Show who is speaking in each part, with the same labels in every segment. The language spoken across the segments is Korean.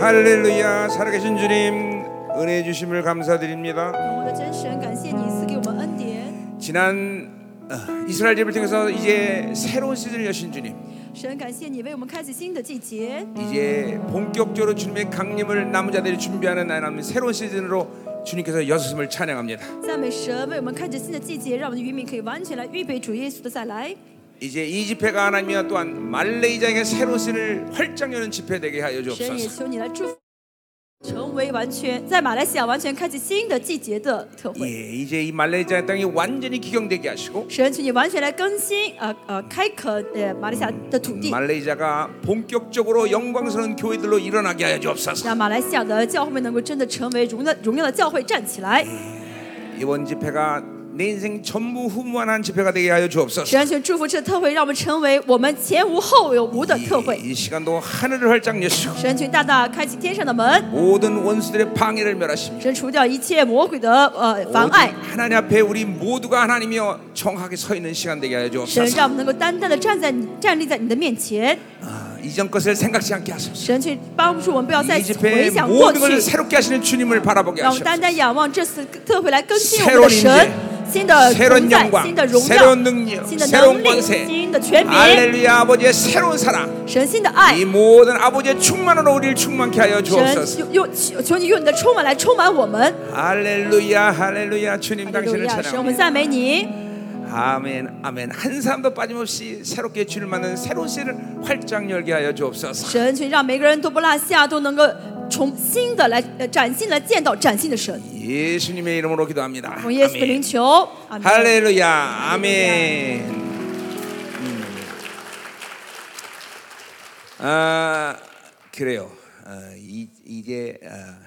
Speaker 1: 할렐루야 살아계신 주님 은혜 주심을 감사드립니다.
Speaker 2: 我们的真神，感谢你赐给我们恩典。
Speaker 1: 지난 어, 이스라엘 집을 통해서 이제 새로운 시즌을 여신 주님
Speaker 2: 神，感谢你为我们开启新的季节。
Speaker 1: 이제 본격적으로 주님의 강림을 남은 자들이 준비하는 나라는 새로운 시즌으로 주님께서 여섯음을 찬양합니다.
Speaker 2: 赞美神，为我们开启新的季节，让我们的渔民可以完全来预备主耶稣的再来。
Speaker 1: 이제 이 집회가 하나님이나 또한 말레이장의 새로운 시즌을 활짝 여는 집회 되게 하여
Speaker 2: 神也
Speaker 1: 주옵소서.
Speaker 2: 求你来祝福，成为完全在马来西亚完全开启新的季节的特会。
Speaker 1: 예, 이제 이 말레이자의 땅이 완전히 기경되게 하시고
Speaker 2: 神，求你完全来更新，呃呃，开垦呃马来西亚的土地，
Speaker 1: 말레이자가 본격적으로 영광스러운 교회들로 일어나게 하여 주옵소서.
Speaker 2: 让马来西亚的教会们能够真的成为荣耀荣耀的教会站起来。
Speaker 1: 이번 집회가 내 인생 전부 후무한한 집회가 되게 하여 주옵소서.
Speaker 2: 神，求祝福这特会，让我们成为我们前无后有无的特
Speaker 1: 이,
Speaker 2: 会。
Speaker 1: 이 시간도 하늘을 활짝 여시고
Speaker 2: 神，请大大开启天上的门，
Speaker 1: 모든 원수들의 방해를 멸하십니다.
Speaker 2: 神除掉一切魔鬼的呃妨
Speaker 1: 오직
Speaker 2: 碍。
Speaker 1: 하나님 앞에 우리 모두가 하나님이여 정확하게 서 있는 시간 되게 하여
Speaker 2: 神，
Speaker 1: 주옵소서.
Speaker 2: 让我们能够单单的站在你站立在你的面前。
Speaker 1: 아, 이전 것을 생각지 않게 하소서.
Speaker 2: 神，去帮助我们，不要再
Speaker 1: 이 집회의
Speaker 2: 回想过
Speaker 1: 모든
Speaker 2: 去，
Speaker 1: 것을 새롭게 하시는 주님을 바라보게
Speaker 2: 让我
Speaker 1: 하소서.
Speaker 2: 们单单仰望这次特会来更新我们
Speaker 1: 새
Speaker 2: 的
Speaker 1: 로운
Speaker 2: 神
Speaker 1: 임재 ，
Speaker 2: 新的同
Speaker 1: 새로운
Speaker 2: 在，
Speaker 1: 영광,
Speaker 2: 新的荣耀
Speaker 1: 새로운 ， 능력,
Speaker 2: 新的能
Speaker 1: 새로운
Speaker 2: 力，
Speaker 1: 권세.
Speaker 2: 新的权柄，
Speaker 1: 할렐루야 아버지의 새로운 사랑.
Speaker 2: 神新的爱
Speaker 1: 이 。 모든 아버지의 충만으로 우리를 충만케 하여
Speaker 2: 神
Speaker 1: 주옵소서.
Speaker 2: 用用求求你用你的充满来充满我们，
Speaker 1: 할렐루야 할렐루야 주님
Speaker 2: 哈利路
Speaker 1: 당신을
Speaker 2: 亚！神，我
Speaker 1: 찬양합니다.
Speaker 2: 们赞美你。
Speaker 1: 아멘 아멘 한 사람도 빠짐없이 새롭게 주를 만든 새로운 씨를 활짝 열게 하여 주옵소서
Speaker 2: 神去让每个人都不落下，都能够重新的来呃崭新的见到崭新的神。
Speaker 1: 예수님의 이름으로 기도합니다
Speaker 2: 奉耶稣的名
Speaker 1: 아멘
Speaker 2: 求，阿门。
Speaker 1: 할렐루야 아멘 음. 아 그래요 아, 이, 이게 아,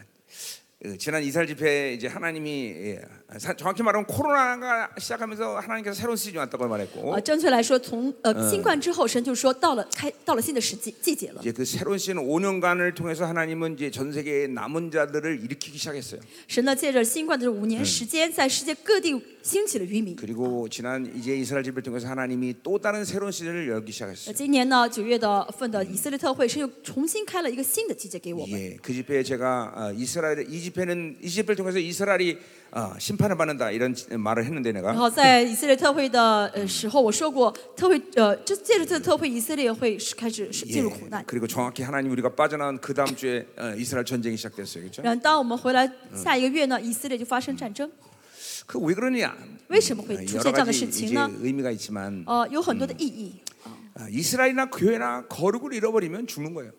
Speaker 1: 어, 지난 이스라엘 집회 이제 하나님이 예, 사- 정확히 말하면 코로나가 시작하면서 하나님께서 새로운 시즌 왔다고 말했고
Speaker 2: 啊，正确来说，从呃新冠之后，神就说到了开到了新的时季季节了。
Speaker 1: 이제 그 새로운 시즌 5년간을 통해서 하나님은 이제 전 세계의 남은 자들을 일으키기 시작했어요.
Speaker 2: 神呢，借着新冠的这五年时间，在世界各地兴起了渔
Speaker 1: 嗯
Speaker 2: 民。
Speaker 1: 그리고 지난 이제 이스라엘 집을 통해서 하나님이 또 다른 새로운 시즌을 열기
Speaker 2: 呃，
Speaker 1: 시작했어요.
Speaker 2: 今年呢，九月的份的以色列特会，神又重新开了一个新的季节给我们。
Speaker 1: 예, 그 집회에 제가 아, 이스라엘 이 집회는 이 집회를 통해서 이스라엘이 아, 심판을 받는다 이런 지- 말을 했는데
Speaker 2: 然
Speaker 1: 내가
Speaker 2: 后在以色列特会的呃时候，我说过，特会呃，这借着这特会，以色列会是开始是
Speaker 1: 예,
Speaker 2: 进入苦难。
Speaker 1: 그리고 정확히 하나님 우리가 빠져나온 그 다음 주에 어, 이스라엘 전쟁이 시작됐어요, 그렇죠?
Speaker 2: 然后当我们回来下一个月呢，以色列就发生战争。
Speaker 1: 그 왜 그러냐? 어,
Speaker 2: 为什么会出
Speaker 1: 여러
Speaker 2: 现这样的
Speaker 1: 가지
Speaker 2: 事
Speaker 1: 이제
Speaker 2: 情呢？
Speaker 1: 의미가 있지만
Speaker 2: 呃，有很多的意义。
Speaker 1: 아, 이스라엘이나 교회나 거룩을 잃어버리면 죽는 거예요.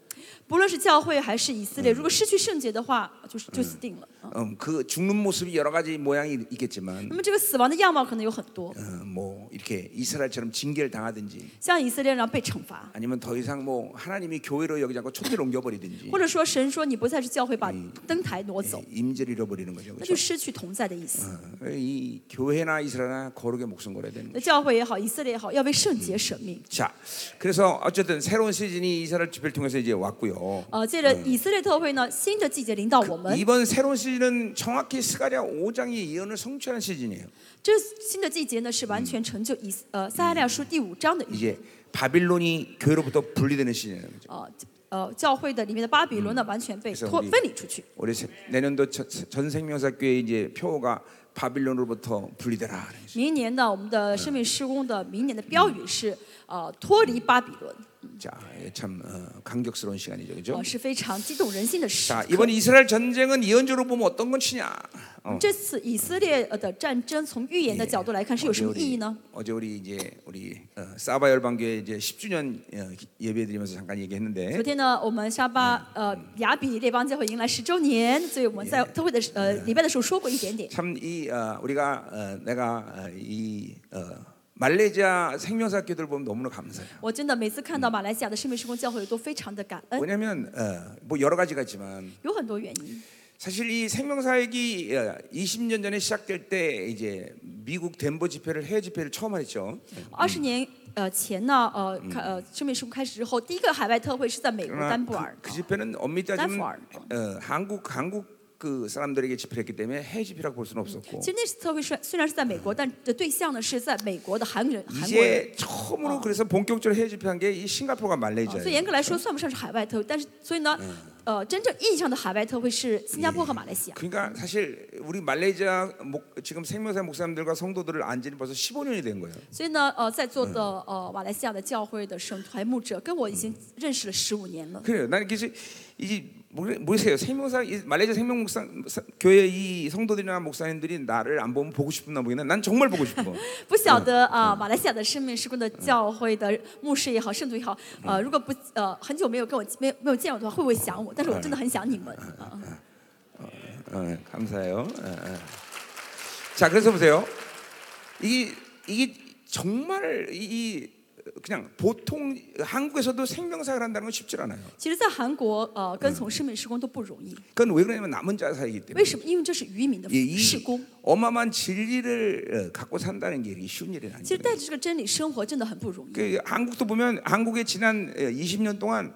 Speaker 2: 不论是教会还是以色列，如果失去圣洁的话，就是就死定了。啊
Speaker 1: 음, 그 죽는 모습이 여러 가지 모양이 있겠지만
Speaker 2: 那么这个死亡的样貌可能有很多，
Speaker 1: 어, 뭐 이렇게 이스라엘처럼 징계를 당하든지
Speaker 2: 像以色列人被惩罚，
Speaker 1: 아니면 더 이상 뭐 하나님이 교회로 여기지 않고 초대를 옮겨버리든지 예,
Speaker 2: 或者说神说你不再是教会，把灯台挪走，
Speaker 1: 임재를 잃어버리는 거죠.
Speaker 2: 那
Speaker 1: 그렇죠?
Speaker 2: 就失去同在的意思。
Speaker 1: 어, 이 교회나 이스라엘나 거룩의 목숨 걸어야 되는 거죠.
Speaker 2: 那教会也好，以色列也好，要为圣洁舍命。
Speaker 1: 자, 그래서 어쨌든 새로운 시즌이 이스라엘 집회를 통해서 이제 왔고요.
Speaker 2: 呃，借着以色列特会呢，新的季节临到我们，
Speaker 1: 이번 새로운 시즌은 정확히 스가랴 5장의 예언을 성취하는 시즌이에요.
Speaker 2: 这新的季节呢是完全成就以呃撒哈利亚书第五章的预
Speaker 1: 이제 바빌론이 교회로부터 분리되는 시즌이에요. 그죠?
Speaker 2: 呃呃教会的里面的巴比伦呢完全被
Speaker 1: 그래서
Speaker 2: 脱
Speaker 1: 우리
Speaker 2: 分离出去。
Speaker 1: 우리 세- 내년도 저- 전 생명사 교회 이제 표어가 바빌론으로부터 분리되라. 하는 거죠.
Speaker 2: 明年呢，我们的生命施工的明年的标语是呃脱离巴比伦，
Speaker 1: 자, 이게 참 어, 감격스러운 시간이죠, 그죠
Speaker 2: 呃是非常激动人心的时
Speaker 1: 자,
Speaker 2: 刻。
Speaker 1: 이번 이스라엘 전쟁은 예언적으로 보면 어떤 것이냐?
Speaker 2: 这次以色列呃的战争，从预言的角度来看是有
Speaker 1: 어제
Speaker 2: 什么意义
Speaker 1: 우리,
Speaker 2: 呢？
Speaker 1: 어제 우리 이제 우리 어, 사바 열방교회 이제 10주년 어, 예배드리면서 잠깐
Speaker 2: 昨
Speaker 1: 얘기했는데
Speaker 2: 天呢，我们沙巴呃雅比列邦教会迎来十周年，所以我们在特会的时呃礼拜的时候说过一点点。
Speaker 1: 참 이 우리가 어, 내가 어, 이 어, 말레이시아 생명사 교들 보면 너무나 감사해요.
Speaker 2: 我真的每次看到马来西亚的生命施工教会都非常的感恩，
Speaker 1: 왜냐하면 어, 뭐 여러 가지가 있지만
Speaker 2: 有很多原因。
Speaker 1: 사실 이 생명사역이 어, 20년 전에 시작될 때 이제 미국 덴버 집회를 해외 집회를 처음 했죠.
Speaker 2: 二十年呃前呢，呃开呃生命施工开始之后，第一个海外特会是在美国
Speaker 1: 그러나
Speaker 2: 丹布
Speaker 1: 그,
Speaker 2: 尔。
Speaker 1: 그 집회는 엄밀히 따지면
Speaker 2: 丹佛尔.
Speaker 1: 어, 한국 한국 그 사람들에게 집회를 했기 때문에 해외 집회라고 볼 수는 없었고
Speaker 2: 其实那次特会虽虽然是在美国，但的对象呢是在美国的韩人、韩国人。
Speaker 1: 이제 처음으로 그래서 본격적으로 해외 집회한 게 이 싱가포르가
Speaker 2: 所以
Speaker 1: 말레이시아예요.
Speaker 2: 严格来说，算不上是海外特会，但是所以呢，呃真正意义上的海外特会是新加坡和马来西亚。
Speaker 1: 그러니까 사실 우리 말레이시아 목, 지금 생명사 목사님들과 성도들을 안지는 벌써 15년이 된 거예요.
Speaker 2: 所以呢，呃，在座的呃马来西亚的教会的省团牧者跟我已经认识了十五年了。
Speaker 1: 그래요. 나는 이게 이제 모르- 모르겠어요. 생명사 이 말레이시아 생명 목사 사- 교회 이 성도들이나 목사님들이 나를 안 보면 보고 싶나 보겠네. 난 정말 보고 싶어.
Speaker 2: 不晓得啊、马来西亚的生命施工的教会的牧师也好，圣徒也好，呃，如果不呃很久没有跟我没有没有见我的话，会不会想我？但是我真的很想你们啊、
Speaker 1: 어, 감사해요. 예, 예. 자, 그래서 보세요. 이게 이게 정말 이, 이 그냥 보통 한국에서도 생명사를 한다는 건 쉽지 않아요.
Speaker 2: 其实，在韩国呃跟从生命施工都不容易，
Speaker 1: 그건 왜 그러냐면 남은 자사이기
Speaker 2: 为
Speaker 1: 때문에.
Speaker 2: 什么？因为这是渔民的
Speaker 1: 예, 이
Speaker 2: 事工。
Speaker 1: 어마만 진리를 어, 갖고 산다는 게 이게 쉬운 일은
Speaker 2: 其实带
Speaker 1: 아니에요.
Speaker 2: 着这个真理生活真的很不容易。
Speaker 1: 그 한국도 보면 한국의 지난 예, 20년 동안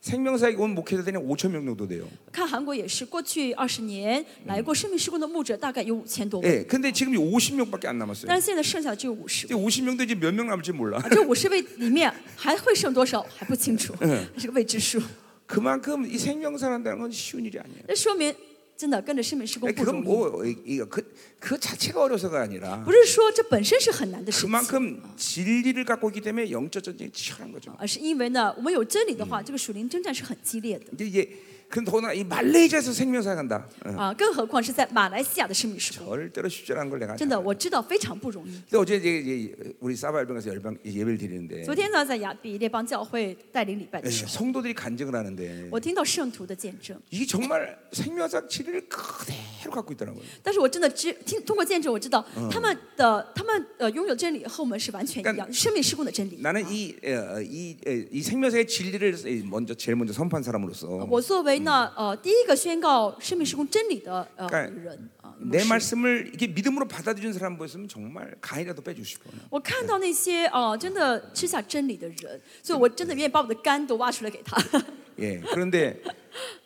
Speaker 1: 생명사에 온 목회자들이 5천 명 정도 돼요.
Speaker 2: 看韩国也是，过去二十年来过生命施工的牧者大概有五千多位，
Speaker 1: 예, 근데 지금 50명밖에 안 남았어요.
Speaker 2: 但是现在剩下只有五十
Speaker 1: 근데 50명도 이제 몇 명 남을지 몰라.
Speaker 2: 这五十位里面还会剩多少 还不清楚，是个未知数。
Speaker 1: 그만큼 이 생명사란다는 건 쉬운 일이 아니에요.
Speaker 2: 那说明真的跟着生命施工
Speaker 1: 아니,
Speaker 2: 不
Speaker 1: 그건
Speaker 2: 容易，
Speaker 1: 뭐 이- 이거 그, 그 자체가 어려서가 아니라
Speaker 2: 不是说这本身是很难的事情，
Speaker 1: 그만큼 진리를 갖고 있기 때문에 영적 전쟁이 치열한 거죠.
Speaker 2: 而是因为呢，我们有真理的话，这个属灵征战是很激烈的
Speaker 1: 근데 이제 그럼 더구나 이 말레이시아에서 생명사 간다. 어,
Speaker 2: 啊，更何况是在马来西亚的生命施工，
Speaker 1: 절대로 쉽지 않은 걸 내가.
Speaker 2: 真的我知道非常不容易。
Speaker 1: 근데 어제 이제, 이제 우리 사바 열병에서 열병 예배를 드리는데
Speaker 2: 昨天呢，在雅比列邦教会带领礼拜
Speaker 1: 예,
Speaker 2: 的时候，
Speaker 1: 성도들이 간증을 하는데
Speaker 2: 我听到圣徒的见证，
Speaker 1: 이게 정말 생명사 진리를 그대로 갖고 있더라고요.
Speaker 2: 但是我真的知听通过见证，我知道他们的他们呃拥有真理和我们是完全一样，生命施工的真理。
Speaker 1: 나는 이 이 이 생명사의 진리를 먼저 제일 먼저 선포한 사람으로서
Speaker 2: 我作为呢，呃，第一个宣告生命施工真理的呃
Speaker 1: 干
Speaker 2: 人啊，牧
Speaker 1: 내
Speaker 2: 师
Speaker 1: 말씀을 이게 믿음으로 받아들인 사람 보였으면 정말 간이라도 빼주고 싶어.
Speaker 2: 我看到那些哦、呃真的吃下真理的人，所以我真的愿意把我的肝都挖出来给他。
Speaker 1: 예. 그런데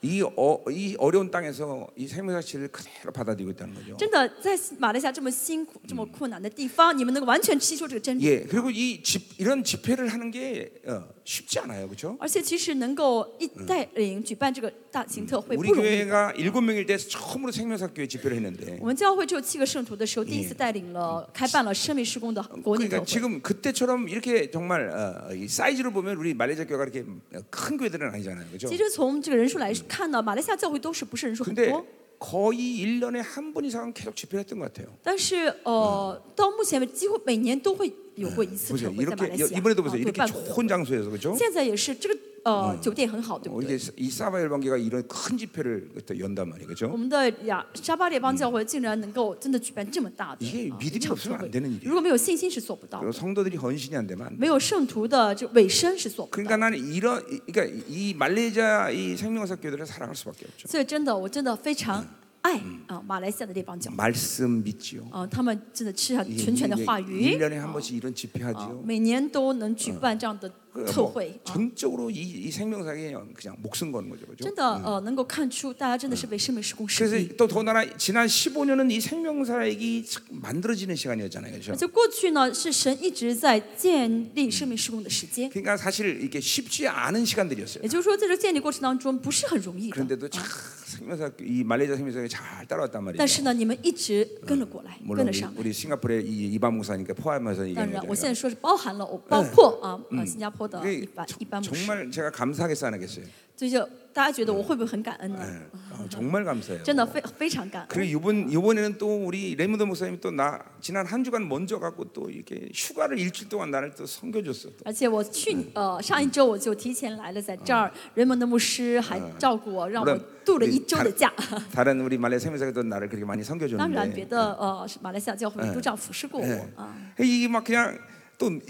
Speaker 1: 이, 어, 이 어려운 땅에서 이 생명사 진리를 그대로 받아들이고 있다는 거죠.
Speaker 2: 真的，在马来西亚这么辛苦、这么困难的地方，你们能够完全吸收这个真理，
Speaker 1: 예. 그리고 이 집, 이런 집회를 하는 게 어, 쉽지 않아요, 그렇죠?
Speaker 2: 而且其实能够一带领举办这个大型特会
Speaker 1: 우리
Speaker 2: 不容易。
Speaker 1: 교회가 일곱 명일 때 처음으로 생명사 교회 집회를 했는데
Speaker 2: 我们教会只有七个圣徒的时候，第一次带领了开办了生命施工的国内特
Speaker 1: 그러니까
Speaker 2: 会。
Speaker 1: 지금 그때처럼 이렇게 정말 어, 이 사이즈로 보면 우리 말레이시아 교회가 이렇게 큰 교회들은 아니잖아요, 그렇죠?
Speaker 2: 其实从这个人数来看呢，马来西亚教会都是不是人数很
Speaker 1: 근데
Speaker 2: 多，
Speaker 1: 거의 1년에 한 번 이상은 계속 집회를 했던 것 같아요.
Speaker 2: 但是呃，到目前为止，几乎每年都会有过一次特
Speaker 1: 보세요.
Speaker 2: 会在马
Speaker 1: 이렇게
Speaker 2: 来西亚
Speaker 1: 이번에도
Speaker 2: 啊
Speaker 1: 보세요.
Speaker 2: 会
Speaker 1: 이렇게
Speaker 2: 办过特会
Speaker 1: 좋은 장소에서 그렇죠?
Speaker 2: 现在也是这个呃酒店很好，对
Speaker 1: 어,
Speaker 2: 不对？
Speaker 1: 이게 이 사바 열방기가 이런 큰 집회를 그때 연단 말이에요, 그죠?
Speaker 2: 我们的雅沙巴列邦教会竟然能够真的举办这么大的
Speaker 1: 이게
Speaker 2: 啊
Speaker 1: 믿음이
Speaker 2: 一场
Speaker 1: 없으면
Speaker 2: 聚
Speaker 1: 안
Speaker 2: 会
Speaker 1: 되는일이에요
Speaker 2: 如果没有信心是做不到的，
Speaker 1: 그리고 아, 성도들이 헌신이 안 되면 안 돼.
Speaker 2: 没有圣徒的这尾声是做不
Speaker 1: 그러니까
Speaker 2: 到的。
Speaker 1: 나는 이런 이- 그러니까 이 말레이시아 이 생명사 교회들을 사랑할 수밖에 없죠.
Speaker 2: 所以真的，我真的非常爱啊马来西亚的列邦教会
Speaker 1: 말씀 믿지요.
Speaker 2: 啊，他们真的吃上
Speaker 1: 이게
Speaker 2: 纯全的话语
Speaker 1: 1년에
Speaker 2: 啊
Speaker 1: 한 번씩 이런 집회하지요.
Speaker 2: 每年都能举办这样的
Speaker 1: 그러니까
Speaker 2: 特
Speaker 1: 뭐
Speaker 2: 会啊。
Speaker 1: 전적으로 이, 이 생명사에 그냥 목숨 거는 거죠, 그죠?
Speaker 2: 真的，呃，能够看出大家真的是被生命施工受益
Speaker 1: 그래서 。또 더나라 지난 15년은 이 생명사역이 참 만들어지는 시간이었잖아요, 그죠?
Speaker 2: 而且过去呢，是神一直在建立生命施工的时间，
Speaker 1: 그러니까 사실 이게 쉽지 않은 시간들이었어요.
Speaker 2: 也就是说，在这建立过程当中不是很容易的。啊
Speaker 1: 그런데도 참 생명사 이 말레이시아 생명사역이 잘 따라왔단
Speaker 2: 但
Speaker 1: 말이죠.
Speaker 2: 是呢，你们一直跟了过来，跟
Speaker 1: 물론
Speaker 2: 了
Speaker 1: 우리,
Speaker 2: 上来。
Speaker 1: 우리 싱가포르의 이 이반 목사니까 포함해서
Speaker 2: 当
Speaker 1: 얘기하는
Speaker 2: 然，
Speaker 1: 거죠.
Speaker 2: 我现在说是包含了，我包括啊，呃，新加坡的一
Speaker 1: 이게
Speaker 2: 般
Speaker 1: 정-
Speaker 2: 一般牧师，
Speaker 1: 정말 제가 감사하게 써나겠어요. 어,
Speaker 2: 所以就大家觉得我会不会很感恩呢？
Speaker 1: 정말 감사해요.
Speaker 2: 真的非非常感恩。
Speaker 1: 그리고 이번 이번에는 또 우리 레몬드 목사님이 또 나 지난 한 주간 먼저 갖고 또 이렇게 휴가를 일주일 동안 나를 또 섬겨줬어. 또.
Speaker 2: 而且我去
Speaker 1: 嗯
Speaker 2: 呃上一周我就提前来了，在这儿，人们的牧师还照顾我，让
Speaker 1: 不
Speaker 2: 我
Speaker 1: 然
Speaker 2: 度了
Speaker 1: 你
Speaker 2: 一周的假。
Speaker 1: 다른 우리 말레 생명사에도 나를 그렇게 많이
Speaker 2: 当然，别
Speaker 1: 섬겨줬는데
Speaker 2: 的呃是马来西亚教会都这样服侍过
Speaker 1: 嗯
Speaker 2: 我啊。
Speaker 1: 그러니까 이게 막 그냥 또늘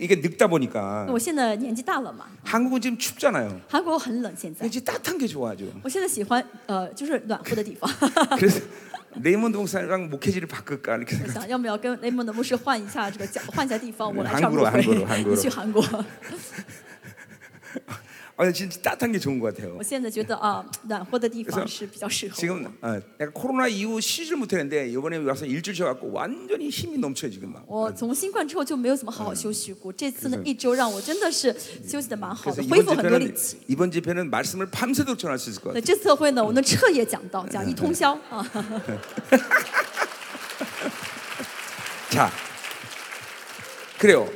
Speaker 1: 이게 늙다
Speaker 2: 那
Speaker 1: 보니까
Speaker 2: 我现在年纪大了嘛，
Speaker 1: 한국은 지금 춥잖아요.
Speaker 2: 韩国很冷现
Speaker 1: 근데
Speaker 2: 在，
Speaker 1: 이제 따뜻한 게 좋아하죠.
Speaker 2: 我现在喜欢呃就是暖和的地方。
Speaker 1: 그래서 레몬드 목사랑 목회지를 바꿀까 이렇게
Speaker 2: 我
Speaker 1: 생각.
Speaker 2: 想要不要跟雷蒙的牧师换一下 这个角，换一下地方，我来
Speaker 1: 韩
Speaker 2: 上
Speaker 1: 国
Speaker 2: 路
Speaker 1: 韩国
Speaker 2: 会，
Speaker 1: 韩国
Speaker 2: 你去韩国。
Speaker 1: 아, 진짜 따뜻한 게 좋은 것 같아요.
Speaker 2: 我现在觉得啊，暖和的地
Speaker 1: 그래서
Speaker 2: 方是比较适合我
Speaker 1: 지금 。 어, 약간 코로나 이후 쉬질 못했는데 이번에 와서 일주일 쉬어갖고 완전히 힘이 넘쳐요 지금 막.
Speaker 2: 我从新冠之后就没有怎
Speaker 1: 嗯
Speaker 2: 么好好休息过，这次呢
Speaker 1: 그래서
Speaker 2: 一周让我真的是休息的蛮好
Speaker 1: 그래서
Speaker 2: 的，恢
Speaker 1: 이번
Speaker 2: 复很多力
Speaker 1: 어, 집회는
Speaker 2: 气。
Speaker 1: 이번 집회는 말씀을 밤새도록 전할 수 있을 것
Speaker 2: 那
Speaker 1: 같아요.
Speaker 2: 这次会呢，我能彻夜讲到，讲一通宵啊。
Speaker 1: 자, 그래요.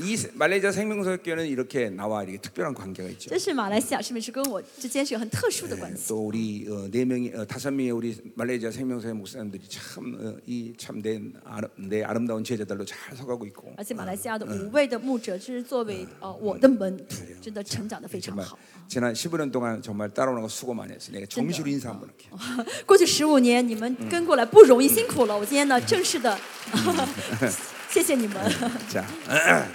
Speaker 1: 이 세- 말레이시아 생명사역교회는 이렇게 나와 이렇게 특별한 관계가 있죠.
Speaker 2: 这是马来西亚，是不是跟我之间是有很特殊的关系？
Speaker 1: 또 우리 어, 네 명이 어, 다섯 명의 우리 말레이시아 생명사의 목사님들이 어, 참이참내 아름, 내 아름다운 제자들로 잘 서가고 있고
Speaker 2: 而且马来西亚的五位的牧者，这是作为呃我的门徒，真的成长的非常
Speaker 1: 정말
Speaker 2: 好。
Speaker 1: 지난 15년 동안 정말 따라오는 거 수고 많이 했어. 내가 정식으로 인사 한번 할게.
Speaker 2: 过去十五年你们跟过来不容易，辛苦了。我今天呢，正式的谢谢你们。
Speaker 1: 자,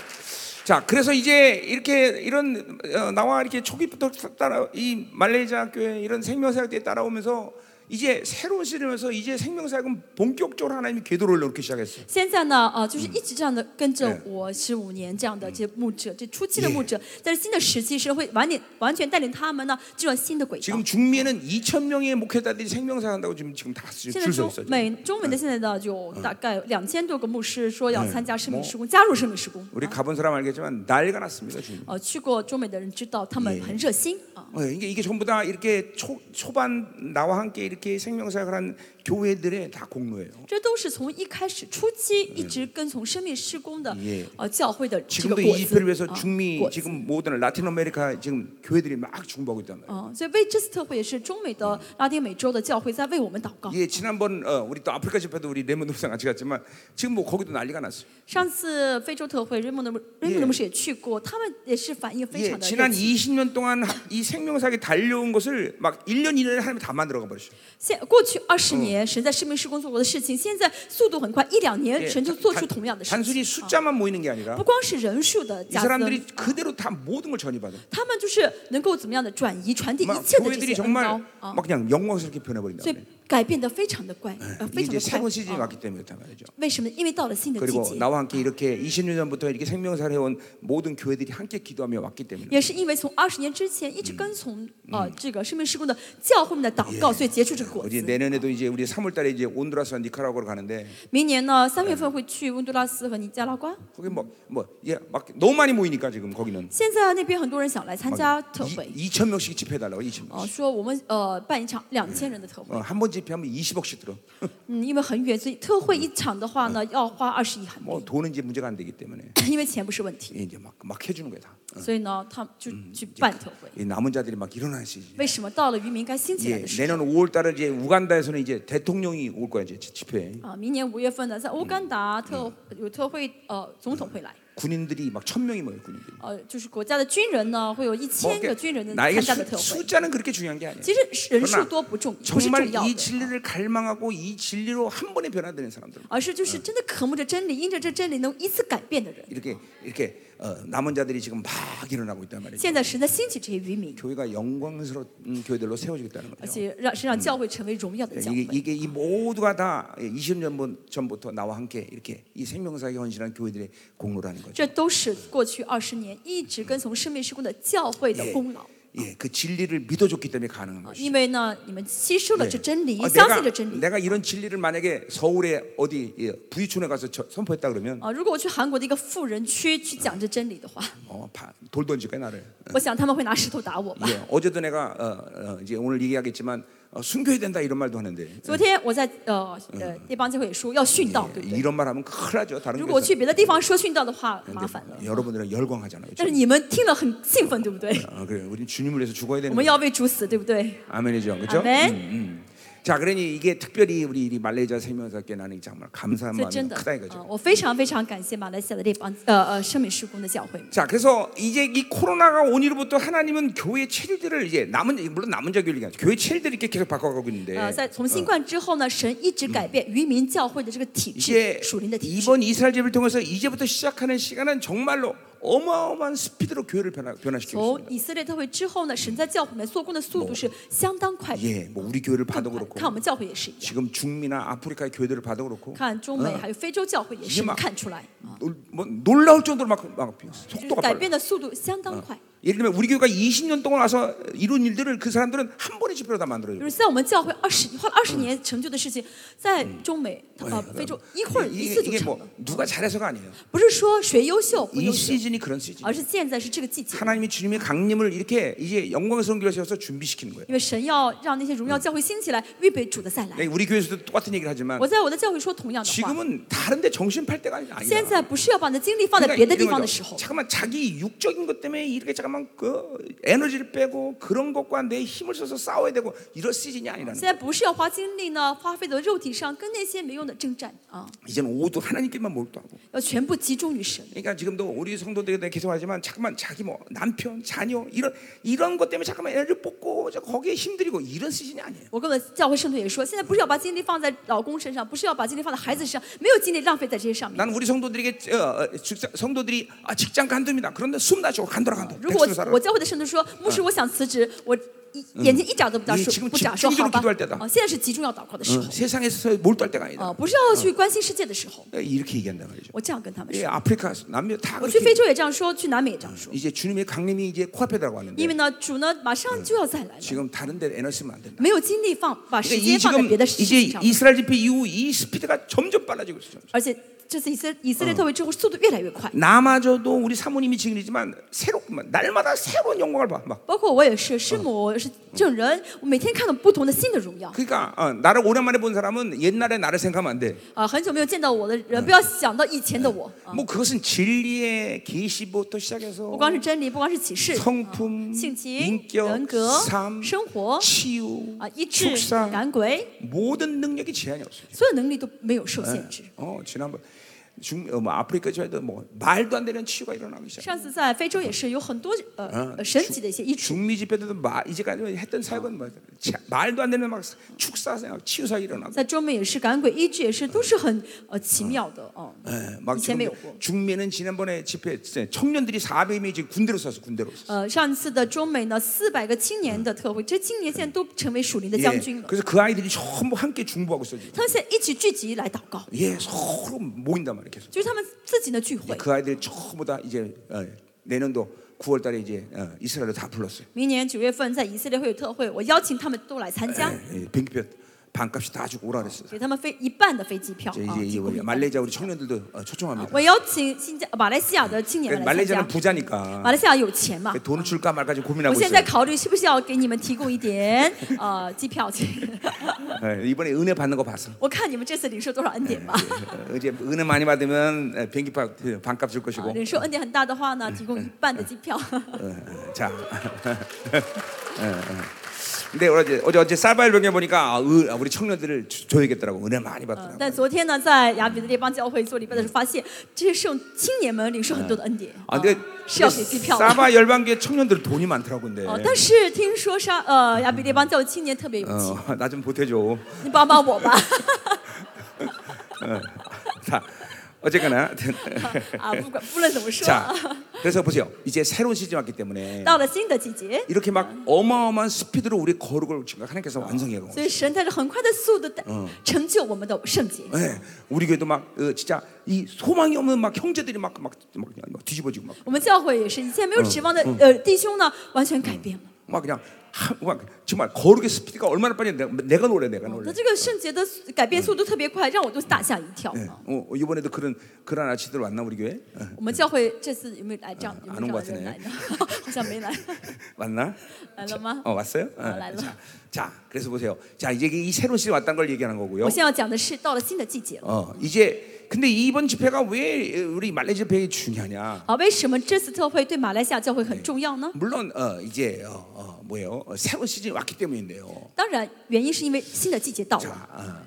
Speaker 1: 자, 그래서 이제 이렇게 이런 어, 나와 이렇게 초기부터 따라 이 말레이시아 교회 이런 생명사역대에 따라오면서 이제 새로운 시즌에서 이제 생명사역은 본격적으로 하나님이 궤도를 놓기 시작했어요.
Speaker 2: 现在呢，呃，就是一直这样的跟着
Speaker 1: 嗯
Speaker 2: 我十五年这样的这些牧者，这初期的牧者，但是新的时期是会完点完全带领他们呢进入新的轨道
Speaker 1: 지금 。 중미에는 2천 명의 목회자들이 생명사역한다고 지금 지금 네. 다 줄
Speaker 2: 现在
Speaker 1: 서
Speaker 2: 中
Speaker 1: 있어요.
Speaker 2: 美中美的现在呢，有大概两千多个牧师说要参加生命
Speaker 1: 뭐
Speaker 2: 施工，加入生命施工。
Speaker 1: 우리
Speaker 2: 啊
Speaker 1: 가본 사람 알겠지만 난리가 났습니다 지금.
Speaker 2: 呃，去过中美的人知道，他们
Speaker 1: 예
Speaker 2: 很热心啊。
Speaker 1: 어, 이게 이게 전부 다 이렇게 초 초반 나와 함께 이렇게 생명사역을 한 교회들의 다 공로예요.
Speaker 2: 这都是从一开始初期一直跟从生命施工的
Speaker 1: 예
Speaker 2: 呃教会的这个
Speaker 1: 지금도 어,
Speaker 2: 果
Speaker 1: 이
Speaker 2: 子
Speaker 1: 집회를 위해서
Speaker 2: 啊
Speaker 1: 중미
Speaker 2: 果子
Speaker 1: 지금 모든 라틴 아메리카 지금 교회들이 막 중보하고 있단 말이에요.
Speaker 2: 嗯，所以为这次特会也是中美的拉丁美洲的教会在为我们祷告。
Speaker 1: 예, 지난번 어, 우리 또 아프리카 집회도 우리 레몬 동상 같이 갔지만 지금 뭐 거기도 난리가 났어요.
Speaker 2: 上次非洲特会，Raymond
Speaker 1: 예
Speaker 2: ，Raymond 牧师也去过，他们也是反应非
Speaker 1: 예,
Speaker 2: 常的
Speaker 1: 지난
Speaker 2: 热情。
Speaker 1: 20년 동안 하- 이 생명사에 달려온 것을 막 1년 1년에 하나님 다 만들어가 버렸어요.
Speaker 2: 现过去二十年，神在市民施工做过的事情，现在速度很快，一两
Speaker 1: 예,
Speaker 2: 年神就
Speaker 1: 단-
Speaker 2: 做出同样的事
Speaker 1: 단순히
Speaker 2: 情。啊
Speaker 1: 숫자만 모이는 게 아니라
Speaker 2: 不光是人数的
Speaker 1: 이
Speaker 2: 加增
Speaker 1: 사람들이 ， 그대로 다 모든 걸 전이받아.
Speaker 2: 他们就是能够怎么样的转移、传递
Speaker 1: 막
Speaker 2: 一切的这
Speaker 1: 교회들이 어.
Speaker 2: 些恩高
Speaker 1: 정말
Speaker 2: 啊
Speaker 1: 막 ， 그냥 영광스럽게 변해버린다.
Speaker 2: 所以
Speaker 1: 그래요.
Speaker 2: 改变的非常的快，呃，
Speaker 1: 이게
Speaker 2: 非常
Speaker 1: 이제
Speaker 2: 的
Speaker 1: 새로운
Speaker 2: 快
Speaker 1: 시즌이
Speaker 2: 啊。
Speaker 1: 왔기 때문에 그렇단 말이죠.
Speaker 2: 为什么？因为到了新的季
Speaker 1: 그리고
Speaker 2: 节，
Speaker 1: 나와 함께 이렇게 20년 전부터 이렇게 생명사를 해온 모든 교회들이 함께 기도하며 왔기 때문에
Speaker 2: 也是因为从二十年之前一直跟从呃这个生命施工的教会们的祷告，所以结出这个果
Speaker 1: 이제
Speaker 2: 子。
Speaker 1: 내년에도 이제 우리 3월달에 이제 온두라스와 니카라과로 가는데
Speaker 2: 明年呢，三月份会去温都拉斯和尼加拉瓜。
Speaker 1: 거기 뭐, 뭐뭐예막 너무 많이 모이니까 지금 거기는
Speaker 2: 现在啊那边很多人想来参加特会，
Speaker 1: 2천 명씩 집회해달라고 2천
Speaker 2: 哦、
Speaker 1: 명씩
Speaker 2: 说我们呃办一场两千人的特会，
Speaker 1: 어, 한 번 집회하면 20억씩 들어
Speaker 2: 嗯，因为很远，所以特会一场的话呢，要花二十亿韩
Speaker 1: 뭐
Speaker 2: 币，
Speaker 1: 돈은 이제 문제가 안 되기 때문에 예,
Speaker 2: 因为钱不是问题，
Speaker 1: 이제 막 막 해주는 거야 다.
Speaker 2: 所以呢，他们就去办特会。
Speaker 1: 이 남은 자들이 막 일어나는 시즌.
Speaker 2: 为什么到了渔民该兴起来
Speaker 1: 예,
Speaker 2: 的时候？
Speaker 1: 내년 5월달에 이제 우간다에서는 이제 대통령이 올 거야 이제 집회.
Speaker 2: 啊，明年五月份呢，在乌干达特有特会，呃，总统会来，
Speaker 1: 군인들이 막 천 명이 모여 군인들이.
Speaker 2: 呃，就是国家的军人呢，会有一
Speaker 1: 뭐
Speaker 2: 千个军人的
Speaker 1: 나에게
Speaker 2: 参加
Speaker 1: 수,
Speaker 2: 的特会。
Speaker 1: 숫자는 그렇게 중요한 게 아니에요.
Speaker 2: 其实人数
Speaker 1: 나
Speaker 2: 多不重，不是
Speaker 1: 정말
Speaker 2: 重要
Speaker 1: 이
Speaker 2: 的。
Speaker 1: 진리를 갈망하고 이 진리로 한 번에 변화되는 사람들
Speaker 2: 而是就是真的渴慕着真理，因着这真理能一次改变的人。
Speaker 1: 이렇게 이렇게 어, 남은 자들이 지금 막 일어나고 있단 말이죠.
Speaker 2: 现在神在兴起这些渔民，
Speaker 1: 교회가 영광스러운 교회들로 세워지겠다는
Speaker 2: 而
Speaker 1: 거죠. 예,
Speaker 2: 且让神让教会成为荣耀的教
Speaker 1: 이게,
Speaker 2: 会。
Speaker 1: 이게 이 모두가 다 예, 20년 전부터 나와 함께 이렇게 이 생명사에 헌신한 교회들의 공로라는 거죠.
Speaker 2: 这都是过去二十年一直跟从生命施工的教会的功劳，
Speaker 1: 예, 그 진리를 믿어줬기 때문에 가능한
Speaker 2: 啊
Speaker 1: 거죠.
Speaker 2: 因为呢，你们吸收了这真理，
Speaker 1: 아,
Speaker 2: 相信这真
Speaker 1: 내가,
Speaker 2: 理。
Speaker 1: 내가 이런 진리를 만약에 서울에 어디 예, 부위촌에 가서 저- 선포했다 그러면
Speaker 2: 啊，如果我去韩国的一个富人区去讲这真理的话，
Speaker 1: 어, 바- 돌 던질 거야 나를.
Speaker 2: 我想他们会拿石头打我吧。
Speaker 1: 예, 어제도 내가 어, 어, 이제 오늘 얘기하겠지만 어, 숨겨야 된다 이런 말도 하는데
Speaker 2: 昨天我在呃呃那帮教会也说要殉道，
Speaker 1: 예,
Speaker 2: 对不对？
Speaker 1: 이런 말 하면 큰일 나죠. 다른
Speaker 2: 如果我
Speaker 1: 교회에서.
Speaker 2: 去别的地方说殉道的话，
Speaker 1: 근데
Speaker 2: 麻烦了。
Speaker 1: 여러분들은 열광하잖아요.
Speaker 2: 但是
Speaker 1: 그렇죠?
Speaker 2: 你们听了很兴奋，对不对？
Speaker 1: 어, 그래, 우리 주님을 위해서 죽어야
Speaker 2: 我
Speaker 1: 되는
Speaker 2: 们
Speaker 1: 거예요.
Speaker 2: 要为主死，对不对？
Speaker 1: 아멘이죠, 그렇죠?
Speaker 2: 아멘.
Speaker 1: 자, 그러니 이게 특별히 우리 이 말레이시아 생명사께 나는 정말 감사한
Speaker 2: 所以
Speaker 1: 마음이
Speaker 2: 真的，
Speaker 1: 크다
Speaker 2: 呃
Speaker 1: 이거죠.
Speaker 2: 我非常非常感谢马来西亚的这帮呃呃圣美施工的教会们。
Speaker 1: 자, 그래서 이제 이 코로나가 온 이후부터 하나님은 교회 체질들을 이제 남은 물론 남은 자교를 얘기하죠. 교회 체질들 이렇게 계속 바꿔가고 있는데
Speaker 2: 呃，在从新冠之后呢，神一直改变渔民教会的这个体制
Speaker 1: 이제 ，
Speaker 2: 属灵的体制。
Speaker 1: 이번 이스라엘 집을 통해서 이제부터 시작하는 시간은 정말로 어마어마한 스피드로 교회를 변화, 변화시키고
Speaker 2: 从
Speaker 1: 있습니다.
Speaker 2: 以色列特会之后呢，神在教会里面做工的速度是相当快的。
Speaker 1: 예, 뭐 우리 교회를 봐도
Speaker 2: 看
Speaker 1: 그렇고
Speaker 2: 看我们教会也是一样，
Speaker 1: 지금 중미나 아프리카의 교회들을 봐도 그렇고
Speaker 2: 看中美还有非洲教会也是
Speaker 1: 이게막
Speaker 2: 看出来，
Speaker 1: 놀, 뭐 놀라울 정도로 막, 막
Speaker 2: 就是
Speaker 1: 속도가
Speaker 2: 改
Speaker 1: 빨라.
Speaker 2: 变的速度相当快。
Speaker 1: 예를 들면 우리 교회가 20년 동안 와서 이룬 일들을 그 사람들은 한 번의 집회로 다 만들어요.
Speaker 2: 就是在我们教会二十花了二十年成就的事情，在中美啊非洲一会儿一
Speaker 1: 이게, 그
Speaker 2: 次就
Speaker 1: 이게
Speaker 2: 成了
Speaker 1: 뭐 ， 누가 잘해서가 아니에요.
Speaker 2: 不是说谁优秀不
Speaker 1: 이
Speaker 2: 优秀，
Speaker 1: 시즌이 그런 시즌.
Speaker 2: 而是现在是这个季节，
Speaker 1: 하나님이 주님의 강림을 이렇게 이제 영광스러운 교회에서 와서 준비시키는 거예요.
Speaker 2: 因为神要让那些荣耀教会兴起来，预备主的再来。
Speaker 1: 그러니까 우리 교회에서도 똑같은 얘기를 하지만
Speaker 2: 我在我的教会说同样的话，
Speaker 1: 지금은 다른데 정신 팔 때가 아니야.
Speaker 2: 现在不是要把你的精力放在别的地方的时候，
Speaker 1: 잠깐만 자기 육적인 것 때문에 이렇게 잠깐만 그 에너지를 빼고 그런 것과 내 힘을 써서 싸워야 되고 이런 시즌이 아니라는
Speaker 2: 现
Speaker 1: 거예요.
Speaker 2: 在不是要花精力呢，花费在肉体上跟那些没用的征战啊，
Speaker 1: 이제는 오도 하나님께만 몰두하고.
Speaker 2: 要全部集中于神。
Speaker 1: 그러니까 지금도 우리 성도들에게 계속 하지만 잠깐만 자기 뭐 남편, 자녀 이런 이런 것 때문에 잠깐만 에너지를 뽑고 저 거기에 힘들이고 이런 시즌이 아니에요.
Speaker 2: 我跟我的教会圣徒也说，现在不是要把精力放在老公身上，不是要把精力放在孩子身上，没有精力浪费在这些上面。
Speaker 1: 나는 우리 성도들에게 어, 어, 직장, 성도들이 아, 직장 간둡니다. 그런데 숨 다치고 뭐 간다라 간다.
Speaker 2: 如果
Speaker 1: 백수로 살아.
Speaker 2: 我我教会的圣徒说，牧师，我想辞职，我一眼睛一眨都不眨，
Speaker 1: 你
Speaker 2: 说
Speaker 1: 지금
Speaker 2: 不眨，
Speaker 1: 집중적으로
Speaker 2: 说好吧
Speaker 1: 기도할때다 ，
Speaker 2: 啊，现在是集中要祷告的时
Speaker 1: 嗯
Speaker 2: 候，
Speaker 1: 어, 세상에서 몰두할 때가 아니다.
Speaker 2: 啊，不是要去关心世界的时候。
Speaker 1: 이렇게 얘기한다 말이죠.
Speaker 2: 我这样跟他们
Speaker 1: 예
Speaker 2: 说，
Speaker 1: 아프리카, 남미 다
Speaker 2: 我去非
Speaker 1: 그렇게
Speaker 2: 洲也这样说，去南美也这样说，
Speaker 1: 이제 주님의 강림이 이제 코앞에 다가왔는데
Speaker 2: 因为呢，主呢马上就要再来了，
Speaker 1: 지금 다른 데 에너지 쓰면 안 된다.
Speaker 2: 没有精力放把时
Speaker 1: 그러니까 이
Speaker 2: 间放在
Speaker 1: 지금
Speaker 2: 别的事
Speaker 1: 이제
Speaker 2: 情上，
Speaker 1: 이스라엘 집회 이후 이 스피드가 점점 빨라지고 있어요.
Speaker 2: 而且这次以色以色列特会之后速度越来越快。
Speaker 1: 나마저도 우리 사모님이 증인이지만 새롭구만 날마다 새로운 영광을 봐. 막.
Speaker 2: 包括我也是，师母我是证人，我每天看到不同的新的荣耀。
Speaker 1: 그러니까 어, 나를 오랜만에 본 사람은 옛날에 나를 생각하면 안 돼.
Speaker 2: 啊，很久没有见到我的人，不要想到以前的我啊，
Speaker 1: 뭐 그것은 진리의 계시부터
Speaker 2: 不
Speaker 1: 시작해서
Speaker 2: 光是真理，不光是启示，
Speaker 1: 성품,
Speaker 2: 性情、
Speaker 1: 인격,
Speaker 2: 人格、
Speaker 1: 삶,
Speaker 2: 生活
Speaker 1: 치유,
Speaker 2: 啊、医治、
Speaker 1: 축사
Speaker 2: 赶鬼，
Speaker 1: 모든 능력이 제한이 없어요.
Speaker 2: 所有能力都没有受限制。
Speaker 1: 어, 지난번 중, 어, 뭐 아프리카 지역도 뭐 말도 안 되는 치유가 일어나기 시작.
Speaker 2: 上次在非洲也是有很多呃呃神奇的一些医治，
Speaker 1: 중미 집회 때도 마, 이제까지 했던 사역은 뭐, 자, 말도 안 되는 막 축사 사역, 치유 사역 일어나고.
Speaker 2: 在中美也是赶鬼医治，也是都是很呃奇妙的哦。
Speaker 1: 예, 막
Speaker 2: 이
Speaker 1: 지금
Speaker 2: 네. 그 재미없고.
Speaker 1: 중미는 지난번에 집회 때 청년들이 400명이 지금 군대로 쏴서 군대로. 쏴서.
Speaker 2: 呃，上一次的中美呢，四百个青年的特会，这青年现在都成为属灵的
Speaker 1: 예,
Speaker 2: 将军了，
Speaker 1: 그래서 그 아이들이 전부 함께 중보하고 있어요. 지금.
Speaker 2: 他们现在一起聚集来祷告，
Speaker 1: 예, 서로 모인단 말이에요. 계속.
Speaker 2: 就是他们自己的聚会。
Speaker 1: 그 아이들이 전부 다 이제 어, 내년도 9월달에 이제 어, 이스라엘로 다 불렀어요.
Speaker 2: 明年九月份在以色列会有特会，我邀请他们都来参加，
Speaker 1: 예, 예, 비행기표 반값이 다 주고 오라 그랬어요.
Speaker 2: 给他们飞一半的飞机票
Speaker 1: 이제
Speaker 2: 啊，
Speaker 1: 이제
Speaker 2: 提供
Speaker 1: 우리
Speaker 2: 一半的。
Speaker 1: 말레이시아 우리 청년들도 어, 초청합니다.
Speaker 2: 我邀请新加马来西亚的青年
Speaker 1: 그러니까
Speaker 2: 们来
Speaker 1: 말레이시아는
Speaker 2: 参加。
Speaker 1: 부자니까 그
Speaker 2: 马来西亚有钱嘛？
Speaker 1: 돈을 줄까 말까 지금
Speaker 2: 我
Speaker 1: 고민하고
Speaker 2: 现在
Speaker 1: 있어요.
Speaker 2: 考虑哎是不是要给你们提供一点 呃机票钱。
Speaker 1: 예, 이번에 은혜 받는 거 봤어.
Speaker 2: 我看你们这次领受多少恩典吧。
Speaker 1: 어, 이제 은혜 많이 받으면 예, 비행기표 예, 반값 줄
Speaker 2: 啊
Speaker 1: 것이고.
Speaker 2: 领受恩典很大的话呢，提供一半的机票。
Speaker 1: 어, 자. 예, 예. 근데 어제 어제 어제 사바일병에 보니까 아, 의- 아, 우리 청년들을 주- 줘야겠더라고 은혜 많이
Speaker 2: 嗯
Speaker 1: 받더라고.
Speaker 2: 但昨天呢，在雅比的列邦教会做礼拜的时候，发现这些圣青年们领受很多的恩典，
Speaker 1: 아
Speaker 2: 啊
Speaker 1: 근데
Speaker 2: 是要给机票的。
Speaker 1: 사바 열방계 청년들 돈이 많더라고 근데.
Speaker 2: 哦，但是听说沙呃雅比列邦教会青年特别有钱，
Speaker 1: 어, 나 좀 보태줘.
Speaker 2: 你帮帮我吧。
Speaker 1: 자, 어쨌거나 하여튼,
Speaker 2: 啊，不管不论怎么 说，
Speaker 1: 자,
Speaker 2: 啊
Speaker 1: 그래서 보세요. 이제 새로운 시즌 왔기 때문에
Speaker 2: 到了新的季节，
Speaker 1: 이렇게 막 어마어마한 스피드로 우리 거룩을 지금 하나님께서 완성해 가고.
Speaker 2: 所以神带着很快的速度带成就我们的圣洁。
Speaker 1: 네, 우리 교회도 막 어, 진짜 이 소망이 없는 막 형제들이 막 막 막, 막 뒤집어지고 막,
Speaker 2: 我们教会也是以前没有指望的呃弟兄呢，完全改变了。
Speaker 1: 막 그냥 하, 막 정말 거룩의 스피드가 얼마나 빨리 내가, 내가 놀래 내가
Speaker 2: 那
Speaker 1: 놀래.
Speaker 2: 这个圣洁的改变速度特别快，让我都大吓一跳
Speaker 1: 네.
Speaker 2: 啊！
Speaker 1: 어, 이번에도 그런 그런 아치들 왔나 우리 교회? 어,
Speaker 2: 我们教会这次有没有来这样有
Speaker 1: 啊
Speaker 2: 没有这样的
Speaker 1: 安
Speaker 2: 人
Speaker 1: 东
Speaker 2: 来呢？ 好像没来，
Speaker 1: 왔나?
Speaker 2: 来了吗？
Speaker 1: 어, 왔어요? 어,
Speaker 2: 아, 날로.
Speaker 1: 자, 자, 그래서 보세요. 자, 이제 이 새로운 시즌 왔다는 걸 얘기하는 거고요.
Speaker 2: 我现在要讲的是到了新的季节了。
Speaker 1: 어, 이제 근데 이번 집회가 왜 우리 말레이시아 집회가 중요하냐?
Speaker 2: 啊，为什么这次特会对马来西亚教会很重要呢？
Speaker 1: 물론 어, 이제 어, 어, 뭐예요? 어, 새로운 시즌이 왔기 때문인데요.
Speaker 2: 当然，原因是因啊为新的季节到了。
Speaker 1: 자, 아,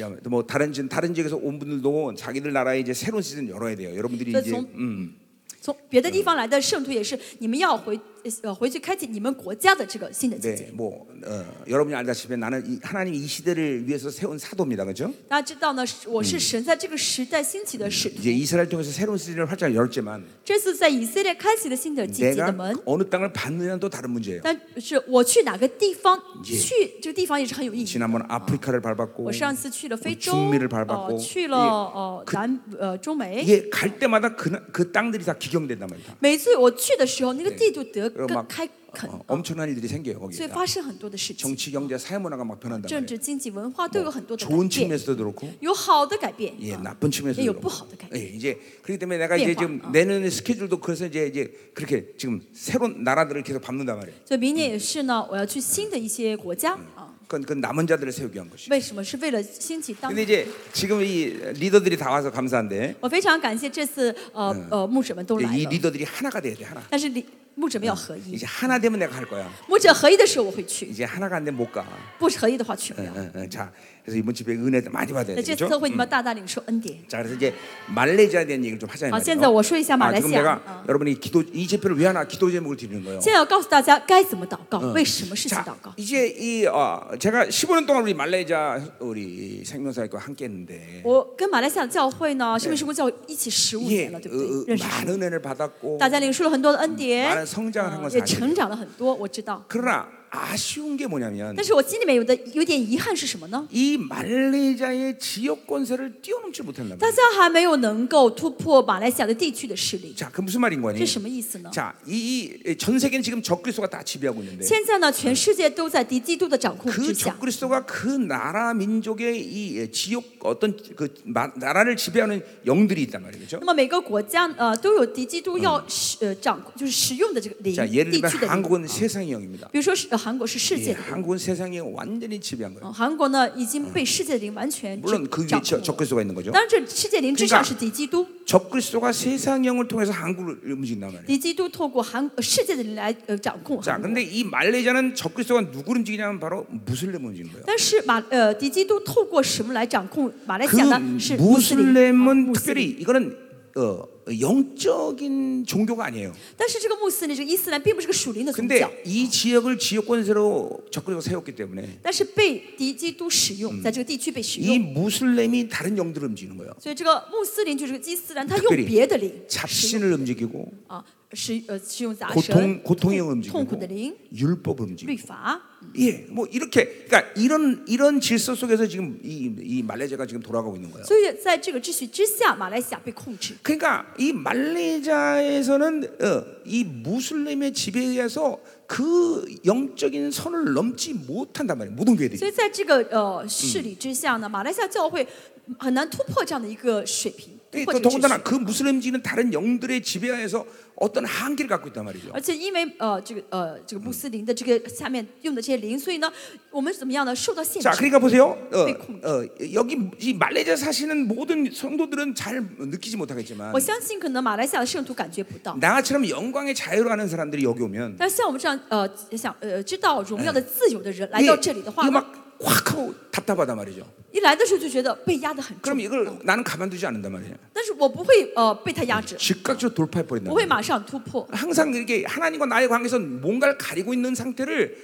Speaker 1: 야, 뭐 다른 지 다른 지역에서 온 분들도 자기들 나라에 이제 새로운 시즌 열어야 돼요. 여러분들이
Speaker 2: 그
Speaker 1: 이제
Speaker 2: 정-
Speaker 1: 음,
Speaker 2: 从别的地方来的圣徒也是，你们要回呃回去开启你们国家的这个新的季节。
Speaker 1: 네, 뭐 어, 여러분이 알다시피 나는 이, 하나님 이 시대를 위해서 세운 사도입니다, 그렇죠?
Speaker 2: 大家知道呢，是我是神在这个时代兴起的使徒。
Speaker 1: 이제 이스라엘 통해서 새로운 시즌을 활짝 열지만
Speaker 2: 这次在以色列开启了新的季节的
Speaker 1: 내가
Speaker 2: 门，
Speaker 1: 어느 땅을 받느냐는 또 다른 문제예요.
Speaker 2: 但是我去哪个地方
Speaker 1: 예
Speaker 2: 去这个地方也是很有意义。
Speaker 1: 지난번 아프리카를 뭐 밟았고
Speaker 2: 我上次去了非洲，
Speaker 1: 중미를밟았고
Speaker 2: 哦，去了
Speaker 1: 예
Speaker 2: 哦南呃中美。
Speaker 1: 이게 갈 때마다 그, 나- 그 땅들이 다 기경된단 말이야.
Speaker 2: 每次我去的时候，那个地就得呃
Speaker 1: 그리고
Speaker 2: 更
Speaker 1: 막
Speaker 2: 开垦
Speaker 1: 어,
Speaker 2: 啊，
Speaker 1: 엄청난 일들이 생겨요
Speaker 2: 所
Speaker 1: 거기에.
Speaker 2: 以发生很多的事情，
Speaker 1: 정치, 경제, 사회 문화가 막 변한다.
Speaker 2: 政治、经济、文化都有很多的改
Speaker 1: 좋은
Speaker 2: 变，
Speaker 1: 측면에서도 그렇고
Speaker 2: 有好的改变，
Speaker 1: 예,
Speaker 2: 啊
Speaker 1: 나쁜 측면에서
Speaker 2: 예,
Speaker 1: 도
Speaker 2: 요,
Speaker 1: 그렇고.
Speaker 2: 不好的
Speaker 1: 예,
Speaker 2: 改变。
Speaker 1: 이제 그렇기 때문에 내가 이제
Speaker 2: 변화.
Speaker 1: 지금
Speaker 2: 어.
Speaker 1: 내는 스케줄도 그래서 이제 이제 그렇게 지금 새로운 나라들을 계속 밟는단 말이에요.
Speaker 2: 所以明年也是呢，我要去新的一些国家啊。
Speaker 1: 그건 그 남은 자들을 세우기 위한 것이.
Speaker 2: 为什么？是为了兴起当
Speaker 1: 근데 。 이제 지금 이 리더들이 다 와서 감사한데
Speaker 2: 我非常感谢这次呃呃牧者们都
Speaker 1: 이제
Speaker 2: 来
Speaker 1: 이
Speaker 2: 了，
Speaker 1: 리더들이 하나가 돼야 돼 하나.
Speaker 2: 但是领牧者们要合一。
Speaker 1: 이제 하나 되면 내가 갈 거야.
Speaker 2: 牧者合一的时候我会去，
Speaker 1: 이제 하나가 안 되면 못 가.
Speaker 2: 不合一的话去不
Speaker 1: 응,
Speaker 2: 了。
Speaker 1: 응, 응. 자, 그래서 이번 집에 은혜 많이 받아야
Speaker 2: 那这次
Speaker 1: 되죠.
Speaker 2: 嗯特会你嗯们要大大领受恩典。
Speaker 1: 자, 그래서 이제 말레이시아에 대한 얘기를 좀 하자 이
Speaker 2: 好，
Speaker 1: 말이에요.
Speaker 2: 现在我说一下马
Speaker 1: 아,
Speaker 2: 来西
Speaker 1: 지금
Speaker 2: 亚 어。
Speaker 1: 내가 。
Speaker 2: 啊
Speaker 1: 여러분이 기도 이 제표를 왜 하나 기도 제목을 드리는 거예요.
Speaker 2: 现在要告诉大家该怎么祷告，为什么事情祷
Speaker 1: 자
Speaker 2: 告。
Speaker 1: 이제 이 어, 제가 15년 동안 우리 말레이자 우리 생명사역과 함께했는데
Speaker 2: 我跟马来西亚的教会呢，圣命施工教会一起十五
Speaker 1: 이게
Speaker 2: 年了，对不
Speaker 1: 어, 어,
Speaker 2: 对？认识神
Speaker 1: 많은 은혜를 받았고
Speaker 2: 大家领受了很多的恩典，
Speaker 1: 많은성장을한건
Speaker 2: 呃
Speaker 1: 사실이에요
Speaker 2: 也成长了很多，我知道。
Speaker 1: 그러나 아쉬운 게 뭐냐면
Speaker 2: 但是我心里面有的有点遗憾是什么呢？
Speaker 1: 이 말레이자의 지역 권세를 뛰어넘지 못했나 봐요.
Speaker 2: 大家还没有能够突破马来西亚的地区的势力，
Speaker 1: 자, 그 무슨 말인 거니?
Speaker 2: 这什么意思呢？
Speaker 1: 자, 이전 세계는 지금 적그리스도가 다 지배하고 있는데
Speaker 2: 现在呢，全世界都在敌基督的掌控之
Speaker 1: 그
Speaker 2: 下，
Speaker 1: 적그리스도가 그 나라 민족의 이 예, 지역 어떤 그 마- 나라를 지배하는 영들이 있단 말이죠.
Speaker 2: 那么每个国家呃都有敌基督要使呃掌控，就是使用的这个领
Speaker 1: 자, 예를
Speaker 2: 地
Speaker 1: 들면
Speaker 2: 区的灵
Speaker 1: 한국은 。 세상의 영입니다.
Speaker 2: 比如说是、呃韩国是世
Speaker 1: 예,
Speaker 2: 界的灵，
Speaker 1: 한국은 세상에 완전히 지배한 거예요.
Speaker 2: 呃韩嗯国呢已经被世界的灵完全
Speaker 1: 물론 그
Speaker 2: 掌
Speaker 1: 위에
Speaker 2: 控
Speaker 1: 적-
Speaker 2: 了。
Speaker 1: 적그리스도가 있는 거죠.
Speaker 2: 当然，这世界灵之上是敌基督，
Speaker 1: 적그리스도가 세상 영을 통해서 한국을 움직인단 말이에요.
Speaker 2: 敌基督透过韩呃世界的灵来呃掌控
Speaker 1: 자,
Speaker 2: 韩国。
Speaker 1: 근데 이 말레이자는 적그리스도가 누구를 움직이냐면 바로 무슬림을 움직이는 거예요.
Speaker 2: 但是马呃敌基督透过什么来掌控马来
Speaker 1: 그
Speaker 2: 西亚呢？是穆斯林。啊
Speaker 1: 무슬림은
Speaker 2: 穆斯
Speaker 1: 특별히
Speaker 2: 林
Speaker 1: 이거는 어, 영적인 종교가 아니에요.
Speaker 2: 但是这个穆斯林这个伊斯兰并不是个属灵的宗教，
Speaker 1: 근데 이 지역을 지역 권세로 적그리스도가 세웠기 때문에
Speaker 2: 但是被敌基督使用，在这个地区被使
Speaker 1: 이
Speaker 2: 用。
Speaker 1: 무슬림이 다른 영들을 움직이는 거예요.
Speaker 2: 所以这个穆斯林就是个伊斯兰，他
Speaker 1: 特
Speaker 2: 用
Speaker 1: 别
Speaker 2: 别的灵使用
Speaker 1: 잡신을 움직이고
Speaker 2: 啊，使呃使用杂
Speaker 1: 고통
Speaker 2: 神
Speaker 1: 고통의
Speaker 2: 痛
Speaker 1: 영을
Speaker 2: 痛苦的
Speaker 1: 움직이고
Speaker 2: 灵
Speaker 1: 율법을 움직이고
Speaker 2: 律法。
Speaker 1: 예, 뭐 이렇게 그러니까 이런 이런 질서 속에서 지금 이, 이 말레이자가 지금 돌아가고 있는 거예요.
Speaker 2: 所以在这个秩序之下，马来西亚被控制。
Speaker 1: 그러니까 이 말레이자에서는 어, 이 무슬림의 지배에 의해서 그 영적인 선을 넘지 못한단 말이에요. 모든 교회들이.
Speaker 2: 所以在这个呃势力之下呢，马来西亚教会很难突破这样的一个水平，突
Speaker 1: 예,
Speaker 2: 破
Speaker 1: 또
Speaker 2: 这个秩
Speaker 1: 더군다나
Speaker 2: 序。
Speaker 1: 그 무슬림지는 다른 영들의 지배하에서 어떤 한계를 갖고 있단 말이죠.
Speaker 2: 而且因为呃这个呃这个穆斯林的这个下面用的这些灵，所以呢，我们怎么样呢？受到限
Speaker 1: 자,
Speaker 2: 制。
Speaker 1: 그러니까 보세요. 어,
Speaker 2: 네, 콩.
Speaker 1: 어, 여기 이 말레이시아 사시는 모든 성도들은 잘 느끼지 못하겠지만
Speaker 2: 我相信可能马来西亚的圣徒感觉不到，
Speaker 1: 嗯 나처럼 영광의 자유로 하는 사람들이 여기 오면
Speaker 2: 但是像我们这样呃想呃知道荣耀的自由的人来
Speaker 1: 이게-
Speaker 2: 到这里的话
Speaker 1: 이게
Speaker 2: 呢，
Speaker 1: 막 확 하고 답답하단 말이죠.
Speaker 2: 一来的时候就觉得被压得很
Speaker 1: 그럼
Speaker 2: 重，
Speaker 1: 이걸 나는 가만두지 않는단 말이에요.
Speaker 2: 但是我不会呃被他压制，
Speaker 1: 네. 즉각적으로 돌파해 버린다.
Speaker 2: 不会马上突破。
Speaker 1: 항상 이렇게 하나님과 나의 관계에서 뭔가를 가리고 있는 상태를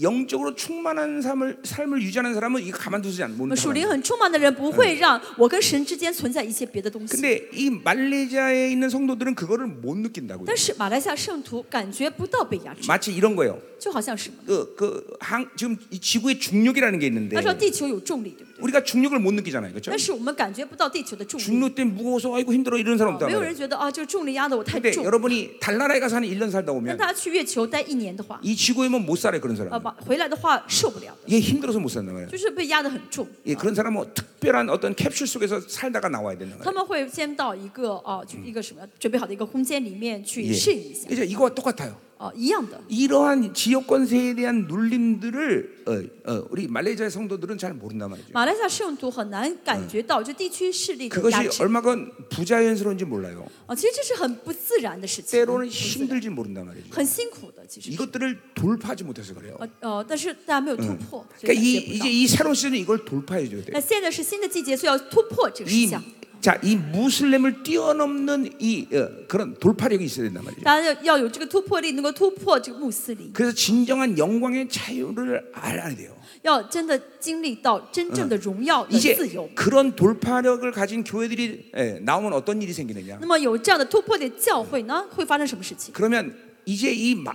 Speaker 1: 영적으로 충만한 삶을 삶을 유지하는 사람은 이거 가만두지 않는
Speaker 2: 我们属
Speaker 1: 사람이에요.
Speaker 2: 灵很充满的人，不会让我跟神之间存在一些别的东西。
Speaker 1: 근데 이 말레이시아에 있는 성도들은 그거를 못 느낀다고요.
Speaker 2: 但是马来西亚圣徒感觉不到被压制，
Speaker 1: 마치 이런 거예요.
Speaker 2: 就好像什么？
Speaker 1: 그, 그 항, 지금 이 지구의 중력이라는 게 있는데
Speaker 2: 他说地球有重力，对不对？
Speaker 1: 우리가 중력을 못 느끼잖아요. 그렇죠?
Speaker 2: 但是我们感觉不到地球的重力，
Speaker 1: 중력 때문에 무거워서 아이고 힘들어 이런 사람 없단
Speaker 2: 没有
Speaker 1: 말이에요.
Speaker 2: 人觉得啊，这个重力压得我太
Speaker 1: 근데
Speaker 2: 重。
Speaker 1: 여러분이 달나라에 가서 한 1년 살다
Speaker 2: 让
Speaker 1: 오면
Speaker 2: 大家去月球待一年的话，
Speaker 1: 이 지구에만 못 그러니까 살아요. 그런
Speaker 2: 呃，
Speaker 1: 사람은.
Speaker 2: 马回来的话受不了的，
Speaker 1: 얘 힘들어서 못 산단 말이에요.
Speaker 2: 就是被压得很重。
Speaker 1: 예, 그런 사람은 뭐 특별한 어떤 캡슐 속에서 살다가 나와야 되는 거예요.
Speaker 2: 他们会先到一个啊，去一个什么准备好的一个空间里面
Speaker 1: 예.
Speaker 2: 去适应一下，
Speaker 1: 이제 이거와 똑같아요.
Speaker 2: 啊，一样的。
Speaker 1: 이러한 지역 권세에 대한 눌림들을 어, 어, 우리 말레이시아의 성도들은 잘 모른단 말이죠.
Speaker 2: 马来西亚圣徒很难感觉到这地区势力的压
Speaker 1: 그것이
Speaker 2: 制
Speaker 1: 얼마건 부자연스러운지 몰라요.
Speaker 2: 啊，其实这是很不自然的事情，嗯
Speaker 1: 때로는
Speaker 2: 很不自然
Speaker 1: 힘들지 모른단 말이죠.
Speaker 2: 很辛苦的，其实是。
Speaker 1: 이것들을 돌파하지 못해서 그래요.
Speaker 2: 呃呃，但是大家没有突破，所
Speaker 1: 그러니까
Speaker 2: 以感
Speaker 1: 이
Speaker 2: 觉不
Speaker 1: 이제
Speaker 2: 到。
Speaker 1: 이 새로운 시즌 이걸 돌파해 줘야 돼요.
Speaker 2: 那现在是新的季节，所以要突破这个事
Speaker 1: 이
Speaker 2: 项。
Speaker 1: 자, 이 무슬림을 뛰어넘는 이 어, 그런 돌파력이 있어야 된단 말이죠.
Speaker 2: 大家要要有这个突破力，能够突破这个穆斯林，
Speaker 1: 그래서 진정한 영광의 자유를 알아야 돼요.
Speaker 2: 要真的经历到真正的荣耀的
Speaker 1: 이제
Speaker 2: 自由。
Speaker 1: 그런 돌파력을 가진 교회들이 예, 나오면 어떤 일이 생기느냐?
Speaker 2: 那么有这样的突破的教会呢，会发生什么事情？
Speaker 1: 그러면 이제 이, 마,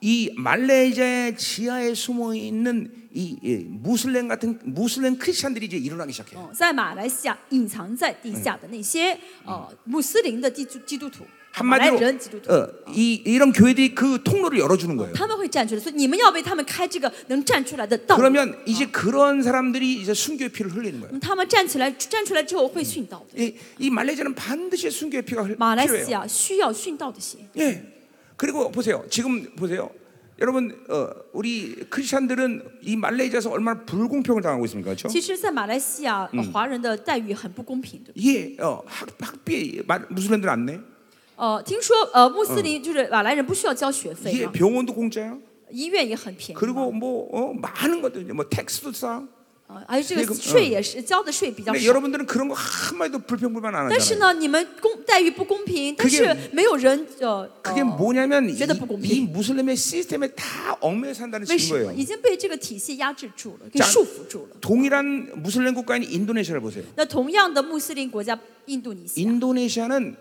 Speaker 1: 이 말레이시아의 지하에 숨어 있는 이 예, 무슬림 같은 무슬림 크리스천들이 이제 일어나기
Speaker 2: 哦
Speaker 1: 시작해요.
Speaker 2: 哦嗯，在马来西亚隐藏在地下的那些呃穆斯林的基督基督徒，马来
Speaker 1: 한마디로
Speaker 2: 人基督徒，
Speaker 1: 어, 이, 이런 교회들이 그 통로를 열어주는 거예요.
Speaker 2: 他们会站出来，所以你们要为他们开这个能站出来的道路。
Speaker 1: 그러면 이제 그런 사람들이 이제 순교의 피를 흘리는 거예요.
Speaker 2: 嗯他们站起来，站出来之后会殉道的。
Speaker 1: 이, 이 말레이시아는 반드시 순교의 피가 흘,
Speaker 2: 马来西
Speaker 1: 필요해요.
Speaker 2: 亚需要殉道的血。
Speaker 1: 예. 그리고 보세요. 지금 보세요. 여러분, 어, 우리 크리스천들은 이 말레이시아에서 얼마나 불공평을 당하고 있습니까, 그렇죠?
Speaker 2: 其实，在马来西亚、呃华人的待遇很不公平，对吧？
Speaker 1: 예, 어, 학, 학비 말- 무슬림들 안 내.
Speaker 2: 呃，听说呃穆斯林就是马来人不需要交学费
Speaker 1: 예,
Speaker 2: 吗？
Speaker 1: 병원도 공짜야.
Speaker 2: 医院也很便宜嘛，
Speaker 1: 그리고 뭐 어, 많은 것들 뭐 텍스도 싸.
Speaker 2: 啊，而且这
Speaker 1: 那个
Speaker 2: 个税也是交的税比较
Speaker 1: 근데
Speaker 2: 少。
Speaker 1: 여러분들은 그런 거 한마디도 불평불만 안
Speaker 2: 但是
Speaker 1: 하잖아요.
Speaker 2: 呢，你们公待遇不公平，但
Speaker 1: 그게
Speaker 2: 是没有人呃，
Speaker 1: 그게
Speaker 2: 呃
Speaker 1: 뭐냐면 이,
Speaker 2: 觉得不公平。
Speaker 1: 이 무슬림의 시스템에 다 얽매여 산다는
Speaker 2: 为哦什
Speaker 1: 증거예요.
Speaker 2: 么已经被这个体系压制住了，给
Speaker 1: 자
Speaker 2: 束缚住了？
Speaker 1: 동일한 무슬림 국가인 인도네시아를 보세요.
Speaker 2: 那同样的穆斯林国家印度尼西亚，
Speaker 1: 인도네시아는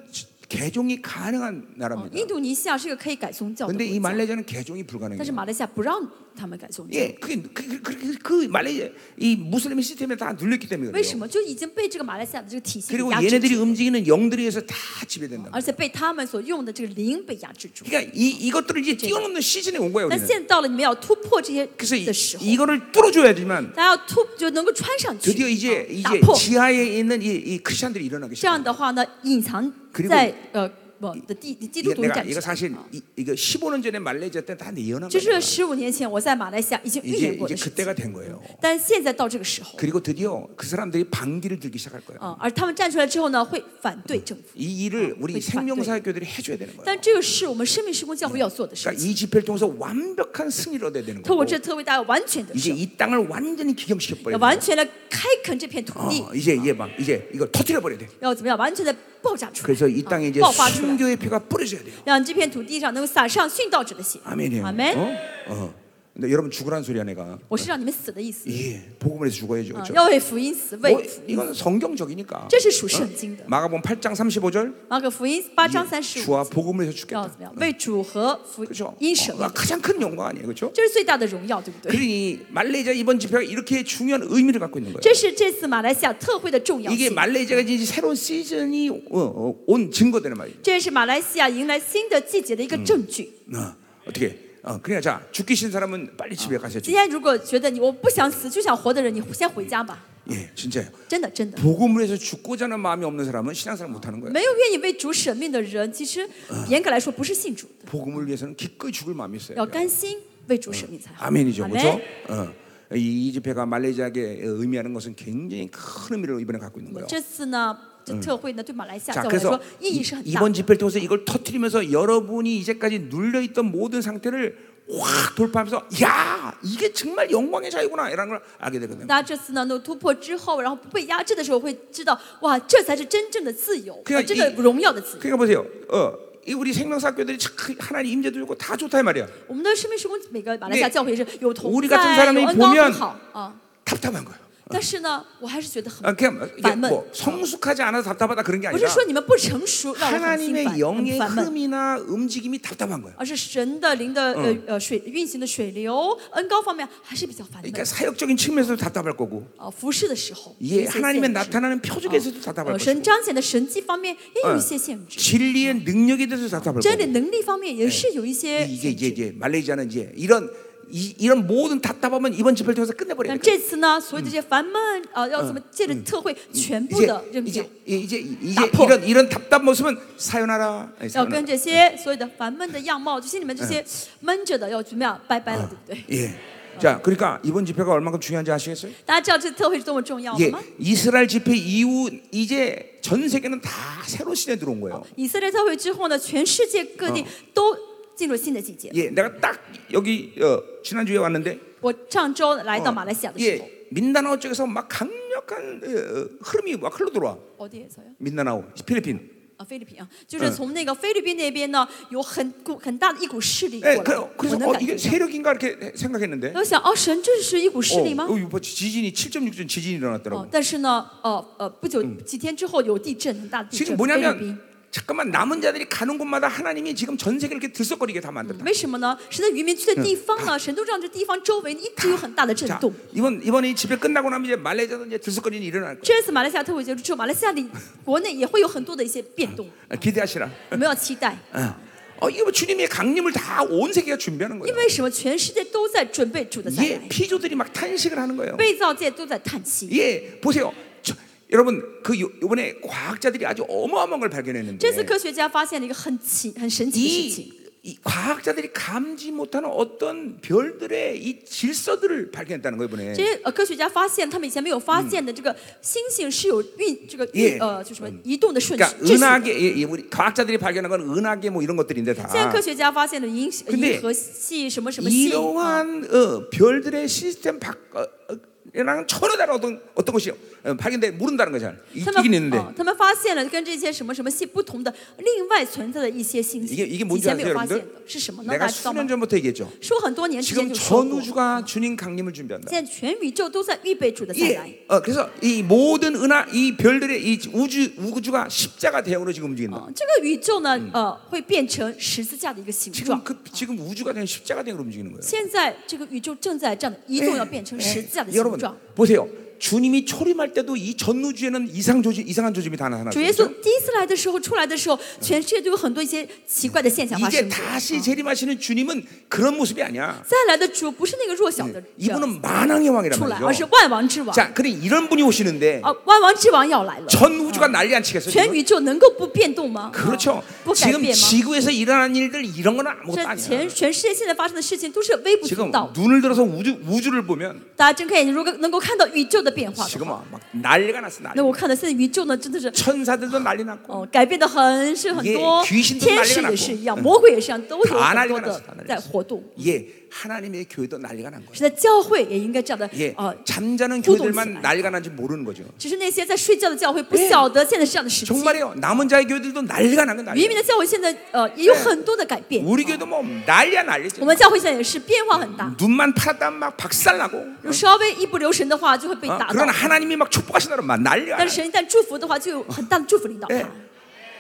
Speaker 1: 개종이 가능한
Speaker 2: 啊
Speaker 1: 나라입니다.
Speaker 2: 印度尼西亚是个可以改宗教的
Speaker 1: 근데 이
Speaker 2: 国家，
Speaker 1: 말레이시아는 개종이
Speaker 2: 但是
Speaker 1: 불가능해요.
Speaker 2: 马来西亚不让他们改宗教。
Speaker 1: 예, 그게 그, 그, 그, 그 말레이시아 이 무슬림 시스템에 다 눌렸기 때문에
Speaker 2: 为什
Speaker 1: 그래요.
Speaker 2: 么就已经被这个马来西亚的这个体系给
Speaker 1: 그리고
Speaker 2: 压制
Speaker 1: 얘네들이
Speaker 2: 住，
Speaker 1: 움직이는 영들에 의해서 다 지배된다.
Speaker 2: 而且被他们所用的这个灵被压制住？
Speaker 1: 그러니까 이 이것들을 이제 뛰어넘는 시즌에 온 거예요.
Speaker 2: 但
Speaker 1: 우리는.
Speaker 2: 现在到了你们要突破这些
Speaker 1: 그래서 이,
Speaker 2: 的时候，
Speaker 1: 이거를 뚫어줘야지만
Speaker 2: 大家要突就能够穿上去，
Speaker 1: 드디어 이제
Speaker 2: 啊打
Speaker 1: 이제
Speaker 2: 破。
Speaker 1: 지하에 있는 이, 이 크리스천들이 일어나기
Speaker 2: 这样
Speaker 1: 아, 시작.
Speaker 2: 的话呢，隐藏
Speaker 1: 그리고
Speaker 2: 在呃不的地基督
Speaker 1: 이게
Speaker 2: 徒
Speaker 1: 내가
Speaker 2: 站起
Speaker 1: 이거
Speaker 2: 来。
Speaker 1: 사실 이, 이거 15년 전에 말레이시아 때다 예언한
Speaker 2: 这是
Speaker 1: 거예요.
Speaker 2: 十五年前我在马来西亚已经预
Speaker 1: 이제
Speaker 2: 言过
Speaker 1: 이제
Speaker 2: 的事情，
Speaker 1: 그때가 된 거예요.
Speaker 2: 但现在到这个时候，
Speaker 1: 그리고 드디어 그 사람들이 반기를 들기 시작할 거예요.
Speaker 2: 啊，而他们站出来之后呢，会反对政府。
Speaker 1: 이 일을 아, 우리
Speaker 2: 그
Speaker 1: 생명사역교들이 해줘야 되는 거예요.
Speaker 2: 但这个是我们生命时空教会要做的事
Speaker 1: 그러니까
Speaker 2: 情，
Speaker 1: 이 집회를 통해서 완벽한 승리를 얻어야 되는
Speaker 2: 透
Speaker 1: 거고
Speaker 2: 过这特为大家完全的
Speaker 1: 이제
Speaker 2: 胜，
Speaker 1: 이 땅을 완전히 기경시켜
Speaker 2: 要
Speaker 1: 버려야 돼.
Speaker 2: 完全的开垦这片土地
Speaker 1: 어, ， 이제 이제 막 이제 이걸 터뜨려 버려야 돼.
Speaker 2: 要怎么样完全的爆炸出
Speaker 1: 그래서 이
Speaker 2: 来，
Speaker 1: 땅에
Speaker 2: 啊
Speaker 1: 이제
Speaker 2: 爆发出来，
Speaker 1: 순교의 피가 뿌려져야 돼요.
Speaker 2: 让这片土地上能够撒上殉道者的血。
Speaker 1: 아멘이에요.
Speaker 2: 阿门。
Speaker 1: 어? 어. 근데 여러분 죽으라는 소리야 내가.
Speaker 2: 我是让你们死的意思，
Speaker 1: 예, 복음을 해서 죽어야죠.
Speaker 2: 啊
Speaker 1: 그렇죠?
Speaker 2: 要为福音死，
Speaker 1: 뭐,
Speaker 2: 为福音
Speaker 1: 이건 성경적이니까.
Speaker 2: 这是属圣经的。
Speaker 1: 마가복음 8장 35절.
Speaker 2: 马可福音八章三十五
Speaker 1: 주와 ， 복음을 해서
Speaker 2: 要
Speaker 1: 죽겠다.
Speaker 2: 怎么样？为主和哦福
Speaker 1: 그렇죠?
Speaker 2: 音舍
Speaker 1: 어, ， 가장 큰 영광 아니에요. 그렇죠?
Speaker 2: 这是最大的荣耀，对不对？
Speaker 1: 그러니 말레이시아 이번 집회가 이렇게 중요한 의미를 갖고 있는 거예요.
Speaker 2: 这是这次马来西亚特会的重要
Speaker 1: 이게
Speaker 2: 性，
Speaker 1: 말레이시아가 이제 새로운 시즌이 어, 어, 온 증거되는 말이에요.
Speaker 2: 这是马来西亚迎来新的季节的一个证据。
Speaker 1: 어, 어떻게? 어, 그러니까 자 죽기 싫은 사람은 빨리 집에 가셔야
Speaker 2: 今
Speaker 1: 돼.
Speaker 2: 天如果觉得你我不想死就想活的人，你先回家吧，
Speaker 1: 예, 진짜요.
Speaker 2: 真的真的。
Speaker 1: 복음을 해서 죽고자 하는 마음이 없는 사람은 신앙생활 못하는 거예요.
Speaker 2: 没有愿意为主舍命的人，其实严格来说不是信主的，
Speaker 1: 복음을 위해서는 기꺼이 죽을 마음이 있어요.
Speaker 2: 要甘心为主舍命才好。
Speaker 1: 아멘이죠,
Speaker 2: 嗯阿
Speaker 1: 그렇죠?
Speaker 2: 门。
Speaker 1: 어, 이 집회가 말레이시아에게 의미하는 것은 굉장히 큰 의미를 이번에 갖고 있는 거예요.
Speaker 2: 这次呢，这特会呢对马来西亚
Speaker 1: 자,
Speaker 2: 教会来
Speaker 1: 그래서
Speaker 2: 说意义是很大的
Speaker 1: 이번 집회를 통해서 이걸 터트리면서 여러분이 이제까지 눌려있던 모든 상태를 확 돌파하면서 야 이게 정말 영광의 자유구나 이런 걸 알게 되거든요.
Speaker 2: 大家这次呢，能够突破之后，然后不被压制的时候，会知道，哇，这才是真正的自由，
Speaker 1: 그냥
Speaker 2: 啊真的
Speaker 1: 이
Speaker 2: 荣耀的自由。
Speaker 1: 그러니까 보세요. 어, 이 우리 생명사학교들이 참 하나님 임재도 좋고 다 좋다 이 말이야.
Speaker 2: 我们的生命时空，每个马来西亚
Speaker 1: 네
Speaker 2: 教会也是有同
Speaker 1: 우리같은사
Speaker 2: 在，
Speaker 1: 람이
Speaker 2: 有恩高
Speaker 1: 보면
Speaker 2: 很好啊。
Speaker 1: 답답한 거예요.
Speaker 2: 但是呢，我还是觉得很
Speaker 1: 아, ， 그냥 이게
Speaker 2: 반면.
Speaker 1: 뭐 성숙하지 않아서 답답하다 그런 게
Speaker 2: 不是
Speaker 1: 아니라
Speaker 2: 说你们不成熟让我很心
Speaker 1: 하나님의
Speaker 2: 烦、
Speaker 1: 영의
Speaker 2: 很烦闷，
Speaker 1: 흠이나 움직임이 답답한 거예요.
Speaker 2: 而是神的灵的呃呃水运行的水流恩高方面还是比较烦
Speaker 1: 그러니까
Speaker 2: 闷。
Speaker 1: 사역적인 측면에서도 답답할 거고
Speaker 2: 啊，服侍的时候有
Speaker 1: 이게
Speaker 2: 一些
Speaker 1: 하나님의
Speaker 2: 限制，啊
Speaker 1: 나타나는 표적에서도 답답할
Speaker 2: 呃，
Speaker 1: 것이고
Speaker 2: 神彰显的神迹方面也有一些限制，
Speaker 1: 진리의 능력에 대해서 답답할
Speaker 2: 真
Speaker 1: 거고
Speaker 2: 理能力方面也是有一些
Speaker 1: 이게
Speaker 2: 限
Speaker 1: 이제
Speaker 2: 制。
Speaker 1: 이제 말레이시아는 이제 이런 이, 이런 모든 답답함은 이번 집회를 통해서 끝내버려야
Speaker 2: 那
Speaker 1: 돼.
Speaker 2: 这次呢，所有这些烦闷啊，要怎么借着特会全部
Speaker 1: 이제
Speaker 2: 的扔掉
Speaker 1: 이제 ？ 이제 이제
Speaker 2: 나포.
Speaker 1: 이런 이런 답답 모습은 사요나라. 아니,
Speaker 2: 要
Speaker 1: 사요나라.
Speaker 2: 跟这些所有的烦闷的样貌，就心里面这些闷着的，要怎么样拜拜了，对不对？
Speaker 1: 예. 자, 그러니까 이번 집회가 얼마큼 중요한지 아시겠어요?
Speaker 2: 大家知道这特会是多么重要
Speaker 1: 예,
Speaker 2: 吗？
Speaker 1: 이스라엘 집회 이후 이제 전 세계는 다 새로운 시대에 들어온 거예요.
Speaker 2: 以色列特会之后呢，全世界各地都进入新的季节。
Speaker 1: 예, 내가 딱 여기 어, 지난주에 왔는데 어,
Speaker 2: 我上周来
Speaker 1: 嗯
Speaker 2: 到马来西亚的时候，
Speaker 1: 예, 민다나오 쪽에서 막 강력한 어, 어, 흐름이 막 흘러 들어와.
Speaker 2: 어디에서요？
Speaker 1: 민다나오, 필리핀.
Speaker 2: 哦啊，菲律宾啊，就是从那个菲律宾那边呢，有很股很大的一股势力过
Speaker 1: 예,
Speaker 2: 来
Speaker 1: 그, ，
Speaker 2: 我
Speaker 1: 그래서
Speaker 2: 能
Speaker 1: 어,
Speaker 2: 感
Speaker 1: 이게
Speaker 2: 觉到。
Speaker 1: 세력인가 이렇게 생각했는데
Speaker 2: 我想，哦，神这是一股势力吗
Speaker 1: 어, ？ 이거 뭐 지진이 7.6전 지진이
Speaker 2: 哦
Speaker 1: 일어났더라고. ，
Speaker 2: 但是呢，呃呃，不久几天之后有地震，很大的地
Speaker 1: 지금
Speaker 2: 震，菲律
Speaker 1: 뭐냐면
Speaker 2: 宾。
Speaker 1: 잠깐만 남은 자들이 가는 곳마다 하나님이 지금 전 세계를 이렇게 들썩거리게 다 만든다.
Speaker 2: 为什么呢？神的渔民去的地方呢，神都让这地方周围一直有很大的震
Speaker 1: 자,
Speaker 2: 动。
Speaker 1: 이번 이번 이 집회 끝나고 나면 이제 말레이시아도 이제 들썩거리는 일이 일어날 거예요.
Speaker 2: 这次马来西亚特会结束之后，马来西亚的国内也会有很多的一些变动，
Speaker 1: 아, 기대하시라.
Speaker 2: 我们要期待。
Speaker 1: 어, 어, 이게 뭐 주님의 강림을 다 온 세계가 준비하는
Speaker 2: 因
Speaker 1: 거예요.
Speaker 2: 为什么？全世界都在准备主的再
Speaker 1: 예,
Speaker 2: 来，
Speaker 1: 피조들이 막 탄식을 하는 거예요.
Speaker 2: 被造界都在叹息。
Speaker 1: 예, 보세요. 저, 여러분 그 요- 요번에 과학자들이 아주 어마어마한 걸 발견했는데
Speaker 2: 这次科学家发现了一个很奇、很神奇的事情。
Speaker 1: 이, 이 과학자들이 감지 못하는 어떤 별들의 이 질서들을 발견했다는 거예요, 이번에.
Speaker 2: 这些呃科学家发现，他们以前没有发现的这个星星是有运这个运
Speaker 1: Yeah.
Speaker 2: 呃就什么移动的顺序
Speaker 1: 그러니까 。
Speaker 2: 这是
Speaker 1: 은하계 예, 예, 우리 과학자들이 발견한 건 은하계 뭐 이런 것들인데
Speaker 2: 现在
Speaker 1: 다
Speaker 2: 科学家发现的银
Speaker 1: 근데
Speaker 2: 银河系什么什么系，啊
Speaker 1: 이러한 어, 별들의 시스템 바 어, 어, 이랑 전혀 다른 어떤 어떤 것이 어, 발견돼 모른다는 거잖아요. 이-
Speaker 2: 他
Speaker 1: 이긴
Speaker 2: 们
Speaker 1: 있는데
Speaker 2: 啊他们发现了跟这些什么什么系不同的另外存在的一些星
Speaker 1: 이게이게뭔
Speaker 2: 星，以
Speaker 1: 줄
Speaker 2: 前没有
Speaker 1: 아세요
Speaker 2: 发现
Speaker 1: 여러분들
Speaker 2: 的是什么呢？大
Speaker 1: 내가
Speaker 2: 家知道吗
Speaker 1: 수년 ？ 전부터 얘기했죠.
Speaker 2: 说很多年之前
Speaker 1: 지금
Speaker 2: 就说
Speaker 1: 전
Speaker 2: 过，
Speaker 1: 우주가 주님 강림을 준비한다.
Speaker 2: 现在全宇宙都在预备主的再来。
Speaker 1: 예, 어, 그래서 이 모든 은하 이 별들의 이 우주 우주가 십자가 대형으로 지금 움직인다.
Speaker 2: 啊，这个宇宙呢，呃，会变成十字架的一个形
Speaker 1: 지금
Speaker 2: 状。
Speaker 1: 그 지금 우주가 그냥 십자가 대형으로 움직이는 거예요.
Speaker 2: 现在这个宇宙正在这样移动，哎要啊变成十字架的
Speaker 1: 예,
Speaker 2: 形
Speaker 1: 여러분
Speaker 2: 状。
Speaker 1: 보세요. 주님이 초림할 때도 이 전우주에는 이상 조짐 이상한 조짐이 다 그렇죠? 나타나.
Speaker 2: 主耶稣第一次来的时候，出来的时候，全世界都有很多一些奇怪的现象发
Speaker 1: 이제
Speaker 2: 生过。
Speaker 1: 다시 재림하시는 주님은 그런 모습이 아니야. 네.
Speaker 2: 再来的主不是那个弱小
Speaker 1: 음.
Speaker 2: 的人
Speaker 1: 이분은 만왕의 왕이란
Speaker 2: 出来，哦而是
Speaker 1: 말이죠.
Speaker 2: 万王之王。
Speaker 1: 자, 그래 이런 분이 오시는데
Speaker 2: 啊，万王之王要来了，
Speaker 1: 전 우주가 난리 안 치겠어요.
Speaker 2: 全
Speaker 1: 지금?
Speaker 2: 宇宙能够不变动吗？
Speaker 1: 그렇죠.
Speaker 2: 啊不改
Speaker 1: 지금
Speaker 2: 变吗？
Speaker 1: 지구에서 일어난 일들 이런 건 아무것도
Speaker 2: 这
Speaker 1: 아니야.
Speaker 2: 全全世界现在发生的事情都是微不足
Speaker 1: 지금
Speaker 2: 道。
Speaker 1: 눈을 들어서 우주 우주를 보면
Speaker 2: 大家睁开眼睛，如果能够看到宇宙的变化的
Speaker 1: 지금
Speaker 2: 话，
Speaker 1: 막막 난리가 났어 난리.
Speaker 2: 那我看到现在宇宙呢，真的是
Speaker 1: 천사들도 난리 났고
Speaker 2: 哦，改变的很是很多，
Speaker 1: 예 귀신도난리가
Speaker 2: 天使
Speaker 1: 났고
Speaker 2: 也是一样，魔鬼也是一样，都有
Speaker 1: 다
Speaker 2: 很
Speaker 1: 난리가
Speaker 2: 多
Speaker 1: 났어
Speaker 2: 的
Speaker 1: 다난리가
Speaker 2: 在
Speaker 1: 났어
Speaker 2: 活动。
Speaker 1: 예, 하나님의 교회도 난리가 난 거예요.
Speaker 2: 是在教会也应该这样的
Speaker 1: 예,
Speaker 2: 呃，
Speaker 1: 잠자는
Speaker 2: 互动
Speaker 1: 교회들만
Speaker 2: 起来
Speaker 1: 난리가 난지 모르는 거죠.
Speaker 2: 只是那些在睡觉的教会不晓得现在是这样的时期。
Speaker 1: 정말이요. 남은 자의 교회들도 난리가 난건
Speaker 2: 渔
Speaker 1: 난리.
Speaker 2: 民的教会现在呃也有很多的改变，
Speaker 1: 우리 교회도 뭐 난리야 난리지.
Speaker 2: 我们教会现在也是变化很大。
Speaker 1: 눈만 팔았다 하면 막 박살나고
Speaker 2: 如果稍微一不留神的话，就会被
Speaker 1: 어?
Speaker 2: 打倒
Speaker 1: 그런 。 하나님이 막 축복하신다면 막 난리야
Speaker 2: 但是神一旦祝福的话，就有很大的祝福领导
Speaker 1: 예.
Speaker 2: 他。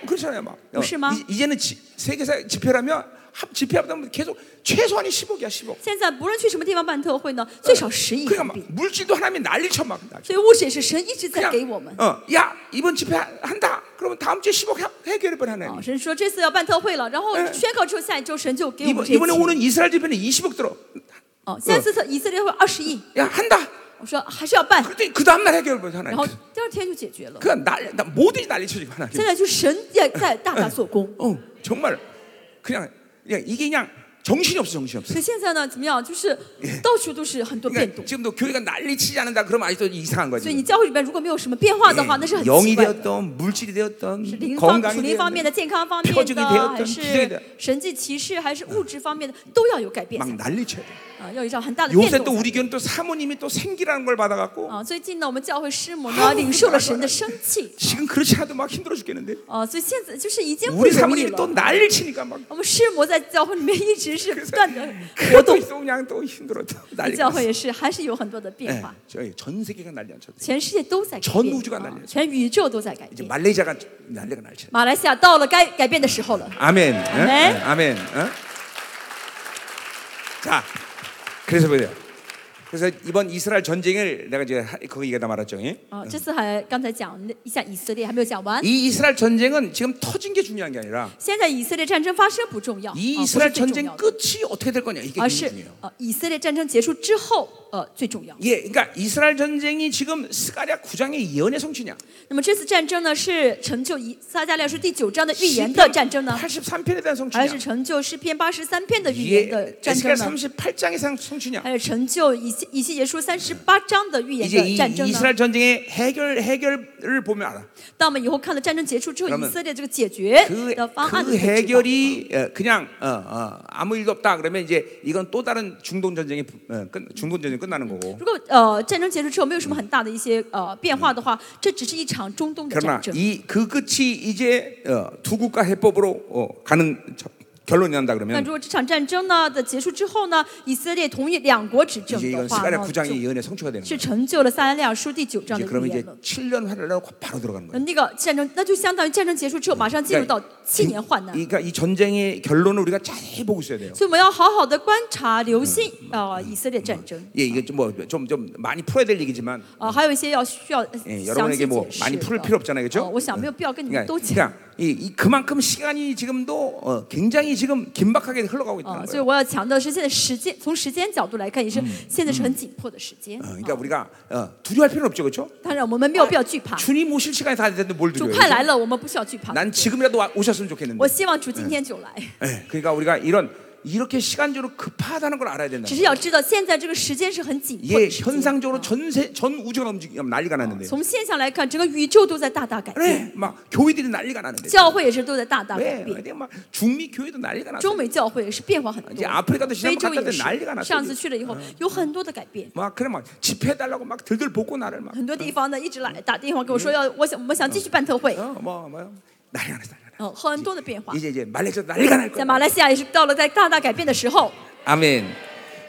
Speaker 1: 그렇잖아요 막 어,
Speaker 2: 혹시마?
Speaker 1: 이- 이제는 지- 세계사 집회라면 합- 집회하다 보면 계속 최소한이 10억이야 10억
Speaker 2: 现在不论去什么地方办特会呢，最少十亿
Speaker 1: 그러니까
Speaker 2: 港
Speaker 1: 막
Speaker 2: 币。
Speaker 1: 물질도 하나님이 난리쳐 막 난리.
Speaker 2: 所以物质也是神一直在
Speaker 1: 그냥
Speaker 2: 给我们。
Speaker 1: 어, 야 이번 집회 하- 한다 그러면 다음 주에 10억 해- 해결해 버려
Speaker 2: 啊，
Speaker 1: 하나님
Speaker 2: 神说这次要办特会了，然后宣告之后，哎下一周神就给我们
Speaker 1: 이번,
Speaker 2: 这些
Speaker 1: 이번에
Speaker 2: 钱。
Speaker 1: 오는 이스라엘 집회는 20억 들어
Speaker 2: 哦，下次特以色列会二十亿，
Speaker 1: 야 한다
Speaker 2: 我说还是要办，
Speaker 1: 그랬더니 그 다음날 해결해 버려
Speaker 2: 然后
Speaker 1: 하나님
Speaker 2: 第二天就解决了。
Speaker 1: 그냥 난리 나 뭐든지 난리쳐지고 하나님
Speaker 2: 现在就神也在大大做工。
Speaker 1: 어, 정말 그냥, 그냥 이게 그냥 정신이 없어 정신이 없어
Speaker 2: 所以现在呢，怎么样？就是到处都是很多变
Speaker 1: 그러니까
Speaker 2: 动。
Speaker 1: 지금도 교회가 난리치지 않는다 그러면 아직도 이상한
Speaker 2: 所以你
Speaker 1: 거지
Speaker 2: 教会里边如果没有什么变化的话，那是很
Speaker 1: 음, 영이
Speaker 2: 奇怪的。
Speaker 1: 되었던 물질이
Speaker 2: 是
Speaker 1: 되었던
Speaker 2: 灵方、
Speaker 1: 건강이
Speaker 2: 属灵方
Speaker 1: 되었던
Speaker 2: 面的、健康方
Speaker 1: 표적 이
Speaker 2: 面的，
Speaker 1: 되었던
Speaker 2: 还
Speaker 1: 기적이되었
Speaker 2: 是
Speaker 1: 던
Speaker 2: 神迹奇事，还是物质方面的，都要有改变
Speaker 1: 막 난리쳐요
Speaker 2: 啊，要有一场很大的变
Speaker 1: 요새 또
Speaker 2: 动
Speaker 1: 우리 교회는 또 사모님이 또 생기라는 걸 받아갖고
Speaker 2: 啊。最近呢，我们教会师母
Speaker 1: 아우
Speaker 2: 呢领受了神的生气
Speaker 1: 지금 그렇지 않아도 막 힘들어 죽겠는데
Speaker 2: 啊，所以现在就是已经不
Speaker 1: 우리
Speaker 2: 容易
Speaker 1: 사모님이 또
Speaker 2: 了。
Speaker 1: 난리치니까 막
Speaker 2: 我们师母在教会里面一直是不断的活
Speaker 1: 그
Speaker 2: 动，
Speaker 1: 그냥 또 힘들어 또 난리가
Speaker 2: 教
Speaker 1: 났어 예,
Speaker 2: 会也是还是有很多的变 化，
Speaker 1: 저희 전 세계가 난리 안 쳤어요
Speaker 2: 哎全世界都在改
Speaker 1: 전우주가
Speaker 2: 变，
Speaker 1: 난리
Speaker 2: 啊
Speaker 1: 났어
Speaker 2: 全宇宙都在改
Speaker 1: 이제
Speaker 2: 变。
Speaker 1: 말레이시아가 난리가 날쳤어요
Speaker 2: 马来西亚到了该改变的时候了。
Speaker 1: 아멘. 예?
Speaker 2: 아멘.
Speaker 1: 예, 아멘. 어? 자, 그래서 보세요. 그래서 이번 이스라엘 전쟁을 내가 이제 하- 거기 얘기하다 말았죠. 예?
Speaker 2: 哦，这次还刚才讲了一下以色列，还没有讲完。
Speaker 1: 이 이스라엘 전쟁은 지금 터진 게 중요한 게 아니라
Speaker 2: 现在以色列战争发生不重要，
Speaker 1: 이
Speaker 2: 啊不
Speaker 1: 이스라엘
Speaker 2: 是最重
Speaker 1: 전쟁
Speaker 2: 要的，
Speaker 1: 끝이 어떻게 될 거냐 이게
Speaker 2: 而
Speaker 1: 굉장히
Speaker 2: 是
Speaker 1: 중요해요.
Speaker 2: 呃以色列战争结束之后呃最重要。
Speaker 1: 예, 그러니까 이스라엘 전쟁이 지금 스가랴 9장의 예언의 성취냐?
Speaker 2: 那么这次战争呢，是成就以撒加利亚书第九章的预言的战争呢，
Speaker 1: 83편에 대한
Speaker 2: 还是
Speaker 1: 성취냐?
Speaker 2: 成就诗篇八十三篇的预言
Speaker 1: 예,
Speaker 2: 的战
Speaker 1: 에스겔
Speaker 2: 争呢？
Speaker 1: 38장의 상- 성취냐?
Speaker 2: 还是成就以西以西结书三十八章的预言
Speaker 1: 이제
Speaker 2: 的
Speaker 1: 이
Speaker 2: 战争呢？
Speaker 1: 이스라엘 전쟁의 해결 해결을 보면 알아.
Speaker 2: 当我们以后看了战争结束之后，
Speaker 1: 그러면
Speaker 2: 以色列这个解决
Speaker 1: 그,
Speaker 2: 的方案呢
Speaker 1: 그
Speaker 2: 就知道
Speaker 1: 해결이 어, 그냥 어, 어, 아무 일도 없다 그러면 이제 이건 또 다른 중동 전쟁이 어, 끝- 중동 전쟁 끝나는 거고.
Speaker 2: 如果呃战争结束之后没有什么很大的一些呃变化的话，这只是一场中东的
Speaker 1: 그러나
Speaker 2: 战争。
Speaker 1: 이 그 끝이 이제 어, 두 국가 해법으로 어, 가는 저- 결론이 난다
Speaker 2: 那
Speaker 1: 그러면
Speaker 2: 如果这场战争呢的结束之后呢，以色列同意两国执政
Speaker 1: 이제
Speaker 2: 的
Speaker 1: 이건
Speaker 2: 话
Speaker 1: 스가랴
Speaker 2: 呢，
Speaker 1: 9장의
Speaker 2: 就是
Speaker 1: 예언에 성취가 되는 거예요.
Speaker 2: 是成就了撒拉利亚书第九章
Speaker 1: 이제
Speaker 2: 的预
Speaker 1: 그러면 이제
Speaker 2: 言了。
Speaker 1: 7년 환란하고 바로 들어가는 거예요.
Speaker 2: 那个战争，那就相当于战争结束之后，马上进入到七年患难，
Speaker 1: 그러니까 이 전쟁의 결론을 우리가 잘 보고 있어야 돼요.
Speaker 2: 所以我们要好好的观察、留心啊、呃以色列战争
Speaker 1: 예, 이게 좀뭐좀좀 많이 풀어야 될 얘기지만
Speaker 2: 啊、呃还有一些要需要呃
Speaker 1: 예,
Speaker 2: 详细
Speaker 1: 여러분에게
Speaker 2: 解
Speaker 1: 뭐
Speaker 2: 释
Speaker 1: 많이
Speaker 2: 的。
Speaker 1: 풀 필요 없잖아요,
Speaker 2: 呃
Speaker 1: 그렇죠?
Speaker 2: 我想没有必要跟你们
Speaker 1: 그러니까,
Speaker 2: 都讲
Speaker 1: 그러니까 이, 이 그만큼 시간이 지금도 어, 굉장히 지금 긴박하게 흘러가고
Speaker 2: 啊、
Speaker 1: 있다는
Speaker 2: 所以
Speaker 1: 거예요.
Speaker 2: 我要强调的是，现在时间从时间角度来看，也是现在是很紧迫的时间
Speaker 1: 어, 。 그러니까
Speaker 2: 啊
Speaker 1: 우리가 어, 두려워할 필요는 없죠, 그렇죠?
Speaker 2: 当然，我们没有必要惧怕，
Speaker 1: 주님 오실 시간이 다 됐는데 뭘
Speaker 2: 主快
Speaker 1: 두려워요? 그렇죠?
Speaker 2: 来了，我们不需要惧怕。
Speaker 1: 난 지금이라도 와- 오셨으면
Speaker 2: 我
Speaker 1: 좋겠는데.
Speaker 2: 希望主今天就来，
Speaker 1: 예, 그러니까 우리가 이런 이렇게 시간적으로 급하다는 걸 알아야 된다.
Speaker 2: 只是要知道现在这个时间是很紧迫
Speaker 1: 이게
Speaker 2: 的时间。
Speaker 1: 현상적으로 전세 전 우주가 움직이면 난리가 나는데.
Speaker 2: 从现象来看，整个宇宙都在大大改变，
Speaker 1: 그래, 막 교회들이 난리가 나는데.
Speaker 2: 教会也是都在大大改
Speaker 1: 왜?
Speaker 2: 变。
Speaker 1: 그냥 막 중미 교회도 난리가 났어.
Speaker 2: 中美教会也是变化很
Speaker 1: 이제
Speaker 2: 多，
Speaker 1: 아프리카도시장
Speaker 2: 非洲
Speaker 1: 바깥에는
Speaker 2: 也是
Speaker 1: 난리가났어요 。
Speaker 2: 上次去了以后，有很多的改变。
Speaker 1: 막 그래 막 집회해달라고 막 들들 볶고 나를 막.
Speaker 2: 很多地方呢一直来打电话给我说要，我想我们想继续办特会，
Speaker 1: 어, 뭐, 뭐 난리가 났어. 난리가 났어.
Speaker 2: 嗯，很多的变化。
Speaker 1: 이제 이제 말레이시아도 난리가 날
Speaker 2: 在
Speaker 1: 거야.
Speaker 2: 马来西亚也是到了在大大改变的时候，
Speaker 1: 아멘.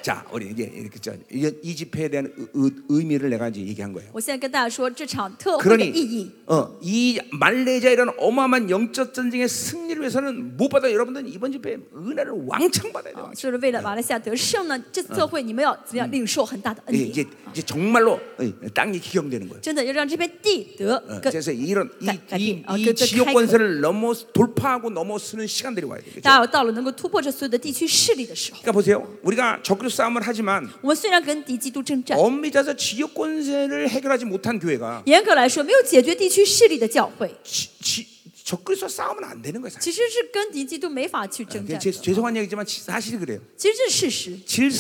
Speaker 1: 자, 우리 이제 이렇게 저, 이, 이 집회에 대한 의, 의, 의미를 내가 이제 얘기한 거예요.
Speaker 2: 我现在跟大家说这场特会的
Speaker 1: 그러니
Speaker 2: 意义。
Speaker 1: 어, 이 말레이시아 이런 어마어마한 영적 전쟁의 승리를 위해서는 무엇보다 여러분들은 이번 집회 은혜를 왕창 받아야 돼요.
Speaker 2: 嗯就是为了马来西亚得胜呢，这次特会你们要怎么样领受很大的
Speaker 1: 예,
Speaker 2: 恩
Speaker 1: 이제
Speaker 2: 典，
Speaker 1: 이제 정말로
Speaker 2: 어.
Speaker 1: 예, 땅이 기경되는 거예요.
Speaker 2: 真的要让这片地得
Speaker 1: 어,
Speaker 2: 更
Speaker 1: 그래서 이런 이,
Speaker 2: 가- 가-
Speaker 1: 이,
Speaker 2: 어,
Speaker 1: 이
Speaker 2: 그- 그
Speaker 1: 지역
Speaker 2: 타이틀.
Speaker 1: 권세를 넘어 돌파하고 넘어서는 시간들이 와야 되겠죠.
Speaker 2: 大家到了能够突破这所有的地区势力的时候，
Speaker 1: 그러니까 보세요. 우리가 적극 싸움을 하지만
Speaker 2: 我们虽然跟敌基督征战，
Speaker 1: 엄밀해서 지역 권세를 해결하지 못한 교회가
Speaker 2: 严格来说没有解决地区势力的教会，
Speaker 1: 지, 지, 적극서 싸우면 안 되는 거예요. 사실.
Speaker 2: 其实是跟敌基督没法去征
Speaker 1: 그냥
Speaker 2: 战
Speaker 1: 제,
Speaker 2: 的。
Speaker 1: 죄송한 얘기지만 지- 사실이 그래요.
Speaker 2: 其实这是事实。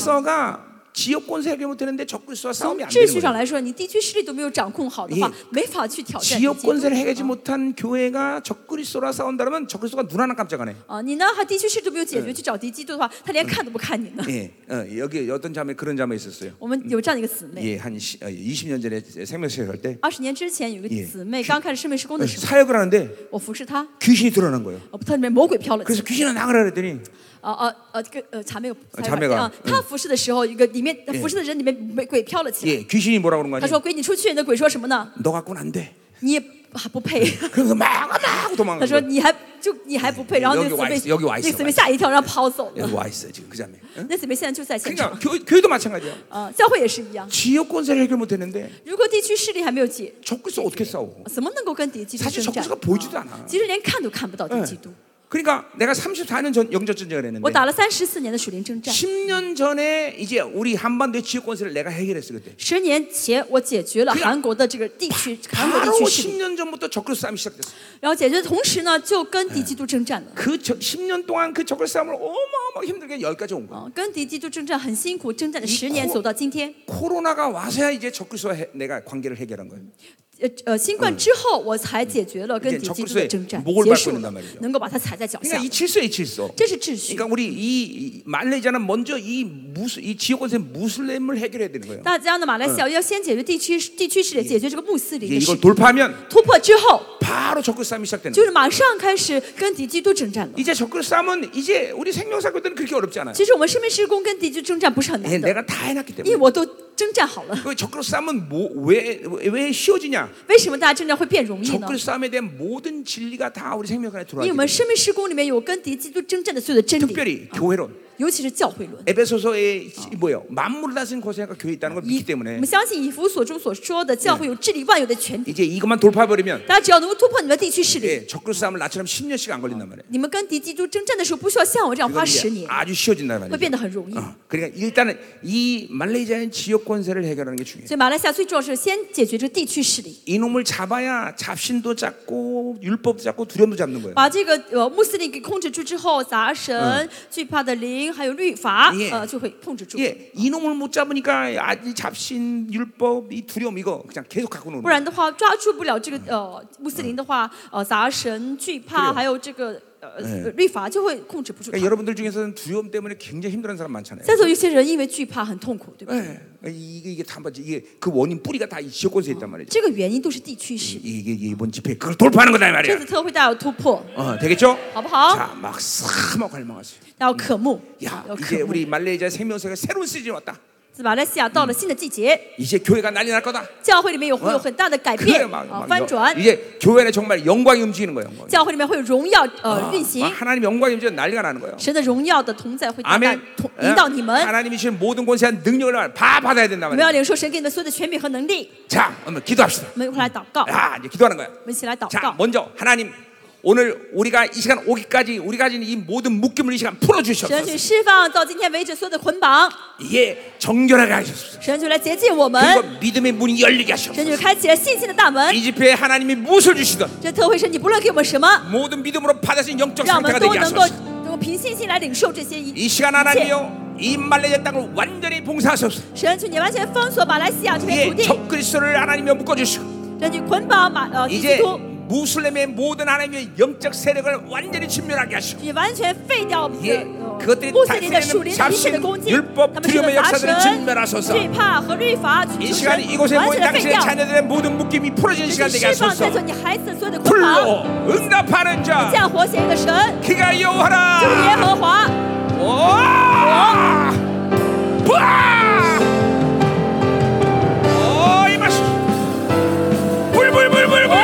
Speaker 1: 질서가 지역 권세 해결 못했는데 적극서
Speaker 2: 从
Speaker 1: 싸움이 안
Speaker 2: 秩
Speaker 1: 되는
Speaker 2: 序上
Speaker 1: 거예요.
Speaker 2: 来说，你地区势力都没有掌控好的话
Speaker 1: 예 ，
Speaker 2: 没法去挑战敌
Speaker 1: 지역
Speaker 2: 基督
Speaker 1: 권세를 해결하지 못한 교회가 적그리스도라 싸운다면 적그리스도가 눈 하나 깜짝 안 해.
Speaker 2: 啊！你呢，还地区势力都没有解决，去找敌基督的话，他连看都不看你呢。
Speaker 1: 예, 어, 여기 어떤 자매 그런 자매 있었어요.
Speaker 2: 我们有这样的一个姊妹，
Speaker 1: 예, 한 시, 어, 20년 전에 생명체에 갈 때,
Speaker 2: 二十年之前有一
Speaker 1: 예
Speaker 2: 个姊妹刚开始圣美施工的时候，
Speaker 1: 사역을 하는데
Speaker 2: 我服侍她，
Speaker 1: 귀신이 드러난 거예요.
Speaker 2: 呃，她里面魔鬼飘了进
Speaker 1: 그래서
Speaker 2: 来，
Speaker 1: 귀신을 나가라 그랬더니
Speaker 2: 呃呃呃，这个呃查没有，
Speaker 1: 呃
Speaker 2: 才
Speaker 1: 查没有
Speaker 2: 啊，她服侍的时候，一个里面
Speaker 1: 예
Speaker 2: 服侍的人里面没鬼飘了进来，
Speaker 1: 예, 귀신이 뭐라 그런
Speaker 2: 她
Speaker 1: 거니?
Speaker 2: 说：“鬼，你出去！”那鬼说什么呢？
Speaker 1: 너 갖고는 안 돼.
Speaker 2: 你也还不配。
Speaker 1: 그래서 막 막
Speaker 2: 她说：“
Speaker 1: 도망가고
Speaker 2: 你还就你还不配。”然后那
Speaker 1: 여기와있
Speaker 2: 个姊
Speaker 1: 여기와
Speaker 2: 妹，
Speaker 1: 있와
Speaker 2: 那个姊妹
Speaker 1: 있
Speaker 2: 吓一跳，然后跑走了。
Speaker 1: 여기 와 있어요 지금 그 자매. 응?
Speaker 2: 那姊妹现在就在现场
Speaker 1: 그러니까 。 교, 교회도 마찬가지야.
Speaker 2: 呃，教会也是一样。
Speaker 1: 지역 권세를 해결 못했는데
Speaker 2: 如果地区势力还没有解，
Speaker 1: 적그리스도 어떻게 싸워?
Speaker 2: 怎么能够跟敌基督
Speaker 1: 사실
Speaker 2: 征战？
Speaker 1: 적그리스도가보이지도않아
Speaker 2: 啊其实连看都看不到敌基督。
Speaker 1: 그러니까 내가 34년 전 영적 전쟁을
Speaker 2: 我
Speaker 1: 했는데
Speaker 2: 打了三十四年的属灵征战，
Speaker 1: 10년 전에 이제 우리 한반도의 지역 권세를 내가 해결했어 그때.
Speaker 2: 十年前我解决了
Speaker 1: 그냥
Speaker 2: 韩国的这个地区，韩国
Speaker 1: 바로
Speaker 2: 地区势力，
Speaker 1: 10년 전부터 적그리스도 싸움이 시작됐어.
Speaker 2: 然后解决的同时呢，就跟敌基督征战了。
Speaker 1: 그 저, 10년 동안 그 적을 싸움을 어마어마 힘들게 여기까지 온 거야.
Speaker 2: 啊，跟敌基督征战很辛苦，征战了
Speaker 1: 이
Speaker 2: 十年，
Speaker 1: 코
Speaker 2: 走到今天。
Speaker 1: 코로나가 와서야 이제 적그리스도와 해- 내가 관계를 해결한 거예요.
Speaker 2: 呃呃，新冠之后我才解决了跟
Speaker 1: 이제
Speaker 2: 敌基督
Speaker 1: 적그리스도의
Speaker 2: 的征战，
Speaker 1: 목을
Speaker 2: 结束
Speaker 1: 밟고있는단
Speaker 2: 了
Speaker 1: 말이죠 ，
Speaker 2: 能够把他踩在脚下
Speaker 1: 그러니까 ，이 질서의 질서.
Speaker 2: 这是秩序
Speaker 1: 그러니까 。 우리 이, 이 말레이자는 먼저 이 무스 이 지역 권세 무슬림을 해결해야 되는 거예요.
Speaker 2: 大家呢，马来西亚要先解决地区地区势力，解决这个穆斯林
Speaker 1: 이제
Speaker 2: 的势
Speaker 1: 이걸
Speaker 2: 力。
Speaker 1: 돌파하면
Speaker 2: 突破之后，
Speaker 1: 바로 적그리스도 싸움이 시작되는
Speaker 2: 就
Speaker 1: 거예요.
Speaker 2: 是马上开始跟敌基督征战了。
Speaker 1: 이제 적그리스도 싸움은 이제 우리 생명사교들은 그렇게 어렵지 않아요.
Speaker 2: 其实我们生命施工跟敌基督征战不是很
Speaker 1: 예,
Speaker 2: 难的，
Speaker 1: 내가 다 해놨기
Speaker 2: 因为
Speaker 1: 때문에.
Speaker 2: 我都征战好了。
Speaker 1: 그 적그리스도 싸움은 뭐왜왜 왜 쉬워지냐?
Speaker 2: 为什么大家征战会变容易呢？
Speaker 1: 적그리스도 싸움에 대한 모든 진리가 다 우리 생명 안에
Speaker 2: 因
Speaker 1: 들어와
Speaker 2: 为我
Speaker 1: 있는
Speaker 2: 们
Speaker 1: 거예요.
Speaker 2: 生命施工里面有跟敌基督征战的所有的真理，
Speaker 1: 특별히 교회론.
Speaker 2: 尤其是教会论。
Speaker 1: 에베소서에 이- 뭐예요? 만물을 다스린 권세가 교회에 있다는 걸
Speaker 2: 以
Speaker 1: 믿기
Speaker 2: 我
Speaker 1: 때문에
Speaker 2: 们相信以弗所中所说的教会有治理万有的权柄，
Speaker 1: 이제 이것만 돌파해 버리면
Speaker 2: 大家只要能够突破你们的地区势力，
Speaker 1: 예, 적그리스도 싸움을 나처럼 10년씩 안 걸린단 말이에요.
Speaker 2: 你们跟敌基督征战的时候不需要像我这样花
Speaker 1: 그건
Speaker 2: 十
Speaker 1: 이제
Speaker 2: 年，
Speaker 1: 아주 쉬워진단
Speaker 2: 会
Speaker 1: 말이에요.
Speaker 2: 变得很容易。
Speaker 1: 어, 그러니까 일단은 이 말레이시아의 지역 권세를 해결하는 게 중요해요.
Speaker 2: 所以马来西亚最重要是先解决这地区势力，
Speaker 1: 이놈을 잡아야 잡신도 잡고 율법도 잡고 두려움도 잡는 거예요.
Speaker 2: 把这个呃穆斯林给控制住之后，杂神、惧怕的灵还有律法
Speaker 1: 예 ，
Speaker 2: 呃就会控制住。
Speaker 1: 예, 이놈을 못 잡으니까 아직 잡신 율법 이 두려움 이거 그냥 계속 갖고 노는
Speaker 2: 不
Speaker 1: 거예요.
Speaker 2: 然的话，抓住不了这个呃穆斯林的话，呃，杂神惧怕，还有这个呃律法就会控制不住他
Speaker 1: 그러니까 。 여러분들 중에서는 두려움 때문에 굉장히 힘들어하는 사람 많잖아요.
Speaker 2: 再说有些人因为惧怕很痛苦，对不对？
Speaker 1: 예, 이게 이게 다 맞지. 이게 그 원인 뿌리가 다 이 지역권에 있단 말이죠.
Speaker 2: 这个原因都是地区性。
Speaker 1: 이게 이번 집회 그걸 돌파하는 거다 이
Speaker 2: 这次
Speaker 1: 말이야.
Speaker 2: 特会大家有突破，
Speaker 1: 어, 되겠죠?
Speaker 2: 好不好？
Speaker 1: 자, 막 사막 갈망하세요.
Speaker 2: 要渴慕，
Speaker 1: 야
Speaker 2: 要渴
Speaker 1: 이제
Speaker 2: 慕。
Speaker 1: 어, 우리 말레이시아 생명세가 새로운 시즌 왔다.
Speaker 2: 马来西亚到了新的季节，
Speaker 1: 이제 교회가 난리 날 거다.
Speaker 2: 教会里面有会有很大的改
Speaker 1: 그래
Speaker 2: 变
Speaker 1: 막,
Speaker 2: 啊，
Speaker 1: 막
Speaker 2: 翻
Speaker 1: 영-
Speaker 2: 转。
Speaker 1: 이제 교회 안에 정말 영광이 움직이는 거예요. 영광이.
Speaker 2: 教会里面会有荣耀呃运行
Speaker 1: 아, ， 하나님 영광이 움직이면 난리가 나는 거예요.
Speaker 2: 神的荣耀的同在会大大
Speaker 1: 아멘.
Speaker 2: 同
Speaker 1: 예?
Speaker 2: 引导你们，
Speaker 1: 하나님이 주신 모든 권세와 능력을 다 받아야
Speaker 2: 你
Speaker 1: 된다면.
Speaker 2: 们要领受神给你们所有的权柄和能力。
Speaker 1: 자, 그러면 기도합시다.
Speaker 2: 我们一块来祷告，我
Speaker 1: 야, 이제 기도하는 거야.
Speaker 2: 们一起来祷
Speaker 1: 자,
Speaker 2: 告。
Speaker 1: 먼저 하나님 오늘 우리가 이 시간 오기까지 우리가 가진 이 모든 묶임을 이 시간 풀어
Speaker 2: 神去
Speaker 1: 주셨소서.
Speaker 2: 释放到今天为止所有的捆绑，
Speaker 1: 이게 정결하게 하셨소서.
Speaker 2: 神去来洁净我们，
Speaker 1: 그리고 믿음의 문이 열리게
Speaker 2: 神
Speaker 1: 하셨소서.
Speaker 2: 去开启了信心的大门
Speaker 1: 이 。 집회에 하나님이 무엇을 주시든
Speaker 2: 这特会是你不论给我们什么，
Speaker 1: 모든 믿음으로 받아진 영적
Speaker 2: 让我们
Speaker 1: 상태가
Speaker 2: 都
Speaker 1: 되게
Speaker 2: 能够
Speaker 1: 하소서.
Speaker 2: 能够凭信心来领受这些一。
Speaker 1: 이 시간
Speaker 2: 哦
Speaker 1: 하나님이요 이 말레이시아 땅을 완전히 봉사하소서.
Speaker 2: 神去，你完全封锁马来西亚这片土
Speaker 1: 이제
Speaker 2: 地，
Speaker 1: 적 그리스도를 하나님이요 묶어 주시고
Speaker 2: 神去捆绑马呃基
Speaker 1: 이제
Speaker 2: 督徒，
Speaker 1: 무슬림의 모든 하나님의 영적 세력을 완전히 침멸하게 하시고
Speaker 2: 你完全废掉
Speaker 1: 예,
Speaker 2: 呃呃
Speaker 1: 그것들이
Speaker 2: 穆斯林的属
Speaker 1: 당신의
Speaker 2: 灵的一切的
Speaker 1: 잡신
Speaker 2: 攻击，他
Speaker 1: 율법
Speaker 2: 们是
Speaker 1: 두려움의
Speaker 2: 杂
Speaker 1: 역사들을
Speaker 2: 神、
Speaker 1: 진멸하소서
Speaker 2: 惧怕和律法，
Speaker 1: 이
Speaker 2: 求神
Speaker 1: 시간 이곳에
Speaker 2: 完
Speaker 1: 모인
Speaker 2: 全的废
Speaker 1: 당신의
Speaker 2: 掉。
Speaker 1: 자녀들의 모든 묶임이 풀어진
Speaker 2: 神
Speaker 1: 시간
Speaker 2: 去
Speaker 1: 되게
Speaker 2: 释放在
Speaker 1: 하소서
Speaker 2: 座你孩子所有的捆绑，
Speaker 1: 풀로 응답하는 자
Speaker 2: 这样活现一个神，
Speaker 1: 기가
Speaker 2: 就是
Speaker 1: 여호하라
Speaker 2: 耶和华。
Speaker 1: 오아! 부아! 오, 이 맛이 불불불불불불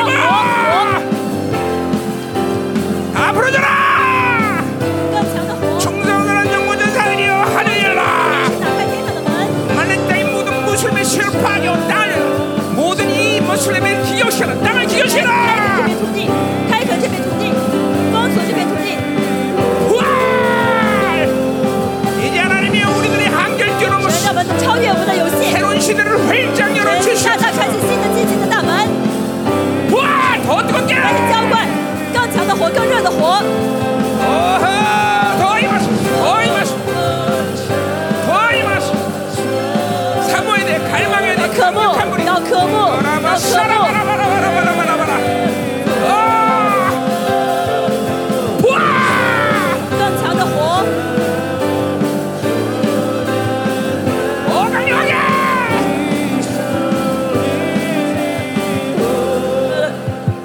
Speaker 1: 앞으로 져라
Speaker 2: 更强的火，
Speaker 1: 충성하는 영원전 사느니여 하늘이라
Speaker 2: 打开天上的门，
Speaker 1: 말레이시아의 모든 무슬림의 실파하여 땅을 모든 이 무슬림의 기여시라 땅을
Speaker 2: 开垦这
Speaker 1: 기여시라
Speaker 2: 片土地，开垦这片土地，封锁这片土地。
Speaker 1: 우와! 이제 하나님이 우리들의 한결결함을
Speaker 2: 神让我们超越我们的游戏，
Speaker 1: 새로운 시대를 회장
Speaker 2: 神
Speaker 1: 열어주시오
Speaker 2: 大大开启新的季节的大门，
Speaker 1: 우와! 더 뜨겁게!
Speaker 2: 开始浇灌更强的火，更热的火。
Speaker 1: 어허! 더 임하소! 더 임하소! 더 임하소! 사모해야 돼! 갈망해야
Speaker 2: 要
Speaker 1: 돼!
Speaker 2: 渴慕
Speaker 1: 강력한 ， 불이!
Speaker 2: 要渴慕，要
Speaker 1: 바라바
Speaker 2: 渴慕。
Speaker 1: 샤라바라바라바라바라바라 아! 우와!
Speaker 2: 更强的火，
Speaker 1: 어, 강력하게!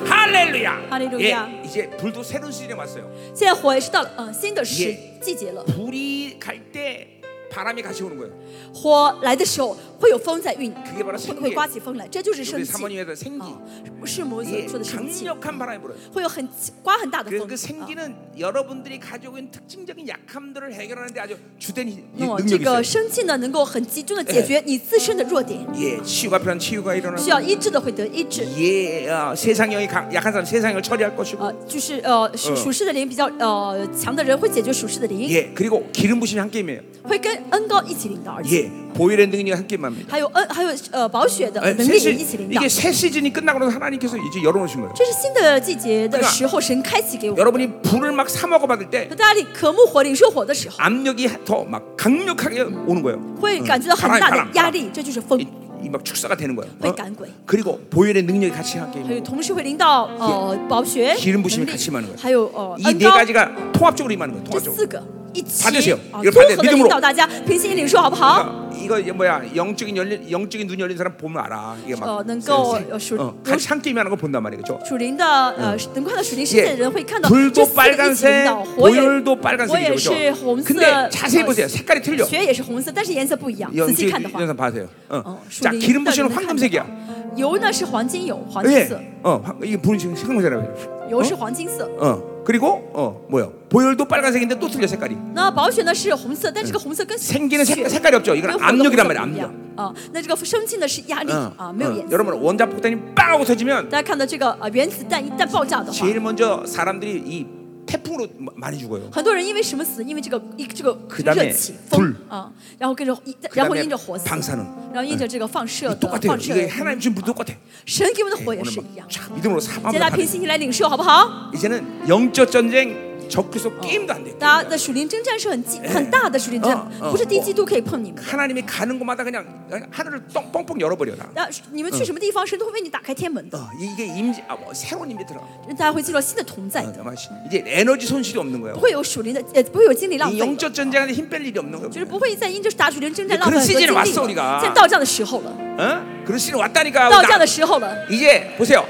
Speaker 1: 할렐루야!
Speaker 2: 할렐루야.
Speaker 1: 예, 이제 불도 새로운 시즌에 왔어요.
Speaker 2: 现在火也是到了嗯新的时
Speaker 1: 耶
Speaker 2: 季节了。
Speaker 1: 불이 갈 때 바람이 같이 오는 거예요.
Speaker 2: 火来的时候会有风在运，
Speaker 1: 그게바로
Speaker 2: 会
Speaker 1: 생기
Speaker 2: 会刮起风来，这就是
Speaker 1: 우리
Speaker 2: 生气
Speaker 1: 사모님에서 생기.
Speaker 2: 啊！是母所
Speaker 1: 예,
Speaker 2: 说的生气，
Speaker 1: 강력한 바람이 불어요. 그,
Speaker 2: 会有很刮很大的
Speaker 1: 그래서 그
Speaker 2: 风。啊
Speaker 1: 생기는 여러분들이 가지고 있는 특징적인 약함들을 해결하는데 아주 주된 이-
Speaker 2: 那么
Speaker 1: 능력이
Speaker 2: 这个
Speaker 1: 있어요.
Speaker 2: 生气呢，能够很集中的
Speaker 1: 哎
Speaker 2: 解决你自身的弱点，
Speaker 1: 예, 치유가 필요한 치유가 일어나고
Speaker 2: 需要医治的会得医治。
Speaker 1: 예, 어, 세상형이 강- 약한 사람 세상형을 처리할 것이고
Speaker 2: 呃，就是呃，属
Speaker 1: 嗯
Speaker 2: 属世的灵比较呃强的人会解决属世的灵，
Speaker 1: 예, 그리고 기름 부심이 한 게임이에요.
Speaker 2: 会跟恩高一起领导，而且
Speaker 1: 예, 보일의 능력이 한 게임합니다.
Speaker 2: 还有恩还有呃宝血的
Speaker 1: 예,
Speaker 2: 能
Speaker 1: 새
Speaker 2: 力也一起
Speaker 1: 시,
Speaker 2: 领导
Speaker 1: 이게 。새 시즌이 끝나고 나서 하나님께서 이제 열어놓으신 거예요.
Speaker 2: 这是新的季节的
Speaker 1: 对吧啊
Speaker 2: 时候，神开启给我们。
Speaker 1: 여러분이 불을 막 사먹어 받을 때
Speaker 2: 当大家领渴慕火、领受火的时候，
Speaker 1: 압력이 더 막 강력하게 오는 거예요.
Speaker 2: 会感觉到很大的压力，这就是风，
Speaker 1: 이막 축사가 되는 거예요. 어?
Speaker 2: 会赶鬼。
Speaker 1: 그리고 보일의 능력이 같이 한 게임.
Speaker 2: 还有同时会领到呃宝血
Speaker 1: 기름부심이
Speaker 2: 能力
Speaker 1: 같이임하는거예요
Speaker 2: 还有呃
Speaker 1: 이
Speaker 2: 恩
Speaker 1: 네
Speaker 2: 高，
Speaker 1: 가지가 통합적으로 임하는 거예요.
Speaker 2: 这
Speaker 1: 통합적으로.
Speaker 2: 四个一起
Speaker 1: 받으세요
Speaker 2: 啊，
Speaker 1: 이걸
Speaker 2: 综
Speaker 1: 받으세요
Speaker 2: 合的
Speaker 1: 믿음으로
Speaker 2: 引导大家，平心领受好不好？
Speaker 1: 아, 이거 이제 뭐야 영적인 열린 영적인 눈 열린 사람 보면 알아 이게 막
Speaker 2: 어, 능거, 어, 술-
Speaker 1: 어, 같이 함께 임하는 거 본단 말이에요, 그렇죠?
Speaker 2: 属灵的呃，能够看到属灵世界的人会看到这
Speaker 1: 불도
Speaker 2: 四个一起领
Speaker 1: 빨간색,
Speaker 2: 导，火也
Speaker 1: 보혈도
Speaker 2: 火也
Speaker 1: 빨간색이죠,
Speaker 2: 是
Speaker 1: 그렇죠?
Speaker 2: 红色，
Speaker 1: 근데 자세히 보세요,
Speaker 2: 呃
Speaker 1: 색깔이 틀려.
Speaker 2: 血也是红色，但是颜色不一样。仔细
Speaker 1: 영지
Speaker 2: 看的话，
Speaker 1: 연산 봐세요. 어.
Speaker 2: 哦，属
Speaker 1: 자
Speaker 2: 灵
Speaker 1: 기름
Speaker 2: 的
Speaker 1: 부시는
Speaker 2: 人看的话
Speaker 1: 황금색이야.
Speaker 2: 油呢是黄金油，黄金
Speaker 1: 예,
Speaker 2: 色，
Speaker 1: 어, 황- 이게 불은 지금 황금색이라고.
Speaker 2: 油是黄金色。
Speaker 1: 어, 그리고 어, 뭐요? 보혈도 빨간색인데 또 틀려 색깔이.
Speaker 2: 那宝血呢是红色，但这个红色跟
Speaker 1: 생기는색
Speaker 2: 血
Speaker 1: 색깔이없죠이건
Speaker 2: 嗯跟火的
Speaker 1: 압력이란말이야
Speaker 2: 红色不一样啊。那这个生气呢是压力
Speaker 1: 어,
Speaker 2: 啊，没有
Speaker 1: 어.
Speaker 2: 颜色。
Speaker 1: 여러분 원자 폭탄이 빵하고 터지면
Speaker 2: 大家看到这个呃原子弹一旦爆炸的话，
Speaker 1: 제일 먼저 사람들이 이 태풍으로 마- 많이 죽어요.
Speaker 2: 很多人因为什么死？因为这个一这个
Speaker 1: 그다음에
Speaker 2: 热气风
Speaker 1: 불
Speaker 2: 啊，然后跟着一然后因
Speaker 1: 그다음에
Speaker 2: 着火死，
Speaker 1: 방사능.
Speaker 2: 然后因着这个放射的
Speaker 1: 똑같아요.
Speaker 2: 放射
Speaker 1: 이게
Speaker 2: 的
Speaker 1: 하나님 주신 불 똑같아. 네,
Speaker 2: 神哎给我们的火
Speaker 1: 오늘
Speaker 2: 也是一样
Speaker 1: 막。촥 믿음으로
Speaker 2: 大家
Speaker 1: 사방으로
Speaker 2: 凭信心来领受好不好？
Speaker 1: 이제는 영적 전쟁 적그리스도 게임도 안 돼.
Speaker 2: 大家的属灵征战是很激很大的属灵征
Speaker 1: 嗯嗯
Speaker 2: 战，不是敌基督可以碰你们。
Speaker 1: 하나님이 가는 곳마다 그냥 그냥 하늘을 똥, 뻥뻥 열어버려 다.
Speaker 2: 那你们去什么地方，神都会为你打开天门的，
Speaker 1: 어, 이게 임재, 아, 뭐, 새로운 임재 들어가.
Speaker 2: 大家会进入到新的同在
Speaker 1: 어,
Speaker 2: 的，
Speaker 1: 아마 이제 에너지 손실이 없는
Speaker 2: 不
Speaker 1: 거예요.
Speaker 2: 会有属灵的，也不会有精力浪
Speaker 1: 이
Speaker 2: 费的，
Speaker 1: 영적 전쟁에 힘뺄 일이 없는
Speaker 2: 就是
Speaker 1: 거예요.
Speaker 2: 不会再因着打属灵征战
Speaker 1: 이
Speaker 2: 浪费
Speaker 1: 그런시즌에
Speaker 2: 很多
Speaker 1: 왔어
Speaker 2: 精
Speaker 1: 우리
Speaker 2: 力啊
Speaker 1: 가
Speaker 2: 了。现在到这样的时候了，
Speaker 1: 어? 그런 시즌 왔다니까.
Speaker 2: 到
Speaker 1: 나-
Speaker 2: 这样的时候了。
Speaker 1: 이제 보세요.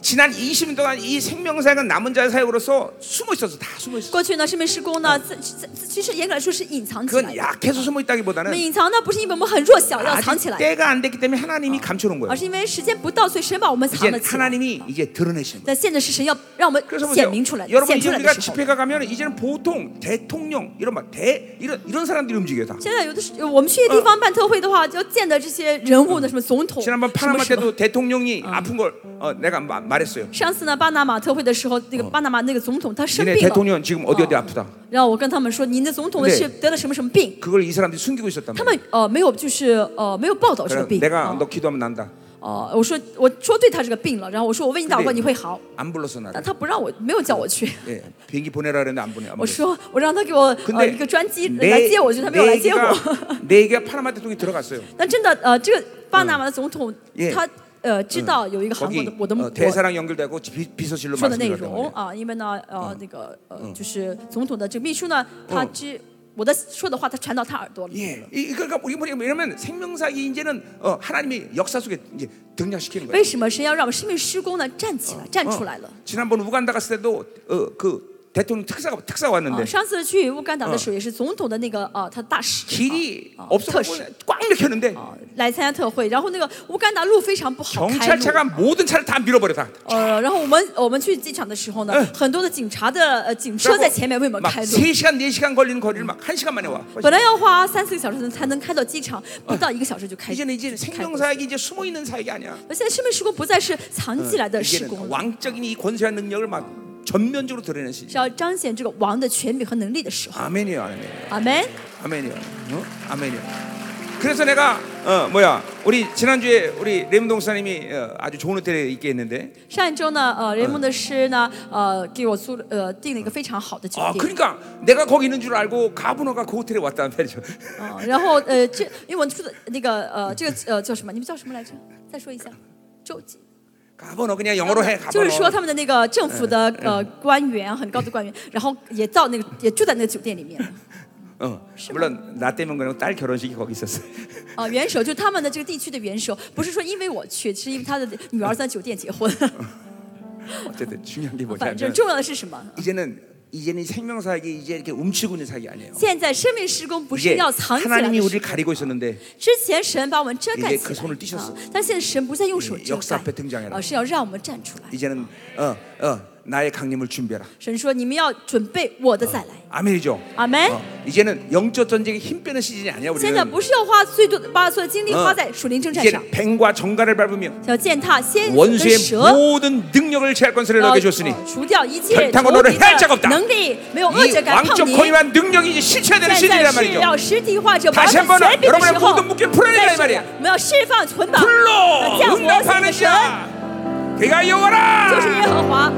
Speaker 1: 지난 20년 동안 이 생명사역은 남은 자의 사역으로서 숨어 있어서 다 숨어 있어.
Speaker 2: 过去呢，生命施工呢，自自自其实严格来说是隐藏起来
Speaker 1: 그건 뭐
Speaker 2: 的。
Speaker 1: 약해서 숨어
Speaker 2: 我们
Speaker 1: 있다기보다는
Speaker 2: 隐藏呢，不是因为我们很弱小要藏起
Speaker 1: 아직
Speaker 2: 来，
Speaker 1: 때가 어. 안 됐기 때문에 하나님이 감춰놓은
Speaker 2: 而
Speaker 1: 거예요.
Speaker 2: 是因为时间不到，所以神把我们
Speaker 1: 이제
Speaker 2: 藏了起来。
Speaker 1: 하나님이 이제 드러내시는 거예요.
Speaker 2: 但现在是神要让我们
Speaker 1: 그래서 보세요.
Speaker 2: 显明出来，
Speaker 1: 여러분
Speaker 2: 显
Speaker 1: 이제
Speaker 2: 出来
Speaker 1: 우리가
Speaker 2: 的时候。
Speaker 1: 집회가 가면 이제는 보통 대통령 이런 막대 이런 이런 사람들이 움직여요 다.
Speaker 2: 现在有的是我们去一些地方办特会的话，就见的这些人物的什么总统，什
Speaker 1: 지난번
Speaker 2: 么
Speaker 1: 파나마
Speaker 2: 什么。
Speaker 1: 때도 대통령이 어, 아픈 걸 어, 내가 마- 말했어요.
Speaker 2: 上次呢，巴拿马特会的时候，那个巴拿嗯马那个总统他生
Speaker 1: 니네
Speaker 2: 病了，
Speaker 1: 대통령 지금 어디 어디 아프다.
Speaker 2: 然后我跟他们说，您的总统
Speaker 1: 네
Speaker 2: 是得了什么什么病？
Speaker 1: 그걸 이 사람들이 숨기고 있었단
Speaker 2: 他
Speaker 1: 말이야.
Speaker 2: 们呃没有就是呃没有报道这个
Speaker 1: 그래서
Speaker 2: 病。
Speaker 1: 내가
Speaker 2: 啊
Speaker 1: 너 기도하면 난다.
Speaker 2: 哦，我说我说对他这个病了，然后我说我为你祷告
Speaker 1: 对
Speaker 2: 你会好，
Speaker 1: 안 불렀어 나를.
Speaker 2: 但他不让我，没有叫我去。
Speaker 1: 예, 비행기 보내라 그랬는데 안 보내. 안
Speaker 2: 我
Speaker 1: 보내.
Speaker 2: 说我让他给我呃
Speaker 1: 근데 네
Speaker 2: 一个专机来
Speaker 1: 내
Speaker 2: 接我去，他没有来接我。
Speaker 1: 얘기가 네 내 얘기가 파나마 대통령이 들어갔어요.
Speaker 2: 那真的呃，这个巴拿马的总统
Speaker 1: 예
Speaker 2: 他呃知道有一个韩国
Speaker 1: 거기
Speaker 2: 的我呃的
Speaker 1: 어,
Speaker 2: 我
Speaker 1: 대사랑 연결되고 비, 비서실로 아.
Speaker 2: 说的内容
Speaker 1: 말씀드렸던
Speaker 2: 啊，因为呢呃那个呃就是总统的这个秘书呢，他知我的说的话，他传到他耳朵里。
Speaker 1: 예, 이 그러니까 우리 뭐냐 왜냐면 생명사기 이제는 어, 하나님이 역사 속에 이제 등장시키는 거예요.
Speaker 2: 为什么神要让我们生命施工呢？站起来，站出来了。
Speaker 1: 지난번 우간다 갔을 때도 어, 그 대통령 특사가 특사 왔는데
Speaker 2: 啊，上次去乌干达的时候，也是总统的那个呃，他大使
Speaker 1: 길이
Speaker 2: 啊啊
Speaker 1: 없어서 어,
Speaker 2: 特使
Speaker 1: 꽉 막혔는데
Speaker 2: 啊来参加特会，然后那个乌干达路非常不好开路。
Speaker 1: 경찰차가 모든 차를 다 밀어버려 다.
Speaker 2: 呃，然后我们我们去机场的时候呢，很多的警察的呃警车在前面为我们
Speaker 1: 막
Speaker 2: 开路，
Speaker 1: 3시간 4시간 걸리는 거리를 막 1시간 만에 와.
Speaker 2: 本来要花三四个小时才能开到机场，不到一个小时就开。
Speaker 1: 이제는 이제
Speaker 2: 开过
Speaker 1: 생명사역이 이제 숨어 있는 사역이 아니야.
Speaker 2: 而现在生命施工不再是藏
Speaker 1: 嗯
Speaker 2: 起来的施
Speaker 1: 이제는
Speaker 2: 工了，
Speaker 1: 왕적인 이 권세와 능력을 막 전면적으로 드러내는 시.
Speaker 2: 是要彰显这个王的权柄和能力的时候。
Speaker 1: 아멘이요, 아멘.
Speaker 2: 阿门。
Speaker 1: 아멘이요. 어? 아멘이요. 그래서 내가 어 뭐야 우리 지난주에 우리 레몬 동사님이 어, 아주 좋은 호텔에 있게 했는데
Speaker 2: 上一周呢，呃，雷蒙的师呢，呃，给我租了呃订了一个非常好的酒
Speaker 1: 아
Speaker 2: 店，
Speaker 1: 그러니까 내가 거기 있는 줄 알고 가브노가 그 호텔에 왔다는 말이죠
Speaker 2: 哦，然后呃，这因为我住的那个呃，这个呃叫什么？你们叫什么来着？再说一下，周几？
Speaker 1: 가브노 그냥 영어로 해
Speaker 2: 就是说
Speaker 1: 가브노
Speaker 2: 他们的那个政府的呃官员，很高的官员，然后也到那个也住在那个酒店里面。
Speaker 1: 어, 물론 나 때문에 그냥 딸 결혼식이 거기 있었어
Speaker 2: 啊、元首就他们的这个地区的元首，不是说因为我去，是因为他的女儿在酒店结婚。
Speaker 1: 어쨌든 중요한 게
Speaker 2: 反
Speaker 1: 뭐냐면
Speaker 2: 正重要的是什
Speaker 1: 嗯
Speaker 2: 么？
Speaker 1: 이제는 이제는 이 생명사역이 이제 이렇게 움츠고 있는 사역이 아니에요
Speaker 2: 现在生命施工不是
Speaker 1: 이제
Speaker 2: 要藏起来
Speaker 1: 하나님이
Speaker 2: 的
Speaker 1: 우리를
Speaker 2: 事，
Speaker 1: 가리고 있었는데
Speaker 2: 之前神把我们遮盖
Speaker 1: 이제그
Speaker 2: 起
Speaker 1: 손을
Speaker 2: 来，
Speaker 1: 띄셨어
Speaker 2: 啊、但现在神不再用手
Speaker 1: 예
Speaker 2: 遮
Speaker 1: 역사앞에등장해라
Speaker 2: 盖，而、是要让我们站出来。
Speaker 1: 이제는 어, 어, 나의 강림을 준비해라
Speaker 2: 神说：“你们要准备我的再来。
Speaker 1: 아멘이죠
Speaker 2: 阿门。
Speaker 1: 어, 이제는 영적 전쟁에 힘 빼는 시즌이 아니야
Speaker 2: 现在
Speaker 1: 우리는
Speaker 2: 不是要啊花最多的把所有的精力
Speaker 1: 어,
Speaker 2: 花在属灵征战上，
Speaker 1: 이제는 뱀과 정갈을 밟으며
Speaker 2: 要践踏
Speaker 1: 네,
Speaker 2: 蝎子跟
Speaker 1: 원수의
Speaker 2: 蛇。
Speaker 1: 모든 능력을 제할 권세를
Speaker 2: 要
Speaker 1: 너에게 줬으니
Speaker 2: 呃除掉一切
Speaker 1: 혈탕으로
Speaker 2: 仇
Speaker 1: 너를
Speaker 2: 敌的
Speaker 1: 해할자가없다
Speaker 2: 能力，没有恶
Speaker 1: 이
Speaker 2: 者敢
Speaker 1: 왕적
Speaker 2: 碰你。
Speaker 1: 거위만 능력이 이제 실체되는
Speaker 2: 现
Speaker 1: 시즌이란
Speaker 2: 在是
Speaker 1: 말이죠
Speaker 2: 要实体化这保
Speaker 1: 다시
Speaker 2: 险
Speaker 1: 한번
Speaker 2: 权柄的时
Speaker 1: 여러분의
Speaker 2: 候
Speaker 1: 모든무게풀어내라이말이야 ，
Speaker 2: 我们要释放捆绑，
Speaker 1: 불로
Speaker 2: 降活神的
Speaker 1: 응답하는
Speaker 2: 神
Speaker 1: 자 그가
Speaker 2: 就是耶
Speaker 1: 여호와라
Speaker 2: 和华。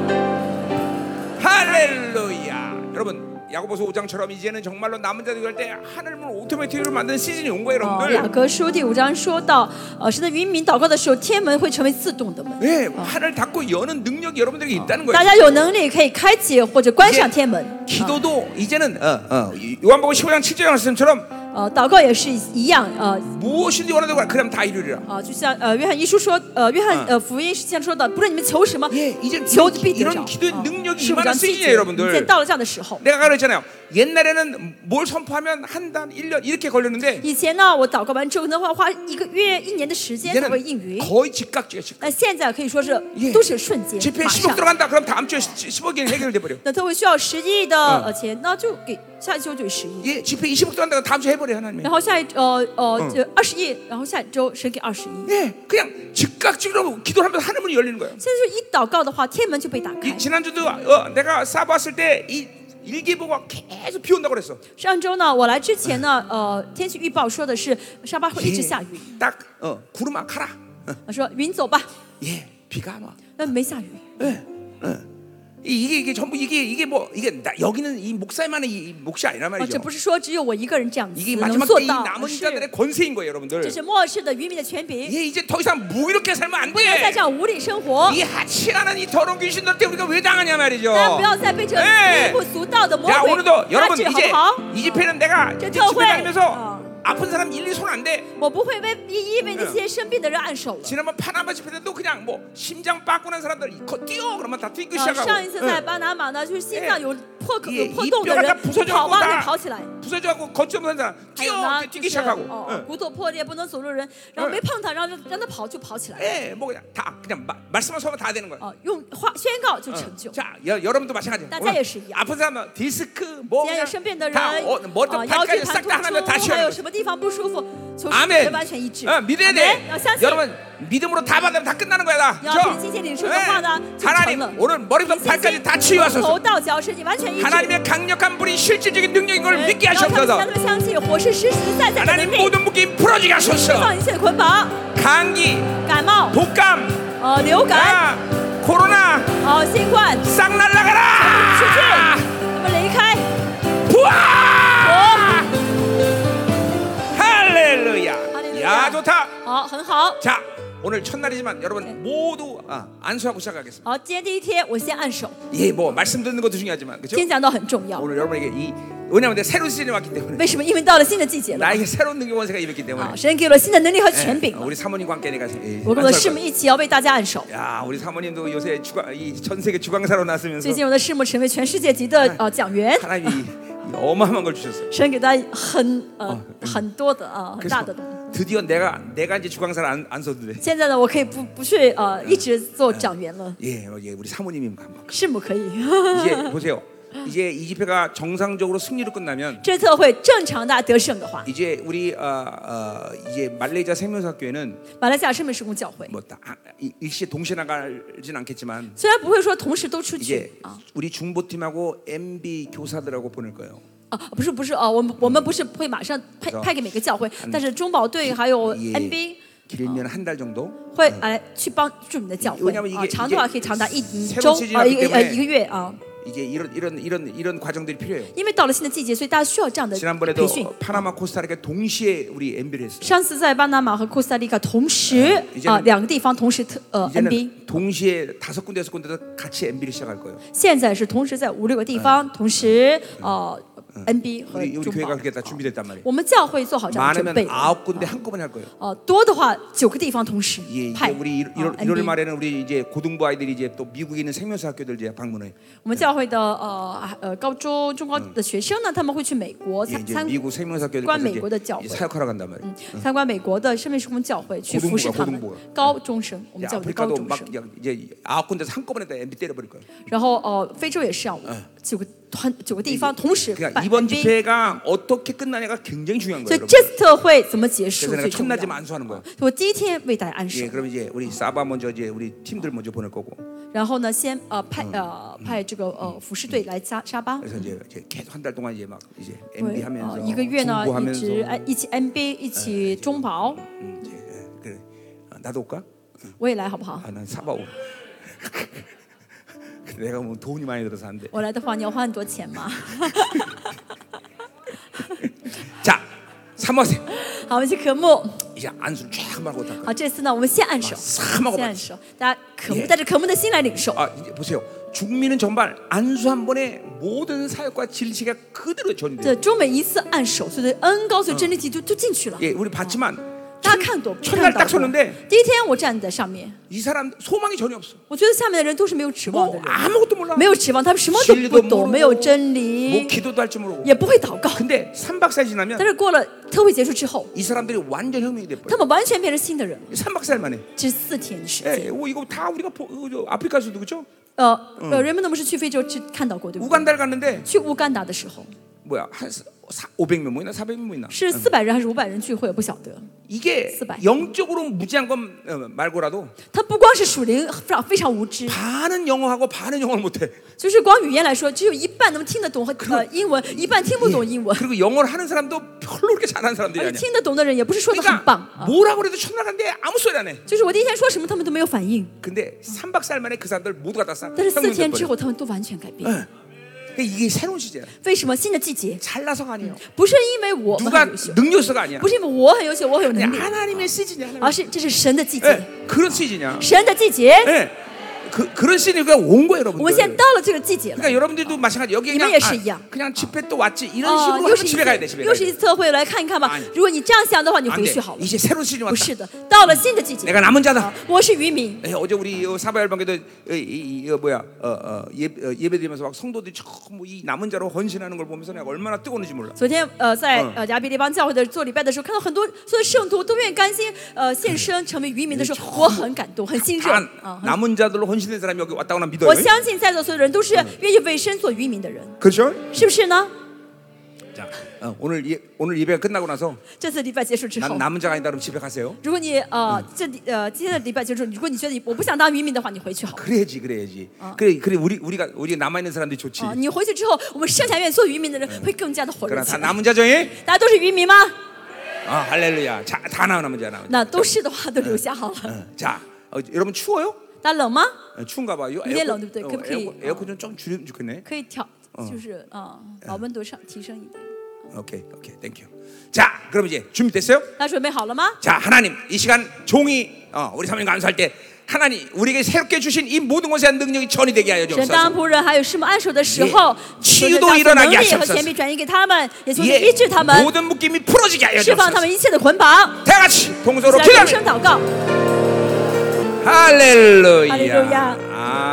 Speaker 1: 할렐루야 여러분 야고보서 5장처럼 이제는 정말로 남은 자들 할때 하늘문 오토매틱으로 만드는 시즌이 온 거예요
Speaker 2: 哦，雅
Speaker 1: 여러분들
Speaker 2: 各书第五章说到，呃，神的渔民祷告的时候，天门会成为自动的门。
Speaker 1: 예, 하늘 닫고 여는 능력이 여러분들에게 있다는
Speaker 2: 大
Speaker 1: 거예요
Speaker 2: 家有能力可以开启或者关上天门。啊
Speaker 1: 기도도 이제는 어, 어, 요한복음 15장 7절 말씀처럼
Speaker 2: 呃，祷告也是一样，呃
Speaker 1: 무엇인지 원하는 거야 그럼 다 이루리라
Speaker 2: 啊，就像呃约翰一书说，呃约翰
Speaker 1: 嗯
Speaker 2: 呃福音是这样说的，不论你们求什么，
Speaker 1: 예, 이제
Speaker 2: 求就必
Speaker 1: 이런,
Speaker 2: 得着
Speaker 1: 이런 。 기도의
Speaker 2: 啊
Speaker 1: 능력이
Speaker 2: 15
Speaker 1: 이만한
Speaker 2: 章七
Speaker 1: 시즌이에요
Speaker 2: 节我们现在
Speaker 1: 여러분들
Speaker 2: 到了这样的时候。
Speaker 1: 내가 그랬잖아요 옛날에는 뭘 선포하면 한 달, 일 년 이렇게 걸렸는데
Speaker 2: 以前呢，我祷告完之后可能会花一个月、一年的时间才会应
Speaker 1: 이제는
Speaker 2: 允，
Speaker 1: 거의 즉각적이야 즉각
Speaker 2: 但现在可以说是
Speaker 1: 예
Speaker 2: 都是瞬间，
Speaker 1: 집회에
Speaker 2: 马
Speaker 1: 10억
Speaker 2: 上。
Speaker 1: 들어간다 그럼 다음 주에 10억이 해결돼 버려
Speaker 2: 那特会需要十亿的呃钱，那就给下一周就十亿，
Speaker 1: 예, 집회 20억 들어간다 다음 주에 해버려 하나님이
Speaker 2: 然后下一呃呃就二十亿，然后下一周神给二十亿。
Speaker 1: 예, 그냥 즉각적으로 기도하면서 하늘 문이 열리는 거예요
Speaker 2: 现在是一祷告的话，天门就被打开
Speaker 1: 이, 。 지난주도 어, 내가 사바 왔을 때 이 일기보고가 계속 비 온다고 그랬어
Speaker 2: 上周呢，我来之前呢，呃，天气预报说的是沙巴会一直下雨，
Speaker 1: 예, 딱 어, 구름아 가라
Speaker 2: 我说云走吧，
Speaker 1: 예, 비가 안 와.
Speaker 2: 那没下雨。
Speaker 1: 예, 예. 이- 이게 이게 전부 이게 이게 뭐 이게 나, 여기는 이 목사만의 이, 이 몫이 아니란
Speaker 2: 啊，这
Speaker 1: 말이죠.
Speaker 2: 不是说只有我一个人这样子
Speaker 1: 이게
Speaker 2: 能
Speaker 1: 마지막
Speaker 2: 做
Speaker 1: 때 이
Speaker 2: 到，
Speaker 1: 남은
Speaker 2: 是
Speaker 1: 자들의 권세인 거예요, 여러분들. 예,
Speaker 2: 这是末世的渔民的权柄，
Speaker 1: 이게 이제 더 이상 무기롭게 살면 안
Speaker 2: 不要再这
Speaker 1: 돼.
Speaker 2: 样无理生活
Speaker 1: 이 ， 하치라는 이 더러운 귀신들 때문에 우리가 왜 당하냐
Speaker 2: 大家
Speaker 1: 말이죠.
Speaker 2: 不要再被这
Speaker 1: 哎
Speaker 2: 微不足道的魔
Speaker 1: 야
Speaker 2: 鬼
Speaker 1: 오늘도
Speaker 2: 拉
Speaker 1: 여러분
Speaker 2: 扯，好
Speaker 1: 이제
Speaker 2: 不好？
Speaker 1: 이 집회는 내가 이제
Speaker 2: 저
Speaker 1: 집회
Speaker 2: 회-
Speaker 1: 다니면서
Speaker 2: 어.
Speaker 1: 아픈 사람 일일이 손안 대.
Speaker 2: 我不会为一一为那些生病的人按手了。
Speaker 1: 지난번 파나마 집회 때도 그냥 뭐 심장 빠꾸난 사람들 이거 뛰어 그러면 다 뛰기
Speaker 2: 啊，
Speaker 1: 시작하고
Speaker 2: 上一次在
Speaker 1: 응.
Speaker 2: 巴拿马呢，就是心脏有破口、
Speaker 1: 이
Speaker 2: 有破
Speaker 1: 이
Speaker 2: 洞的
Speaker 1: 뼈가다
Speaker 2: 人
Speaker 1: 부서져갖고，
Speaker 2: 跑吧
Speaker 1: 다
Speaker 2: 就跑起来。
Speaker 1: 부서져갖고 거점 산 사람
Speaker 2: 还有
Speaker 1: 뛰어
Speaker 2: 呢
Speaker 1: 이렇게 ，
Speaker 2: 就
Speaker 1: 뛰기
Speaker 2: 是
Speaker 1: 시작하고
Speaker 2: 哦
Speaker 1: 응. ，
Speaker 2: 骨头破裂不能走路的人，然后没碰他，让他让他跑就跑起来。
Speaker 1: 예, 뭐 그냥 다 그냥 마- 말씀만 서면 다 되는 거예요
Speaker 2: 哦，用话宣告就
Speaker 1: 응.
Speaker 2: 成就。
Speaker 1: 자, 여, 여러분도 마찬가지예요.
Speaker 2: 나
Speaker 1: 오늘
Speaker 2: 자유의식이야.
Speaker 1: 아픈 사람은 디스크, 뭐
Speaker 2: 现在有
Speaker 1: 그냥
Speaker 2: 生病的人，
Speaker 1: 다
Speaker 2: 啊，
Speaker 1: 어, 뭐든
Speaker 2: 腰
Speaker 1: 발까지
Speaker 2: 椎盘
Speaker 1: 싹
Speaker 2: 突
Speaker 1: 다 하나면 다
Speaker 2: 出，还
Speaker 1: 치워요.
Speaker 2: 有什么地方不舒服，求神的
Speaker 1: 아멘.
Speaker 2: 完全医治。
Speaker 1: 어, 믿어야
Speaker 2: 阿门
Speaker 1: 돼.
Speaker 2: 要相信。
Speaker 1: 여러분 믿음으로 다 받으면 다 끝나는 거야 다.
Speaker 2: 야,
Speaker 1: 그죠?
Speaker 2: 진실이
Speaker 1: 네.
Speaker 2: 실존하다.
Speaker 1: 하나님
Speaker 2: 실존하다. 어,
Speaker 1: 오늘 머리부터
Speaker 2: 凭信
Speaker 1: 발까지
Speaker 2: 心
Speaker 1: 다
Speaker 2: 从头
Speaker 1: 치유하소서.
Speaker 2: 到脚身体完全医治。
Speaker 1: 하나님의 강력한 불이 실질적인 능력인 걸
Speaker 2: 人
Speaker 1: 믿게
Speaker 2: 然后他们
Speaker 1: 하시옵소서.
Speaker 2: 让他们相信火是实实在在的能
Speaker 1: 하나님
Speaker 2: 力，
Speaker 1: 모든 묶임 풀어지게
Speaker 2: 释
Speaker 1: 하소서.
Speaker 2: 放一切的捆绑、
Speaker 1: 감기,
Speaker 2: 感冒、
Speaker 1: 독감,
Speaker 2: 呃流感、
Speaker 1: 아, 코로나
Speaker 2: 哦新冠，
Speaker 1: 싹 날라가라.
Speaker 2: 那么离开。
Speaker 1: 부하! 할렐루야.
Speaker 2: 할렐루야.
Speaker 1: 야 좋다.
Speaker 2: 好，很好。
Speaker 1: 자 오늘 첫날이지만
Speaker 2: 네.
Speaker 1: 여러분 모두 아, 안수하고 시작하겠습니다.
Speaker 2: 好，今天第一天，我先按手。
Speaker 1: 예, 뭐 말씀 듣는 것도 중요하지만 그렇죠?
Speaker 2: 今天讲到很重要，
Speaker 1: 오늘 여러분에게 이 왜냐하면 내가 새로운 시즌이 왔기 때문에
Speaker 2: 为什么？因为到了新的季节了，
Speaker 1: 나에게 새로운 능력 원세가 임했기
Speaker 2: 啊，
Speaker 1: 때문에
Speaker 2: 神给了新的能力和
Speaker 1: 예,
Speaker 2: 权柄了。
Speaker 1: 우리 사모님과 함께 내가 예,
Speaker 2: 我跟我的师母
Speaker 1: 안수할
Speaker 2: 一起要为大家按手
Speaker 1: 거야. 。야 우리 사모님도 요새 주관 이전 세계 주강사로 나서면서
Speaker 2: 最近我的师母成为全世界级的呃讲员，
Speaker 1: 하나님이 이 어마어마한 걸 주셨어요.
Speaker 2: 神给她很呃很多的啊很大
Speaker 1: 그래서
Speaker 2: 的。
Speaker 1: 드디어 내가 내가 이제 주강사를 안, 안 써도 돼.
Speaker 2: 现在呢，我可以不不去呃一直做讲员了，
Speaker 1: 예, 어, 예, 우리 사모님이 한번
Speaker 2: 师母可以。
Speaker 1: 이제 보세요. 이제 이 집회가 정상적으로 승리로 끝나면
Speaker 2: 这次会正常大家得胜的话，
Speaker 1: 이제 우리 어, 어, 이제 말레이시아 생명사학교에는
Speaker 2: 马来西亚圣美施工教会
Speaker 1: 뭐 다, 아, 이- 일시 동시에 나가진 않겠지만
Speaker 2: 虽然不会说同时都出
Speaker 1: 이제
Speaker 2: 去啊
Speaker 1: 우리 중보팀하고 MB 교사들하고 보낼 거예요.
Speaker 2: 啊不是不是啊，我们我们不是会马上派
Speaker 1: 嗯
Speaker 2: 派给每个教会，但是中保队还有
Speaker 1: 이게
Speaker 2: NB。
Speaker 1: 길면 한 달 정도.
Speaker 2: 会哎去帮助你的教会
Speaker 1: 왜냐면이게
Speaker 2: 啊，长的话
Speaker 1: 이게
Speaker 2: 可以长达一
Speaker 1: 새로운
Speaker 2: 周
Speaker 1: 시즌이기
Speaker 2: 啊，一个呃
Speaker 1: 때문에
Speaker 2: 一个月啊，
Speaker 1: 이제 이런 이런 이런 이런 과정들이 필요해요.
Speaker 2: 因为到了新的季节，所以大家需要这样的
Speaker 1: 지난번에도
Speaker 2: 培训。
Speaker 1: 파나마 코스타리카 동시에 우리 MB를 했어요.
Speaker 2: 上次在巴拿马和库斯塔利卡同时
Speaker 1: 이제는
Speaker 2: 啊两个地方同时特
Speaker 1: 어,
Speaker 2: 呃 NB，
Speaker 1: 이제는 동시에 다섯 군데 여섯 군데서 같이 MB를 시작할 거예요.
Speaker 2: 现在是同时在五六个地方同时呃 NB 和
Speaker 1: 우리 우리
Speaker 2: 中
Speaker 1: 교회가
Speaker 2: 保。啊
Speaker 1: 그렇게 다 준비됐단 말이에요.
Speaker 2: 我们教会做好这样的准备
Speaker 1: 많으면 ， 아홉 군데 한꺼번에 할 거예요.
Speaker 2: 哦，多的话九个地方同时
Speaker 1: 예, 이제
Speaker 2: 派
Speaker 1: 우리 1월,
Speaker 2: 啊
Speaker 1: 일월
Speaker 2: NB。
Speaker 1: 말에는 우리 이제 고등부 아이들이 이제 또 미국에 있는 생명사 학교들 이제 방문해.
Speaker 2: 我们教会的呃啊呃高中中高的学生呢，他们会去美国
Speaker 1: 예,
Speaker 2: 参
Speaker 1: 이제
Speaker 2: 参
Speaker 1: 미국 생명사 학교들
Speaker 2: 관
Speaker 1: 가서 이제
Speaker 2: 미국의
Speaker 1: 이제
Speaker 2: 교회.
Speaker 1: 사역하러 간단 말이에요.
Speaker 2: 参观美国的生命施工教会，去
Speaker 1: 고등부
Speaker 2: 服侍
Speaker 1: 가
Speaker 2: 他们
Speaker 1: 고등부
Speaker 2: 高中生，我
Speaker 1: 이제
Speaker 2: 们教会啊的高
Speaker 1: 아프리카도
Speaker 2: 中
Speaker 1: 막
Speaker 2: 生。
Speaker 1: 이제 아홉 군데서 한꺼번에 다 MB 때려버릴 거예요.
Speaker 2: 然后呃，非洲也是啊，九个团九个地方同时
Speaker 1: 그러니까
Speaker 2: 办
Speaker 1: 이번
Speaker 2: 兵
Speaker 1: 집회가 어떻게 끝나냐가 굉장히 중요한
Speaker 2: 所
Speaker 1: 거예요.
Speaker 2: 以
Speaker 1: 여러분.
Speaker 2: 这次特会怎么结束
Speaker 1: 그래서 내가
Speaker 2: 最重要。
Speaker 1: 첫날쯤 안수하는 거예요.
Speaker 2: 我第一天为大家按手
Speaker 1: 예, ， 그럼 이제 우리 사바 먼저 이제 우리 팀들 먼저 보낼 거고.
Speaker 2: 然后呢，先呃派呃派这个呃服侍队来沙沙巴，
Speaker 1: 그래서 이제, 이제 계속 한 달 동안 이제 막 아, 이제
Speaker 2: 因
Speaker 1: MB
Speaker 2: 为呃
Speaker 1: 하면서
Speaker 2: 一个月呢一
Speaker 1: 중보하면서
Speaker 2: 直哎一起 NBA 一起中保，
Speaker 1: 음, 이제 예, 그래. 아, 나도 올까?
Speaker 2: 我也来好不好？
Speaker 1: 아, 난 사바오. 근데 내가 뭐 돈이 많이 들어서 안 돼.
Speaker 2: 我来的话，你要花很多钱嘛。
Speaker 1: 자, 삼모세
Speaker 2: 好，我们一起渴慕。
Speaker 1: 이제 안수를 쫙 말고 닦아.
Speaker 2: 好，这次呢，我们先按手，
Speaker 1: 撒嘛
Speaker 2: 先
Speaker 1: 吧
Speaker 2: 按手，大家渴慕，带着渴慕的心来领受。
Speaker 1: 아, 이제 보세요. 중미는 전발 안수 한 번에 모든 사역과 진리가 그대로 전돼.
Speaker 2: 这中美一次按手，所以恩高，所以真理体就就进去了。
Speaker 1: 예, 우리 봤지만
Speaker 2: 大家看懂，看
Speaker 1: 첫날
Speaker 2: 到
Speaker 1: 딱
Speaker 2: 了。
Speaker 1: 섰는데
Speaker 2: 第一天我站在上面，
Speaker 1: 이 사람 소망이 전혀 없어.
Speaker 2: 我觉得下面的人都是没有指望的
Speaker 1: 뭐
Speaker 2: 人，
Speaker 1: 아무것도 몰라.
Speaker 2: 没有指望，他们什么啊都嗯不
Speaker 1: 진리도모르고
Speaker 2: 懂，没有真
Speaker 1: 뭐
Speaker 2: 理，
Speaker 1: 기도도 할 줄 모르고.
Speaker 2: 也不会祷告。
Speaker 1: 근데 3박 4일 지나면
Speaker 2: 但是过了特会结束之后，
Speaker 1: 이 사람들이 완전 혁명이 돼 버려.
Speaker 2: 他们完全变成新的人了。
Speaker 1: 3박 4일 만에.
Speaker 2: 这是四天的时
Speaker 1: 예,
Speaker 2: 间，
Speaker 1: 오, 이거 다 우리가 보, 어, 저 아프리카에서도 그죠?
Speaker 2: 嗯呃呃，人们都不是去非洲去看到过，对不对？
Speaker 1: 우간다를 갔는데
Speaker 2: 去乌干达的时候，
Speaker 1: 뭐야 한 500명 모이나 400명 모이나
Speaker 2: 是四百人还是五百人聚会，我不晓得。
Speaker 1: 이게
Speaker 2: 스바이.
Speaker 1: 영적으로 무지한 건 어, 말고라도
Speaker 2: 他不光是属灵非常非常无知，
Speaker 1: 반은 영어하고 반은 영어를 못해
Speaker 2: 就是光语言来说，只有一半能听得懂和呃英文，一半听不懂英文。
Speaker 1: 예. 그리고 영어를 하는 사람도 별로 그렇게 잘하는
Speaker 2: 而
Speaker 1: 사람들이
Speaker 2: 且
Speaker 1: 아니야
Speaker 2: 听得懂的人也不是说的很棒
Speaker 1: 그러니까
Speaker 2: 啊，
Speaker 1: 뭐라고 그래도 첫날 간데 아무 소리 안 해
Speaker 2: 就是我第一天说什么他们都没有反应，
Speaker 1: 근데 3박 4일 만에 그 사람들 모두가 다 쌍-
Speaker 2: 但是四
Speaker 1: 쌍문
Speaker 2: 天之
Speaker 1: 됐거든
Speaker 2: 后他们都完全改变。
Speaker 1: 그러니까 이게 새로운 시대야
Speaker 2: 为什么新的季节
Speaker 1: 잘나서가 아니에요
Speaker 2: 不是因为我们
Speaker 1: 누가
Speaker 2: 很优秀，
Speaker 1: 능력서가 아니야
Speaker 2: 不是因为我很优秀，我很有
Speaker 1: 그냥
Speaker 2: 能力，
Speaker 1: 하나님의 시즌이야 하나님의
Speaker 2: 而是这是神的季
Speaker 1: 예,
Speaker 2: 节，
Speaker 1: 그런 아, 시즌이야
Speaker 2: 神的季节，
Speaker 1: 예, 그, 그런 시즌이 온 거예요
Speaker 2: 我们现在
Speaker 1: 여러분들
Speaker 2: 到了这个季节了。
Speaker 1: 그러니까 여러분들도 마찬가지 여기 그냥 아,
Speaker 2: 이번에 역시 이야.
Speaker 1: 그냥 집회 또 왔지 어, 이런
Speaker 2: 哦，
Speaker 1: 식으로
Speaker 2: 又
Speaker 1: 하면
Speaker 2: 是一
Speaker 1: 집에 가야 돼
Speaker 2: 次
Speaker 1: 집에
Speaker 2: 又
Speaker 1: 가야
Speaker 2: 是一次会来看一看吧
Speaker 1: 아니 。
Speaker 2: 如果你这样想的话，你回
Speaker 1: 돼안돼
Speaker 2: 去好了。
Speaker 1: 이제 새로운 시즌 어.
Speaker 2: 不
Speaker 1: 왔다
Speaker 2: 是的，到了新的季节，
Speaker 1: 내가 남은 자다
Speaker 2: 我是渔民。
Speaker 1: 예, 어제 우리 요 사바 열방에도 이, 이, 이, 어, 뭐야 어, 어, 예, 어, 예배드리면서 막 성도들이 뭐 전이 남은 자로 헌신하는 걸 보면서 내가 얼마나 뜨거운지 몰라
Speaker 2: 昨天呃，在
Speaker 1: 嗯
Speaker 2: 呃亚比列邦教会的做礼拜的时候，看到很多所有圣徒都愿意甘心呃献身成为渔民的时候，我很感动，很兴奋
Speaker 1: 다
Speaker 2: 啊！很
Speaker 1: 남은 자들로 헌신된 사람이 여기 왔다고 난 믿어요
Speaker 2: 我相信在座所有人都是愿意为身做渔民的人，
Speaker 1: 그렇죠?
Speaker 2: 是不是呢？
Speaker 1: 자 어, 오늘 예, 오늘 예배가 끝나고 나서
Speaker 2: 这次礼拜结束之
Speaker 1: 난
Speaker 2: 后，
Speaker 1: 남은 자가 아니다 그럼 집에 가세요
Speaker 2: 如果你呃这里呃今天的礼拜结束，如果你觉得我不想当渔民的话，你回去好了
Speaker 1: 그래야지 그래야지 그래 그래 우리 우리가 우리 어. 남아 있는 사람들이 좋지
Speaker 2: 啊！你回去之后，我们剩下愿意做渔民的人会更加的火热
Speaker 1: 그러나
Speaker 2: 起
Speaker 1: 다
Speaker 2: 来。
Speaker 1: 남은 자 중에
Speaker 2: 大家都是渔民吗？
Speaker 1: 아 할렐루야 자, 다 나- 남은 자 남은 자
Speaker 2: 那都是的话都留下好了。
Speaker 1: 어, 자, 어, 여러분 추워요?
Speaker 2: 大家冷吗？
Speaker 1: 어, 추운가 봐요.
Speaker 2: 이제 러브들,
Speaker 1: 에어컨,
Speaker 2: 그- 그-
Speaker 1: 에어컨, 에어컨 좀좀 줄이면 좋겠네.
Speaker 2: 可以调，就是啊，把温度上提升一点。
Speaker 1: 오케이, 오케이, 땡큐. 자, 그럼 이제 준비됐어요?
Speaker 2: 大家准备好了吗？
Speaker 1: 자, 하나님 이 시간 종이 어, 우리 사모님 감사할 때 하나님 우리에게 새롭게 주신 이 모든 것에 대한 능력이 전이 되게 하여
Speaker 2: 神当
Speaker 1: 주옵소서.
Speaker 2: 仆人还有师母按手的时候，
Speaker 1: 예
Speaker 2: 求
Speaker 1: 치유도
Speaker 2: 神将
Speaker 1: 일어나게
Speaker 2: 能力
Speaker 1: 하시옵
Speaker 2: 和
Speaker 1: 소서
Speaker 2: 权柄转移给他们，也求你医治他
Speaker 1: 예
Speaker 2: 们，
Speaker 1: 모든 묶임이 풀어지게 하여
Speaker 2: 释放他
Speaker 1: 주옵소서.
Speaker 2: 们一切的捆绑。
Speaker 1: 다 같이
Speaker 2: 起
Speaker 1: 동서로
Speaker 2: 来同声
Speaker 1: 기도합니다.
Speaker 2: 祷告，
Speaker 1: 할렐루야.
Speaker 2: 할렐루야.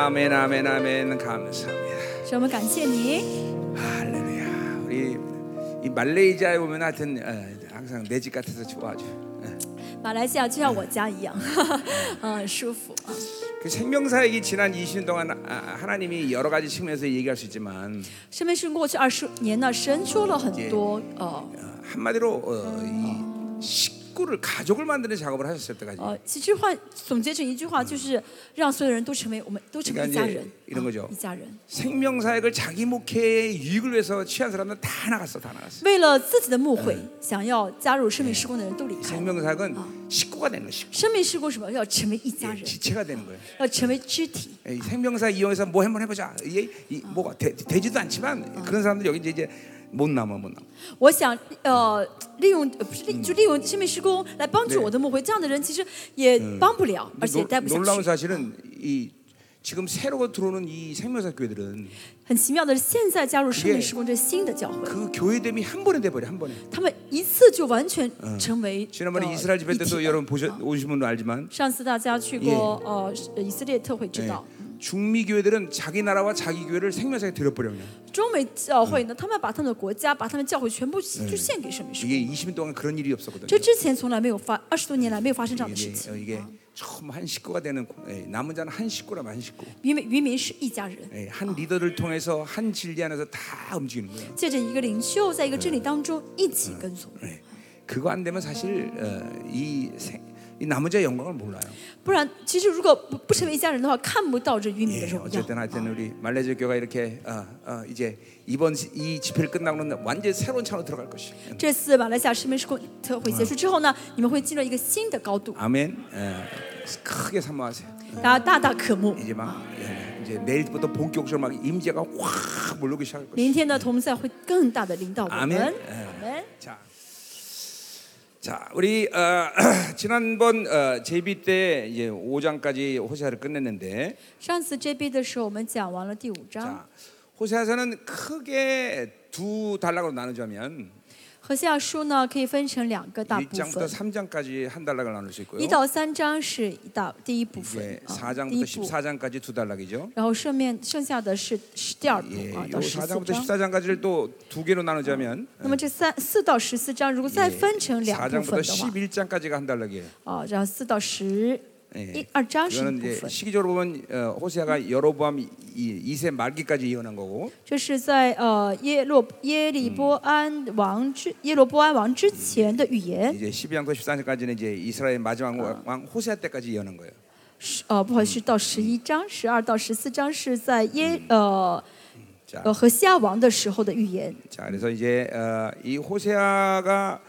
Speaker 1: 아멘, 아멘, 아멘. 감사합니다.
Speaker 2: 神，我们感谢你。
Speaker 1: 할렐루야. 우리 이 말레이시아에 보면 하여튼 어, 항상 내 집 같아서 좋아 아주. 예.
Speaker 2: 马来西亚就像我家一样， 嗯，很舒服。
Speaker 1: 그 생명사역이 지난 20년 동안 아, 아, 하나님이 여러 가지 측면에서 얘기할 수 있지만
Speaker 2: 生命是过去二十年呢，神说了很多，呃
Speaker 1: 어, 한마디로 어, 이 식구를 가족을 만드는 작업을 하셨을 때까지
Speaker 2: 呃，几句话总结成一句话，就是让所有人都成为我们都成为一家人，
Speaker 1: 이런거죠
Speaker 2: 啊一家人。
Speaker 1: 생명사역을 자기 목회의 유익을 위해서 취한 사람들은 다 나갔어, 다 나갔어.
Speaker 2: 为了自己的牧会，想要加入生命施工的人都离开了。
Speaker 1: 생명사역은
Speaker 2: 아.
Speaker 1: 식구가 되는 거예요. 식구.
Speaker 2: 生命施工什么？要成为一家
Speaker 1: 예,
Speaker 2: 人，
Speaker 1: 지체가 되는 거예요.
Speaker 2: 要成为肢体。
Speaker 1: 예, 이 생명사 이용해서 뭐 한번 해보자. 이게 이, 뭐가 되, 되지도 않지만 그런 사람들 여기 이제, 이제 못 남아, 못 남아.
Speaker 2: 我想，呃，利用呃不是利就利用生命施工来帮助
Speaker 1: 네
Speaker 2: 我的牧会，这样的人其实也帮不了，而且也
Speaker 1: 놀-
Speaker 2: 待不下
Speaker 1: 놀라운
Speaker 2: 去。
Speaker 1: 사실은 이 지금 새로 들어오는 이 생명사 교회들은
Speaker 2: 很奇妙的是，现在加入生命
Speaker 1: 게
Speaker 2: 施工这新的教会，
Speaker 1: 그 교회됨이 한 번에 돼버려 한 번에.
Speaker 2: 他们一次就完全成为、
Speaker 1: 지난번에
Speaker 2: 呃
Speaker 1: 이스라엘 집회
Speaker 2: 一体
Speaker 1: 때도
Speaker 2: 的
Speaker 1: 여러분 보셨 오신 분도 알지만
Speaker 2: 上次大家去过呃是以色列特会知
Speaker 1: 예,
Speaker 2: 道，
Speaker 1: 중미 교회들은 자기 나라와 자기 교회를 생명사에 들여버려 그냥.
Speaker 2: 中美教会呢，他们把他们的国家、把他们教会全部就献给生命施工。
Speaker 1: 이게 20년 동안 그런 일이 없었거든요.
Speaker 2: 这之前从来没有发，二十多年来没有发生这样的事
Speaker 1: 이게,
Speaker 2: 情。
Speaker 1: 어, 이게 처음 한 식구가 되는 고- 예, 남은 자는 한 식구라면 한 식구.
Speaker 2: 渔民渔民是一家人，
Speaker 1: 예, 한 리더를 통해서 한 진리 안에서 다 움직이는 거예요.
Speaker 2: 借着一个领袖，在一个真理当中一起跟从。
Speaker 1: 예. 그거 안 되면 사실 어, 이, 생, 이 남은 자의 영광을 몰라요.
Speaker 2: 不然，其实如果不不成为一家人的话，看不到这渔民的
Speaker 1: 예,
Speaker 2: 荣耀。
Speaker 1: 어쨌든 하여튼 우리 말레이시아 교가 이렇게 어, 어, 이제 이번 시- 이 집회를 끝나고는 완전 히 새로운 차로 들어갈 것이.
Speaker 2: 这次马来西亚师妹施工特会结束之后呢，你们会进入一个新的高度，
Speaker 1: 아멘. 예, 크게 사모하세요.
Speaker 2: 大家大大渴慕。
Speaker 1: 이제 막 예, 이제 내일부터 본격적으로 막 임재가 확 몰려오기 시작할 것이.
Speaker 2: 明天的同在会更大的领导我
Speaker 1: 阿
Speaker 2: 们。
Speaker 1: 门
Speaker 2: 我们
Speaker 1: 자, 자 우리 어, 지난번 어, 제비 때 이제 5장까지 호세아를 끝냈는데,
Speaker 2: 上次 JB 的时候，我们讲完了第五章。
Speaker 1: 자 호세아서는 크게 두 단락으로 나누자면
Speaker 2: 和下书呢可以分成两个大部
Speaker 1: 1장부터
Speaker 2: 分，
Speaker 1: 3장까지 한 단락을 나눌 수 있고요.
Speaker 2: 一到三章是一到第一部分
Speaker 1: 어, 이제 ，
Speaker 2: 啊，第
Speaker 1: 4장부터
Speaker 2: 一部，
Speaker 1: 14장까지 두 단락이죠.
Speaker 2: 然后顺便剩下的是是第二部
Speaker 1: 예,
Speaker 2: 啊，
Speaker 1: 요
Speaker 2: 到十四
Speaker 1: 4장부터 어.
Speaker 2: 章。
Speaker 1: 14장까지를 또 두 개로 나누자면
Speaker 2: 那么这三四到十四章，如果
Speaker 1: 예,
Speaker 2: 再分成两部
Speaker 1: 4장부터
Speaker 2: 分的话，哦
Speaker 1: 11장까지가 한 단락이에요.
Speaker 2: 啊，然后四到十
Speaker 1: 예.
Speaker 2: 一二章是一
Speaker 1: 그거는
Speaker 2: 部
Speaker 1: 이제
Speaker 2: 分，
Speaker 1: 시기적으로 보면 어, 호세아가 여로보암 이- 이 2세 말기까지 이혼한 거고
Speaker 2: 这是在呃耶洛耶利波安王之耶罗波安王之前的语言。
Speaker 1: 이제 12장부터 14장까지는 이제 이스라엘 마지막 왕, 왕 호세아 때까지 이혼한 거예요.
Speaker 2: 是呃，不好意思，到十一章、十二到十四章是在耶呃
Speaker 1: 자,
Speaker 2: 呃和西亚王的时候的预言。
Speaker 1: 자 그래서 이제 어, 이 호세아가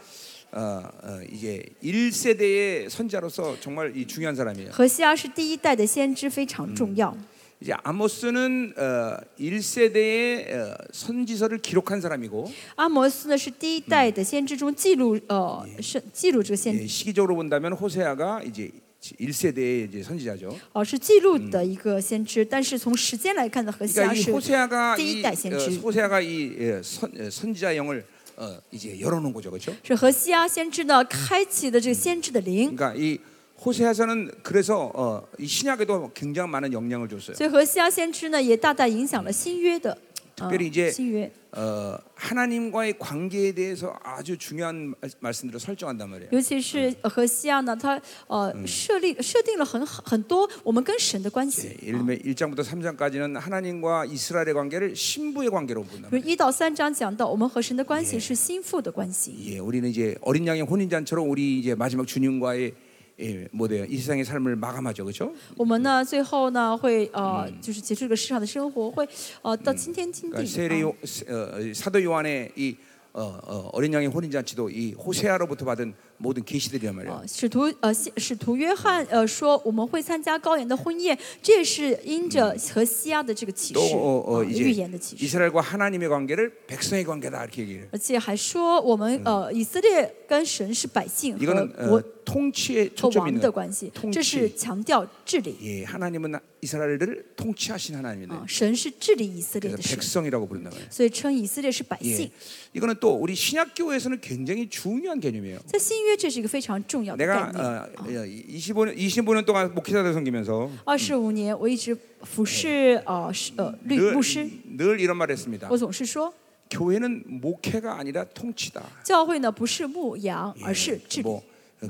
Speaker 1: 어, 어, 이제 1세대의 선자로서 정말 이 중요한 사람이에요.
Speaker 2: 和西亚是第一代的先知，非常重要。
Speaker 1: 이제 아모스는 어, 1세대의 어, 선지서를 기록한 사람이고
Speaker 2: 阿摩斯呢是第一代的先知中记录呃是记录这个先
Speaker 1: 예, 시기적으로 본다면 호세아가 이제 1세대의 이제 선지자죠.
Speaker 2: 哦是记录的一个先知，但是从时间来看呢，和西亚
Speaker 1: 그러니까 이
Speaker 2: 是
Speaker 1: 호세아가 이
Speaker 2: 띠이다, 이
Speaker 1: 어,
Speaker 2: 선지.
Speaker 1: 호세아가 이 예, 선, 예, 선지자 영을 어, 이제 열어놓은 거죠, 그렇죠?
Speaker 2: 是和西亚先知呢开启的这个先知的灵，
Speaker 1: 그러니까 이 호세아서는 그래서 어, 이 신약에도 굉장히 많은 영향을 줬어요.
Speaker 2: 所以和西亚先知呢也大大影响了新约的呃
Speaker 1: 嗯特别理解
Speaker 2: 新约，
Speaker 1: 어, 하나님과의 관계에 대해서 아주 중요한 말- 말씀들을 설정한단 말이에요.
Speaker 2: 尤其是和西亚呢，他呃
Speaker 1: 嗯
Speaker 2: 设立设定了很好很多我们跟神的关
Speaker 1: 예,
Speaker 2: 系。
Speaker 1: 예를 들면 1장부터 3장까지는 하나님과 이스라엘의 관계를 신부의 관계로 본단
Speaker 2: 比如
Speaker 1: 말이에요.
Speaker 2: 一到三章讲到，我们和神的关系是心腹的关系。
Speaker 1: 예, 우리는 이제 어린 양의 혼인 잔처럼 우리 이제 마지막 주님과의 예, 뭐래요? 이 세상의 삶을 마감하죠, 그렇죠?
Speaker 2: 我们呢，最后呢，会呃，
Speaker 1: 嗯
Speaker 2: 就是结束这个世上的生活，会呃，到今天今地。
Speaker 1: 그러니까 세례
Speaker 2: 啊
Speaker 1: 요, 세- 어, 사도 요한의 이 어, 어, 어린 양의 혼인 잔치도 이 호세아로부터 받은 모든 계시들이란 말이에요.
Speaker 2: 呃，使徒呃，西使徒约翰呃说，我们会参加羔羊的婚宴，这也是因着和西亚的这个启
Speaker 1: 또
Speaker 2: 示，
Speaker 1: 어, 어,
Speaker 2: 啊预
Speaker 1: 이제
Speaker 2: 言的启示，
Speaker 1: 이스라엘과 하나님의 관계를 백성의 관계다 이렇게 얘기해요.
Speaker 2: 而且还说我们呃，以色列跟神是百姓和
Speaker 1: 이거는
Speaker 2: 国
Speaker 1: 어, 통치의
Speaker 2: 和
Speaker 1: 초점
Speaker 2: 王的
Speaker 1: 있는
Speaker 2: 关系
Speaker 1: 统，
Speaker 2: 这是
Speaker 1: 治
Speaker 2: 强调治理
Speaker 1: 예, 하나님은 이스라엘을 통치하신
Speaker 2: 啊
Speaker 1: 하나님이네. ，
Speaker 2: 神是治理以色列
Speaker 1: 어, 그래서
Speaker 2: 的神，
Speaker 1: 백성이라고 부른다 말이에요.
Speaker 2: 所以称以色列是百
Speaker 1: 예,
Speaker 2: 姓。
Speaker 1: 이거는 또 우리 신약교회에서는 굉장히 중요한 개념이에요.
Speaker 2: 在新约，这是一个啊呃非常重要的概
Speaker 1: 내가
Speaker 2: 念。
Speaker 1: 어, 25년 25년 동안 목회자들 섬기면서
Speaker 2: 二十五年，我一直服侍呃是呃律
Speaker 1: 늘
Speaker 2: 牧师，
Speaker 1: 늘 이런 말을 했습니다.
Speaker 2: 我总是说，
Speaker 1: 교회는 목회가 아니라 통치다.
Speaker 2: 教会呢不是牧羊，而是治理。
Speaker 1: 뭐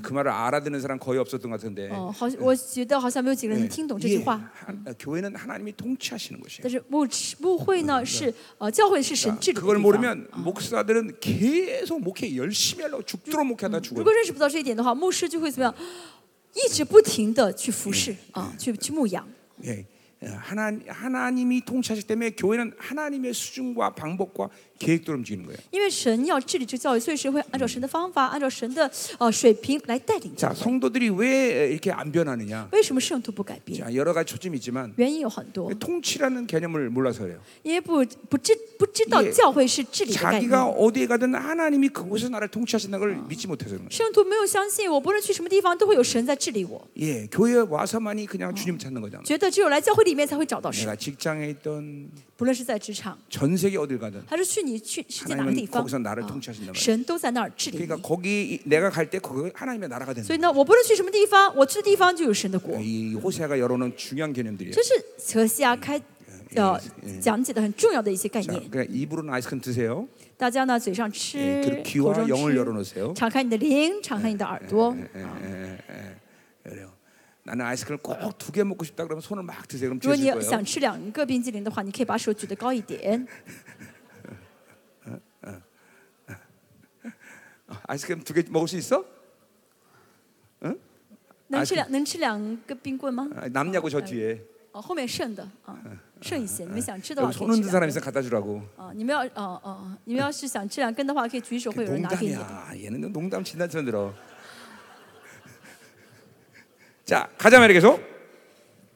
Speaker 1: 그 말을 알아듣는 사람 거의 없었던 것 같은데.
Speaker 2: 哦，好，我觉得好像没有几个人
Speaker 1: 예,
Speaker 2: 听懂这
Speaker 1: 예,
Speaker 2: 句话。
Speaker 1: 한- 어, 교회는 하나님이 통치하시는 것이에요. 그러니까
Speaker 2: 但是牧师牧会呢是呃教会是神治理的
Speaker 1: 그걸
Speaker 2: 地方。
Speaker 1: 모르면 목사들은 계속 목회 열심히 하려고 죽도록 목회하다
Speaker 2: 如
Speaker 1: 죽어요.
Speaker 2: 果认识不到这一点的话，牧师就会怎么样？一直不停的去服侍啊，去去牧羊。
Speaker 1: 예. 예, 하나, 하나님이 통치하시기 때문에 교회는 하나님의 수준과 방법과 계획대로 움직이는 거예요.
Speaker 2: 因为神要治理这个教会，所以神会按照神的方法，按照神的呃水平来带领教
Speaker 1: 자,
Speaker 2: 会。
Speaker 1: 성도들이 왜 이렇게 안 변하느냐?
Speaker 2: 为什么圣徒不改变？
Speaker 1: 자, 여러 가지 초점이 있지만
Speaker 2: 原因有很多。
Speaker 1: 嗯 통치라는 개념을 몰라서 그래요.
Speaker 2: 因为不不知不知道
Speaker 1: 예
Speaker 2: 教会是治理的概
Speaker 1: 자기가
Speaker 2: 念，
Speaker 1: 어디에 가든 하나님이 그곳에서 나를 통치하신다는 걸 믿지 못해서 그런 거예요.
Speaker 2: 圣徒没有相信，我不论去什么地方都会有神在治理我，
Speaker 1: 예, 교회에 와서만이 그냥 주님 찾는 거잖아.
Speaker 2: 觉得只有来教会里面才会找到神，
Speaker 1: 내가 직장에 있던
Speaker 2: 不论是在职场
Speaker 1: 전 세계 어딜 가든
Speaker 2: 还是去你去世界哪个
Speaker 1: 하나님은
Speaker 2: 地方，
Speaker 1: 거기서 나를
Speaker 2: 啊
Speaker 1: 통치하신단 말이에요.
Speaker 2: 神都在那儿治理
Speaker 1: 그러니까
Speaker 2: 你。
Speaker 1: 거기 이- 내가 갈 때 거기 하나님의 나라가 되는
Speaker 2: 所以呢，我不论去什么地方，我去的地方就有神的国
Speaker 1: 거，이 호세아가 열어놓은 중요한 개념들이에요.
Speaker 2: 这是泽西亚开呃讲解的很重要的一些概
Speaker 1: 자,
Speaker 2: 念。
Speaker 1: 그냥 입으로는 아이스크림 드세요.
Speaker 2: 大家呢嘴上
Speaker 1: 예,
Speaker 2: 吃
Speaker 1: 그 ，
Speaker 2: 口
Speaker 1: 귀와
Speaker 2: 中
Speaker 1: 영을
Speaker 2: 吃，
Speaker 1: 열어놓으세요.
Speaker 2: 敞开你的灵，敞开你的耳朵。
Speaker 1: 예, 예, 예, 예. 그래요. 나는 아이스크림 을 꼭 두 개 먹고 싶다 그러면 손을 막 드세요. 그럼
Speaker 2: 如果
Speaker 1: 주실
Speaker 2: 你
Speaker 1: 거예요.
Speaker 2: 想吃两个冰激凌的话，你可以把手举得高一 点。
Speaker 1: 아, 아이스크림 두 개 먹을 수 있어?
Speaker 2: 能吃两能吃两个冰棍吗？
Speaker 1: 아, 남냐고 저 뒤에.
Speaker 2: 哦，后面剩的啊，剩一些，你们想吃的话
Speaker 1: 여기
Speaker 2: 可以
Speaker 1: 손
Speaker 2: 吃
Speaker 1: 흔든
Speaker 2: 两
Speaker 1: 사람
Speaker 2: 根。
Speaker 1: 있으면 갖다 주라고.
Speaker 2: 啊，你们要哦哦，你们要是想吃两根的话，可以举手，会有人拿给你的。
Speaker 1: 농담이야. 얘는 농담 진단처럼 들어. 자, 가자 말이 계속.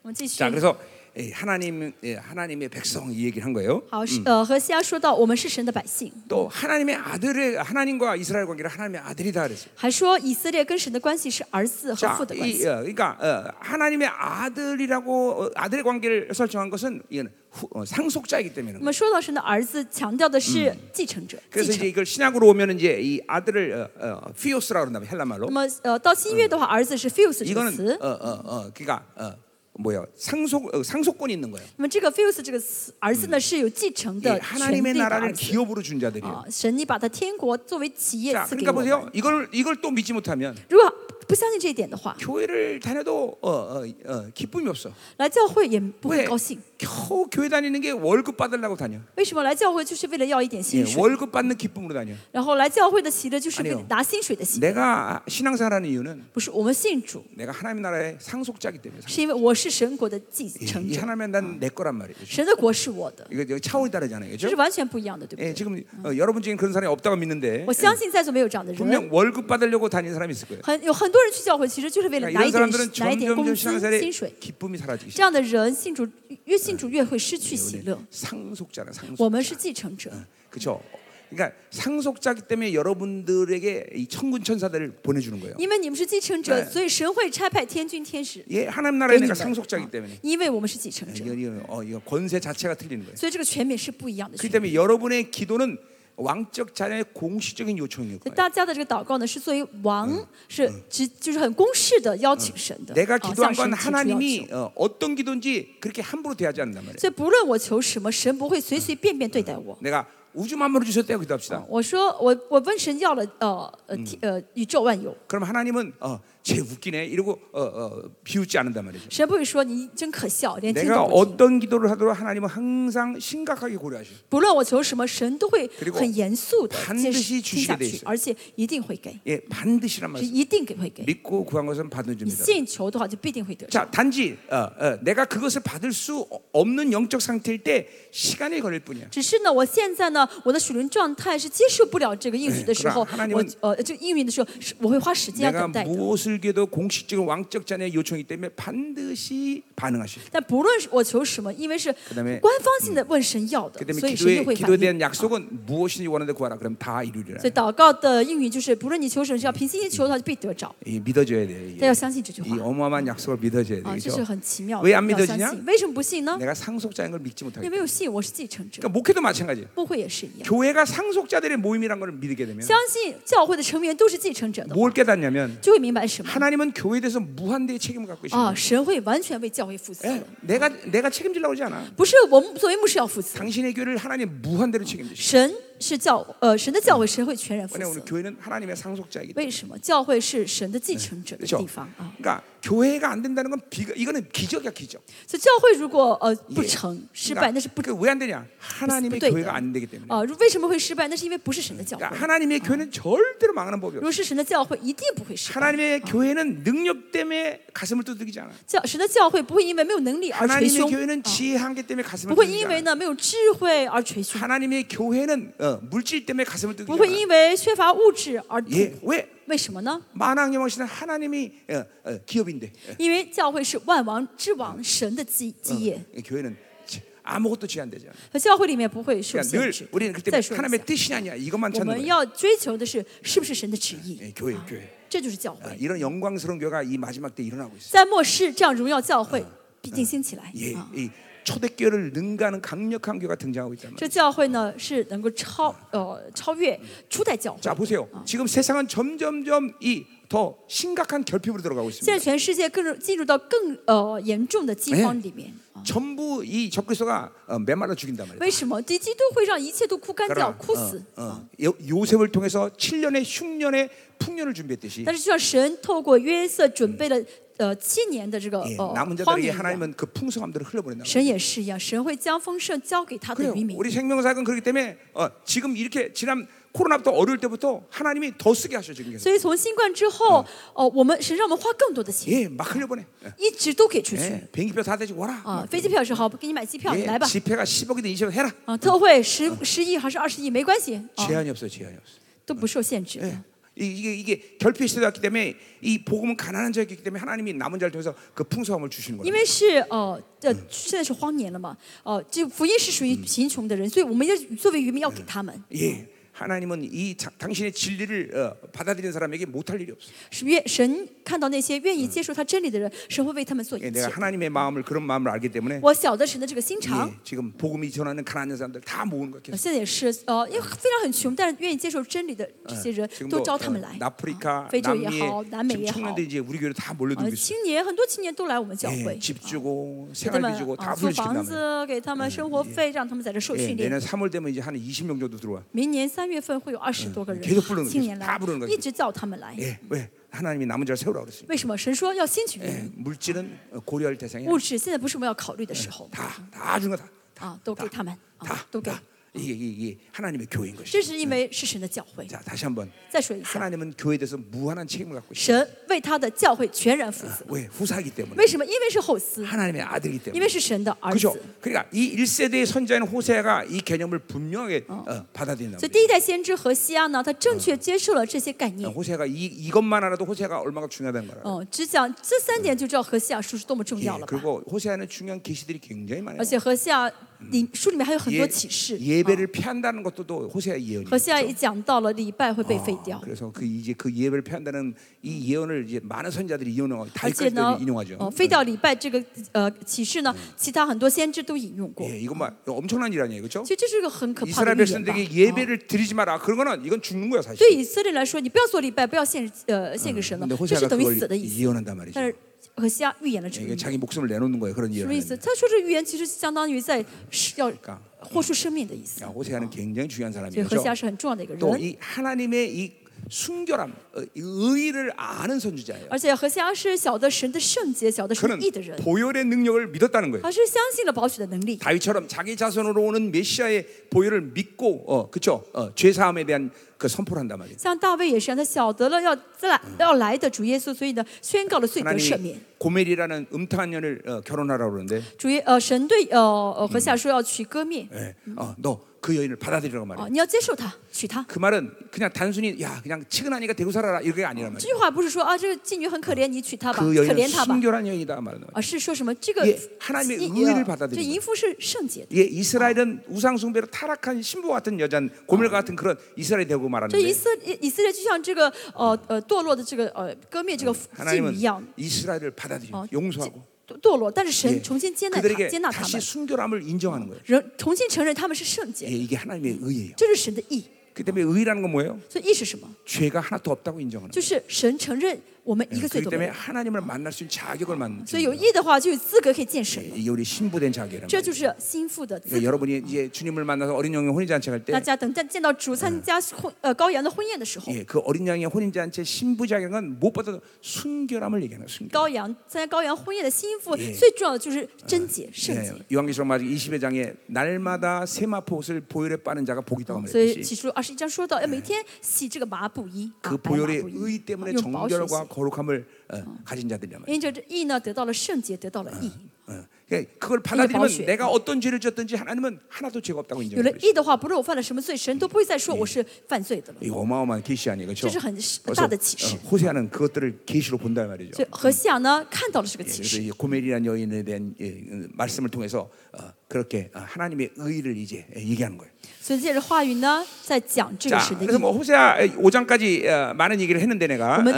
Speaker 2: 我们继续
Speaker 1: 자 。 그래서 예, 하나님 예, 하나님의 백성 이 얘기를 한 거예요.
Speaker 2: 好，是呃，和西亚说到，我们是神的百姓，
Speaker 1: 또 하나님의 아들의 하나님과 이스라엘 관계를 하나님의 아들이다 그랬어요.
Speaker 2: 还说以色列跟神的关系是儿子和
Speaker 1: 자,
Speaker 2: 父的关
Speaker 1: 이,
Speaker 2: 系。
Speaker 1: 어, 그러니까 어, 하나님의 아들이라고 어, 아들의 관계를 설정한 것은 이건 후, 어, 상속자이기 때문에.
Speaker 2: 那么说到神的儿子，强调的嗯是继承者，
Speaker 1: 그래서
Speaker 2: 继
Speaker 1: 이제
Speaker 2: 承。
Speaker 1: 이걸 신약으로 오면 이제 이 아들을 어, 어, 피오스라고 그런다면 헬라
Speaker 2: 那
Speaker 1: 말로.
Speaker 2: 么呃，到新约的话，儿子是 fuse 这个
Speaker 1: 이거는
Speaker 2: 词。
Speaker 1: 어, 어, 어, 그러니까 어, 뭐야 상속 어, 상속권이 있는 거예요.
Speaker 2: 那么这个 fuse 这个词，儿子呢是有继承
Speaker 1: 예,
Speaker 2: 的权利
Speaker 1: 하나님의
Speaker 2: 的
Speaker 1: 나라를
Speaker 2: 儿子。
Speaker 1: 기업으로 준 자들이에요.
Speaker 2: 啊，神，你把他天国作为企业
Speaker 1: 자,
Speaker 2: 赐给
Speaker 1: 그러니까
Speaker 2: 我们。
Speaker 1: 보세요. 이걸 이걸 또 믿지 못하면
Speaker 2: 如果不相信这一点的话，
Speaker 1: 교회를 다녀도 어, 어, 어, 기쁨이 없어.
Speaker 2: 来教会也不会
Speaker 1: 왜
Speaker 2: 高兴。
Speaker 1: 겨우 교회 다니는 게 월급 받으려고 다녀.
Speaker 2: 为什么来教会就是为了要一点
Speaker 1: 예,
Speaker 2: 薪水？
Speaker 1: 월급 받는 기쁨으로 다녀.
Speaker 2: 然后来教会的喜乐就是为
Speaker 1: 아니요
Speaker 2: 拿薪哎水的喜乐，
Speaker 1: 내가 신앙사라는 이유는
Speaker 2: 不是我们信主，
Speaker 1: 내가 하나님 나라의 상속자이기 때문에. 상-
Speaker 2: 是因为我是神国的继
Speaker 1: 예,
Speaker 2: 承
Speaker 1: 이
Speaker 2: 者，
Speaker 1: 하나님은 난내 거란 말이에요. 그렇죠?
Speaker 2: 神的国是我的，
Speaker 1: 이거 여기 차원이 다르잖아요,
Speaker 2: 这
Speaker 1: 그렇죠?
Speaker 2: 是完全不一样的，对不
Speaker 1: 예,
Speaker 2: 对？
Speaker 1: 지금 어, 여러분 중에 그런 사람이 없다고 믿는데
Speaker 2: 我相信在座没有这样的人，
Speaker 1: 분명 월급 받으려고 다니는 사람이 있을 거예요.
Speaker 2: 很有很多人去教会其实就是为了
Speaker 1: 그러니까
Speaker 2: 拿一
Speaker 1: 이런
Speaker 2: 点
Speaker 1: 사람들은
Speaker 2: 拿一点工
Speaker 1: 점점점
Speaker 2: 资
Speaker 1: 신앙생활에
Speaker 2: 薪水，
Speaker 1: 기쁨이 사라지기
Speaker 2: 这
Speaker 1: 시작.
Speaker 2: 样的人信主越
Speaker 1: 哎
Speaker 2: 信主越会失去喜乐。
Speaker 1: 상속자는 상속.
Speaker 2: 我们是继承者，
Speaker 1: 嗯 그렇죠? 그러니까 상속자기 때문에 여러분들에게 이 천군 천사들을 보내주는 거예요.
Speaker 2: 因为你们是继承者，
Speaker 1: 对
Speaker 2: 所以神会差派天君天使
Speaker 1: 예, 하나님 나라에
Speaker 2: 给你
Speaker 1: 내가
Speaker 2: 们。
Speaker 1: 상속자기
Speaker 2: 啊
Speaker 1: 때문에
Speaker 2: 因为我们是继承者
Speaker 1: 이거, ， 이거, 어, 이거 권세 자체가 틀리는 거예요.
Speaker 2: 所以这个权柄是不一样的权
Speaker 1: 그렇기
Speaker 2: 柄。
Speaker 1: 때문에 여러분의 기도는 왕적 자녀의 공식적인 요청일
Speaker 2: 所以
Speaker 1: 거예요.
Speaker 2: 大家的这个祷告呢，是作为王是直就是很公式的邀请神的，
Speaker 1: 嗯 내가
Speaker 2: 啊
Speaker 1: 기도한
Speaker 2: 向
Speaker 1: 건
Speaker 2: 神提出要求
Speaker 1: 하나님이 어, 어떤 기도인지 그렇게 함부로 대하지 않는단 말이에요.
Speaker 2: 所以不论我求什么，神不会随随便便对待我。
Speaker 1: 내가 우주 만물을 주셨다고
Speaker 2: 啊
Speaker 1: 기도합시다.
Speaker 2: 我说我我问神要了呃呃天呃宇宙万有，
Speaker 1: 그럼 하나님은 어, 쟤 웃기네 이러고 어, 어, 비웃지 않는단 말이죠.
Speaker 2: 神不会说你真可笑，连听
Speaker 1: 내가
Speaker 2: 都不听。
Speaker 1: 어떤 기도를 하도록 하나님은 항상 심각하게 고려하셔.
Speaker 2: 不论我求什么，神都会
Speaker 1: 그리고
Speaker 2: 很严肃的
Speaker 1: 반드시
Speaker 2: 接听下
Speaker 1: 주시게돼있어요
Speaker 2: 去，而且一定会给，
Speaker 1: 예, 반드시란
Speaker 2: 是
Speaker 1: 말씀.
Speaker 2: 一定给会给。
Speaker 1: 믿고 구한 것은 받은
Speaker 2: 你
Speaker 1: 줍니다.
Speaker 2: 信求的话，就必定会得着。
Speaker 1: 자, 단지 어, 어, 내가 그것을 받을 수 없는 영적 상태일 때 시간이 걸릴 뿐이야.
Speaker 2: 只是呢，我现在呢，我的属灵状态是接受不了这个应许的时候
Speaker 1: 그러나하，나
Speaker 2: 我
Speaker 1: 님은
Speaker 2: 呃，这个应允的时候，是我会花时间要
Speaker 1: 내가
Speaker 2: 等待的。
Speaker 1: 무엇을 기도 공식적인 왕적 자녀의 요청이기 때문에 반드시 반응하시.
Speaker 2: 但不论是我求什么，因为是
Speaker 1: 그다음에
Speaker 2: 官方性的问神要的，
Speaker 1: 그다음에
Speaker 2: 所以神就
Speaker 1: 기도에
Speaker 2: 会反应。
Speaker 1: 기도에 대한 약속은 무엇이니 원하는데 구하라. 그럼 다 이루리라.
Speaker 2: 所以祷告的应允就是，不论你求什么，只要凭信心求的话，就必得着。
Speaker 1: 이 믿어줘야 돼. 이게.
Speaker 2: 大家要相信这句
Speaker 1: 이
Speaker 2: 话
Speaker 1: 어마어마한 약속을 믿어줘야
Speaker 2: 啊，这是
Speaker 1: 되죠.
Speaker 2: 很奇妙的。
Speaker 1: 왜안
Speaker 2: 要相
Speaker 1: 믿어지냐?
Speaker 2: 信，为什么不信呢？
Speaker 1: 내가 상속자인 걸 믿지
Speaker 2: 因为
Speaker 1: 못하니까.
Speaker 2: 没有信，我是继承者，
Speaker 1: 그러니까 목회도 마찬가지예요.
Speaker 2: 牧会也是一样。
Speaker 1: 교회가 상속자들의 모임이란 걸 믿게 되면
Speaker 2: 相信教会的成员都是继承者的话，
Speaker 1: 뭘 깨닫냐면
Speaker 2: 就会明白什么
Speaker 1: 하나님은 교회에 대해서 무한대의 책임을 갖고 계십니다.
Speaker 2: 啊，神会完全为教会负责的
Speaker 1: 예, 。 내가 내가 책임지려고 그러지 않아.
Speaker 2: 不是我们作为牧师要负责，
Speaker 1: 당신의 교회를 하나님 무한대로 책임지시.
Speaker 2: 神是教呃神的教会，神会全然负
Speaker 1: 왜냐하면 오늘
Speaker 2: 责。
Speaker 1: 교회는 하나님의 상속자이기
Speaker 2: 为什么教会是神的继承者的
Speaker 1: 그렇죠?
Speaker 2: 地方啊？
Speaker 1: 그러니까 교회가 안 된다는 건 비가 이거는 기적이야 기적.
Speaker 2: 所以教会如果呃不成失败，那是
Speaker 1: 그러니까
Speaker 2: 不
Speaker 1: 그 왜 안 되냐? 하나님의
Speaker 2: 不对
Speaker 1: 교회가
Speaker 2: 的
Speaker 1: 안 되기 때문에.
Speaker 2: 啊。如为什么会失败？那是因为不是神的教会。
Speaker 1: 어, 그러니까 하나님의 교회는 절대로 망하는 법이
Speaker 2: 如
Speaker 1: 없어.
Speaker 2: 果是神的教会，一定不会失败。
Speaker 1: 하나님의 교회는 능력 때문에 가슴을 두드리지 어. 않아. 어.
Speaker 2: 教神的教会不会因为没有能力而捶
Speaker 1: 하나님의
Speaker 2: 胸，
Speaker 1: 교회는
Speaker 2: 啊
Speaker 1: 지혜 한계 때문에 가슴을
Speaker 2: 不会
Speaker 1: 두드리지
Speaker 2: 因为
Speaker 1: 않아.
Speaker 2: 呢没有智慧而捶胸，
Speaker 1: 하나님의 교회는 어, 물질 때문에 가슴을
Speaker 2: 不
Speaker 1: 두드리지
Speaker 2: 会
Speaker 1: 않아.
Speaker 2: 因为缺乏物质而痛。
Speaker 1: 예, 왜
Speaker 2: 为什么呢？
Speaker 1: 만왕의 왕신은 하나님이 어, 어, 기업인데
Speaker 2: 因为教会是万王之王，神的
Speaker 1: 嗯
Speaker 2: 基基业，
Speaker 1: 어, 이 교회는 지- 아무것도 제한되지 않아.
Speaker 2: 和教会里面不会受
Speaker 1: 그러니까
Speaker 2: 限
Speaker 1: 늘
Speaker 2: 制。
Speaker 1: 우리는 그때
Speaker 2: 再说一下
Speaker 1: 하나님의 뜻이냐 아니야 이것만
Speaker 2: 我
Speaker 1: 찾는
Speaker 2: 们
Speaker 1: 거예요.
Speaker 2: 要追求的是是不是神的旨
Speaker 1: 예,
Speaker 2: 意，啊
Speaker 1: 교회, 교회.
Speaker 2: 这就是教
Speaker 1: 아,
Speaker 2: 会。
Speaker 1: 이런 영광스러운 교회가 이 마지막 때 일어나고 있어요.
Speaker 2: 在末世，这样荣耀教会必定兴起来
Speaker 1: 예,
Speaker 2: 啊！
Speaker 1: 이 초대교회를 능가하는 강력한 교회가 등장하고 있단 말이에요.
Speaker 2: 这教会呢是能够超呃超越初代教会。
Speaker 1: 嗯 자, 보세요. 지금 세상은 점점점 이 더 심각한 결핍으로 들어가고
Speaker 2: 现在
Speaker 1: 있습니다.
Speaker 2: 全世界更进入到更呃严重的饥荒里面
Speaker 1: 어.
Speaker 2: 啊！
Speaker 1: 전부 이 적그리스도가 어, 메말라 죽인단 말이에요.
Speaker 2: 为什么敌基督会让一切都枯干掉、
Speaker 1: 그러나
Speaker 2: 枯死？
Speaker 1: 어, 어, 요, 요셉을 통해서 7년의 흉년의 풍년을 준비했듯이
Speaker 2: 但是就像神透过约瑟准备了呃七年的这个
Speaker 1: 예,
Speaker 2: 呃
Speaker 1: 남은 자들에게
Speaker 2: 荒年一样，
Speaker 1: 하나님은 그 풍성함들을 흘려보낸다.
Speaker 2: 神也是一样，神会将丰盛交给他的
Speaker 1: 그래요.
Speaker 2: 渔民。
Speaker 1: 우리 생명사역은 그렇기 때문에 어, 지금 이렇게 지난 코로나부터 어려울 때부터 하나님이 더 쓰게 하셔 지금 계속.
Speaker 2: 所以从新冠之后，哦，我们神让我们花更多的钱，
Speaker 1: 예, 막 흘려보내. 예,
Speaker 2: 一直都给出去
Speaker 1: 예, 비행기표 다 대지 와라.
Speaker 2: 啊。飞机票是好，给你买机票，
Speaker 1: 예,
Speaker 2: 来吧。
Speaker 1: 지폐가 10억이든 20억 해라.
Speaker 2: 啊，特惠十十亿还是二十亿没关系啊，
Speaker 1: 제한이 없어요, 제한이 없어.
Speaker 2: 都不受限制。
Speaker 1: 예. 이- 이게 이게 결핍 시대였기 때문에 이 복음은 가난한 자였기 때문에 하나님이 남은 자를 통해서 그 풍성함을 주시는
Speaker 2: 因
Speaker 1: 거예요.
Speaker 2: 为是呃，这现在是荒年了嘛，哦、这福音是属于贫穷的人，所以我们要作为渔民要给他们。
Speaker 1: 예. 하나님은 이 자- 당신의 진리를 어, 받아들이는 사람에게 못할 일이 없어.
Speaker 2: 是愿神看到那些愿意接受他真理的人，神会为他们做
Speaker 1: 예,
Speaker 2: 一
Speaker 1: 내가
Speaker 2: 切。
Speaker 1: 하나님의 마음을 그런 마음을 알기 때문에
Speaker 2: 我晓得神的这个心肠，
Speaker 1: 예, 지금 복음이 전하는 가난한 사람들 다 모으는 거예요. 계속.
Speaker 2: 呃现在也是呃，因为非常很穷，但是愿意接受真理的这些人，
Speaker 1: 지금도
Speaker 2: 都招他们来。
Speaker 1: 나프리카,
Speaker 2: 啊非洲也
Speaker 1: 어, 남미에
Speaker 2: 好，南美
Speaker 1: 지금
Speaker 2: 也好
Speaker 1: 청년들이 ， 이제 우리 교회로 다
Speaker 2: 呃
Speaker 1: 몰려들고 ， 있어. 어.
Speaker 2: 青年很多青年都来我们教
Speaker 1: 예,
Speaker 2: 会，
Speaker 1: 집 주고
Speaker 2: 给他们
Speaker 1: 생활비 주고
Speaker 2: 啊
Speaker 1: 다
Speaker 2: 租房
Speaker 1: 훈련시킨다며.
Speaker 2: 子，给他们生活费，让他们在这受
Speaker 1: 예,
Speaker 2: 训练。
Speaker 1: 내년 3월 되면 이제 한 20명 정도 들어와.
Speaker 2: 明年三月份会有二十多个人
Speaker 1: 계속부르는거죠
Speaker 2: 青年
Speaker 1: 다
Speaker 2: 来
Speaker 1: 부르는거죠 ，
Speaker 2: 一直叫他们来。
Speaker 1: 예, 왜? 하나님이 남은 자를 세우라고 그랬습니다. 예,
Speaker 2: 为什么神说要先取义？
Speaker 1: 물질은 어, 고려할 대상이
Speaker 2: 物质现在不是我们要考虑的时候
Speaker 1: 다다준거 다.
Speaker 2: 啊，都给哎他们啊
Speaker 1: 다 ，
Speaker 2: 都给。
Speaker 1: 다. 이게 이게, 이게 하나님의 교회인 것이.
Speaker 2: 这是因为是神的教会。
Speaker 1: 자 다시 한번
Speaker 2: 再说一下，
Speaker 1: 하나님은 교회에 대해서 무한한 책임을 갖고 있어.
Speaker 2: 神为他的教会全然负责。
Speaker 1: 왜 후사이기 때문에
Speaker 2: 为什么？因为是后嗣，
Speaker 1: 하나님의 아들이기
Speaker 2: 因
Speaker 1: 때문에.
Speaker 2: 哎为是神的儿子
Speaker 1: 그죠? 。 그러니까 이 1세대의 선자인 호세아가 이 개념을 분명하게 어, 받아들인다.
Speaker 2: 所以第一代先知和西安呢，他正确接受了这些概
Speaker 1: 어,
Speaker 2: 念。
Speaker 1: 호세아가 이 어, 이것만 알아도 호세아가 얼마나 중요하다는 거라.
Speaker 2: 哦，只讲这三点就知道何西亚书是多么重
Speaker 1: 예,
Speaker 2: 要了吧？
Speaker 1: 그리고 호세아는 중요한 계시들이 굉장히 많아요.
Speaker 2: 而且何西亚里书里面还有很多
Speaker 1: 예,
Speaker 2: 启示。啊
Speaker 1: 예배를 피한다는 것도 또 호세아 예언이.
Speaker 2: 何西亚一讲到了礼拜会被废掉，
Speaker 1: 그래서 그 이제 그 예배를 피한다는 이 예언을 이제 많은 선자들이 인용하고
Speaker 2: 而且
Speaker 1: 다윗까지도
Speaker 2: 呢，
Speaker 1: 인용하죠.
Speaker 2: 哦，废掉礼拜这个呃启示呢，其他很多先知都引用过。
Speaker 1: 예, 이건 막 엄청난 일 아니에요, 그렇죠?
Speaker 2: 其实这是个很可怕
Speaker 1: 이스라엘 어.
Speaker 2: 的预言吧
Speaker 1: 백성들에게
Speaker 2: 啊
Speaker 1: 예배를 드리지 마라. 그런 거는 이건 죽는 거야
Speaker 2: 对
Speaker 1: 사실.
Speaker 2: 以色列人来说，你不要做礼拜，不要献呃献给神了
Speaker 1: 근데 ，
Speaker 2: 这是
Speaker 1: 호세아가
Speaker 2: 等于死
Speaker 1: 그걸
Speaker 2: 的意思。
Speaker 1: 예언한단 말이죠.
Speaker 2: 但是何西亚预言了这个
Speaker 1: 이게
Speaker 2: 意思，
Speaker 1: 자기 목숨을 내놓는 거예요. 그런
Speaker 2: 什么意
Speaker 1: 예언.
Speaker 2: 思？他说这预言其实相当于在是要
Speaker 1: 그러니까
Speaker 2: 豁出生命的意思。
Speaker 1: 호세아는 굉장히 중요한 그렇죠?
Speaker 2: 所以
Speaker 1: 사람이죠.
Speaker 2: 何西亚是很重要的一个
Speaker 1: 또
Speaker 2: 人，
Speaker 1: 이 하나님의 이 순결함, 어, 이 의를 아는 선지자예요.
Speaker 2: 而且何西亚是晓得神的圣洁、晓得神
Speaker 1: 그는
Speaker 2: 意的人，
Speaker 1: 보혈의 능력을 믿었다는 거예요.
Speaker 2: 他是相信了保血的能力。
Speaker 1: 다윗처럼 자기 자손으로 오는 메시아의 보혈을 믿고, 어, 그쵸? 어, 죄 사함에 대한 그 선포를 한단 말이에요.
Speaker 2: 像大卫也是一样，他晓得了要再来要来的主耶稣，所以呢，宣告了罪得赦免
Speaker 1: 하나님이 。 고멜이라는 음탕한 년을 어, 결혼하라고 그러는데,
Speaker 2: 主耶呃，神对呃呃何西亚说要娶歌灭
Speaker 1: 예, 어, 너 그 여인을 받아들이라고 말이에요.
Speaker 2: 啊，你要接受他，娶她。
Speaker 1: 그 말은 그냥 단순히 야 그냥 치근하니까 대고 살아라 이게 아니란
Speaker 2: 这
Speaker 1: 말이에요.
Speaker 2: 句话不是说啊，这个妓女很可怜，你娶她吧，
Speaker 1: 어, 그
Speaker 2: 可
Speaker 1: 여인은
Speaker 2: 怜她吧，
Speaker 1: 순결한 여인이다 말하는 거예요.
Speaker 2: 而是说什么这个呃
Speaker 1: 예하나님의의의를받아들이는
Speaker 2: 这
Speaker 1: 거예요
Speaker 2: 淫妇是圣洁的。
Speaker 1: 예, 이스라엘은 우상 숭배로 타락한 신부 같은 여잔 고멜 같은 그런 이스라엘이 되고
Speaker 2: 这以
Speaker 1: 말하는데
Speaker 2: 色以以色列就像这个呃呃堕落的这个呃割灭这个妓女
Speaker 1: 하나님은
Speaker 2: 一样，
Speaker 1: 이스라엘을 받아들이고
Speaker 2: 어,
Speaker 1: 용서하고
Speaker 2: 堕堕落，但是神
Speaker 1: 예,
Speaker 2: 重新接纳他，
Speaker 1: 그들에게
Speaker 2: 接纳他
Speaker 1: 다시
Speaker 2: 们，
Speaker 1: 순결함을 인정하는 거예요.
Speaker 2: 人重新承认他们是圣洁
Speaker 1: 예,
Speaker 2: 的，
Speaker 1: 이게 하나님의 의예요.
Speaker 2: 这是神的义。
Speaker 1: 그 때문에 의라는 건 뭐예요?
Speaker 2: 所以义是什么？
Speaker 1: 죄가 하나도 없다고 인정하는
Speaker 2: 就
Speaker 1: 거예요. 예,
Speaker 2: 是神承认我们一个罪
Speaker 1: 그렇기
Speaker 2: 都没
Speaker 1: 때문에
Speaker 2: 有，
Speaker 1: 하나님을 만날 수 있는 자격을 만드는
Speaker 2: 所以有
Speaker 1: 거예요. 예,
Speaker 2: 义的话就有资格可以见神，
Speaker 1: 이게 우리 신부된 자격이란
Speaker 2: 这
Speaker 1: 말이에요.
Speaker 2: 就是心腹的资
Speaker 1: 그러니까
Speaker 2: 格。
Speaker 1: 여러분이 이제 주님을 만나서 어린 영의 혼인잔치 할 때
Speaker 2: 大家等见见到主参加婚呃羔羊的婚宴的时候，
Speaker 1: 예, 그 어린 양의 혼인잔치 신부 자격은 무엇보다도 순결함을 얘기하는 거예요. 순결.
Speaker 2: 羔羊参加羔羊婚宴的心腹
Speaker 1: 예
Speaker 2: 最重要的就是贞洁圣洁
Speaker 1: 예, 。 요한계시록 마지 20회장에 날마다 세마포 옷을 보혈에 빠는 자가 복이 있다고
Speaker 2: 所以
Speaker 1: 말했듯이
Speaker 2: 起初二十一章说到，要哎每天洗这个麻布衣，
Speaker 1: 그
Speaker 2: 啊白麻
Speaker 1: 보혈의
Speaker 2: 布衣
Speaker 1: 의
Speaker 2: 啊
Speaker 1: 때문에
Speaker 2: 用宝血洗
Speaker 1: 정결과 。 거룩함을 어, 가진 자들이란
Speaker 2: 因
Speaker 1: 말이에요.
Speaker 2: 着这义呢，得到了圣洁，得到了义。
Speaker 1: 어, 그러니까 그걸 받아들이면
Speaker 2: 바오슈.
Speaker 1: 내가 어떤 죄를 지었든지 하나님은 하나도 죄가 없다고
Speaker 2: 有了
Speaker 1: 인정해요.
Speaker 2: 义的话，不论我犯了什么罪，神都不会再说我是犯罪的了。
Speaker 1: 이거 어마어마한 계시 아니에요, 그렇죠?
Speaker 2: 这是很-
Speaker 1: 그래서
Speaker 2: 大的启示。
Speaker 1: 어, 호세아는 그것들을 계시로 본다 말이죠.
Speaker 2: 所以何西亚呢，看到了这个
Speaker 1: 예,
Speaker 2: 启
Speaker 1: 그래서
Speaker 2: 示，
Speaker 1: 이 고멜이라는 여인에 대한 예, 음, 말씀을 통해서 어, 그렇게 어, 하나님의 의를 이제 예, 얘기하는 거예요.
Speaker 2: 所以借着话语呢，在讲这个
Speaker 1: 자,
Speaker 2: 神的
Speaker 1: 그래서
Speaker 2: 义。
Speaker 1: 뭐 호세아 5장까지 어, 많은 얘기를 했는데
Speaker 2: 我
Speaker 1: 내가 어,
Speaker 2: 们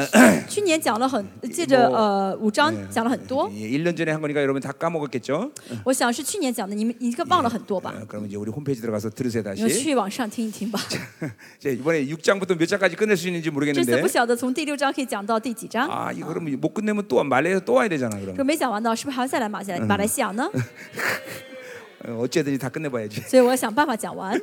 Speaker 2: 去年讲了很，借着
Speaker 1: 我
Speaker 2: 呃五章讲了很多，
Speaker 1: 예, 1년 전에 한 거니까 여러분 다 까먹었겠죠?
Speaker 2: 我想是去年讲的，你们应该忘了很多吧？
Speaker 1: 어, 그러면 이제 우리 홈페이지 들어가서 들으세요
Speaker 2: 你们
Speaker 1: 다시.
Speaker 2: 去网上听一听吧。
Speaker 1: 이제 이번에 6장부터 몇 장까지 끝낼 수 있는지
Speaker 2: 这次
Speaker 1: 모르겠는데.
Speaker 2: 不晓得从第六章可以讲到第几章，
Speaker 1: 아, 이거 그럼 못 끝내면 또 말레이서 또 와야 되잖아,
Speaker 2: 说
Speaker 1: 그럼.
Speaker 2: 没讲完呢，是不是还要再来马来马来西亚呢？
Speaker 1: 어, 어쨌든지 다 끝내 봐야지.
Speaker 2: 所以我要想办法讲完。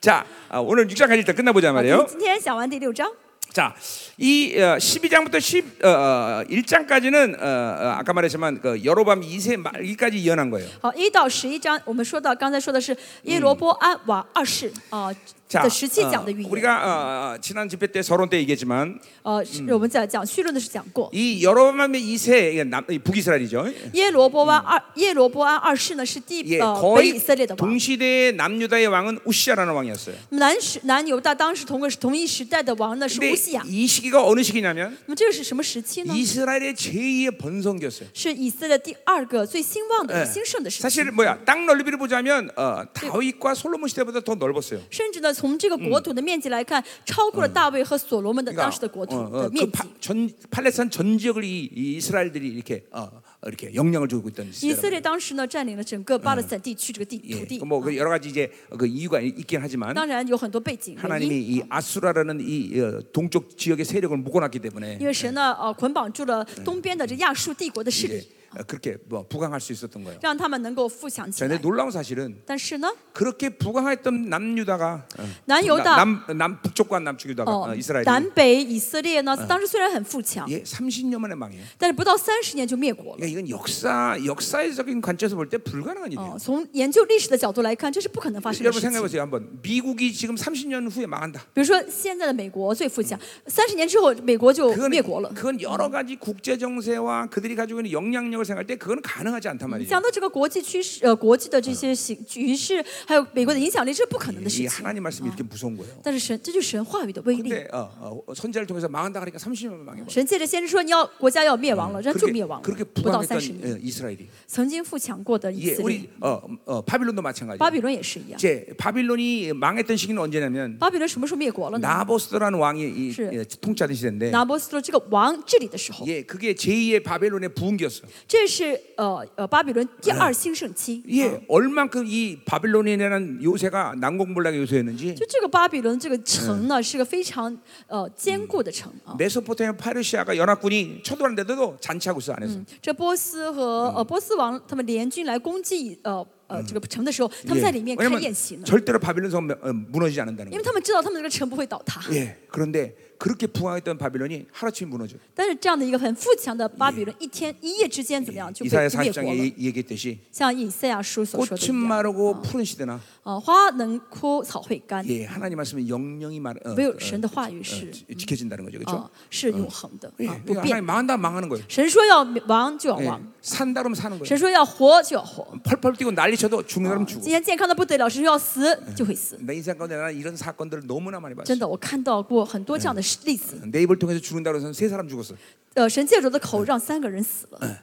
Speaker 1: 자, 아, 오늘 6장까지 일단 끝내 보자
Speaker 2: 好今
Speaker 1: 말이에요.
Speaker 2: 今天讲完第六章，
Speaker 1: 자, 이 어, 12장부터 10 어, 1장까지는 어, 어, 아까 말했지만 그 여로밤 2세 말기까지 이어난 거예요.
Speaker 2: 好一到十一章，我们说到刚才说的是耶罗波安王二世啊、
Speaker 1: 자,
Speaker 2: 的时期讲的预
Speaker 1: 어,
Speaker 2: 言。
Speaker 1: 우리가 어, 어, 지난 집회 때 서론 때 얘기했지만
Speaker 2: 呃，是我们在讲绪论的是讲过，
Speaker 1: 이 여로밤의 2세 이게 남- 이 북이스라엘이죠.
Speaker 2: 耶罗波安二耶罗波安二世呢是第
Speaker 1: 예,
Speaker 2: 呃北以
Speaker 1: 거의
Speaker 2: 色列的王，
Speaker 1: 동시대의 남유다의 왕은 우시아라는 왕이었어요.
Speaker 2: 南时南犹大当时同个同一时代的王呢是
Speaker 1: 근데
Speaker 2: 乌西亚。
Speaker 1: 이 시기가 음. 어느 시기냐면
Speaker 2: 那么这个是什么时期呢？
Speaker 1: 이스라엘의 제2의 번성기였어요.
Speaker 2: 是以色列第二个最兴旺的
Speaker 1: 예.
Speaker 2: 兴盛的时期。
Speaker 1: 사실 뭐야 땅 넓이를 보자면 어, 다윗과 솔로몬 시대보다 더 넓었어요.
Speaker 2: 甚至呢，从这个国土的面积来看，超过了大卫和所罗门的当时的国土
Speaker 1: 어,
Speaker 2: 的
Speaker 1: 어, 그
Speaker 2: 面
Speaker 1: 파,
Speaker 2: 积。
Speaker 1: 전 팔레스타인 전 지역을 이, 이 이스라엘들이 이렇게 어, 어, 이렇게 영향을 주고 있던
Speaker 2: 以色
Speaker 1: 시대라고.
Speaker 2: 列当时呢，占领了整个巴勒斯坦地区这嗯个地土
Speaker 1: 예,
Speaker 2: 地啊
Speaker 1: 그뭐그 여러 가지 이제 그 이유가 있긴 하지만
Speaker 2: 当然有很多背景原
Speaker 1: 하나님이 어.
Speaker 2: 因，
Speaker 1: 이 아수라라는 이 어, 동쪽 지역의 세력을 묶어놨기 때문에
Speaker 2: 哎因为神呢，呃，捆绑住了东边的这亚述帝国的势
Speaker 1: 이제
Speaker 2: 力。
Speaker 1: 어, 그렇게 뭐 부강할 수 있었던 거예요.
Speaker 2: 让他们能够富强起
Speaker 1: 자 근데
Speaker 2: 来。
Speaker 1: 놀라운 사실은
Speaker 2: 但是呢，
Speaker 1: 그렇게 부강했던 남유다가 어,
Speaker 2: 남유다.
Speaker 1: 남, 남 북쪽과 남쪽 유다가
Speaker 2: 哦
Speaker 1: 어, ， 이스라엘이
Speaker 2: 南北以色列呢，当时虽然很富强，
Speaker 1: 예, 30년 만에 망해요.
Speaker 2: 但是不到三十年就灭国了。
Speaker 1: 그러니까 이건 역사 역사적인 관점에서 볼 때 불가능한 일이에요.
Speaker 2: 哦，从研究历史的角度来看，这是不可能发生的
Speaker 1: 여러분
Speaker 2: 事情。
Speaker 1: 생각해보세요 한번 미국이 지금 30년 후에 망한다.
Speaker 2: 比如说现在的美国最富强，三十年之后美国就
Speaker 1: 그건,
Speaker 2: 灭国了。
Speaker 1: 그건 여러 가지 국제 정세와 그들이 가지고 있는 영향력을 생각할 때 그건 가능하지 않단
Speaker 2: 你
Speaker 1: 말이죠.
Speaker 2: 讲到这个国际趋势，呃，国际的这些形局势，还有美国的影响力，这是不可能的
Speaker 1: 이
Speaker 2: 事情。
Speaker 1: 하나님 말씀이 아, 이렇게 무서운 거예요.
Speaker 2: 但是神，这就是神话语的威力。
Speaker 1: 근데 어, 어, 선자를 통해서 망한다 그러니까 30년 망해.
Speaker 2: 神借着先知说你要国家要灭亡了，人家就
Speaker 1: 그렇게,
Speaker 2: 灭亡
Speaker 1: 그렇게
Speaker 2: 了，不到三
Speaker 1: 부강했던
Speaker 2: 十年。
Speaker 1: 예, 이스라엘이
Speaker 2: 曾经富强过的以
Speaker 1: 이게
Speaker 2: 色列
Speaker 1: 우리 ， 어, 어, 바빌론도 마찬가지.
Speaker 2: 巴比伦也是一样。
Speaker 1: 이제 바빌론이 망했던 시기는 언제냐면
Speaker 2: 巴比伦什么时候灭
Speaker 1: 음.
Speaker 2: 国了呢？
Speaker 1: 나보스라는 왕이 이,
Speaker 2: 시.
Speaker 1: 예, 통치하던 시대인데
Speaker 2: 拿波斯特这个王治理的时候，
Speaker 1: 예, 그게 제2의 바벨론의 부흥기였어.
Speaker 2: 这是呃呃巴比伦第二兴盛期。
Speaker 1: 예, 얼만큼 이 바벨론이라는 요새가 난공불락의 요새였는지
Speaker 2: 就这个巴比伦这个城呢，是个非常呃坚固的城
Speaker 1: 어.
Speaker 2: 啊。
Speaker 1: 메소포타미아 파르시아가 연합군이 쳐들어왔는데도 잔치하고 있어 안에서.
Speaker 2: 嗯这波斯和呃波斯王他们联军来攻击以呃呃这个城的时候，他们在
Speaker 1: 예,
Speaker 2: 里面开
Speaker 1: 왜냐면
Speaker 2: 宴席呢，
Speaker 1: 절대로 바벨론 성 어, 무너지지 않는다는
Speaker 2: 因
Speaker 1: 거예요.
Speaker 2: 为他们知道他们这个城不会倒塌。
Speaker 1: 예, 그런데 그렇게 부강했던 바벨론이 하루아침에 무너져.
Speaker 2: 但是这样的一个很富强的巴比伦，一天一夜之间怎么样就被
Speaker 1: 이사야
Speaker 2: 就灭国
Speaker 1: 40장에
Speaker 2: 了？
Speaker 1: 예- 얘기했듯이
Speaker 2: 像以赛亚书所说的
Speaker 1: 꽃은
Speaker 2: 一样，
Speaker 1: 마르고 푸른 시대나
Speaker 2: 啊，花能枯，草会干，
Speaker 1: 예, 하나님 말씀은 영영이 말 어,
Speaker 2: 唯
Speaker 1: 어,
Speaker 2: 有神的话语是 어,
Speaker 1: 지- 지켜진다는 거죠. 그렇죠?
Speaker 2: 啊是永恒的
Speaker 1: 예,
Speaker 2: 啊不
Speaker 1: 그러니까
Speaker 2: 变
Speaker 1: 하나님 。 망한다 망하는 거예요.
Speaker 2: 神说要亡就要
Speaker 1: 예,
Speaker 2: 亡，
Speaker 1: 산다 그러면 사는 거예요.
Speaker 2: 神说要活就要活。啊
Speaker 1: 펄펄 뛰고 난리 쳐도 죽는 사람 죽어.
Speaker 2: 今天健康的不得了，神说要死就会死。
Speaker 1: 내 인생 가운데 나는 이런 사건들을 너무나 많이
Speaker 2: 真
Speaker 1: 봤어.
Speaker 2: 的，我看到过很多这样的事例子。
Speaker 1: 내 입을 통해서 죽는다 그러면 세 사람 죽었어.
Speaker 2: 呃，神借着我的口让三个人死了。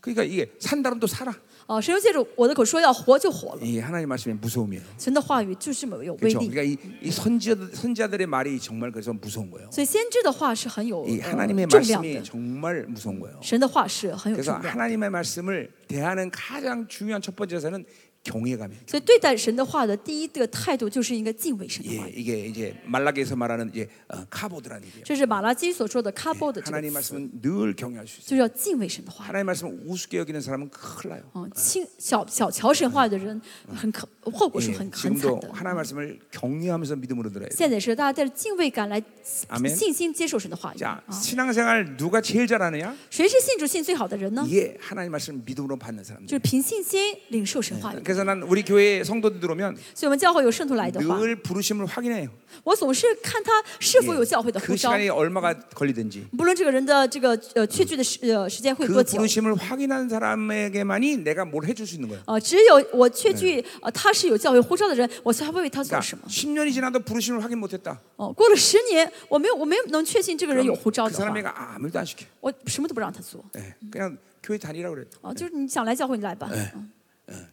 Speaker 1: 그러니까 이게 산다면 또 살아.
Speaker 2: 哦、神又借着我的口说要活就活了。
Speaker 1: 이 하나님 말씀의 무서움이에요.
Speaker 2: 神的话语就是这么有威
Speaker 1: 그렇죠?
Speaker 2: 力，
Speaker 1: 그러니까 이, 이 선지자들, 선지자들의 말이 정말 그래서 무서운 거예요.
Speaker 2: 所以先知的话是很有、
Speaker 1: 이
Speaker 2: 呃
Speaker 1: 하나님의
Speaker 2: 重量的
Speaker 1: 말씀이 。 정말 무서운 거예요.
Speaker 2: 神的话是很有
Speaker 1: 그래서
Speaker 2: 重量的，
Speaker 1: 하나님의 말씀을 대하는 가장 중요한 첫 번째 자세는 경외감이에요.
Speaker 2: 所以对待神的话的第一个态度就是应该敬畏神的话
Speaker 1: 예,
Speaker 2: 语。
Speaker 1: 이게 이제 말라기에서 말하는 이제 어, 카보드라는 얘기예요.
Speaker 2: 这是马拉基所说的 “kabo” 的这
Speaker 1: 하나님
Speaker 2: 个词，
Speaker 1: 말씀은 늘 경외할 수 있어요.
Speaker 2: 就是要敬畏神的话语。
Speaker 1: 하나님 말씀을 우습게 여기는 사람은 큰일 나요.
Speaker 2: 嗯，轻小小瞧神话语的人，很可后果是
Speaker 1: 예,
Speaker 2: 很很惨
Speaker 1: 지금도
Speaker 2: 的。
Speaker 1: 하나님 말씀을 경외하면서 믿음으로 들어야 돼요.
Speaker 2: 现在是大家带着敬畏感来
Speaker 1: 阿门
Speaker 2: 信心接受神的话语。
Speaker 1: 자,
Speaker 2: 啊，
Speaker 1: 신앙생활 누가 제일 잘하느냐?
Speaker 2: 谁是信主信最好的人呢？
Speaker 1: 예, 하나님 말씀 믿음으로 받는
Speaker 2: 就
Speaker 1: 사람들.
Speaker 2: 是凭信心领受神话语。
Speaker 1: 그래서 난 우리 교회 성도들 들어오면
Speaker 2: 所以我们教会有圣徒来的话，
Speaker 1: 늘 부르심을 확인해요.
Speaker 2: 我总是看他是否有教会的呼
Speaker 1: 그
Speaker 2: 召，
Speaker 1: 시간이 얼마가 걸리든지.
Speaker 2: 不论这个人的这个呃确据的时呃时间会多
Speaker 1: 그
Speaker 2: 久。
Speaker 1: 부르심을 확인한 사람에게만이 내가 뭘 해줄 수 있는 거예요.
Speaker 2: 呃，只有我确据呃他是有教会呼召的人，我才会为他做
Speaker 1: 그러니까
Speaker 2: 什么。
Speaker 1: 10년이 지나도 부르심을 확인 못했다.
Speaker 2: 哦，过了十年，我没有我没有能确信这个人有
Speaker 1: 그럼
Speaker 2: 呼召
Speaker 1: 그
Speaker 2: 的话，
Speaker 1: 사람에게 아무 일도 안 시켜.
Speaker 2: 我什么都不让他做。
Speaker 1: 예, 그냥 교회 다니라고 그래.
Speaker 2: 哦，就是你想来教会你来吧。嗯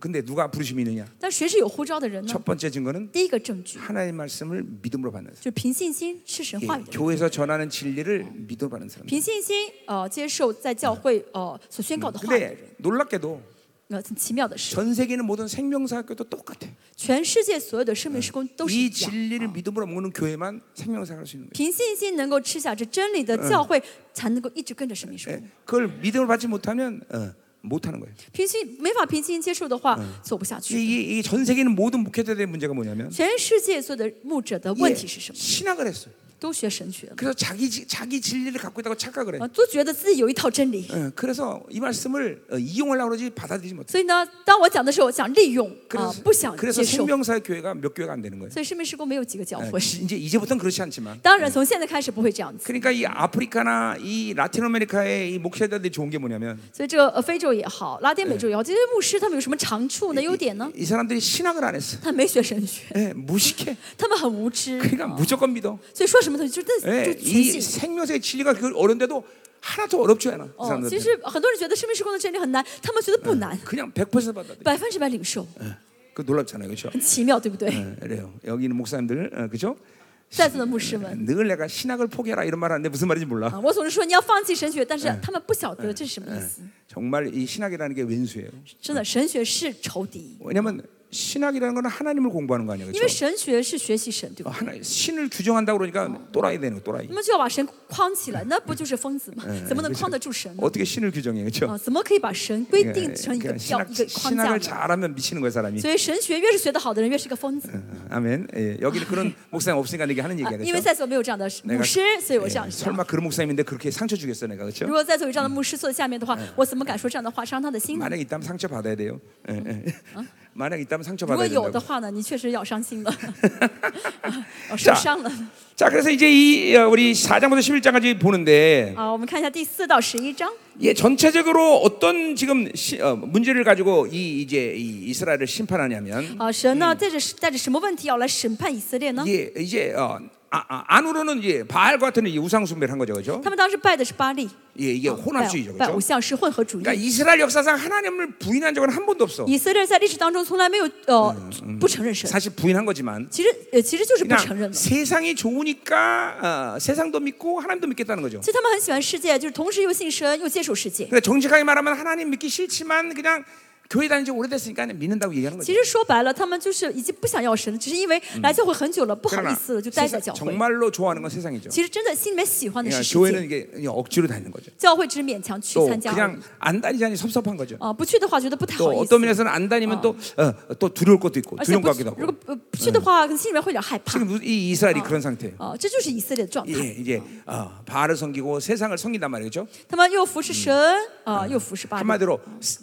Speaker 1: 근데 누가 부르심이 있느냐?
Speaker 2: 但谁是有呼召的人呢
Speaker 1: 첫 ？ 번째 증거는
Speaker 2: 第一个证据
Speaker 1: 하나님 말씀을 믿음으로 받는 사람.
Speaker 2: 就是凭信心吃神
Speaker 1: 예,
Speaker 2: 话语的人，
Speaker 1: 교회에서 전하는 진리를 믿음으로 받는 사람.
Speaker 2: 凭信心呃接受在教会呃所宣告的话语的人。
Speaker 1: 근데 놀랍게도
Speaker 2: 呃，很奇妙的是，
Speaker 1: 전 세계는 모든 생명사학교도 똑같아.
Speaker 2: 全世界所有的生命施工都是一
Speaker 1: 이
Speaker 2: 样，
Speaker 1: 진리를 믿음으로 먹는 교회만 생명사학을 할수 있는 거예요.
Speaker 2: 凭信心能够吃下这真理的教会，才能够一直跟着生命施工。
Speaker 1: 예, 그걸 믿음을 받지 못하면 어, 못하는 거예요.
Speaker 2: 凭信没法凭信心接受的话，走不下
Speaker 1: 이-
Speaker 2: 去。
Speaker 1: 이, 이전 세계는 모든 목회자들의 문제가 뭐냐면
Speaker 2: 全世界所有的牧者的
Speaker 1: 예,
Speaker 2: 问题是什么？
Speaker 1: 신학을 했어요.
Speaker 2: 都学神学了，
Speaker 1: 그래서 자기 지- 자기 진리를 갖고 있다고 착각을 해.
Speaker 2: 啊，都觉得自己有一套真理。
Speaker 1: 예, 그래서 이 말씀을 어, 이용하려고 그러지 받아들이지 못해.
Speaker 2: 所以呢，当我讲的时候，想利用啊、
Speaker 1: 그래서,
Speaker 2: 不想
Speaker 1: 그래서
Speaker 2: 接受。
Speaker 1: 생명사의 교회가 몇 교회가 안 되는 거예요.
Speaker 2: 所以生命施工没有几个教
Speaker 1: 예,
Speaker 2: 会。
Speaker 1: 지- 이제 이제부터는 그렇지 않지만.
Speaker 2: 当然，从现在开始不会这样子。
Speaker 1: 그러니까 이 아프리카나 이 라틴 아메리카의 이 목회자들이 좋은 게 뭐냐면
Speaker 2: 所以这个呃非洲也好，拉丁美洲也好，这些牧师他们有什么长处呢、优点呢？
Speaker 1: 이 사람들이 신학을 안 했어.
Speaker 2: 他没学神学，
Speaker 1: 예, 무식해.
Speaker 2: 他们很无知，
Speaker 1: 그러니까 무조건 믿어.
Speaker 2: 所以说什么东西就真的
Speaker 1: 예,
Speaker 2: 就全
Speaker 1: 이
Speaker 2: 信。
Speaker 1: 생명사의 진리가 그 어려운데도 하나도 어렵지 않아. 이
Speaker 2: 哦，
Speaker 1: 사람들.
Speaker 2: 其实很多人觉得生命施工的真理很难，他们觉得不难，
Speaker 1: 그냥 100% 받아들여.
Speaker 2: 百分之百领受，
Speaker 1: 그 놀랍잖아요, 그렇죠?
Speaker 2: 很奇妙，对不对？
Speaker 1: 예, 그래요. 여기 있는 목사님들, 어, 그렇죠?
Speaker 2: 在座的牧师们
Speaker 1: 늘 내가 신학을 포기해라 이런 말 하는데 무슨 말인지
Speaker 2: 啊，
Speaker 1: 몰라.
Speaker 2: 我总是说你要放弃神学，但是他们不晓得这是什么意思。
Speaker 1: 정말 이 신학이라는 게 왼수예요.
Speaker 2: 真的，神学是仇敌，
Speaker 1: 왜냐면 신학이라는 건 하나님을 공부하는 거 아니야,
Speaker 2: 因为
Speaker 1: 그렇죠?
Speaker 2: 神学是学习神，对吧？
Speaker 1: 하나 신을 규정한다 고 그러니까 또라이 되는 거, 또라이.
Speaker 2: 那么就要把神框起来，那不就是疯子吗？怎么能框得住神呢？
Speaker 1: 어떻게 신을 규정해, 그렇죠?
Speaker 2: 啊，怎么可以把神规
Speaker 1: 그러니까,
Speaker 2: 定成一个
Speaker 1: 그러니까
Speaker 2: 标
Speaker 1: 신학,
Speaker 2: 一个框架
Speaker 1: 신학을
Speaker 2: 呢？
Speaker 1: 잘하면 미치는 거야 사람이. 어,
Speaker 2: 所以神学越是学得好的人，越是个疯子。
Speaker 1: 아멘. 예, 여기는 그런 목사님 없으니까 내가 하는
Speaker 2: 啊
Speaker 1: 얘기야,
Speaker 2: 因为
Speaker 1: 그렇죠?
Speaker 2: 在座没有这样的牧师，所以我这样
Speaker 1: 예,
Speaker 2: 想。
Speaker 1: 설마 그런 목사님인데 그렇게 상처 주겠어 내가,
Speaker 2: 如
Speaker 1: 그렇죠?
Speaker 2: 果在座有这样的牧师坐在下面的话，我怎么敢说这样的话伤他的心呢？
Speaker 1: 만약 있다면 상처 받아야 돼요. 예, 예. 만약 있다면 상처
Speaker 2: 如果
Speaker 1: 받아야
Speaker 2: 有的
Speaker 1: 된다고.
Speaker 2: 话呢，你确实要伤心 了，啊受伤了。
Speaker 1: 자, 그래서 이제 이 어, 우리 4장부터 11장까지 보는데
Speaker 2: 啊，我们看一下第四到十一章。
Speaker 1: 예, 전체적으로 어떤 지금 시, 어, 문제를 가지고 이 이제 이 이스라엘을 심판하냐면
Speaker 2: 啊，神呢带着带着什么问题要来审判以色列呢？
Speaker 1: 이게 이제 어, 아, 아, 안으로는 이제 바알 같은 이 우상 숭배를 한 거죠, 그렇죠?
Speaker 2: 他们当时拜的是巴利，
Speaker 1: 예, 이게
Speaker 2: 拜
Speaker 1: 혼합주의죠,
Speaker 2: 拜
Speaker 1: 그렇죠?
Speaker 2: 偶像是混合主义。
Speaker 1: 그러니까 이스라엘 역사상 하나님을 부인한 적은 한 번도 없어.
Speaker 2: 以色列在历史当中从来没有呃不承认神，
Speaker 1: 사실 부인한 거지만
Speaker 2: 其实呃其实嗯就是不承认
Speaker 1: 그냥
Speaker 2: 了。
Speaker 1: 세상이 좋으니까 어, 세상도 믿고 하나님도 믿겠다는 거죠.
Speaker 2: 其实他们很喜欢世界，就是同时又信神又接受世界。
Speaker 1: 그러니까 정직하게 말하면 하나님 믿기 싫지만 그냥 교회 다닌 지 오래됐으니까 그냥 믿는다고 얘기하는 거죠.
Speaker 2: 其实说白了，他们就是已经不想要神了，只是因为来教会很久了，不好
Speaker 1: 그러나
Speaker 2: 意思了，就待在
Speaker 1: 세상-
Speaker 2: 教会。
Speaker 1: 정말로 좋아하는 건 세상이죠.
Speaker 2: 其实真的心里面喜欢的哦
Speaker 1: 그러니까
Speaker 2: 是世
Speaker 1: 교회는
Speaker 2: 界，
Speaker 1: 이게 그냥 억지로 다니는 거죠.
Speaker 2: 教会只是勉强去
Speaker 1: 또
Speaker 2: 参加而已
Speaker 1: 그냥 안 다니자니 섭섭한 거죠.
Speaker 2: 啊，不去的话觉得不太
Speaker 1: 또
Speaker 2: 好意思
Speaker 1: 어떤 ， 면에서는 안 다니면 또 어, 또 두려울 것도 있고
Speaker 2: 而且
Speaker 1: 두려운 것
Speaker 2: 不
Speaker 1: 같기도
Speaker 2: 如
Speaker 1: 하고.
Speaker 2: 果呃不去的话，可能心里面会有点害怕
Speaker 1: 지금 이 이스라엘이 그런 상태예요.
Speaker 2: 啊，这就是以色列的状
Speaker 1: 예,
Speaker 2: 态。
Speaker 1: 이제 어, 바알을 섬기고 세상을 섬긴단 말이죠.
Speaker 2: 他们又服侍神啊，又服侍巴利。
Speaker 1: 한마디로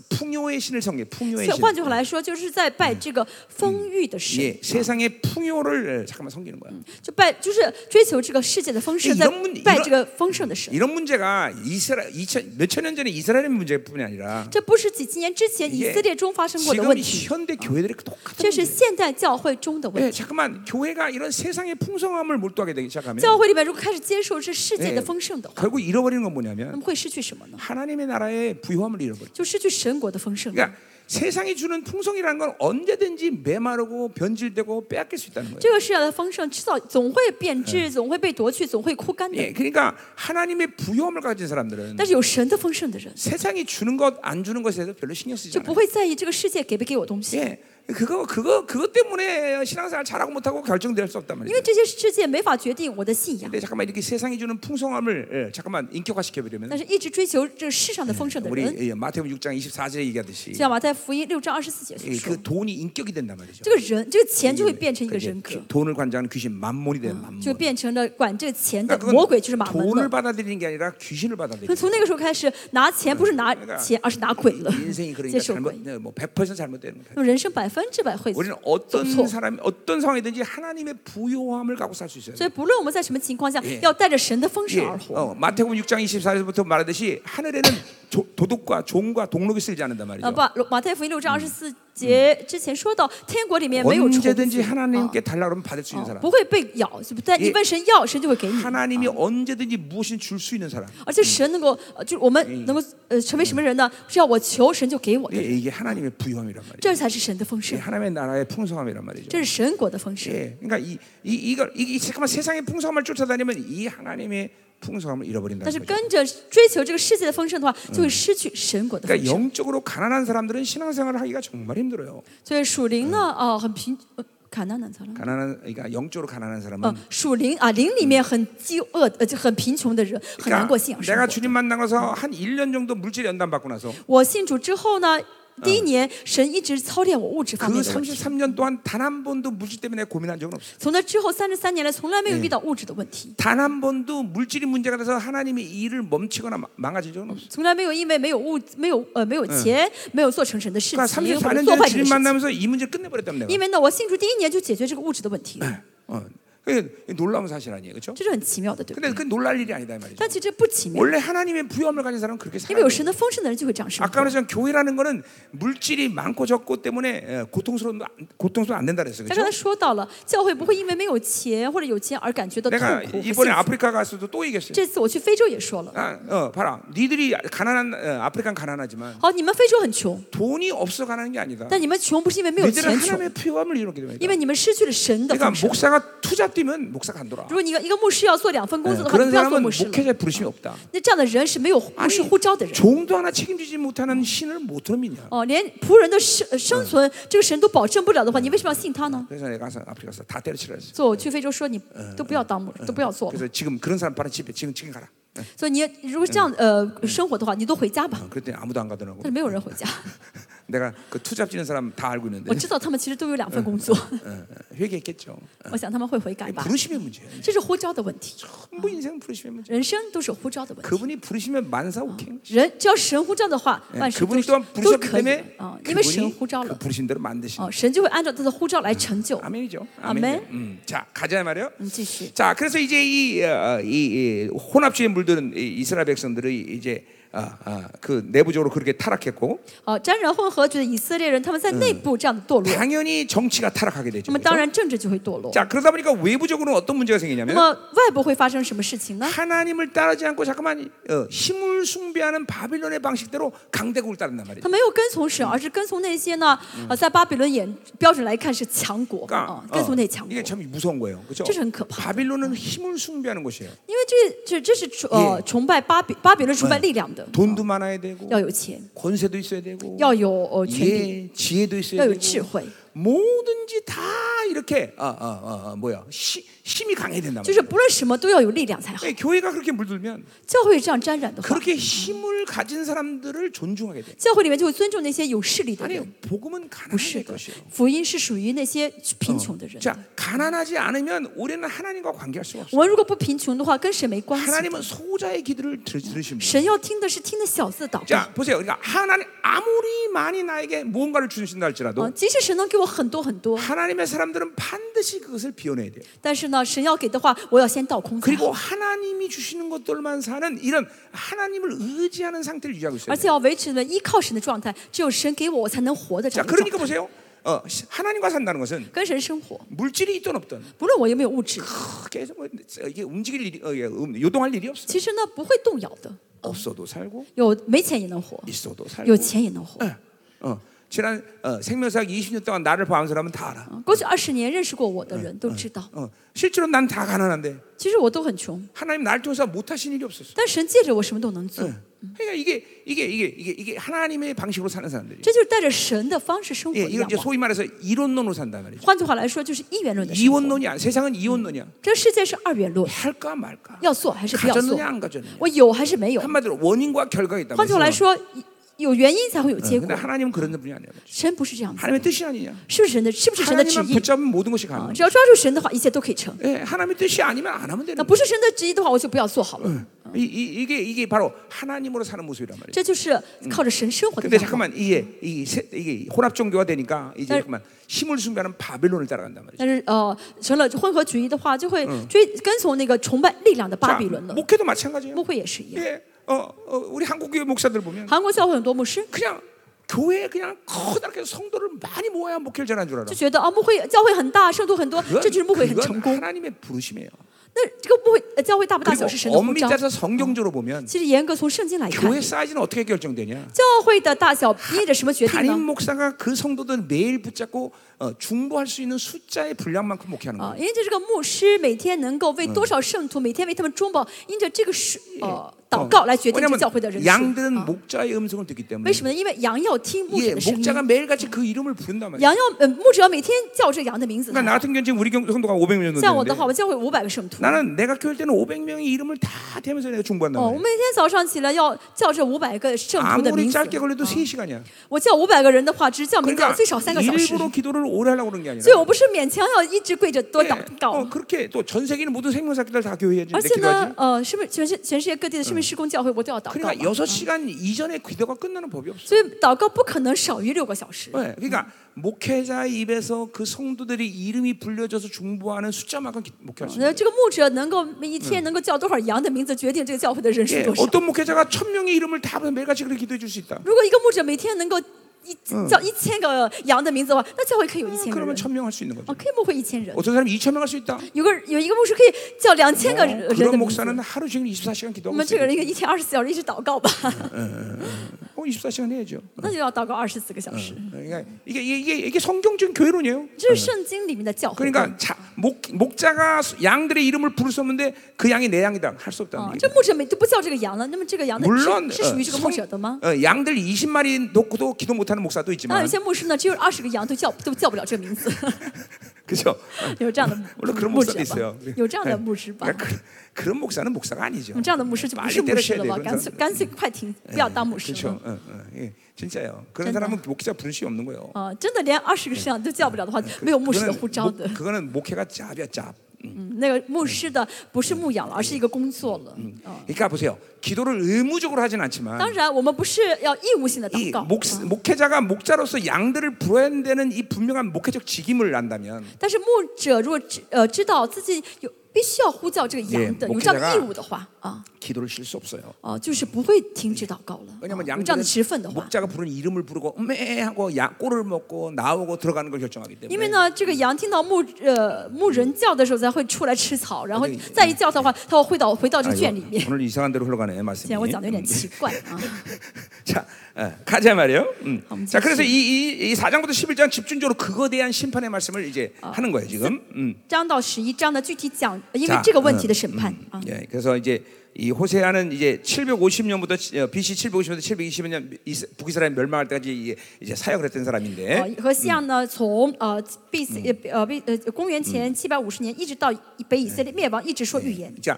Speaker 1: 풍요의 신을 섬겨. 풍요의
Speaker 2: 所以换
Speaker 1: 신.
Speaker 2: 句话来说，就是在拜这个丰裕的神。
Speaker 1: 예, 세상의 풍요를 잠깐만 섬기는 거야.
Speaker 2: 就拜就是追求这个世界的丰盛，
Speaker 1: 이
Speaker 2: 在
Speaker 1: 런문이
Speaker 2: 拜
Speaker 1: 런
Speaker 2: 这个丰盛的神。
Speaker 1: 이런 문제가 이스라 2000 몇천 년 전에 이스라엘의 문제뿐이 아니라
Speaker 2: 这不是几千年之前以
Speaker 1: 예
Speaker 2: 色列中发生过的
Speaker 1: 지금
Speaker 2: 问
Speaker 1: 이
Speaker 2: 题，
Speaker 1: 현대 교회들이 똑같은
Speaker 2: 这是
Speaker 1: 어. 문제.
Speaker 2: 现代教会中的问
Speaker 1: 예,
Speaker 2: 题。
Speaker 1: 잠깐만 교회가 이런 세상의 풍성함을 몰두하게 되기 시작하면
Speaker 2: 教会里面如果开始接受这世界
Speaker 1: 예,
Speaker 2: 的丰盛的话，
Speaker 1: 결국 잃어버리는 건
Speaker 2: 那
Speaker 1: 뭐냐면
Speaker 2: 么会失去什么呢？
Speaker 1: 하나님의 나라의 부유함을 잃어버려.
Speaker 2: 就失去神国的丰盛。
Speaker 1: 그러니까 세상이 주는 풍성이라는 건 언제든지 메마르고 변질되고 빼앗길 수 있다는 거예요.
Speaker 2: 这个世界的丰盛迟早总会变质，总会被夺去，总会枯干的。
Speaker 1: 예, 그러니까 하나님의 부유함을 가진 사람들은
Speaker 2: 但是有神的丰盛的人，
Speaker 1: 세상이 주는 것 안 주는 것에 대해서 별로 신경 쓰지
Speaker 2: 就不
Speaker 1: 않아요.
Speaker 2: 会在意这个世界给没给我东西，
Speaker 1: 예, 그거 그거 그것 때문에 신앙생활 잘하고 못하고 결정될 수 없단
Speaker 2: 因
Speaker 1: 말이에요.
Speaker 2: 为这些世界没法决定我的信仰。
Speaker 1: 근데 잠깐만 이렇게 세상이 주는 풍성함을 예, 잠깐만 인격화시켜 버리면
Speaker 2: 但是一直追求这世上的丰盛的
Speaker 1: 우리
Speaker 2: 人，
Speaker 1: 예, 마태복음 6장 24절에 얘기하듯이
Speaker 2: 就像马太福音六章二十四节所
Speaker 1: 예,
Speaker 2: 说
Speaker 1: 그 。 돈이 인격이 된단 말이죠.
Speaker 2: 这个人，这个钱就会变成一个
Speaker 1: 그러니까
Speaker 2: 人
Speaker 1: 이제
Speaker 2: 格， 어，
Speaker 1: 귀- 돈을 관장하는 귀신 만몬이 되는 만몬.
Speaker 2: 就变成了管这个钱的
Speaker 1: 그러니까
Speaker 2: 魔鬼，就
Speaker 1: 그건
Speaker 2: 是马门
Speaker 1: 돈을
Speaker 2: 了。
Speaker 1: 받아들이는 게 아니라 귀신을 받아들이는
Speaker 2: 所以
Speaker 1: 거예요.
Speaker 2: 从那个时候开始，拿钱不是拿
Speaker 1: 그러니까
Speaker 2: 钱，而是拿鬼了，
Speaker 1: 인생이
Speaker 2: 接
Speaker 1: 그러니까
Speaker 2: 受鬼
Speaker 1: 잘못 。 네, 뭐100% 잘못되는 거예요.
Speaker 2: 那么人生百分之百会死，
Speaker 1: 우리는 어떤
Speaker 2: 그래서-
Speaker 1: 사람이 어떤 상황이든지 하나님의 부요함을 갖고 살 수 있어요.
Speaker 2: 所以不论我们在什么情况下
Speaker 1: 예 ，
Speaker 2: 要带着神的丰
Speaker 1: 예,
Speaker 2: 盛而活。
Speaker 1: 어, 마태복음 6장 24절부터 말하듯이 하늘에는 조- 도둑과 종과 동록이 쓰이지 않는단
Speaker 2: 呃，
Speaker 1: 말이죠.
Speaker 2: 把马太福音六章二十四节之前说到，天国里面没有虫子
Speaker 1: 언제든지 ，
Speaker 2: 아。
Speaker 1: 하나님께 달라 그러면 받을 수 있는
Speaker 2: 啊
Speaker 1: 사람.
Speaker 2: 不会被咬，是不？但
Speaker 1: 예
Speaker 2: 你问神要，神就会给你。
Speaker 1: 하나님이 언제든지 무엇이든 줄 수 있는 사람.
Speaker 2: 而且神能够，呃就是我们能够呃成为什么人呢？是要我求神就给我的
Speaker 1: 예,
Speaker 2: 人，
Speaker 1: 이게 하나님의 부요함이란 말이죠.
Speaker 2: 这才是神的丰
Speaker 1: 예,
Speaker 2: 盛，
Speaker 1: 하나님의 나라의 풍성함이란 말이죠.
Speaker 2: 这是神国的丰盛。
Speaker 1: 예, 그러니까 이, 이 이걸 이, 이 잠깐만 세상의 풍성함을 쫓아다니면 이 하나님의 풍성함을
Speaker 2: 但是
Speaker 1: 잃어버린다는 거죠.
Speaker 2: 跟着追求这个世界的丰盛的话，就会失去神国的丰
Speaker 1: 그러니까
Speaker 2: 盛。
Speaker 1: 영적으로 가난한 사람들은 신앙생활을 하기가 정말 힘들어요.
Speaker 2: 所以属灵呢，啊，很贫，呃看哪哪咋了？
Speaker 1: 가난한 그러니까 영적으로 가난한 사람은 그러니까
Speaker 2: 呃，属灵啊，灵里面很饥饿，呃，就很贫穷的人，很难过信
Speaker 1: 그러니까
Speaker 2: 仰生
Speaker 1: 내가
Speaker 2: 活。
Speaker 1: 주님 만나서 한 1년 정도 물질 연단 받고 나서
Speaker 2: 我信主之后呢，第一年神一直操练我物质
Speaker 1: 그
Speaker 2: 方面的问题，
Speaker 1: 33년 동안 단 한 번도 물질 때문에 고민한 적은 없어요.
Speaker 2: 从那之后三十三年来，从来没有遇到物质的问题，
Speaker 1: 단 한 번도 물질이 문제가 돼서 하나님의 일을 멈추거나 마- 망가진 적은 없어요.
Speaker 2: 从来没有因为没有物没有呃没有钱，没有做成神的事
Speaker 1: 그러니까
Speaker 2: 情或者
Speaker 1: 34년
Speaker 2: 做
Speaker 1: 전에
Speaker 2: 坏成
Speaker 1: 주님
Speaker 2: 的事情。
Speaker 1: 만나면서 이 문제를 끝내버렸다면
Speaker 2: 因
Speaker 1: 내가.
Speaker 2: 为呢，我信主第一年就解决这个物质的问题，
Speaker 1: 어. 그게 놀라운 사실 아니에요. 그렇죠?
Speaker 2: 这是很奇妙的，对不对？
Speaker 1: 근데 그 놀랄 일이 아니다 이 말이죠.
Speaker 2: 但其实这不奇妙。
Speaker 1: 원래 네. 하나님의 부여함을 가진 사람은 그렇게
Speaker 2: 因
Speaker 1: 살아요.
Speaker 2: 为有神的丰盛的人就会这样生
Speaker 1: 아까
Speaker 2: 活。
Speaker 1: 말했지만 교회라는 거는 물질이 많고 적고 때문에 예, 고통스러운 고통스러운 안 된다 그랬어요.
Speaker 2: 他刚才
Speaker 1: 그렇죠?
Speaker 2: 说到了，教会不会因为没有钱或者有钱而感觉到痛
Speaker 1: 내가
Speaker 2: 苦和
Speaker 1: 이번에
Speaker 2: 幸福。
Speaker 1: 아프리카 갔어도 또 얘기했어요.
Speaker 2: 这次我去非洲也说了，
Speaker 1: 아, 어, 봐라. 니들이 가난한 어, 아프리카는 가난하지만
Speaker 2: 好，你们非洲很穷，
Speaker 1: 돈이 없어 가난한 게 아니다.
Speaker 2: 嗯但你们穷不是因为没有
Speaker 1: 니들은
Speaker 2: 钱穷，
Speaker 1: 하나님의 부여함을 이루기 때문에.
Speaker 2: 因为你们失去了神的
Speaker 1: 그러니까
Speaker 2: 丰盛。
Speaker 1: 목사가 투자 뛰면 목사 간돌아.
Speaker 2: 如果你一个一个牧师要做两份工
Speaker 1: 예,
Speaker 2: 作的话，你
Speaker 1: 네. 그런
Speaker 2: 不要哎做
Speaker 1: 사람은
Speaker 2: 牧师了。
Speaker 1: 목회자의 부르심이 없다.
Speaker 2: 那这样的人是没有
Speaker 1: 아,
Speaker 2: 牧师护照的人。
Speaker 1: 종도 하나 책임지지 못하는 신을 못 들으미냐.
Speaker 2: 哦，连仆人的生呃生存，这个神都保证不了的话，你为什么要信他呢？
Speaker 1: 그래서 내가 가서 아프리카 가서 다 때려치라 했어.
Speaker 2: 所以我去非洲说，你都不要当牧，都不要做。
Speaker 1: 그래서 지금 그런 사람 바로 집에 지금 지금 가라.
Speaker 2: 所以你如果这样呃生活的话，你都回家吧。
Speaker 1: 어, 그랬더니 아무도 안 가더라고.
Speaker 2: 但是没有人回家，
Speaker 1: 내가 그 투잡 지는 사람 다 알고 있는데
Speaker 2: 我知道他们其实都有两份工作，
Speaker 1: 어, 어, 회개했겠죠.
Speaker 2: 我想他们会悔改吧。
Speaker 1: 부르심의 문제예요.
Speaker 2: 这是呼召的问题，
Speaker 1: 전부 인생 부르심의 문제.
Speaker 2: 人生都是呼召的问题。
Speaker 1: 그분이 부르시면 만사 오케이. 예,
Speaker 2: 人只要神呼召的话，万事都
Speaker 1: 그분이 또한
Speaker 2: 都
Speaker 1: 부르셨기
Speaker 2: 哎可以
Speaker 1: 때문에
Speaker 2: 啊，因为神
Speaker 1: 그분이
Speaker 2: 呼召
Speaker 1: 그
Speaker 2: 了
Speaker 1: 부르신 대로 만드신.
Speaker 2: 哦，神就会按照他的呼召来成就。
Speaker 1: 아멘이죠.
Speaker 2: 어. 아멘.
Speaker 1: 음, 자 가자 말이요.
Speaker 2: 嗯，继续。
Speaker 1: 자, 그래서 이제 이, 어, 이, 이 혼합주의 물들은 이 이스라엘 백성들이 이제 어, 어, 그 내부적으로 그렇게 타락했고
Speaker 2: 好，哦沾染混合觉得以色列人他们在内部这样的堕落，
Speaker 1: 당연히 정치가 타락하게 되죠.
Speaker 2: 那么
Speaker 1: 그렇죠?
Speaker 2: 当然政治就会堕落。
Speaker 1: 자, 그러다 보니까 외부적으로는 어떤 문제가
Speaker 2: 那
Speaker 1: 생기냐면
Speaker 2: 么外部会发生什么事情呢？
Speaker 1: 하나님을 따르지 않고 잠깐만 어, 힘을 숭배하는 바빌론의 방식대로 강대국을 따른단 말이죠.
Speaker 2: 他没有跟从神，而是跟从那些呢，呃，在巴比伦眼标准来看是强国啊
Speaker 1: 그러니까 ，
Speaker 2: 跟
Speaker 1: 어,
Speaker 2: 从那强国，
Speaker 1: 이게
Speaker 2: 因
Speaker 1: 참 무서운 거예요. 그렇죠? 어.
Speaker 2: 진짜 겁나.
Speaker 1: 바빌론은 힘을 숭배하는 곳이에요.
Speaker 2: 为这这这是崇呃
Speaker 1: 예
Speaker 2: 崇拜巴比巴比伦崇拜力量的，
Speaker 1: 돈도 많아야 되고
Speaker 2: 要有钱，
Speaker 1: 권세도 있어야 되고
Speaker 2: 要有呃权力，
Speaker 1: 예, 지혜도 있어야
Speaker 2: 要有
Speaker 1: 되고
Speaker 2: 智慧，
Speaker 1: 뭐든지 다 이렇게 아, 아, 아, 아, 뭐야 시- 힘이 강해야 된다
Speaker 2: 就是
Speaker 1: 말이야.
Speaker 2: 不论什么都要有力量才好。
Speaker 1: 그러니까 교회가 그렇게 물들면
Speaker 2: 教会这样沾染的话，
Speaker 1: 그렇게 힘을 가진 사람들을 존중하게 돼.
Speaker 2: 教会里面就会尊重那些有势力的
Speaker 1: 아니
Speaker 2: 人，
Speaker 1: 복음은
Speaker 2: 不是
Speaker 1: 가난할
Speaker 2: 的嗯
Speaker 1: 것이요. ，
Speaker 2: 福音是属于那些贫穷的人。
Speaker 1: 자 가난하지 않으면 우리는 하나님과 관계할 수가
Speaker 2: 我
Speaker 1: 없어.
Speaker 2: 们如果不贫穷的话，跟神没关系的。
Speaker 1: 하나님은 소자의 기도를 들, 들으신 분.
Speaker 2: 神要听的是听的小字祷告。啊
Speaker 1: 자 보세요. 그러니까 하나님 아무리 많이 나에게 무언가를 주신다
Speaker 2: 啊，
Speaker 1: 할지라도
Speaker 2: 即使神能给我很多很
Speaker 1: 어.
Speaker 2: 多，
Speaker 1: 하나님의 사람들은 반드시 그것을 비워내야 돼요.
Speaker 2: 但是呢，神要给的话，我要先倒空才好
Speaker 1: 그리고 하나님이 주시는 것들만 사는 이런 하나님을 의지하는 상태를 유지하고 있어요.
Speaker 2: 而且要维持了依靠神的状态，只有神给我，我才能活的这
Speaker 1: 자,
Speaker 2: 样一个状
Speaker 1: 그러니까
Speaker 2: 态。
Speaker 1: 보세요. 어, 하나님과 산다는 것은
Speaker 2: 跟神生活，
Speaker 1: 물질이 있든 없든
Speaker 2: 不论我有没有物质，
Speaker 1: 크게 뭐 이게 움직일 일이 어, 이게 음, 요동할 일이 없어.
Speaker 2: 其实呢不会动摇的。
Speaker 1: 없어도 살고
Speaker 2: 有没钱也能活，
Speaker 1: 있어도 살고.
Speaker 2: 有钱也能活。
Speaker 1: 어, 지난 어, 생명사학 20년 동안 나를 봐온 사람은 다 알아.
Speaker 2: 过去二十年认识过我的人都知道，
Speaker 1: 어, 실제로 난 다 가난한데
Speaker 2: 其实我都很穷，
Speaker 1: 하나님 나를 통해서 못 하신 일이 없었어.
Speaker 2: 但神借着我什么都能做。
Speaker 1: 그러니까 이게 이게 이게 이게 이게 하나님의 방식으로 사는 사람들이.
Speaker 2: 这就是带着神的方式生活
Speaker 1: 예,
Speaker 2: 一
Speaker 1: 이걸
Speaker 2: 样
Speaker 1: 이제
Speaker 2: 嘛。
Speaker 1: 소위 말해서 이론론으로 산단 말이죠.
Speaker 2: 换句话来说，就是一元论的生活。
Speaker 1: 이원론이야. 세상은 이원론이야.
Speaker 2: 这个世界是二元论，
Speaker 1: 할까 말까.
Speaker 2: 要做还是不要做
Speaker 1: 가졌느냐 ，안 가졌느냐.
Speaker 2: 我有还是没有。
Speaker 1: 한마디로 원인과 결과가 있다.
Speaker 2: 换句话来说，有原因才会有结
Speaker 1: 근데
Speaker 2: 果。
Speaker 1: 하나님은 그런 분이 아니에요.
Speaker 2: 神不是这样子，
Speaker 1: 하나님의 뜻이 아니냐.
Speaker 2: 是不是神的？是不是神的旨
Speaker 1: 하나님만
Speaker 2: 意？
Speaker 1: 붙잡으면 모든 것이
Speaker 2: 啊
Speaker 1: 가능.
Speaker 2: 只要抓住神的话，一切都可以成。
Speaker 1: 예, 하나님의 뜻이 아니면 안 하면
Speaker 2: 那
Speaker 1: 되는.
Speaker 2: 不是神的旨意的话，我就不要做好了。
Speaker 1: 거예요. 이, 이, 이게 이게 바로 하나님으로 사는 모습이란 말이에요.
Speaker 2: 这就是靠着神生活的
Speaker 1: 근데
Speaker 2: 方法。
Speaker 1: 잠깐만 이게 이 세- 이게 혼합 종교가 되니까 이제
Speaker 2: 네.
Speaker 1: 잠깐만 힘을 숭배하는 바빌론을 따라간단 말이죠.
Speaker 2: 但是呃，成了混合主义的话，就会追跟从那个崇拜力量的巴
Speaker 1: 자,
Speaker 2: 比伦了。
Speaker 1: 목회도 마찬가지예요.
Speaker 2: 牧会也是一样，
Speaker 1: 예, 어, 어, 우리 한국 교회 목사들 보면
Speaker 2: 韩国教会很多牧师
Speaker 1: 그냥 교회에 그냥 커다랗게 성도를 많이 모아야 목회를 잘하는 줄 알아.
Speaker 2: 就觉得啊，牧会教会很大，圣徒很多，这就是牧会很
Speaker 1: 그건
Speaker 2: 成功。
Speaker 1: 하나님의 부르심이에요.
Speaker 2: 那这个牧会呃教会大不大小是神
Speaker 1: 그리고
Speaker 2: 的呼
Speaker 1: 엄밀히
Speaker 2: 召。
Speaker 1: 따서 성경적으로 보면
Speaker 2: 其实严格从圣经来看，
Speaker 1: 교회 사이즈는 어떻게 결정되냐?
Speaker 2: 教会的大小依着什么决定
Speaker 1: 담임
Speaker 2: 呢？
Speaker 1: 목사가 그 성도들 매일 붙잡고 어, 중보할 수 있는 숫자의 분량만큼 목회하는
Speaker 2: 啊，
Speaker 1: 거예요.
Speaker 2: 因为这个牧师每天能够为多少圣徒，每天为他们中保，因着这个是呃祷告来决定这教会的人
Speaker 1: 어. 왜냐하면
Speaker 2: 数。
Speaker 1: 양들은 목자의 음성을 듣기
Speaker 2: 为
Speaker 1: 때문에
Speaker 2: 什么呢？因为羊要听牧
Speaker 1: 예,
Speaker 2: 者的声音，
Speaker 1: 목자가 매일같이 그 이름을 부른단 말이에요.
Speaker 2: 羊要呃牧者要每天叫这个羊的名字。
Speaker 1: 그러니까 나 같은 경우는 지금 우리 경- 성도가 500명
Speaker 2: 像我的话，
Speaker 1: 정도인데
Speaker 2: 我教会五百个圣徒。
Speaker 1: 나는 내가 교회 때는 500명의 이름을 다 대면서 내가 중보한단
Speaker 2: 哦，我
Speaker 1: 말이에요.
Speaker 2: 每天早上起来要叫这五百个圣徒的
Speaker 1: 아무리
Speaker 2: 名字。哦
Speaker 1: 짧게 걸려도 3시간이야.
Speaker 2: 我叫五百个人的话，只叫名字要
Speaker 1: 그러니까
Speaker 2: 最少三个小时。
Speaker 1: 일부러 기도를 오래 하려고 그러는 게 아니라
Speaker 2: 所以我不是勉强要一直跪着多
Speaker 1: 예,
Speaker 2: 祷告
Speaker 1: 어, ， 그렇게 또 전 세계는 모든 생명사기들 다 교회에
Speaker 2: 而且
Speaker 1: 기도하지.
Speaker 2: 呢，呃，哎哦是不嗯是全世全世界各地的是不是施工教会我都要祷告
Speaker 1: 그러니까
Speaker 2: 嘛？
Speaker 1: 여섯 시간 이전에 기도가 끝나는 법이 없어.
Speaker 2: 所以祷告不可能少于六个小时。
Speaker 1: 네, 그러니까
Speaker 2: 음.
Speaker 1: 목회자 입에서 그 성도들이 이름이 불려져서 중보하는 숫자만큼 기- 목회할 수 있어요.
Speaker 2: 那这个牧者能够一天能够叫多少羊的名字，决定这个教会的人数
Speaker 1: 예,
Speaker 2: 多少。
Speaker 1: 어떤 목회자가 천 명의 이름을 다 매일같이 그렇게 기도해 줄 수 있다.
Speaker 2: 如果一个牧者每天能够一叫一千个羊的名字的话，嗯那教会可以有一
Speaker 1: 어,
Speaker 2: 千个
Speaker 1: 그러면
Speaker 2: 人。
Speaker 1: 천 명 할 수 있는 거죠.
Speaker 2: 哦，可以牧会一千人。
Speaker 1: 어떤 사람이 이천 명 할 수 있다. 어,
Speaker 2: 有个有一个牧师可以叫两千个人人的
Speaker 1: 그런
Speaker 2: 名字，
Speaker 1: 목사는 하루 종일 24시간
Speaker 2: 我
Speaker 1: 기도하고
Speaker 2: 们这个
Speaker 1: 있어요.
Speaker 2: 嗯人一天二十四小时一直祷告吧。
Speaker 1: 어, 24시간 해야죠.
Speaker 2: 那就要祷告二十四个小时。
Speaker 1: 그러니까 이게 이게 이게, 이게 성경적인 교회론이에요.
Speaker 2: 这是圣经里面的教诲。
Speaker 1: 그러니까 자, 목 목자가 양들의 이름을 부를 수 없는데 그 양이 내 양이다 할 수
Speaker 2: 啊
Speaker 1: 없다는 ，
Speaker 2: 这
Speaker 1: 얘기예요.
Speaker 2: 牧者没都不叫这个羊了，那么这个羊的
Speaker 1: 물론
Speaker 2: 是是
Speaker 1: 어,
Speaker 2: 属于这个牧者的
Speaker 1: 성,
Speaker 2: 吗？
Speaker 1: 어, 양들 20마리 놓고도 기도 못하는 목사도
Speaker 2: 当
Speaker 1: 있지만
Speaker 2: 然，有些牧师呢，只有二十个羊都叫都叫不了这个名字，
Speaker 1: 그죠?
Speaker 2: 有这样的
Speaker 1: 물론 그런
Speaker 2: 牧者
Speaker 1: 목사도
Speaker 2: 吧
Speaker 1: 있어요. ？
Speaker 2: 有这样的牧师吧？
Speaker 1: 그러니까 그, 그런 목사는 목사가 아니죠.
Speaker 2: 我们这样的牧师就不
Speaker 1: 많이
Speaker 2: 是牧
Speaker 1: 때려쳐야
Speaker 2: 师了
Speaker 1: 돼요,
Speaker 2: 吧？
Speaker 1: 그런
Speaker 2: 干脆
Speaker 1: 사람.
Speaker 2: 干脆快停，不要当牧师
Speaker 1: 그렇죠.
Speaker 2: 了。
Speaker 1: 어, 어, 예, 진짜요. 어. 그런
Speaker 2: 진짜.
Speaker 1: 사람은 목자 부를 수 없는 거예요.
Speaker 2: 啊，真的连二十个羊都叫嗯不了的嗯话，没有牧师的
Speaker 1: 그거는
Speaker 2: 护照的
Speaker 1: 목- 。 그거는 목회가 잡이야 잡.
Speaker 2: 嗯，那个牧师的不是牧养了，而是一个工作了。啊，
Speaker 1: 그러니까 보세요. 기도를 의무적으로 하진
Speaker 2: 当
Speaker 1: 않지만 어.
Speaker 2: 然我们不是要义务性的祷
Speaker 1: 이
Speaker 2: 告。
Speaker 1: 목,
Speaker 2: 啊
Speaker 1: 목회자가 목자로서 양들을 불어야 되는 이 분명한 목회적 직임을 안다면
Speaker 2: 但是牧者如果知呃知道自己有必须要呼叫这个羊的
Speaker 1: 예
Speaker 2: 有这样
Speaker 1: 목회자가
Speaker 2: 的义务的话啊
Speaker 1: 기도를 쉴 수 없어요.
Speaker 2: 啊，就是不会停止祷告了。啊有
Speaker 1: 왜냐하면
Speaker 2: 这样的职分
Speaker 1: 양들은
Speaker 2: 的话，
Speaker 1: 목자가 부른 이름을 부르고 매 하고 야, 꼴을 먹고 나오고 들어가는 걸 결정하기
Speaker 2: 因为
Speaker 1: 때문에
Speaker 2: 呢，这个羊听到牧呃牧人叫的时候才会出来吃草，然后
Speaker 1: 嗯对哎
Speaker 2: 再一叫它的话，它会回到回到这
Speaker 1: 아,
Speaker 2: 个
Speaker 1: 이거
Speaker 2: 圈里面。
Speaker 1: 오늘 이상한 대로 흘러가네
Speaker 2: 现在我讲的有
Speaker 1: 말씀이.
Speaker 2: 点奇怪啊，
Speaker 1: 자, 어, 가자 말이요. 음.
Speaker 2: 아무튼
Speaker 1: 자, 그래서
Speaker 2: 시-
Speaker 1: 이이 4장부터 11장 집중적으로 그거에 대한 심판의 말씀을 이제 하는 거예요 지금. 음.
Speaker 2: 章到十一章呢，具体讲因为
Speaker 1: 자 음,
Speaker 2: 这个问题的审判啊。
Speaker 1: 예, 그래서 이제 이 호세아는 이제 750년부터 어, BC 750년부터 720년 북이스라엘 멸망할 때까지 이게 이제 사역을 했던
Speaker 2: 呃
Speaker 1: 사람인데 ，
Speaker 2: 和西亚
Speaker 1: 嗯
Speaker 2: 呢，从呃 B C 呃 B 呃公元前七百五十年一直到北以色
Speaker 1: 嗯
Speaker 2: 列灭亡，一直说预言，
Speaker 1: 자,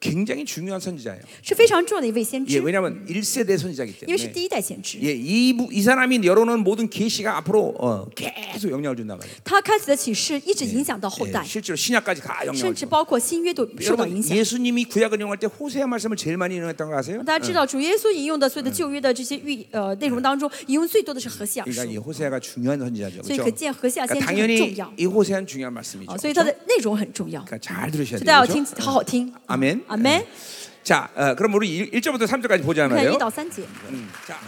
Speaker 1: 굉장히 중요한 선지자예요.
Speaker 2: 是非常重要的一位先
Speaker 1: 예,
Speaker 2: 知，
Speaker 1: 왜냐하면 1세대 선지자이기
Speaker 2: 因为是
Speaker 1: 때문에
Speaker 2: 第一代先知。
Speaker 1: 예, 이, 부- 이 사람이 열어놓은 모든 계시가 앞으로 어, 계속 영향을 준단 말이에요.
Speaker 2: 他开启的启示一
Speaker 1: 嗯
Speaker 2: 直影响到后
Speaker 1: 예,
Speaker 2: 代，
Speaker 1: 실제로 신약까지 다 영향을
Speaker 2: 甚至
Speaker 1: 줘.
Speaker 2: 包括新约都受到影
Speaker 1: 여러분
Speaker 2: 响。
Speaker 1: 예수님이 구약을 이용할 때 호세아 말씀을 제일 많이 인용했던 거 아세요?
Speaker 2: 大家知道，主耶稣引用的所有的旧约的这些预呃内容当中，引用最多的是何西阿书
Speaker 1: 그러니까 ，이 호세아가 중요한 선지자죠.
Speaker 2: 所以可
Speaker 1: 그렇죠?
Speaker 2: 见何西阿先
Speaker 1: 그러니까
Speaker 2: 知很重
Speaker 1: 당연히
Speaker 2: 要
Speaker 1: 이 호세아는 중요한 어, 말씀이죠.
Speaker 2: 啊，所以它的内容很重要，所
Speaker 1: 그러니까 잘 들으셔야
Speaker 2: 以大家要
Speaker 1: 돼요.
Speaker 2: 听
Speaker 1: 그렇죠?
Speaker 2: 好好听。
Speaker 1: 아멘
Speaker 2: 阿门。嗯
Speaker 1: 자, 어, 그럼 우리 1절부터 3절까지 보자
Speaker 2: 看一
Speaker 1: 말이에요.
Speaker 2: 到三节，
Speaker 1: 음, 자,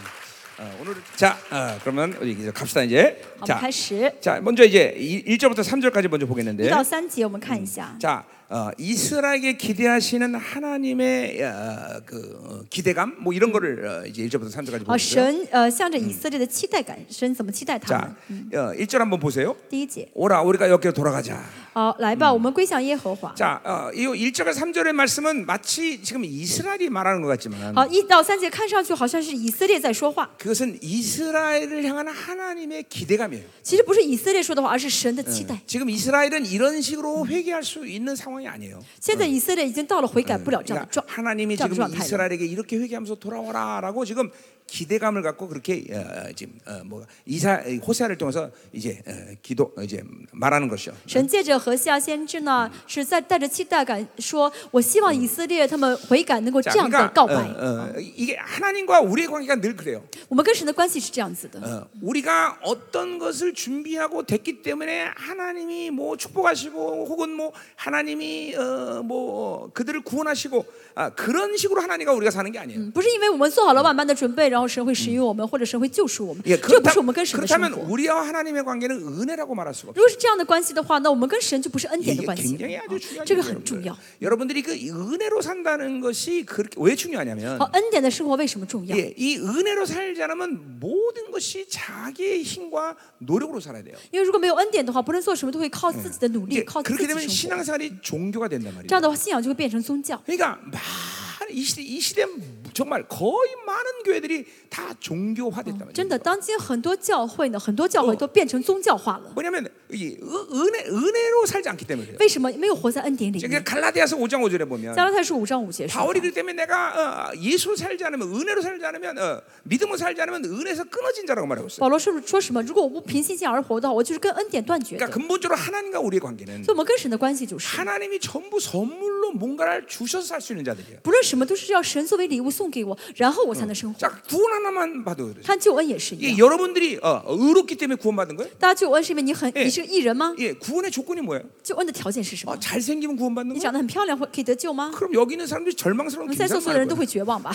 Speaker 1: 어, 오늘 자, 어, 그러면 우리 이제 갑시다 이제.
Speaker 2: 好，我们
Speaker 1: 자,
Speaker 2: 开始。
Speaker 1: 자, 먼저 이제 1절부터 3절까지 먼저
Speaker 2: 一
Speaker 1: 보겠는데.
Speaker 2: 到三节，我们看一下，
Speaker 1: 자, 어, 이스라엘에게 기대하시는 하나님의 어, 그 어, 기대감 뭐 이런 거를 어, 이제 1절부터 3절까지
Speaker 2: 啊，
Speaker 1: 보겠습니다.
Speaker 2: 神呃向着以色列的期待感，神怎么期待他
Speaker 1: 자,
Speaker 2: 们？
Speaker 1: 어, 1절 한번 보세요.
Speaker 2: 第一节，
Speaker 1: 오라 우리가 여기로 돌아가자.
Speaker 2: 好，来吧，我们归向耶和华。
Speaker 1: 자, 어, 이 1절과 3절의 말씀은 마치 지금 이스라엘이 말하는 것 같지만
Speaker 2: 好，一到三节看上去好像是以色列在说话，
Speaker 1: 그것은 이스라엘을 향한 하나님의 기대감이에요.
Speaker 2: 其实不是以色列说的话，而是神的期待。
Speaker 1: 지금 이스라엘은 이런 식으로 회개할 수 있는 상황이 아니에요.
Speaker 2: 现在以色列已经到了悔改不了这样的
Speaker 1: 그러니까
Speaker 2: 状，
Speaker 1: 하나님이
Speaker 2: 这样的
Speaker 1: 지금
Speaker 2: 状态了。
Speaker 1: 이스라엘에게 이렇게 회개하면서 돌아와라라고 지금 기대감을 갖고 그렇게 어, 지금 어, 뭐 이사 호세아를 통해서 이제 어, 기도 어, 이제 말하는 것이요.
Speaker 2: 神借着何西阿先知呢，是在带着期待感说：“我希望以色列他们悔改，能够
Speaker 1: 자,
Speaker 2: 这样的
Speaker 1: 그러니까
Speaker 2: 告
Speaker 1: 어,
Speaker 2: 白。
Speaker 1: 어, 이게 하나님과 우리의 관계가 늘 그래요.
Speaker 2: 我们跟神的关系是这样子的，
Speaker 1: 어, 우리가 어떤 것을 준비하고 됐기 때문에 하나님이 뭐 축복하시고 혹은 뭐 하나님이 어, 뭐 그들을 구원하시고 아, 그런 식으로 하나님과 우리가 사는 게 아니에요.
Speaker 2: 嗯不是因为我们做好了万般的准备，然后神会使用我们，或者神会救赎我们。
Speaker 1: 예,
Speaker 2: 这不是
Speaker 1: 그렇다,
Speaker 2: 我们跟神的生
Speaker 1: 그렇다면
Speaker 2: 活。
Speaker 1: 우리와 하나님의 관계는 은혜라고 말할 수가
Speaker 2: 如
Speaker 1: 없어요.
Speaker 2: 果是这样的关系的话，那我们跟神就不是恩典的
Speaker 1: 이게
Speaker 2: 关系了
Speaker 1: 굉장히
Speaker 2: 啊
Speaker 1: 아주 중요한
Speaker 2: 这嗯个
Speaker 1: 얘기예요,
Speaker 2: 很重
Speaker 1: 여러분들.
Speaker 2: 要。
Speaker 1: 여러분들이 그 은혜로 산다는 것이 그렇게 왜 중요하냐면
Speaker 2: 好，恩典的生活为什么重要？
Speaker 1: 예, 이 은혜로 살지 않으면 모든 것이 자기의 힘과 노력으로 살아야 돼요.
Speaker 2: 因为如果没有恩典的话，不论做什么都会靠自己的努力，
Speaker 1: 이게
Speaker 2: 靠自己
Speaker 1: 그렇게 되면
Speaker 2: 生活。
Speaker 1: 신앙생활이 종교가 된단
Speaker 2: 这
Speaker 1: 말이에요.
Speaker 2: 样的话，信仰就会变成宗教。
Speaker 1: 그러니까 많은 이 시대 이 시대 정말 거의 많은 교회들이 다 종교화됐단 말이에요.
Speaker 2: 真的，当今很多教会呢，很多教会都变成宗教化了。
Speaker 1: 뭐냐면 이 은- 은혜 은혜로 살지 않기 때문에 그래요.
Speaker 2: 为什么没有活在恩典里
Speaker 1: 그러니까
Speaker 2: 面？
Speaker 1: 갈라디아서 5장 5절에 보면
Speaker 2: 加拉太书五章五节说
Speaker 1: 바울이 ， 그렇기 때문에 내가 어, 예수 살지 않으면 은혜로 살지 않으면 어, 믿음으로 살지 않으면 은혜에서 끊어진 자라고 말하고 있어요.
Speaker 2: 保罗说说什么？如果我不凭信心而活的话，我就是跟恩典断绝的。
Speaker 1: 그러니까
Speaker 2: 所
Speaker 1: 근본적으로 하나님과 우리의 관계는
Speaker 2: 以我们跟神的关系就是，
Speaker 1: 하나님이 전부 선물로 뭔가를 주셔서 살 수 있는 자들이에요.
Speaker 2: 不论什么都是要神作为礼物送给我，然后我才能生活。
Speaker 1: 자, 구원 하나만 봐도 그래요.
Speaker 2: 看救恩嗯也是一
Speaker 1: 이게
Speaker 2: 样，
Speaker 1: 여러분들이 어, 의롭기 때문에 구원받은 거예요?
Speaker 2: 大家救恩是因为你很
Speaker 1: 예
Speaker 2: 你是个艺人吗？
Speaker 1: 예, 구원의 조건이 뭐예요?
Speaker 2: 救恩的条件是什
Speaker 1: 어,
Speaker 2: 么？
Speaker 1: 잘생기면 구원받는
Speaker 2: 你
Speaker 1: 거예요?
Speaker 2: 长得很漂亮哦会可以得救吗？
Speaker 1: 그럼 여기 있는 사람들이
Speaker 2: 我
Speaker 1: 절망스러운
Speaker 2: 们在座
Speaker 1: 굉장히
Speaker 2: 所有的人
Speaker 1: 많을
Speaker 2: 都
Speaker 1: 거예요.
Speaker 2: 会绝望吧？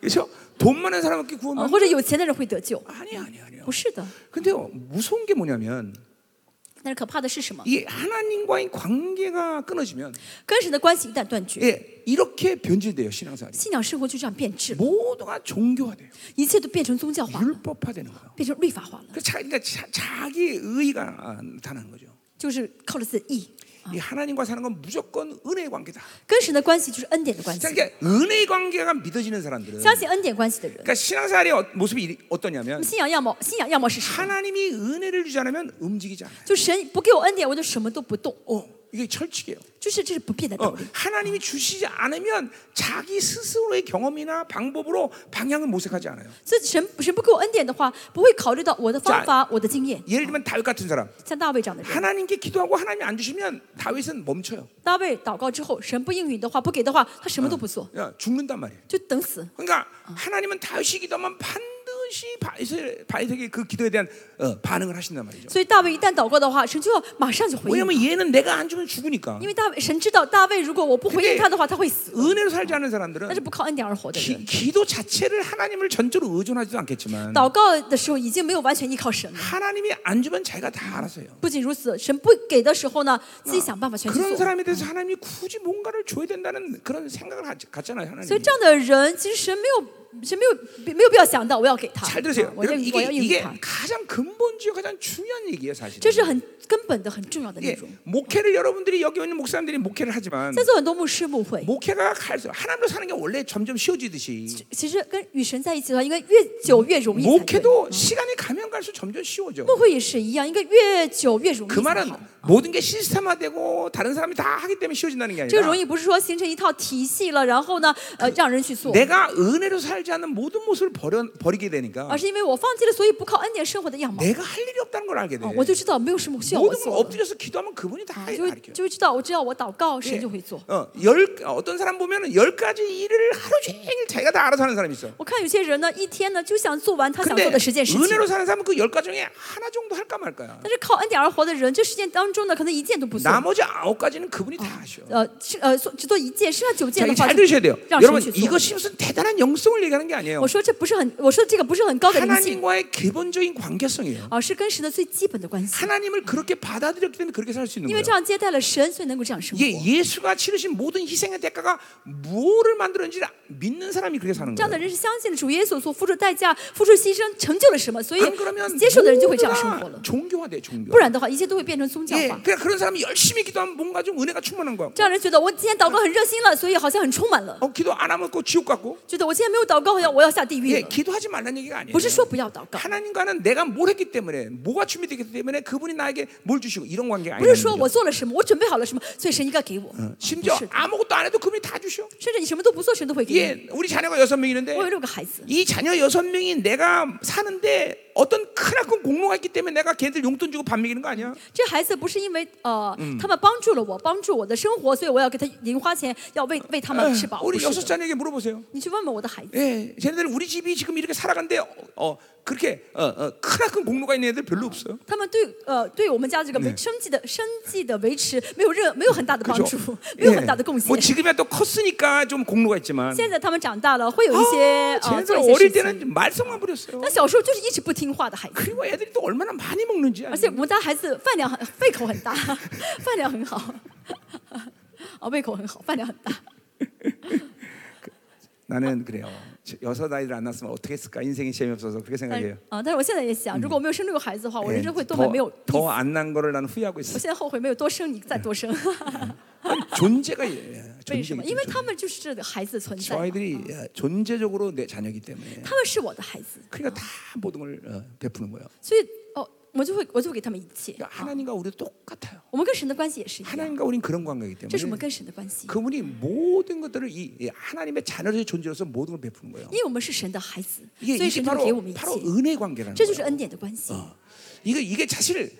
Speaker 1: 그렇죠? 돈 많은 사람한테
Speaker 2: 啊，
Speaker 1: 구원받는
Speaker 2: 或者有钱的人会得救？
Speaker 1: 아니야, 아니야, 아니야.
Speaker 2: 不是的，
Speaker 1: 근데요, 무서운 게 뭐냐면
Speaker 2: 但是可怕的是什么？
Speaker 1: 이 하나님과의 관계가 끊어지면
Speaker 2: 跟神的关系一旦断绝，
Speaker 1: 예, 이렇게 변질돼요 신앙생활이.
Speaker 2: 信仰生活就这样变质了，
Speaker 1: 모두가 종교화돼요.
Speaker 2: 一切都变成宗教化了，
Speaker 1: 율법화되는 거예요.
Speaker 2: 变成律法化了，
Speaker 1: 그 자, 그러니까 자, 자기 의가 나타나는 거죠.
Speaker 2: 就是靠着自己的义。
Speaker 1: 이 하나님과 사는 건 무조건 은혜 의 관계다.
Speaker 2: 跟神的关系就是恩典的关系
Speaker 1: 자 ， 그러니까 은혜 의 관계가 믿어지는 사람들은
Speaker 2: 相信恩典关系的人，
Speaker 1: 그러니까 신앙생활의 어- 모습이 이리- 어떠냐면
Speaker 2: 信仰要么信仰要么是什么？
Speaker 1: 하나님이 은혜를 주지 않으면 움직이지 않아요.
Speaker 2: 就神不给我恩典，我就什么都不动，
Speaker 1: 어, 이게 철칙이에요.
Speaker 2: 就是这是不变的
Speaker 1: 어,
Speaker 2: 道理。
Speaker 1: 하나님이 주시지 않으면 자기 스스로의 경험이나 방법으로 방향을 모색하지 않아요.
Speaker 2: 所以神神不给我恩典的话，不会考虑到我的方法、我的经验。
Speaker 1: 예를 들면 다윗 같은 사람
Speaker 2: 像大卫这样的人，
Speaker 1: 하나님께 기도하고 하나님이 안 주시면 다윗은 멈춰요.
Speaker 2: 大卫祷告之后，神不应允的话，不给的话，他什么都不做，
Speaker 1: 야, 죽는단 말이에요.
Speaker 2: 就等死。
Speaker 1: 그러니까 하나님은 다윗이 기도하면 반드시 바이세, 바이세의 그 기도에 대한 어, 반응을 하신단 말이죠.
Speaker 2: 所以大卫一旦祷告的话，神就要马上就回应。
Speaker 1: 왜냐면 얘는 내가 안 주면 죽으니까.
Speaker 2: 因为大卫神知道，大卫如果我不回应他的话，他会死。
Speaker 1: 은혜로 살지 않은
Speaker 2: 但是
Speaker 1: 사람들은
Speaker 2: 不靠恩典而活的
Speaker 1: 기,
Speaker 2: 人，
Speaker 1: 기도 자체를 하나님을 전적으로 의존하지도 않겠지만
Speaker 2: 祷告的时候已经没有完全依靠神了。
Speaker 1: 하나님이 안 주면 자기가 다 알아서요.
Speaker 2: 不仅如此，神不给的时候呢，自己
Speaker 1: 嗯
Speaker 2: 想办法全去
Speaker 1: 그런
Speaker 2: 做。
Speaker 1: 사람에 대해서 하나님이 굳이 뭔가를 줘야 된다는 그런 생각을 하- 갖잖아요.
Speaker 2: 所以
Speaker 1: 하나님.
Speaker 2: 这样的人，其实神没有，神没有没有必要想到我要给他，
Speaker 1: 잘
Speaker 2: 啊
Speaker 1: 들으세요.
Speaker 2: 我要
Speaker 1: 여러분, 어,
Speaker 2: 我
Speaker 1: 이게
Speaker 2: 要应允
Speaker 1: 이게
Speaker 2: 他，
Speaker 1: 가장 근본적이고 가장 중요한 얘기예요, 사실.
Speaker 2: 这是很根本的、很重要的内
Speaker 1: 예,
Speaker 2: 容。
Speaker 1: 목회를 여러분들이 여기 있는 목사님들이 목회를 하지만
Speaker 2: 在座很多牧师牧会，
Speaker 1: 목회가 갈수록 하나님으로 사는 게 원래 점점 쉬워지듯이
Speaker 2: 其实跟与神在一起的话，应该越久越容易才对。
Speaker 1: 목회도 시간이 가면 갈수록 점점 쉬워져.
Speaker 2: 牧会也是一样，应该越久越容易
Speaker 1: 그
Speaker 2: 才
Speaker 1: 말은
Speaker 2: 好。
Speaker 1: 모든 게 시스템화되고 다른 사람이 다 하기 때문에 쉬워진다는 게
Speaker 2: 这个
Speaker 1: 아니라
Speaker 2: 容易不是说形成一套体系了，然后呢，呃，让人去做，
Speaker 1: 내가 은혜로 살지 않는 모든 모습을 버려, 버리게 되니까
Speaker 2: 而是因为我放弃了，所以不靠恩典生活的样貌。
Speaker 1: 내가 할 일이 없다는 걸 알게 돼.
Speaker 2: 啊，我就知道没有什么需要我
Speaker 1: 모든 걸
Speaker 2: 做的，
Speaker 1: 엎드려서 기도하면 그분이 다
Speaker 2: 就会
Speaker 1: 가르쳐.
Speaker 2: 就会知道，我只要我祷告，神就会做。
Speaker 1: 어, 열, 어떤 사람 보면은 열 가지 일을 하루 종일 자기가 다 알아서 하는 사람이 있어요.
Speaker 2: 我看有些人呢，一天呢就想做完他想
Speaker 1: 근데
Speaker 2: 做的十件事情，
Speaker 1: 은혜로 사는 사람은 그 열 가지 중에 하나 정도 할까 말까야.
Speaker 2: 但是靠恩典而活的人，这十件当中呢，可能一件都不做。
Speaker 1: 나머지 아홉 가지는 그분이 다 하셔.
Speaker 2: 呃，是呃，做只做一件，剩下九
Speaker 1: 자
Speaker 2: 件的
Speaker 1: 이
Speaker 2: 话
Speaker 1: 잘
Speaker 2: 就，
Speaker 1: 들으셔야 돼요. 어,
Speaker 2: 让神
Speaker 1: 여러분
Speaker 2: 去做。
Speaker 1: 이것이 무슨 대단한 영성을 얘기하는 게 아니에요.
Speaker 2: 我说这不是很，我说这个不是很高的灵性，
Speaker 1: 하나님과의 기본적인 관계성이에요.
Speaker 2: 而、是跟神的最基本的关系。
Speaker 1: 하나님을 그렇게 받아들였기 때문에 그렇게 살 수 있는
Speaker 2: 因为这
Speaker 1: 거예요.
Speaker 2: 样接待了神，所以能够这样生活。
Speaker 1: 이게 예수가 치르신 모든 희생의 대가가 무엇을 만들었는지 믿는 사람이 그렇게 사는
Speaker 2: 这样的
Speaker 1: 거예요.
Speaker 2: 人是相信了主耶稣所付出的代价、付出牺牲，成就了什么，所以
Speaker 1: 안 그러면
Speaker 2: 接受的人就会这样生活
Speaker 1: 모두가
Speaker 2: 了。
Speaker 1: 종교화돼 종교.
Speaker 2: 不然的话，一切都会变成宗教
Speaker 1: 예,
Speaker 2: 化。
Speaker 1: 그러니까 그런 사람이 열심히 기도하면 뭔가 좀 은혜가 충만한 거야.
Speaker 2: 这样人觉得我今天祷告很热心了，所以好像很充满了；
Speaker 1: 어, 기도 안 하면 꼭 지옥 같고.
Speaker 2: 觉得我今天没有祷告，好像我要下地狱
Speaker 1: 예,
Speaker 2: 了。
Speaker 1: 기도하지 말라는 얘기가 아니에요.
Speaker 2: 不是说不要祷告，
Speaker 1: 하나님과는 내가 뭘 했기 때문에 뭐가 준비됐기 때문에 그분이 나에게 뭘 주시고 이런 관계가
Speaker 2: 不是
Speaker 1: 아니라는
Speaker 2: 说
Speaker 1: 거죠.
Speaker 2: 我做了什么，我准备好了什么，所以神应该给我。
Speaker 1: 심지어
Speaker 2: 不是的
Speaker 1: 아무것도 안 해도 그분이 다 주셔.
Speaker 2: 甚至你什么都不做，神都会给你。
Speaker 1: 예, 우리 자녀가 여섯 명이
Speaker 2: 我有
Speaker 1: 있는데
Speaker 2: 六个孩子，
Speaker 1: 이 자녀 여섯 명이 내가 사는데 어떤 크나큰 공로가 있기 때문에 내가 걔들 용돈 주고 밥 먹이는 거 아니야?
Speaker 2: 这孩子不是因为呃、他们帮助了我，帮助我的生活，所以我要给他零花钱，要喂喂
Speaker 1: 아,
Speaker 2: 他们吃饱。
Speaker 1: 어, 우리
Speaker 2: 不是
Speaker 1: 여섯
Speaker 2: 的，
Speaker 1: 자녀에게 물어보세요.
Speaker 2: 你去问问我的孩子，
Speaker 1: 예, 쟤네들 우리 집이 지금 이렇게 살아간데 어, 어, 그렇게 어, 어, 크나큰 공로가 있는 애들 별로 없어요.
Speaker 2: 他们对呃对我们家这个维生计的生计的维持没有任没有很大的 帮
Speaker 1: 그죠?
Speaker 2: 助，没有
Speaker 1: 예,
Speaker 2: 很大的贡献
Speaker 1: 뭐 。 지금이야 또 컸으니까 좀 공로가 있지만
Speaker 2: 现在他们长大了，会有一些
Speaker 1: 아,
Speaker 2: 呃做
Speaker 1: 쟤네들
Speaker 2: 一些
Speaker 1: 어릴
Speaker 2: 事情。
Speaker 1: 때는 말썽만 부렸어요.
Speaker 2: 那小时候就是一直不听话的孩子，
Speaker 1: 그리고 애들이 또 얼마나 많이 먹는지
Speaker 2: 而
Speaker 1: 아세요?
Speaker 2: 且我们家孩子饭量很胃口很大， 饭量很好， 啊胃口很好，饭量很大。
Speaker 1: 나는 그래요. 제- 여섯 아이를 안 낳았으면 어떻게 했을까? 인생이 재미없어서 그렇게
Speaker 2: 但是
Speaker 1: 생각해요.
Speaker 2: 啊、但是我现在也想，如果我没有生六个孩子的话，我
Speaker 1: 예,
Speaker 2: 人生会多么没有意
Speaker 1: 더
Speaker 2: 思。
Speaker 1: 안 난 거를 나는 후회하고
Speaker 2: 我
Speaker 1: 있어.
Speaker 2: 现在后悔没有多生一个，再多生。
Speaker 1: 존재가 예,
Speaker 2: 为什
Speaker 1: 존재가
Speaker 2: 么？因为他们就是这个孩子的存在
Speaker 1: 저 ， 아이들이 예, 존재적으로 내 자녀이기 때문에
Speaker 2: 他们是我的孩子，
Speaker 1: 그러니까 다 모든 걸 어, 베푸는 거예요.
Speaker 2: 所以哦，我就会我就会给他们一切。
Speaker 1: 그러니까 하나님과 우리 똑같아요.
Speaker 2: 我们跟神的关系也是一样，
Speaker 1: 하나님과 우린 그런 관계이기
Speaker 2: 这是我们
Speaker 1: 때문에
Speaker 2: 跟神的关系，
Speaker 1: 그러니까 그분이 모든 것들을 이 이 하나님의 자녀로서의 존재로서 모든 걸 베푸는 거예요.
Speaker 2: 因为我们是神的孩子，
Speaker 1: 이게,
Speaker 2: 所以
Speaker 1: 이게
Speaker 2: 神就给我
Speaker 1: 바로
Speaker 2: 们一切
Speaker 1: 바로 ， 은혜 관계라는
Speaker 2: 这就是
Speaker 1: 거예요. 어.
Speaker 2: 恩典的关
Speaker 1: 嗯
Speaker 2: 系。
Speaker 1: 이거 이게 사실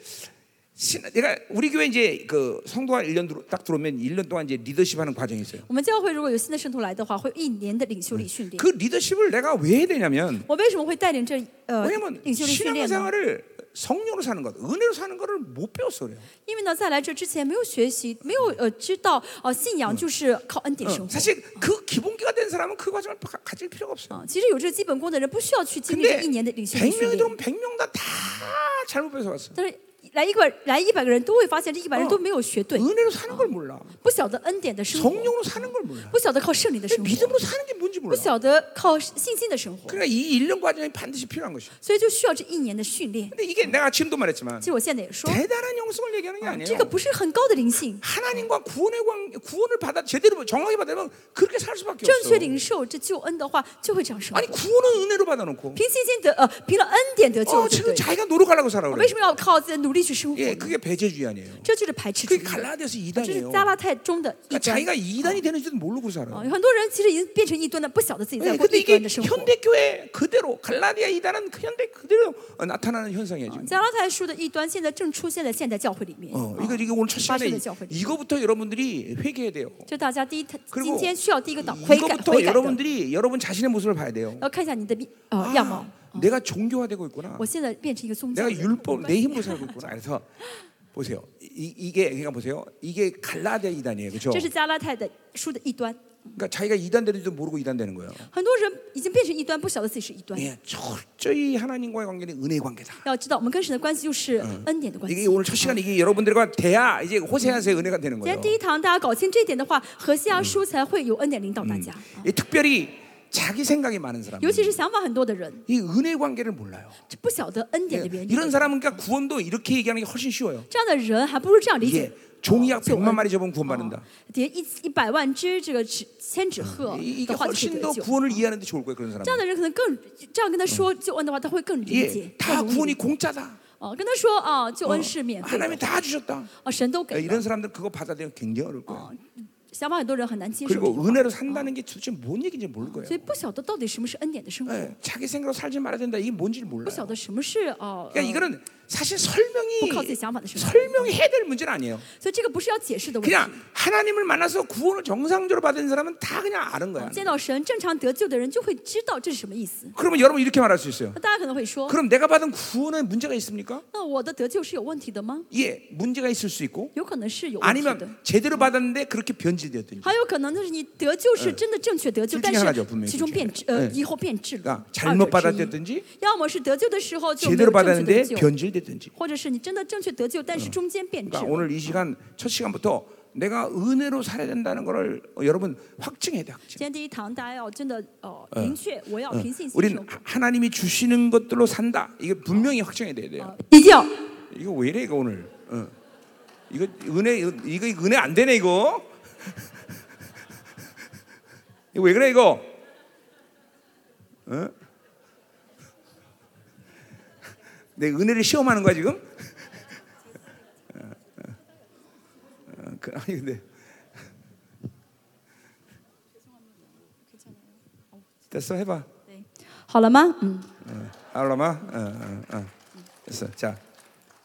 Speaker 1: 신, 내가 우리 교회 이제 그 성도가 1년 들어- 딱 들어오면 1년 동안 이제 리더십 하는 과정이 있어요.
Speaker 2: 我们教会如果有新的圣徒来的话，会有一年的领袖力训练
Speaker 1: 그 。 리더십을 내가 왜 해야 되냐면
Speaker 2: 我为什么会带领这呃
Speaker 1: 왜냐면
Speaker 2: 领袖力训
Speaker 1: 어,
Speaker 2: 练呢？
Speaker 1: 신앙생활을 성령으로 사는 것, 은혜로 사는 거를 못 배웠어 그래요.
Speaker 2: 因为呢，在来这之前没有学习，没有呃知道呃信仰就是靠恩典
Speaker 1: 어,
Speaker 2: 生活。
Speaker 1: 사실 그 기본기가 된 사람은 그 과정을 가, 가질 필요가 없어.
Speaker 2: 啊，其实有这个基本功的人，不需要去经历这
Speaker 1: 근데
Speaker 2: 一年的领袖力训
Speaker 1: 100명이
Speaker 2: 练。
Speaker 1: 들어오면 100명 다 다 잘못 배워서 왔어.
Speaker 2: 但是来一个来一百个人都会发现这一百人都没有学对，
Speaker 1: 은혜로 사는 걸 몰라.
Speaker 2: 不晓得恩典的生活，
Speaker 1: 성령으로 사는 걸 몰라.
Speaker 2: 不晓得靠圣灵的
Speaker 1: 근데
Speaker 2: 生活，
Speaker 1: 믿음으로 사는 게 뭔지
Speaker 2: 不
Speaker 1: 몰라.
Speaker 2: 晓得靠信心的生活，
Speaker 1: 그러니까 이 1년 과정이 반드시 필요한 것이야.
Speaker 2: 所以就需要这一年的训练。
Speaker 1: 근데 이게 내가 지금도 말했지만
Speaker 2: 其实我现在也说，
Speaker 1: 대단한 영성을 얘기하는 게
Speaker 2: 这个
Speaker 1: 아니에요.
Speaker 2: 不是很高的灵性，
Speaker 1: 하나님과 구원의 광, 구원을 받아 제대로 정확히 받으면 그렇게 살 수밖에
Speaker 2: 正确
Speaker 1: 없어.
Speaker 2: 领受这救恩的话，就会这样生活
Speaker 1: 아니 。 구원은 은혜로 받아놓고
Speaker 2: 凭信心得呃，凭了恩典得救，
Speaker 1: 어
Speaker 2: 对不
Speaker 1: 지금
Speaker 2: 对？
Speaker 1: 자기가 노력하려고 살아
Speaker 2: 为
Speaker 1: 그래.
Speaker 2: 什么要靠自己的努力去生活
Speaker 1: 예
Speaker 2: 呢？
Speaker 1: 그게 배제주의 아니에요.
Speaker 2: 这就是排斥主
Speaker 1: 그게
Speaker 2: 义，
Speaker 1: 갈라디아서
Speaker 2: 这是
Speaker 1: 이단이에요.
Speaker 2: 加拉太中的
Speaker 1: 그러니까
Speaker 2: 一端。
Speaker 1: 자기가 이단이 되는지도 모르고 살아.
Speaker 2: 啊，有很多人其实已经变成异端了，不晓得自己在
Speaker 1: 예,
Speaker 2: 过
Speaker 1: 근데
Speaker 2: 异端
Speaker 1: 이게
Speaker 2: 的生活。
Speaker 1: 현대교회 그대로 갈라디아 이단은 그 현대 그대로 어, 나타나는 현상이에요 지금.
Speaker 2: 加拉太书的异端现在正出现在现代教会里面。
Speaker 1: 어, 그렇죠, 이거 이거 오늘 첫 시간에
Speaker 2: 빠지는教会.
Speaker 1: 이거부터 여러분들이 회개해야 돼요.
Speaker 2: 就大家第一，今
Speaker 1: 그리고
Speaker 2: 天需要第一个祷悔改，悔
Speaker 1: 이거부터
Speaker 2: 改的，
Speaker 1: 여러분들이 여러분 자신의 모습을 봐야 돼요.
Speaker 2: 要看一下你的面呃样貌
Speaker 1: 아, 。 내가 종교화되고 있구나.
Speaker 2: 我现在变成一个宗教
Speaker 1: 내가
Speaker 2: 人，
Speaker 1: 율법 내 힘으로 살고 있구나. 그래서 보세요. 이, 이게 그러니까 보세요. 이게 갈라디아 이단이에요, 그렇죠?
Speaker 2: 这是加拉太的书的异端。
Speaker 1: 그러니까 자기가 이단 되는지도 모르고 이단 되는 거예요.
Speaker 2: 很多人已经变成异端，不晓得自己是异端。
Speaker 1: 예, 철저히 하나님과의 관계는 은혜 의 관계다.
Speaker 2: 要知道，我们跟神的关系就是恩典的关系。
Speaker 1: 이게 오늘 첫 시간 이게 여러분들과 대야 이제 호세아서의 은혜가 되는
Speaker 2: 今天
Speaker 1: 거예요.
Speaker 2: 第一堂大家搞清这一点的话，何西阿书才会有恩典领导大家，
Speaker 1: 이 특별히 자기 생각이 많은 사람.
Speaker 2: 尤其是想法很多的人，
Speaker 1: 이 은혜 관계를 몰라요.
Speaker 2: 就不晓得
Speaker 1: 예,
Speaker 2: 恩典的原理。
Speaker 1: 이런 사람은 그러니까 구원도 이렇게 얘기하는 게 훨씬 쉬워요.
Speaker 2: 这样的人还不如这样理
Speaker 1: 이게
Speaker 2: 解。
Speaker 1: 종이약 100만 마리 접으면 구원받는다.
Speaker 2: 叠一一百万只这个纸千纸鹤
Speaker 1: 이-
Speaker 2: 的
Speaker 1: 이게
Speaker 2: 话就会
Speaker 1: 훨씬 어, 더
Speaker 2: 得救。
Speaker 1: 구원을 이해하는 데 좋을 거예요, 그런
Speaker 2: 这样
Speaker 1: 사람.
Speaker 2: 的人可能更这样跟他说救恩的话，他会更理解
Speaker 1: 예, ，
Speaker 2: 更
Speaker 1: 다
Speaker 2: 容易
Speaker 1: 구원이
Speaker 2: 理解。
Speaker 1: 공짜다. 어,
Speaker 2: 哦，跟他说啊，救恩是免费的，
Speaker 1: 하나님이 다 주셨다.
Speaker 2: 哦，神都
Speaker 1: 예,
Speaker 2: 给了。
Speaker 1: 이런 사람들 그거 받아들이면 굉장히 어려울 거예요.
Speaker 2: 想法很多人很难接受这个，
Speaker 1: 그리고 은혜로 산다는 게 도대체 뭔 얘기인지 모를 거예요.
Speaker 2: 所以不晓得到底什么是恩典的生活，
Speaker 1: 예, 자기 생각으로 살지 말아야 된다. 이게 뭔지를
Speaker 2: 不
Speaker 1: 몰라요.
Speaker 2: 晓得什么是哦。呃
Speaker 1: 그러니까 이거는 사실
Speaker 2: 북한
Speaker 1: 설명이
Speaker 2: 그 양반의 신앙.
Speaker 1: 설명이 해야 될 문제는 아니에요.
Speaker 2: 呃所以这个不是要解释的问题。
Speaker 1: 그냥 하나님을 만나서 구원을 정상적으로 받은 사람은 다 그냥 아는 거야.
Speaker 2: 见到神正常得救的人就会知道这是什么意思。
Speaker 1: 그러면 여러분 이렇게 말할 수 있어요.
Speaker 2: 那大家可能会说，
Speaker 1: 그럼 내가 받은 구원에 문제가 있습니까?
Speaker 2: 那我的得救是有问题的吗？
Speaker 1: 예, 문제가 있을 수 있고
Speaker 2: 有可能是有问题的，
Speaker 1: 아니면 제대로 받았는데 그렇게 변질되었든지.
Speaker 2: 还有可能就是你得救是真的正确得救，
Speaker 1: 嗯
Speaker 2: 但
Speaker 1: 둘중에하나죠분명히
Speaker 2: 是其中
Speaker 1: 둘중
Speaker 2: 变质，呃，以后变质了
Speaker 1: 그러니까 ，
Speaker 2: 二者
Speaker 1: 잘못
Speaker 2: 之一
Speaker 1: 받았든지
Speaker 2: 要么是得救的时候就没有
Speaker 1: 제대로
Speaker 2: 正确得
Speaker 1: 받았는데
Speaker 2: 救，
Speaker 1: 변질되든지.
Speaker 2: 或者是你真的正确得救，但是中间变质了。
Speaker 1: 그러니까 오늘 이 시간 첫 시간부터 내가 은혜로 살아야 된다는 것을 여러분 확증해야 돼. 확증.
Speaker 2: 今天第一堂大家要真的哦明确，我要凭信心
Speaker 1: 우린
Speaker 2: 说，
Speaker 1: 하나님이 주시는 것들로 산다. 이게 분명히 확정이 돼야 돼요.
Speaker 2: 呃一定要
Speaker 1: 이거 왜 이래 이거 오늘? 어. 이거 은혜 이거, 이거 은혜 안 되네 이거. 이거 왜 그래 이거? 어? 내 은혜를 시험하는 거야 지금? 어, 어. 어, 그, 아니 근데. 됐어 해봐.
Speaker 2: 好了吗？嗯，
Speaker 1: 알라마. 어, 어, 어. 됐어. 자.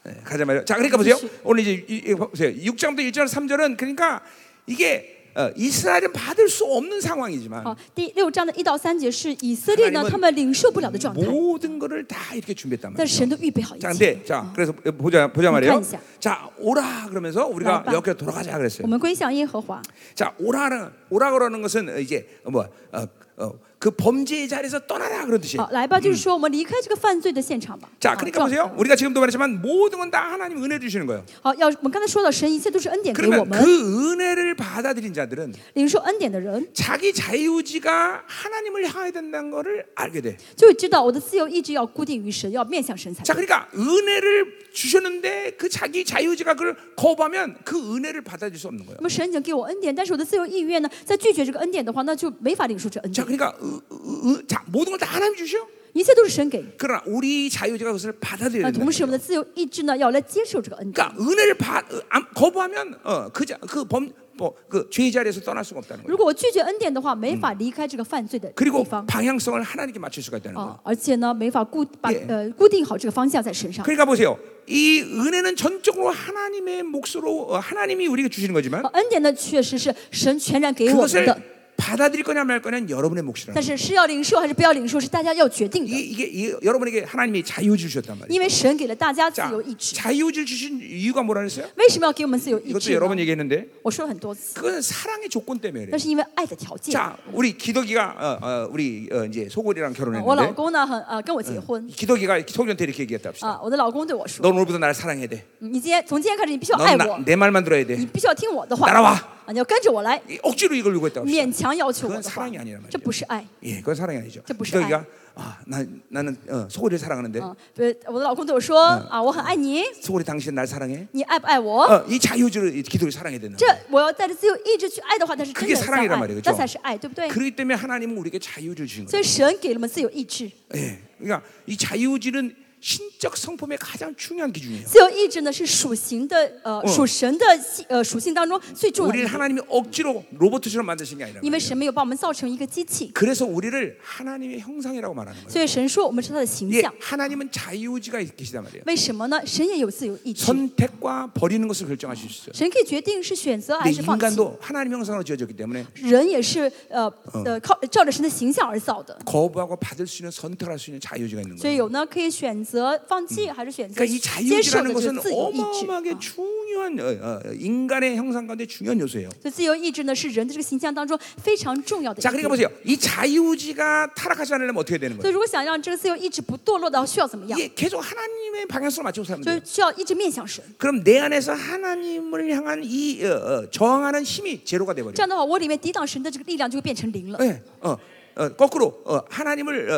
Speaker 1: 예, 가자 말이요. 자, 그러니까 보세요. 오늘 이제 이, 이, 보세요. 6장부터 1절 3절은 그러니까 이게 어, 이스라엘은 받을 수 없는 상황이지만
Speaker 2: 好，第六章的一到三节是以色列
Speaker 1: 하나님
Speaker 2: 呢
Speaker 1: 은
Speaker 2: 他们领受不了的状态，
Speaker 1: 모든 거를 다 이렇게 준비했단 말이에요.
Speaker 2: 但是神都预备好一
Speaker 1: 자
Speaker 2: 切。
Speaker 1: 근데 자 그래서 보자 보자 말이에요.
Speaker 2: 잠깐
Speaker 1: 자 오라 그러면서 우리가
Speaker 2: 나와봐.
Speaker 1: 여기서 돌아가자
Speaker 2: 我
Speaker 1: 그랬어요.
Speaker 2: 们归向耶和华。
Speaker 1: 자 오라는 오라 그러는 것은 이제 뭐그 그 범죄의 자리에서 떠나라 그런 뜻이에요.
Speaker 2: 好，来吧，就是说我们离开这个犯罪的现场吧。
Speaker 1: 자
Speaker 2: 啊
Speaker 1: 그러니까
Speaker 2: 状态
Speaker 1: 보세요. 우리가 지금도 말했지만 모든 건 다 하나님 은혜 주시는 거예요.
Speaker 2: 好，要我们刚才说到，神一切都是恩典给我
Speaker 1: 그러면
Speaker 2: 们，
Speaker 1: 그 은혜를 받아들인 자들은
Speaker 2: 领受恩典的人
Speaker 1: 자기 자유지가 하나님을 향해야 된다는 것을 알게 돼.
Speaker 2: 就会知道我的自由意志要固定于神，要面向神才
Speaker 1: 자,
Speaker 2: 对。
Speaker 1: 그러니까 은혜를 주셨는데 그 자기 자유지가 그걸 거부하면 그 은혜를 받아줄 수 없는 거예요.
Speaker 2: 那么神已经给我恩典，但是我的自由意愿呢，在拒绝这个恩典的话，那就没法领受这恩
Speaker 1: 자,
Speaker 2: 典。
Speaker 1: 그러니까 으, 으, 으, 자 모든 걸 다 하나님 주셔.
Speaker 2: 一切都是神给，
Speaker 1: 그러나 우리 자유지가 그것을 받아들여야
Speaker 2: 那
Speaker 1: 된다.
Speaker 2: 同时我们的自由意志呢，要来接受这个恩典。
Speaker 1: 그러니까 은혜를 받 으, 안- 거부하면 어, 그 어그그범뭐그 죄의 자리에서 떠날 수가 없다는 거예요.
Speaker 2: 如果我拒绝恩典的话，没法离开这个犯罪的地
Speaker 1: 그리고
Speaker 2: 方
Speaker 1: 방향성을 어. 하나님께 맞출 수가 있다는 거예요.
Speaker 2: 啊，而且呢，没法固把
Speaker 1: 예
Speaker 2: 呃固定好这个方向在身上。
Speaker 1: 그러니까 보세요. 이 은혜는 전적으로
Speaker 2: 啊
Speaker 1: 하나님의 몫으로 어, 네, 하나님이 우리에게 주시는 거지만
Speaker 2: 好恩典呢，确实是神全然给我们的。
Speaker 1: 그것을 받아들일 거냐 말 거냐는 여러분의 몫이라는
Speaker 2: 但
Speaker 1: 거예요.
Speaker 2: 是是要领受还是不要领受，是大家要决定
Speaker 1: 이게,
Speaker 2: 的，
Speaker 1: 이게, 이게 여러분에게 하나님이 자유를 주셨단 말이에요.
Speaker 2: 因为神给了大家自
Speaker 1: 자,
Speaker 2: 由意志。
Speaker 1: 자유를 주신 이유가 뭐라 그랬어요?
Speaker 2: 为什么要给我们自由意
Speaker 1: 이것도
Speaker 2: 志呢？
Speaker 1: 여러번 얘기했는데
Speaker 2: 我说了很多次，
Speaker 1: 그건 사랑의 조건 때문에
Speaker 2: 那
Speaker 1: 그래요.
Speaker 2: 是因为爱的条件。
Speaker 1: 자, 우리 기덕이가 어, 어, 우리 어, 이제 소골이랑
Speaker 2: 呃我老
Speaker 1: 결혼했는데
Speaker 2: 公呢，很呃跟我结婚
Speaker 1: 기덕이가 소골한테 이렇게 얘기했다 합시다.
Speaker 2: 啊，我的老公对我说
Speaker 1: 넌 오늘부터 나를 사랑해야 돼. ：“
Speaker 2: 你今天从今天开始，你必须要爱
Speaker 1: 넌
Speaker 2: 我，
Speaker 1: 내 말만 들어야 돼.
Speaker 2: 你必须要听我的话
Speaker 1: 따라와
Speaker 2: 啊，你要跟着我来，
Speaker 1: 이- 억지로 이걸 요구했다 합시다.
Speaker 2: 勉强要求我
Speaker 1: 그건
Speaker 2: 的话
Speaker 1: 사랑이 아니란 ， 말이죠.
Speaker 2: 这不是爱。
Speaker 1: 예, 그건 사랑이 아니죠.
Speaker 2: 저 무슨
Speaker 1: 기덕이가 아, 나, 나는 어, 소골이를 사랑하는데
Speaker 2: 啊，不是我的老公对我说啊，我很爱你，
Speaker 1: 소골이 당신 날 사랑해.
Speaker 2: 你爱不爱我？
Speaker 1: 어, 이 자유를 기도를 사랑해야 된다.
Speaker 2: 这我要带着自由意志去爱的话，那是真
Speaker 1: 그게
Speaker 2: 的
Speaker 1: 사
Speaker 2: 相
Speaker 1: 랑이란말
Speaker 2: 爱
Speaker 1: 이에요그죠 ，
Speaker 2: 那才是爱，对不对？
Speaker 1: 그렇기 때문에 하나님은 우리에게 자유를 주신 거예요.
Speaker 2: 所以神给了我们自由意志，
Speaker 1: 예, 그러니까 이 자유질은 신적 성품의 가장 중요한 기준이에요.
Speaker 2: 自由意志呢是属形的，呃，属神的性呃属性当中最重要的
Speaker 1: 우리를
Speaker 2: 一个，
Speaker 1: 하나님이 억지로 로봇처럼 만드신 게 아니라
Speaker 2: 因
Speaker 1: 말이에요.
Speaker 2: 为神没有把我们造成一个机器，
Speaker 1: 그래서 우리를 하나님의 형상이라고 말하는 거예요.
Speaker 2: 所以神说我们是他的形
Speaker 1: 예,
Speaker 2: 象。
Speaker 1: 하나님은 자유지가 계시단 말이에요.
Speaker 2: 为什么呢？神也有自由
Speaker 1: 네.
Speaker 2: 意志，
Speaker 1: 선택과 버리는 것을 결정하실 수 있어요.
Speaker 2: 神可以决定是选择还
Speaker 1: 근데
Speaker 2: 是放弃。
Speaker 1: 인간도 하나님 형상으로 지어졌기 때문에
Speaker 2: 人也是呃呃靠照着神的形象而造的，
Speaker 1: 거부하고 받을 수 있는 선택할 수 있는 자유지가 있는
Speaker 2: 所以
Speaker 1: 거예요.
Speaker 2: 有呢可以选择放弃还是选择
Speaker 1: 그러니까 이
Speaker 2: 接
Speaker 1: 자유지라는
Speaker 2: 受的这个
Speaker 1: 것은
Speaker 2: 自由意志。啊
Speaker 1: 어마어마하게 중요한 어, 어, 인간의 형상 가운데 중요한 요소예요.
Speaker 2: 所以自由意志呢是人的这个形象当中非常重要的一
Speaker 1: 자,
Speaker 2: 点。
Speaker 1: 그러니까 보세요. 이 자유지가 타락하지 않으려면 어떻게 되는
Speaker 2: 所以
Speaker 1: 거예요?
Speaker 2: 如果想让这个自由意志不堕落的话，需要怎么样？
Speaker 1: 이게 계속 하나님의 방향성을 맞춰서 살면
Speaker 2: 就
Speaker 1: 돼요.
Speaker 2: 是需要一直面向神。
Speaker 1: 그럼 내 안에서 하나님을 향한 이 어, 어, 저항하는 힘이 제로가
Speaker 2: 这
Speaker 1: 돼버려.
Speaker 2: 样的话，我里面抵挡神的这个力量就会变成零了。
Speaker 1: 예, 어, 어, 거꾸로 어, 하나님을 어, 어,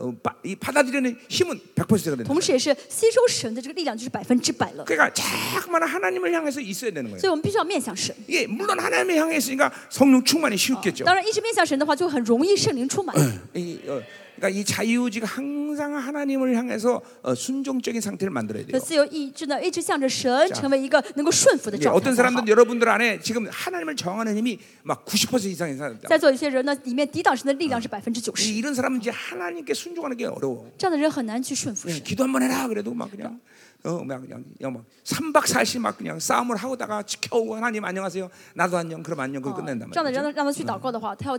Speaker 1: 어, 어, 바- 이 받아들이는 힘은 100%가 된다.
Speaker 2: 同时，也是吸收神的这个力量就是百分之百了。
Speaker 1: 그러니까 자꾸만 하나님을 향해서 있어야 되는 거예요.
Speaker 2: 所以我们必须要面向神。
Speaker 1: 이게 물론 하나님을 향해 있으니까 성령 충만이 쉬웠겠죠.
Speaker 2: 当然，一直面向神的话，就很容易圣灵充满。
Speaker 1: 이, 어, 그러니까 이 자유지가 항상 하나님을 향해서 어, 순종적인 상태를 만들어야
Speaker 2: 就
Speaker 1: 돼요.
Speaker 2: 自由意志呢，一直向着神，成为一个能够顺服的
Speaker 1: 이게
Speaker 2: 状
Speaker 1: 그러니까 어떤
Speaker 2: 态。
Speaker 1: 사람들 여러분들 안에 지금 하나님을 정하는 힘이 막 90% 이상인 사람들.
Speaker 2: 在座有些人呢，里面抵挡神的力量是百分之九十，
Speaker 1: 이- 이런 사람은 이제 하나님께 순종하는 게 어려워.
Speaker 2: 这样的人很难去顺服
Speaker 1: 그냥
Speaker 2: 神。
Speaker 1: 기도 한번 해라 그래도 막 그냥 어막 그냥 그냥 막 3박 4일 막 그냥 싸움을 하고다가 지켜오고 하나님 안녕하세요. 나도 안녕. 그럼 안녕. 그걸
Speaker 2: 啊
Speaker 1: 끝낸단
Speaker 2: 这样的人
Speaker 1: 어,
Speaker 2: 嗯
Speaker 1: 말이야.
Speaker 2: 让让他去祷告的话，他要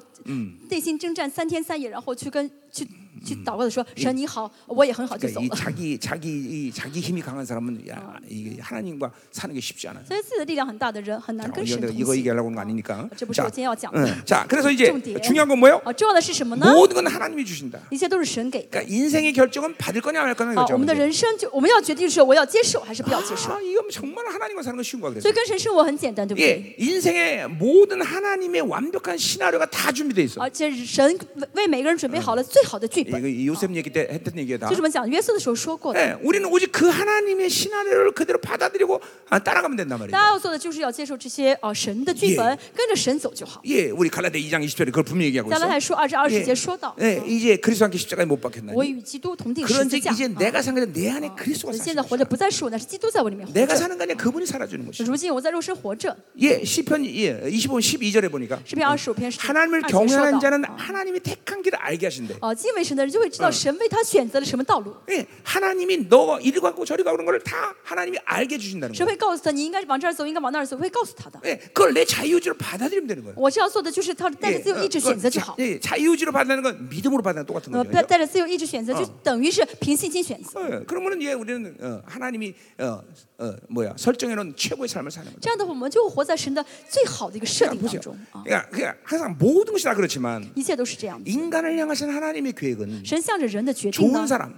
Speaker 2: 内心征战三天三夜，然后去跟去去祷告的说：“神你好，我也很好，就走
Speaker 1: 그러니까 이
Speaker 2: 了。”
Speaker 1: 자기 자기 이 자기 힘이 강한 사람은 야, 이게 하나님과 사는 게 쉽지 않아요.
Speaker 2: 所以自己的力量很大的人很难
Speaker 1: 자,
Speaker 2: 跟
Speaker 1: 이거
Speaker 2: 神
Speaker 1: 내가
Speaker 2: 同
Speaker 1: 이거
Speaker 2: 行。
Speaker 1: 얘기하려고 하는 거 아니니까.
Speaker 2: 아, 这不是
Speaker 1: 자,
Speaker 2: 我今天要讲的。嗯
Speaker 1: 응. 자, 그래서 이제
Speaker 2: 重点。
Speaker 1: 중요한 건 뭐예요?
Speaker 2: 啊，重要的是什么呢？
Speaker 1: 모든 건 하나님이 주신다.
Speaker 2: 一切都是神给的。
Speaker 1: 그러니까 인생의 결정은 받을 거냐 말 거냐
Speaker 2: 啊，我
Speaker 1: 결정하는
Speaker 2: 们的啊
Speaker 1: 거예요.
Speaker 2: 人生就我们要决定是我要接受还是不要接受。
Speaker 1: 아, 이건 정말 하나님과 사는 건 쉬운 거야. 그래서.
Speaker 2: 所以跟神生活很简单，对不对？
Speaker 1: 예, 인생의 모든 하나님의 완벽한 시나리오가 다 준비돼 있어.
Speaker 2: 而且神为每个人准备好了最好的剧
Speaker 1: 이거
Speaker 2: 本，
Speaker 1: 요셉 얘기 때 했던 얘기야 다.
Speaker 2: 就是我们讲约瑟的时候说过的。
Speaker 1: 예, 우리는 오직 그 하나님의 시나리오를 그대로 받아들이고 아, 따라가면 된단
Speaker 2: 大
Speaker 1: 말이야.
Speaker 2: 家要做的就是要接受这些啊神的剧本，跟着神走就好。
Speaker 1: 예, 우리 갈라데 2장 20절에 그걸 분명히 얘기하고
Speaker 2: 加拉
Speaker 1: 있어.
Speaker 2: 太书二章二十
Speaker 1: 예,
Speaker 2: 节说到，
Speaker 1: 예, 이제 그리스도 함께 십자가에 못 박혔나.
Speaker 2: 我与基督同定十字
Speaker 1: 그런즉
Speaker 2: 架。
Speaker 1: 이제
Speaker 2: 啊
Speaker 1: 내가 어. 산 것은 내 안에 그리스도가
Speaker 2: 所以
Speaker 1: 사
Speaker 2: 现
Speaker 1: 는
Speaker 2: 在活着不再是我，那是基督在我里面活
Speaker 1: 내가
Speaker 2: 着。
Speaker 1: 사는 게 아니라 그분이 살아주는 것이.
Speaker 2: 如今我在肉身活着，
Speaker 1: 예, 시편 예, 25편 12절에 아, 보니까
Speaker 2: 诗篇二十五篇十二
Speaker 1: 하나님을
Speaker 2: 节说
Speaker 1: 경외하는
Speaker 2: 到。
Speaker 1: 자는 하나님이 택한 길을 알게 하신대.
Speaker 2: 哦，敬畏神的人就会知道神为他选择了什么道路，
Speaker 1: 예, 하나님이 너 이리 가고 저리 가고 그런 걸 다 하나님이 알게 주신다는
Speaker 2: 神
Speaker 1: 거예요.
Speaker 2: 会告诉他你应该往这儿走，应该往那儿走，会告诉他的。
Speaker 1: 예, 그걸 내 자유의지로 받아들이면 되는 거예요.
Speaker 2: 我是要做的就是他带着
Speaker 1: 예,
Speaker 2: 自由
Speaker 1: 어,
Speaker 2: 意志
Speaker 1: 그걸
Speaker 2: 选择就
Speaker 1: 자-
Speaker 2: 好，
Speaker 1: 예, 자유의지로 받는 건 믿음으로 받는 건 똑같은
Speaker 2: 呃，
Speaker 1: 거죠.
Speaker 2: 带
Speaker 1: 그죠?
Speaker 2: 带着自由意志选择，
Speaker 1: 嗯
Speaker 2: 就等于是凭信心选择。
Speaker 1: 어, 그러면은 예, 우리는 어, 하나님이 어, 어, 뭐야 설정해 놓은 최고의 삶을 사는 거죠.
Speaker 2: 这样的话，我们就活在神的最好的一个设定
Speaker 1: 그러니까
Speaker 2: 当
Speaker 1: 보세요.
Speaker 2: 中啊，
Speaker 1: 그러니까, 그러니까 항상 모든 것이 다 그렇지만
Speaker 2: 一切都是这样的。
Speaker 1: 인간을 향하신 하나님의 계획은
Speaker 2: 神向着人的决定
Speaker 1: 좋은
Speaker 2: 呢，
Speaker 1: 사람,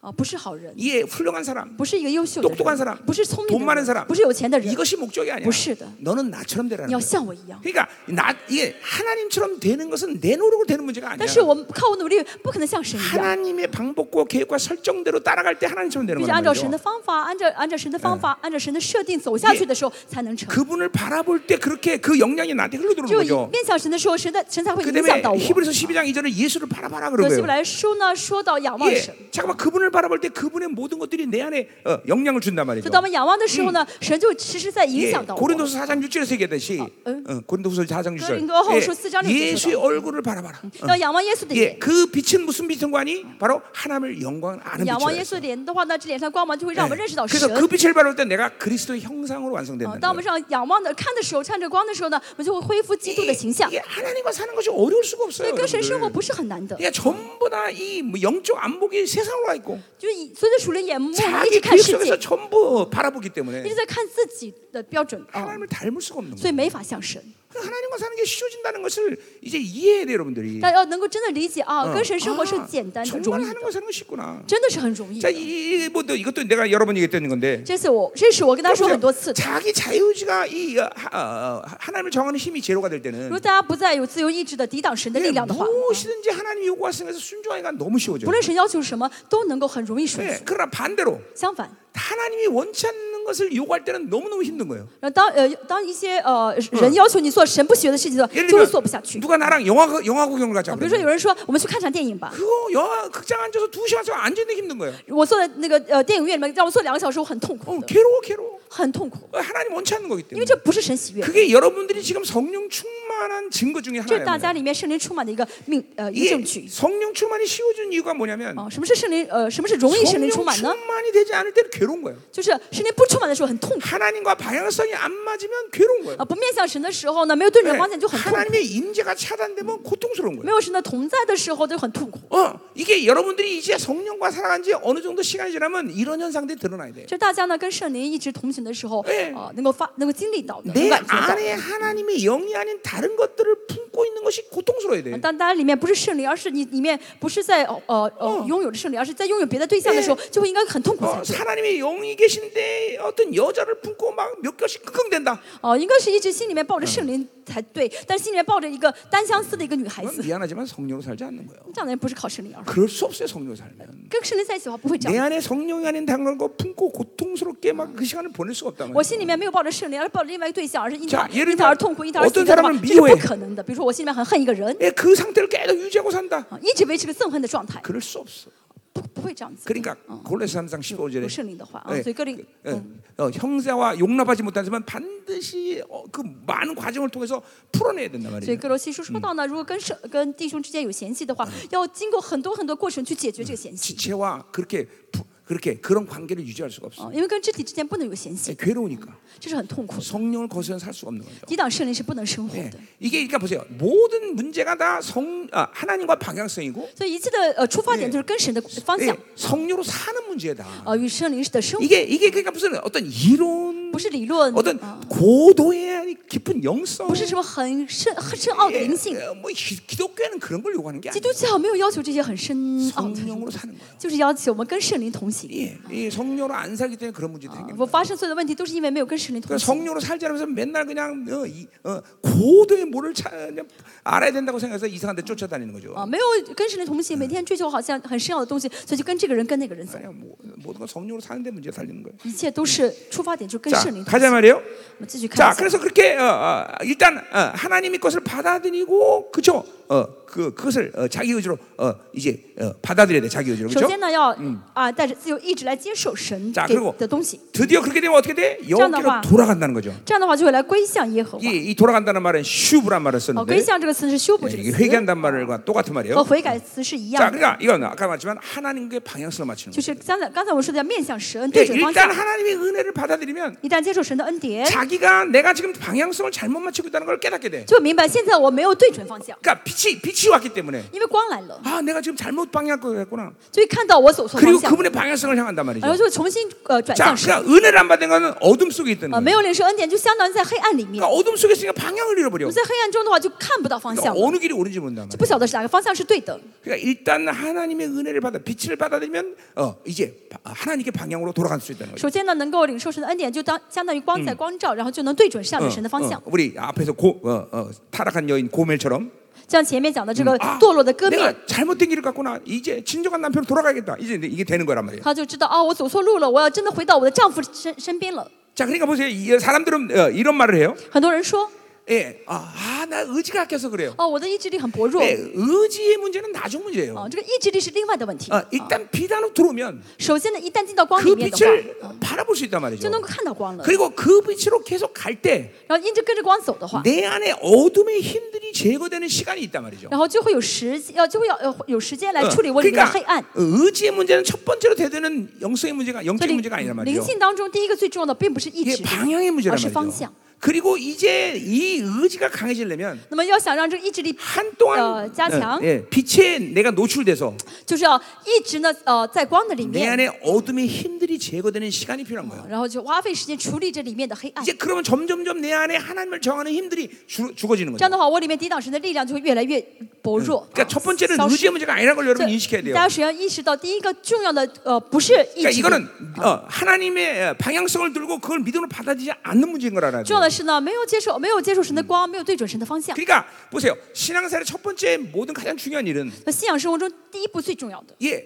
Speaker 2: 啊，不是好人，
Speaker 1: 예, 훌륭한 사람
Speaker 2: 不是一个优秀
Speaker 1: 똑똑한
Speaker 2: 的
Speaker 1: 사람
Speaker 2: 人，不是聪
Speaker 1: 돈
Speaker 2: 明的
Speaker 1: 많은
Speaker 2: 人
Speaker 1: 사람 ，
Speaker 2: 不是有钱的人，
Speaker 1: 이것이 목적이 아니야.
Speaker 2: 不是的。
Speaker 1: 너는 나처럼 되라는
Speaker 2: 你要
Speaker 1: 거야.
Speaker 2: 像我一样。
Speaker 1: 그러니까 나 이게 하나님처럼 되는 것은 내 노력으로 되는 문제가
Speaker 2: 但是
Speaker 1: 아니야.
Speaker 2: 我们靠我努力不可能像神一样，
Speaker 1: 하나님의 방법과 계획과 설정대로 따라갈 때 하나님처럼
Speaker 2: 必
Speaker 1: 되는
Speaker 2: 须按照
Speaker 1: 거죠.
Speaker 2: 神的方法，按照按照神的方
Speaker 1: 嗯
Speaker 2: 法，按照神的设定走下去的时候才能成。
Speaker 1: 그분을 바라볼 때 그렇게 그 영향이 나한테 흘러들어오는
Speaker 2: 只有一
Speaker 1: 거죠.
Speaker 2: 面向神的时候，神的神才会
Speaker 1: 그
Speaker 2: 影响到
Speaker 1: 때문에
Speaker 2: 我。
Speaker 1: 히브리서 12장 2절은 예수를 바라봐라
Speaker 2: 可希伯
Speaker 1: 그러고요.
Speaker 2: 来书呢说到仰望
Speaker 1: 예,
Speaker 2: 神，
Speaker 1: 잠깐만 그분을 바라볼 때 그분의 모든 것들이 내 안에 어, 영향을 준단
Speaker 2: 就
Speaker 1: 말이죠.
Speaker 2: 当我们仰望的时候呢，神就其实在影
Speaker 1: 예,
Speaker 2: 响到我。
Speaker 1: 고린도서 4장 6절에서 얘기했듯이
Speaker 2: 응?
Speaker 1: 어, 고린도후서 4장
Speaker 2: 哥林多后书
Speaker 1: 6절
Speaker 2: 4장
Speaker 1: 예,
Speaker 2: 6절
Speaker 1: 예수의 얼굴을 바라봐라.
Speaker 2: 要仰望嗯耶稣的
Speaker 1: 예,
Speaker 2: 脸，
Speaker 1: 그 빛은 무슨 빛인 관이 바로 하나님을 영광 아는
Speaker 2: 仰望耶
Speaker 1: 빛이에요.
Speaker 2: 稣的哎脸的话呢，这脸上光芒就会让我们认识到神
Speaker 1: 그래서 。그 빛을 바라볼 때 내가 그리스도의 형상으로
Speaker 2: 啊
Speaker 1: 완성된다는
Speaker 2: 当我们
Speaker 1: 거예요.
Speaker 2: 上仰望的看的时候，看着光的时候呢，我们就会恢复基督的形象
Speaker 1: 예, 이게 。 하나님과 사는 것이 어려울 수가
Speaker 2: 所
Speaker 1: 없어요.
Speaker 2: 以跟神生活
Speaker 1: 여러분들.
Speaker 2: 不是很难的，
Speaker 1: 그러니까 전부 다 이뭐 영적 안목이 세상으로 와 있고
Speaker 2: 就是以随着属灵眼目，我们
Speaker 1: 자기
Speaker 2: 一直看
Speaker 1: 그립
Speaker 2: 世界
Speaker 1: 속에서 ， 전부 바라보기
Speaker 2: 一
Speaker 1: 때문에
Speaker 2: 直在看自己的标准啊，
Speaker 1: 하나님을 닮을 수가 없는
Speaker 2: 所以
Speaker 1: 거예요.
Speaker 2: 没法像神。
Speaker 1: 하나님과 사는 게 쉬워진다는 것을 이제 이해해야 돼요, 여러분들이.
Speaker 2: 大家要能够真的理解啊，
Speaker 1: 어.
Speaker 2: 跟神生活是
Speaker 1: 아,
Speaker 2: 그 简单的、
Speaker 1: 정말
Speaker 2: 容易
Speaker 1: 하는 거
Speaker 2: 的，
Speaker 1: 사는 거 쉽구나.
Speaker 2: 真的是很容易的
Speaker 1: 자, 。 이, 뭐, 또 이것도 내가 여러 번 얘기했던 건데. 그렇죠?
Speaker 2: 这次我，这是我跟大家说很多次的。
Speaker 1: 자기 자유지가 이 어, 하, 어, 하나님을 정하는 힘이 제로가 될
Speaker 2: 如
Speaker 1: 때는
Speaker 2: 果大家不再有自由意志的抵挡神的力
Speaker 1: 예,
Speaker 2: 量的话，
Speaker 1: 무엇이든지 하나님 요구하시면서 순종하기가 너무 쉬워져.
Speaker 2: 不论神要求什么，都能够很容易顺
Speaker 1: 예,
Speaker 2: 服。
Speaker 1: 그러나 반대로
Speaker 2: 相反，
Speaker 1: 하나님이 원치 않는 것을 요구할 때는 너무너무 힘든 거예요.
Speaker 2: 然后当呃当一些呃人要求你做神不喜悦的事情的时
Speaker 1: 예를
Speaker 2: 候，就会
Speaker 1: 들면
Speaker 2: 做不下去。
Speaker 1: 누가 나랑 영화 영화 구경을 가자.
Speaker 2: 啊，比如说
Speaker 1: 그러면
Speaker 2: 有人说，我们去看场电影吧。
Speaker 1: 그거 영화 극장 앉아서 두 시간 동안 앉아 있는 게 힘든 거예요.
Speaker 2: 我坐在那个呃电影院里面，让我坐两个小时，我很痛
Speaker 1: 어,
Speaker 2: 苦的，
Speaker 1: 괴로워 괴로워.
Speaker 2: 很痛苦，
Speaker 1: 어, 하나님 원치 않는 거기
Speaker 2: 因为
Speaker 1: 때문에.
Speaker 2: 这不是神喜悦，
Speaker 1: 그게 여러분들이 지금 성령 충만한 증거 중에
Speaker 2: 这是大
Speaker 1: 하나예요.
Speaker 2: 家里面圣灵充满的一个命呃一个证
Speaker 1: 이게
Speaker 2: 据
Speaker 1: 성령 충만이 쉬워진 이유가 뭐냐면
Speaker 2: 啊。什么是圣灵呃什么是容易圣
Speaker 1: 성령
Speaker 2: 灵充满呢？
Speaker 1: 어, 충만이 되지 않을 때는 괴로운 거예요.
Speaker 2: 就是圣灵不充满的时候很痛苦
Speaker 1: 하나님과 방향성이 안 맞으면 괴로운 거예요.
Speaker 2: 啊，不面向神的时候呢，没有对人
Speaker 1: 네.
Speaker 2: 方向就很痛苦，
Speaker 1: 하나님의 임재가 차단되면 고통스러운
Speaker 2: 没
Speaker 1: 거예요.
Speaker 2: 有神的同在的时候就很痛苦。
Speaker 1: 어, 이게 여러분들이 이제 성령과 살아간 지 어느 정도 시간이 지나면 이런 현상들이 드러나야 돼요.
Speaker 2: 就是大家呢跟圣灵一直同行的时候，
Speaker 1: 哎
Speaker 2: 啊，能够发能够经历到的，能
Speaker 1: 내
Speaker 2: 感觉到。
Speaker 1: 안에 하나님의 영이 아닌 다른 것들을 품고 있는 것이 고통스러워야 돼요.
Speaker 2: 嗯当大家里面不是圣灵，而是你里面不是在呃呃拥有着圣灵，而是在拥有别的对象的时候，就会应该很痛苦才
Speaker 1: 어,
Speaker 2: 对。
Speaker 1: 하나님의 영이 계신데 어떤 여자를 품고 막 몇 개씩 끙끙댄다.
Speaker 2: 哦，应该是一直心里面抱着圣灵才对，但心里面抱着一个单相思的一个女孩
Speaker 1: 그건
Speaker 2: 子，
Speaker 1: 미안하지만 성령으로 살지 않는 거예요.
Speaker 2: 这样的人不是靠圣灵而活。啊
Speaker 1: 그럴 수 없어요, 성령으로 살면.
Speaker 2: 跟圣灵在一起的话，不会这
Speaker 1: 내
Speaker 2: 样。
Speaker 1: 안에 성령이 아닌 다른 걸 품고 고통스럽게 막 그 시간을 보낼 수가 없단
Speaker 2: 我
Speaker 1: 말이에요.
Speaker 2: 心里面没有抱着圣灵，而是抱着另外一个对象，而是因
Speaker 1: 자
Speaker 2: 他
Speaker 1: 예를
Speaker 2: 因他
Speaker 1: 들면
Speaker 2: 而痛苦，因他而
Speaker 1: 어떤
Speaker 2: 死掉的话
Speaker 1: 사람은，
Speaker 2: 这是
Speaker 1: 미워해
Speaker 2: 不可能的。比如说，我心里面很恨一个人，
Speaker 1: 예, 그 상태를 계속 유지하고 산다.
Speaker 2: 啊，一直维持个憎恨的状态，
Speaker 1: 그럴 수 없어.
Speaker 2: 不不会这样子。
Speaker 1: 그러니까 골로새 3장
Speaker 2: 有
Speaker 1: 15절에 예,
Speaker 2: 圣灵的话啊，所以哥林
Speaker 1: 아, 어, 형제와 용납하지 못한 사람은 반드시 어, 그 많은 과정을 통해서 풀어내야 된단
Speaker 2: 所以
Speaker 1: 말이에요.
Speaker 2: 哥罗西书说到呢，如果跟圣跟弟兄之间有嫌隙的话，要经过很多很多过程去解决这个嫌隙，
Speaker 1: 지체와 그렇게 부- 그렇게 그런 관계를 유지할 수가 없어.
Speaker 2: 啊，因为跟肢体之间不能有嫌
Speaker 1: 예,
Speaker 2: 隙，
Speaker 1: 괴로우니까
Speaker 2: 这是很痛苦的。
Speaker 1: 성령을 거스려 살 수가 없는 거죠.
Speaker 2: 抵挡圣灵是不能生活
Speaker 1: 예,
Speaker 2: 的。
Speaker 1: 이게 그러니까 보세요. 모든 문제가 다 성 아, 하나님과 방향성이고
Speaker 2: 所以一切的呃出发点就是跟神的方
Speaker 1: 예,
Speaker 2: 向，
Speaker 1: 성령으로 사는 문제다.
Speaker 2: 呃，与圣灵的生活，
Speaker 1: 이게 이게 그러니까 무슨 어떤 이론
Speaker 2: 不是理论，
Speaker 1: 어떤
Speaker 2: 啊
Speaker 1: 고도의 깊은 영성
Speaker 2: 不是什么很深很深奥的
Speaker 1: 예,
Speaker 2: 灵性。
Speaker 1: 어, 뭐 기, 기독교는 아, 네. 그런 걸 요구하는 게
Speaker 2: 基
Speaker 1: 아니에요.
Speaker 2: 督教没有要求这些很深奥的，
Speaker 1: 성령으로 사는 거예요.
Speaker 2: 就是要求我们跟圣灵同行。
Speaker 1: 예, 이 성령으로 안 살기 때문에 그런 문제도
Speaker 2: 啊
Speaker 1: 생기는
Speaker 2: 我
Speaker 1: 거예요.
Speaker 2: 发生所有的问题都是因为没有跟圣灵同
Speaker 1: 아, 그러니까
Speaker 2: 行。
Speaker 1: 성령으로 살지 않으면서 맨날 그냥 어, 이, 어, 고도의 뭐를 차, 그냥 알아야 된다고 생각해서 이상한 데 쫓아다니는 거죠.
Speaker 2: 啊，没有跟圣灵同行，每天追求好像很深奥的东西，所以就跟这个人跟那个人走，
Speaker 1: 그냥 뭐, 모든 건 성령으로 사는 데 문제 달리는 거예요.
Speaker 2: 一切都是出发点就跟圣灵
Speaker 1: 자,
Speaker 2: 同
Speaker 1: 가자
Speaker 2: 行。
Speaker 1: 말이에요.
Speaker 2: 我们继续看
Speaker 1: 자,
Speaker 2: 一下。
Speaker 1: 그래서 그렇게 어, 어, 일단 어, 하나님의 것을 받아들이고 그죠? 어, 그 그것을 어, 자기 의지로 어, 이제 어, 받아들여야 돼. 자기 의지로
Speaker 2: 首
Speaker 1: 그죠?
Speaker 2: 先呢，要啊带着自由意志来接受神
Speaker 1: 자그
Speaker 2: 给
Speaker 1: 리고
Speaker 2: 的东西，
Speaker 1: 드디어 그렇게 되면 어떻게 돼? 여기로
Speaker 2: 짠나와.
Speaker 1: 돌아간다는 거죠.
Speaker 2: 这样的话就会来归向耶和华。
Speaker 1: 이, 이 돌아간다는 말은 슈브란 말을
Speaker 2: 哦，归
Speaker 1: 썼는데
Speaker 2: 向这个词是修补
Speaker 1: 예,
Speaker 2: 这
Speaker 1: 이게
Speaker 2: 个词，
Speaker 1: 회개한다는 말과 똑같은 말이에요.
Speaker 2: 和悔改词是一
Speaker 1: 자,
Speaker 2: 样的，
Speaker 1: 그러니까 이건 아까 말했지만 하나님께 방향성을 맞추는
Speaker 2: 就
Speaker 1: 거예요.
Speaker 2: 是刚才刚才我说的要面向神，
Speaker 1: 예,
Speaker 2: 对准方
Speaker 1: 일단
Speaker 2: 向。
Speaker 1: 하나님의 은혜를 받아들이면
Speaker 2: 一旦接受神的恩
Speaker 1: 네?
Speaker 2: 典，
Speaker 1: 자기가 내가 지금 방향성을 잘못 맞추고 있다는 걸 깨닫게 돼.
Speaker 2: 就明白现在我没有对准方向，
Speaker 1: 그러니까 빛이 빛이 왔기 때문에
Speaker 2: 因为光来了，
Speaker 1: 아, 내가 지금 잘못 방향을 했구나.
Speaker 2: 就会看到我走错方
Speaker 1: 그리고
Speaker 2: 向，
Speaker 1: 그분의 방향성을 향한단
Speaker 2: 然后
Speaker 1: 말이죠.
Speaker 2: 就重新呃转
Speaker 1: 자,
Speaker 2: 向神。
Speaker 1: 그러니까 은혜를 안 받은 거는 어둠 속에 있다는
Speaker 2: 呃，没
Speaker 1: 거예요.
Speaker 2: 有领受恩典，就相当于在黑暗里面。
Speaker 1: 그러니까 어둠 속에 있으니까 방향을
Speaker 2: 我
Speaker 1: 잃어버려.
Speaker 2: 们在黑暗中的话，就看不到方
Speaker 1: 그러니까
Speaker 2: 向，
Speaker 1: 어느 길이 옳은지 모른단
Speaker 2: 不
Speaker 1: 말이에요.
Speaker 2: 晓得是哪个方向是对的。
Speaker 1: 그러니까 일단 하나님의 은혜를 받아 빛을 받아들이면 어, 이제 바- 하나님께 방향으로 돌아갈 수 있다는 거죠.
Speaker 2: 首先呢，能够领受神的恩典，就当相当于光在光照，然后就能对准上面神的方
Speaker 1: 어,
Speaker 2: 向
Speaker 1: 어, 。 우리 앞에서 고, 어, 어, 타락한 여인 고멜처럼
Speaker 2: 像前面讲的这嗯啊个
Speaker 1: 아,
Speaker 2: 堕落的歌面，
Speaker 1: 내가 잘못된 길을 갔구나. 이제 진정한 남편으로 돌아가야겠다. 이제 이게 되는 거란 말이에요.
Speaker 2: 他就知道啊，我走错路了，我要真的回到我的丈夫身身边了。
Speaker 1: 자, 그러니까 보세요. 이 사람들은 어, 이런 말을 해요.
Speaker 2: 很多人说，
Speaker 1: 예, 아, 나 의지가 아껴서 그래요.
Speaker 2: 哦，我的意志力很薄弱。
Speaker 1: 예, 의지의 문제는 나중
Speaker 2: 哦，
Speaker 1: 문제예요.
Speaker 2: 这个意志力是另外的问题。
Speaker 1: 아,
Speaker 2: 啊
Speaker 1: 일단 비단으로 들어오면
Speaker 2: 首先呢，一旦进到光里
Speaker 1: 그
Speaker 2: 面的话，哦
Speaker 1: 빛을 바라볼 수 있단
Speaker 2: 就
Speaker 1: 말이죠.
Speaker 2: 能够看到光了。
Speaker 1: 그리고 그 빛으로 계속 갈 때 내
Speaker 2: 然后一直跟着光走的话，
Speaker 1: 안에 어둠의 힘들이 제거되는 시간이 있단 말이죠.
Speaker 2: 然后就会有嗯时间，要就会要有有时间来
Speaker 1: 어,
Speaker 2: 处理我里面的黑暗
Speaker 1: 그러니까 。 의지의 문제는 첫 번째로 대되는 영성의 문제가
Speaker 2: 所
Speaker 1: 영적인
Speaker 2: 以
Speaker 1: 문제가 아니란
Speaker 2: 灵
Speaker 1: 말이죠.
Speaker 2: 性当中第一个最重要的并不是意
Speaker 1: 이게
Speaker 2: 志力，
Speaker 1: 방향의
Speaker 2: 而
Speaker 1: 문제란
Speaker 2: 是方
Speaker 1: 말이죠.
Speaker 2: 向。
Speaker 1: 그리고 이제 이 의지가 강해지려면
Speaker 2: 那么要想让这个意志力，
Speaker 1: 한동안
Speaker 2: 어, 짜장.
Speaker 1: 예, 예, 빛에 내가 노출돼서
Speaker 2: 就是要一直呢，呃，在光的里
Speaker 1: 내
Speaker 2: 面，
Speaker 1: 안에 어둠의 힘들이 제거되는 시간이 필요한 거예요.
Speaker 2: 然后就花费时间处理这里面的黑暗。
Speaker 1: 이제
Speaker 2: 这
Speaker 1: 그러면 점점점 내 안에 하나님을 정하는 힘들이 줄- 죽어지는
Speaker 2: 样
Speaker 1: 거죠.
Speaker 2: 的话，我里面抵挡神的力量就会越来越薄弱。
Speaker 1: 嗯 그러니까 첫 번째는
Speaker 2: 消失
Speaker 1: 의지의 문제가 아니라는 걸 여러분
Speaker 2: 这
Speaker 1: 인식해야
Speaker 2: 大
Speaker 1: 돼요.
Speaker 2: 家首先要意识到，第一个重要的呃，不是意志
Speaker 1: 그러니까
Speaker 2: 力，
Speaker 1: 이거는 어, 하나님의 방향성을 들고 그걸 믿음으로 받아들이지 않는 문제인 걸 알아야
Speaker 2: 重要
Speaker 1: 돼요.
Speaker 2: 的是呢，没有接受，没有接受神的光，没有对准神的方向。
Speaker 1: 嗯 그러니까 보세요. 신앙생활의 첫 번째 모든 가장 중요한 일은
Speaker 2: 那信仰生活中第一步最重要的，
Speaker 1: 예,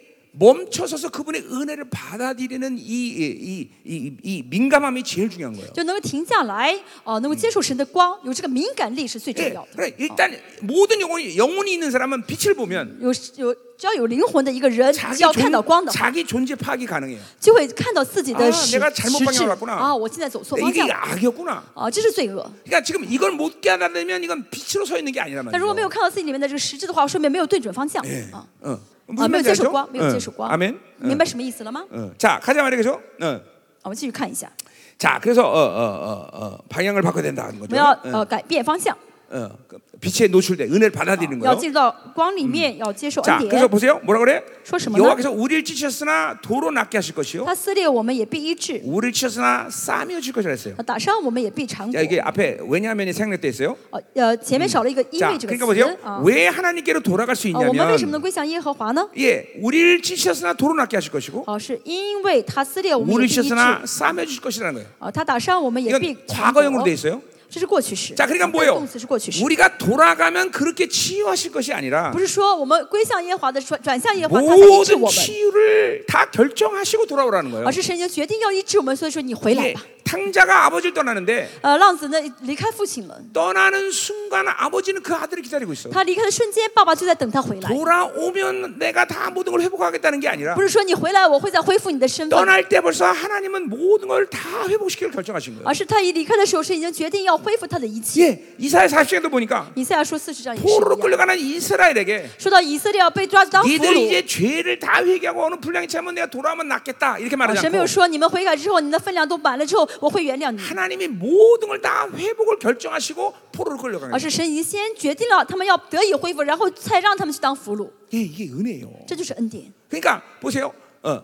Speaker 1: 멈춰서서 그분의 은혜를 받아들이는 이 이 이 이, 이- 이 민감함이 제일 중요한 거예요.
Speaker 2: 就能够停下来，哦、能够接受神的光，
Speaker 1: 嗯
Speaker 2: 有这个敏感力是最重
Speaker 1: 예,
Speaker 2: 要的。
Speaker 1: 그래, 일단 모든 영혼이 영혼이 있는 사람은 빛을 보면
Speaker 2: 有有，只要有灵魂的一个人，只
Speaker 1: 자기,
Speaker 2: 要
Speaker 1: 존-
Speaker 2: 看到光的话，
Speaker 1: 자기 존재 파악이 가능해요.
Speaker 2: 就会看到自己
Speaker 1: 啊
Speaker 2: 的实
Speaker 1: 내가잘못
Speaker 2: 实
Speaker 1: 방향을
Speaker 2: 质
Speaker 1: 갔구나
Speaker 2: 啊！我现在走错
Speaker 1: 근데
Speaker 2: 方
Speaker 1: 이게
Speaker 2: 向
Speaker 1: 이게
Speaker 2: 了
Speaker 1: 악이었구나.
Speaker 2: 啊！这是罪恶。
Speaker 1: 그러니까 지금 이걸 못 깨달으면 이건 빛으로 서 있는 게 아니란
Speaker 2: 但如果没
Speaker 1: 말이에요.
Speaker 2: 有看到自己里面的这个实质的话，说明没有对准方向啊
Speaker 1: 어,
Speaker 2: 啊！
Speaker 1: 무슨
Speaker 2: 没有
Speaker 1: 말인지
Speaker 2: 接受
Speaker 1: 알죠?
Speaker 2: 光，没有接受
Speaker 1: 어,
Speaker 2: 光。
Speaker 1: 아멘.
Speaker 2: 明白什么意思了吗？
Speaker 1: 어, 자, 가자 말이야, 그죠? 어.
Speaker 2: 我们继续看一下，
Speaker 1: 자, 그래서 어, 어, 어, 어, 방향을 바꿔야 된다는
Speaker 2: 我
Speaker 1: 거죠.
Speaker 2: 们要呃改变方向，
Speaker 1: 어, 그 빛에 노출돼 은혜를 받아들이는
Speaker 2: 要
Speaker 1: 거예요.
Speaker 2: 进入到光里面，要接受
Speaker 1: 자,
Speaker 2: 恩
Speaker 1: 그래서
Speaker 2: 典。
Speaker 1: 보세요. 뭐라 그래?
Speaker 2: 소심하나?
Speaker 1: 여호와께서 우리를 찢으셨으나 도로 낫게 하실 것이요.
Speaker 2: 他撕裂我嗯们也必医治，
Speaker 1: 우리를 찢으셨으나 싸매어 줄 것이라 했어요.
Speaker 2: 他打伤我们也必缠裹
Speaker 1: 자 。 이게 앞에 왜냐하면이 생략돼 있어요.
Speaker 2: 呃呃，前面少了一个因
Speaker 1: 자
Speaker 2: 为这个
Speaker 1: 그러니까
Speaker 2: 词
Speaker 1: 보세요.
Speaker 2: 啊。
Speaker 1: 왜 하나님께로 돌아갈 수
Speaker 2: 啊，我们为什么
Speaker 1: 있냐면
Speaker 2: 能归向耶和华呢？
Speaker 1: 예, 우리를 찢으셨으나 도로 낫게 하실 것이고
Speaker 2: 哦，是因为他撕裂我们也
Speaker 1: 어, 우리를
Speaker 2: 必医治，
Speaker 1: 찢으셨으나 싸매어 줄 것이라는 거예요.
Speaker 2: 啊，他打伤我们也必
Speaker 1: 이건
Speaker 2: 缠裹。
Speaker 1: 과거형으로 돼 있어요.
Speaker 2: 这是过去式。
Speaker 1: 자 그러니까
Speaker 2: 这个
Speaker 1: 뭐예요?
Speaker 2: 动词是过去式，
Speaker 1: 우리가 돌아가면 그렇게 치유하실 것이 아니라
Speaker 2: 不是说我们归向耶和华的转转向耶和华，他才医治
Speaker 1: 모든
Speaker 2: 我们，
Speaker 1: 치유를 다 결정하시고 돌아오라는 거예요.
Speaker 2: 而是神已经决定要医治我们，所以说你回来
Speaker 1: 예,
Speaker 2: 吧。
Speaker 1: 탕자가 아버지를 떠나는데
Speaker 2: 呃，浪子呢离开父亲了，
Speaker 1: 떠나는 순간 아버지는 그 아들을 기다리고 있어.
Speaker 2: 他离开的瞬间，爸爸就在等他回来。
Speaker 1: 돌아오면 내가 다 모든 걸 회복하겠다는 게 아니라
Speaker 2: 不是说你回来我会再恢复你的身份，
Speaker 1: 떠날 때 벌써 하나님은 모든 걸 다 회복시키기를 결정하신 거예요.
Speaker 2: 而是他一离开的时候是已经决定要恢复他的一切。
Speaker 1: 아, 예, 이사야 40장도 보니까
Speaker 2: 以赛亚说四十章也是
Speaker 1: 포로로
Speaker 2: 一样，
Speaker 1: 끌려가는 이스라엘에게
Speaker 2: 说到以色列要被抓当俘
Speaker 1: 니들
Speaker 2: 虏，
Speaker 1: 이제 죄를 다 회개하고 어느 분량이 차면 내가 돌아오면 낫겠다 이렇게
Speaker 2: 啊
Speaker 1: 말하지
Speaker 2: 神没有
Speaker 1: 않고
Speaker 2: 说你们悔改之后，你们的分量都满了之后，我会原谅你，
Speaker 1: 하나님이 모든 걸 다 회복을 결정하시고 포로로 끌려가는
Speaker 2: 而
Speaker 1: 거예요.
Speaker 2: 是神已经先决定了他们要得以恢复，然后才让他们去当俘虏，
Speaker 1: 예, 이게 은혜예요.
Speaker 2: 这就是恩典。
Speaker 1: 그러니까 보세요. 어,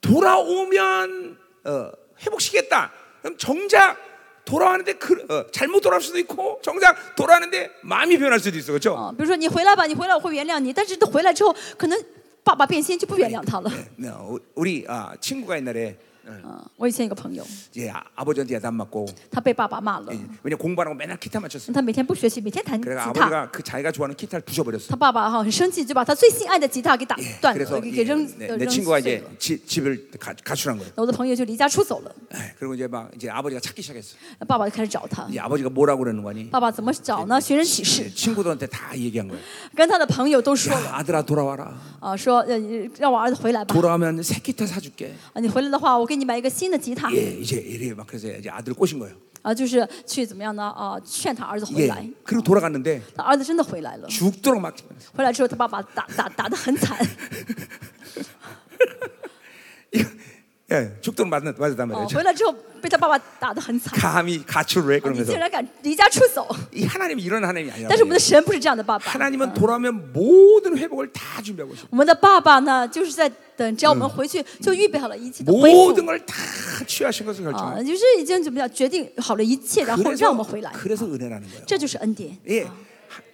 Speaker 1: 돌아오면 어, 회복시겠다. 그럼 정작 돌아왔는데 그, 어, 잘못 돌아올 수도 있고 정작 돌아왔는데 마음이 변할 수도 있어. 그렇죠?
Speaker 2: 啊，比如说你回来吧，你回来我会原谅你，但是回来之后，可能爸爸变心就不原谅他了。
Speaker 1: 네, 어, 우리 아, 친구가 옛날에
Speaker 2: 嗯，我以前有个朋友，
Speaker 1: 이제 아, 아버지한테 야단 맞고
Speaker 2: 他被爸爸骂了，
Speaker 1: 왜냐 공부하라고 맨날 기타 맞췄어.
Speaker 2: 他每天不学习，每天弹吉
Speaker 1: 그래서
Speaker 2: 嗯他，
Speaker 1: 아버지가 그 자기가 좋아하는 기타를 부셔버렸어.
Speaker 2: 他爸爸哈很生气，就把他最心爱的吉他给打
Speaker 1: 예,
Speaker 2: 断
Speaker 1: 그래서
Speaker 2: 了，给给
Speaker 1: 이-
Speaker 2: 扔
Speaker 1: 네,
Speaker 2: 呃
Speaker 1: 내
Speaker 2: 扔
Speaker 1: 친구가
Speaker 2: 碎
Speaker 1: 이제
Speaker 2: 了。
Speaker 1: 지- 집을 가, 가출한 거예요.
Speaker 2: 那我的朋友就离家出走了，
Speaker 1: 예, 그리고 이제 막 이제 아버지가 찾기 시작했어.
Speaker 2: 爸爸就开始找他。
Speaker 1: 이제 아버지가 뭐라고 그러는 거니?
Speaker 2: 爸爸怎么找呢？寻人启事
Speaker 1: 예, ， 친구들한테 다 얘기한 거예요.
Speaker 2: 跟他的朋友都说
Speaker 1: 야
Speaker 2: 了
Speaker 1: 아들아 돌아와라.
Speaker 2: 啊，说呃让我儿子回来吧，
Speaker 1: 돌아오면 새 기타 사줄게.
Speaker 2: 啊你回来的话，我给你买一个新的吉他
Speaker 1: 예, 이제 이래 막 그래서 이제 아들 꼬신 거예요.
Speaker 2: 啊，就是去怎么样呢？啊，劝他儿子回
Speaker 1: 예.
Speaker 2: 来，
Speaker 1: 그리고 돌아갔는데
Speaker 2: 他儿子真的回来了。
Speaker 1: 죽도록 막
Speaker 2: 回来之后，他爸爸打打打得很惨，
Speaker 1: 이거 예, 죽도록 맞았, 맞았단
Speaker 2: 哦
Speaker 1: 말이에요. ，
Speaker 2: 回来之后被他爸爸打得很惨，
Speaker 1: 감히 가출을 해
Speaker 2: 你
Speaker 1: 그러면서
Speaker 2: 竟然敢离家出走！
Speaker 1: 이 하나님이 이런 하나님이 아니라
Speaker 2: 但是我们的神不是这样的爸爸，
Speaker 1: 하나님은 돌아오면 모든 회복을 다 준비하고 있어.
Speaker 2: 我们的爸爸呢，就是在等，只要我们回去就预备好了一切的恢
Speaker 1: 모든
Speaker 2: 复
Speaker 1: 걸 다 취하신 것을
Speaker 2: 啊，
Speaker 1: 결정하고
Speaker 2: 就是已经怎么样决定好了一切，然后让我们
Speaker 1: 그래서
Speaker 2: 回来，
Speaker 1: 그래서 은혜라는 거예요.
Speaker 2: 这就是恩典。
Speaker 1: 예. 하-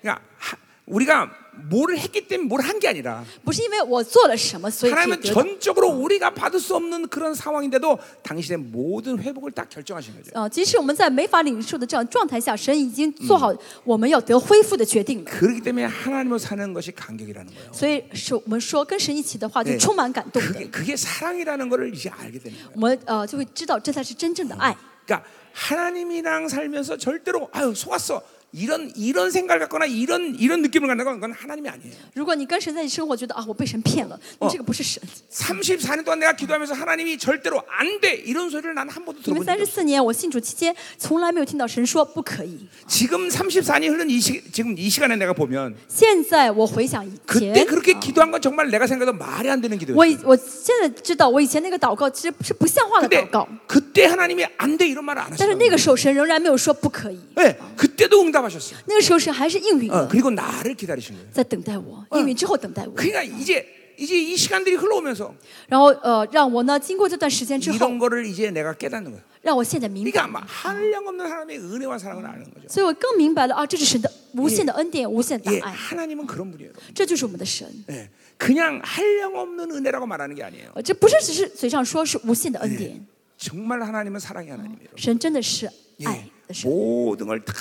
Speaker 1: 그러니까 하- 우리가 뭐를 했기 때문에 뭘 한 게 아니라
Speaker 2: 不是因为我做了什么，所以可以
Speaker 1: 하나님은
Speaker 2: 得到。
Speaker 1: 전적으로 우리가 받을 수 없는 그런 상황인데도 당신의 모든 회복을 딱 결정하신 거죠.
Speaker 2: 啊，即使我们在没法领受的这样状态下，神已经做好我们要得恢复的决定了。
Speaker 1: 그렇기 때문에 하나님을 사는 것이 간격이라는 거예요.
Speaker 2: 所以是我们说跟神一起的话，就
Speaker 1: 네
Speaker 2: 充满感动的。
Speaker 1: 그게, 그게 사랑이라는 것을 이제 알게 되는 거예요.
Speaker 2: 我们呃就会知道这才是真正的爱。
Speaker 1: 그러니까 그러니까 하나님이랑 살면서 절대로 아유 속았어 이런 이런 생각을 갖거나 이런 이런 느낌을 갖는 건 그건 하나님이 아니에요.
Speaker 2: 如果你跟神在一起生活，觉得啊我被神骗了，那这个不是神。
Speaker 1: 34년 동안 내가 기도하면서 하나님이 절대로 안 돼 이런 소리를 난 한 번도
Speaker 2: 你
Speaker 1: 들어본
Speaker 2: 们三
Speaker 1: 적이 없어.
Speaker 2: 十四年我信主期间，从来没有听到神说不可以。
Speaker 1: 지금 34년이 흐른 이 시, 지금 이 시간에 내가 보면
Speaker 2: 现在我回想以
Speaker 1: 그때
Speaker 2: 前，
Speaker 1: 그렇게 기도한 건 정말 내가 생각해도 말이 안 되는 기도였어.
Speaker 2: 我以我现在知道，我以前那个祷告其实是不像话的
Speaker 1: 근데
Speaker 2: 祷告，
Speaker 1: 그때 하나님이 안 돼 이런 말을 안
Speaker 2: 但
Speaker 1: 하셨어.
Speaker 2: 是那个时候神仍然没有说不可以，
Speaker 1: 네, 그때도 응답하셨어.
Speaker 2: 那个时候神还是应允
Speaker 1: 어,
Speaker 2: 了，
Speaker 1: 그리고 나를 기다리신 거예요.
Speaker 2: 在等待我，应允之后等待我。
Speaker 1: 그러니까 이제 이제 이 시간들이 흘러오면서
Speaker 2: 然后呃，让我呢经过这段时间之后
Speaker 1: 이런 ， 거를 이제 내가 깨닫는 거예요.
Speaker 2: 让我现在明白，
Speaker 1: 그러니까 막 한량 없는 하나님의 은혜와 사랑을 아는 거죠.
Speaker 2: 所以我更明白了啊，这是神的无限的恩典，无限的
Speaker 1: 예,
Speaker 2: 大爱，
Speaker 1: 하나님은 그런 분이에요. 여러분.
Speaker 2: 这就是我们的神。
Speaker 1: 예, 그냥 한량 없는 은혜라고 말하는 게 아니에요.
Speaker 2: 呃，这不是只是嘴上说是无限的恩典，
Speaker 1: 정말 하나님은 사랑의 하나님이에요.
Speaker 2: 神真的嗯是爱
Speaker 1: 예,
Speaker 2: 的神，
Speaker 1: 모든 걸 다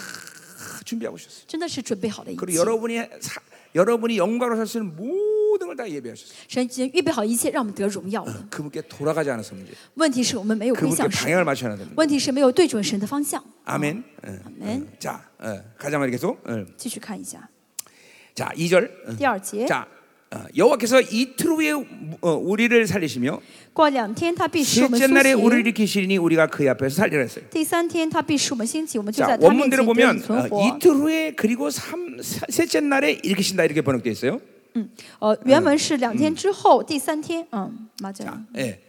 Speaker 1: 준비하고 있었어요.
Speaker 2: 真的是准备好的一切
Speaker 1: 그리고 。 여러분이 사, 여러분이 영광으로 살 수 있는 모든 걸 다 예배하셨어요.
Speaker 2: 神已经预备好一切，让我们得荣耀了。
Speaker 1: 그분께 돌아가지 않아서 문제.
Speaker 2: 问题是我们没有归
Speaker 1: 그분께
Speaker 2: 向神，
Speaker 1: 방향을 맞춰야 됩니다.
Speaker 2: 问题是没有对准神的方向。
Speaker 1: 아멘. 예,
Speaker 2: 아멘.
Speaker 1: 예. 자, 예, 가자 말이 계속. 예.
Speaker 2: 继续看一下
Speaker 1: 자, 2절. 예.
Speaker 2: 第二节，
Speaker 1: 자, 어, 여호와께서 이틀 후에 어, 우리를 살리시며
Speaker 2: 过两天他必使我们
Speaker 1: 셋째 날에
Speaker 2: 苏
Speaker 1: 우리를
Speaker 2: 醒，
Speaker 1: 일으키시니 우리가 그 앞에서 살리라 했어요.
Speaker 2: 第三天他必使我们兴起，我们就在
Speaker 1: 자
Speaker 2: 他面前
Speaker 1: 원문대로
Speaker 2: 得呃以
Speaker 1: 보면
Speaker 2: 存
Speaker 1: 어,
Speaker 2: 活。
Speaker 1: 이틀 후에 그리고 삼, 사- 셋째 날에 일으키신다 이렇게 번역돼 있어요.
Speaker 2: 呃，原文是两天之后，第三天，嗯，马甲。
Speaker 1: 자, 예.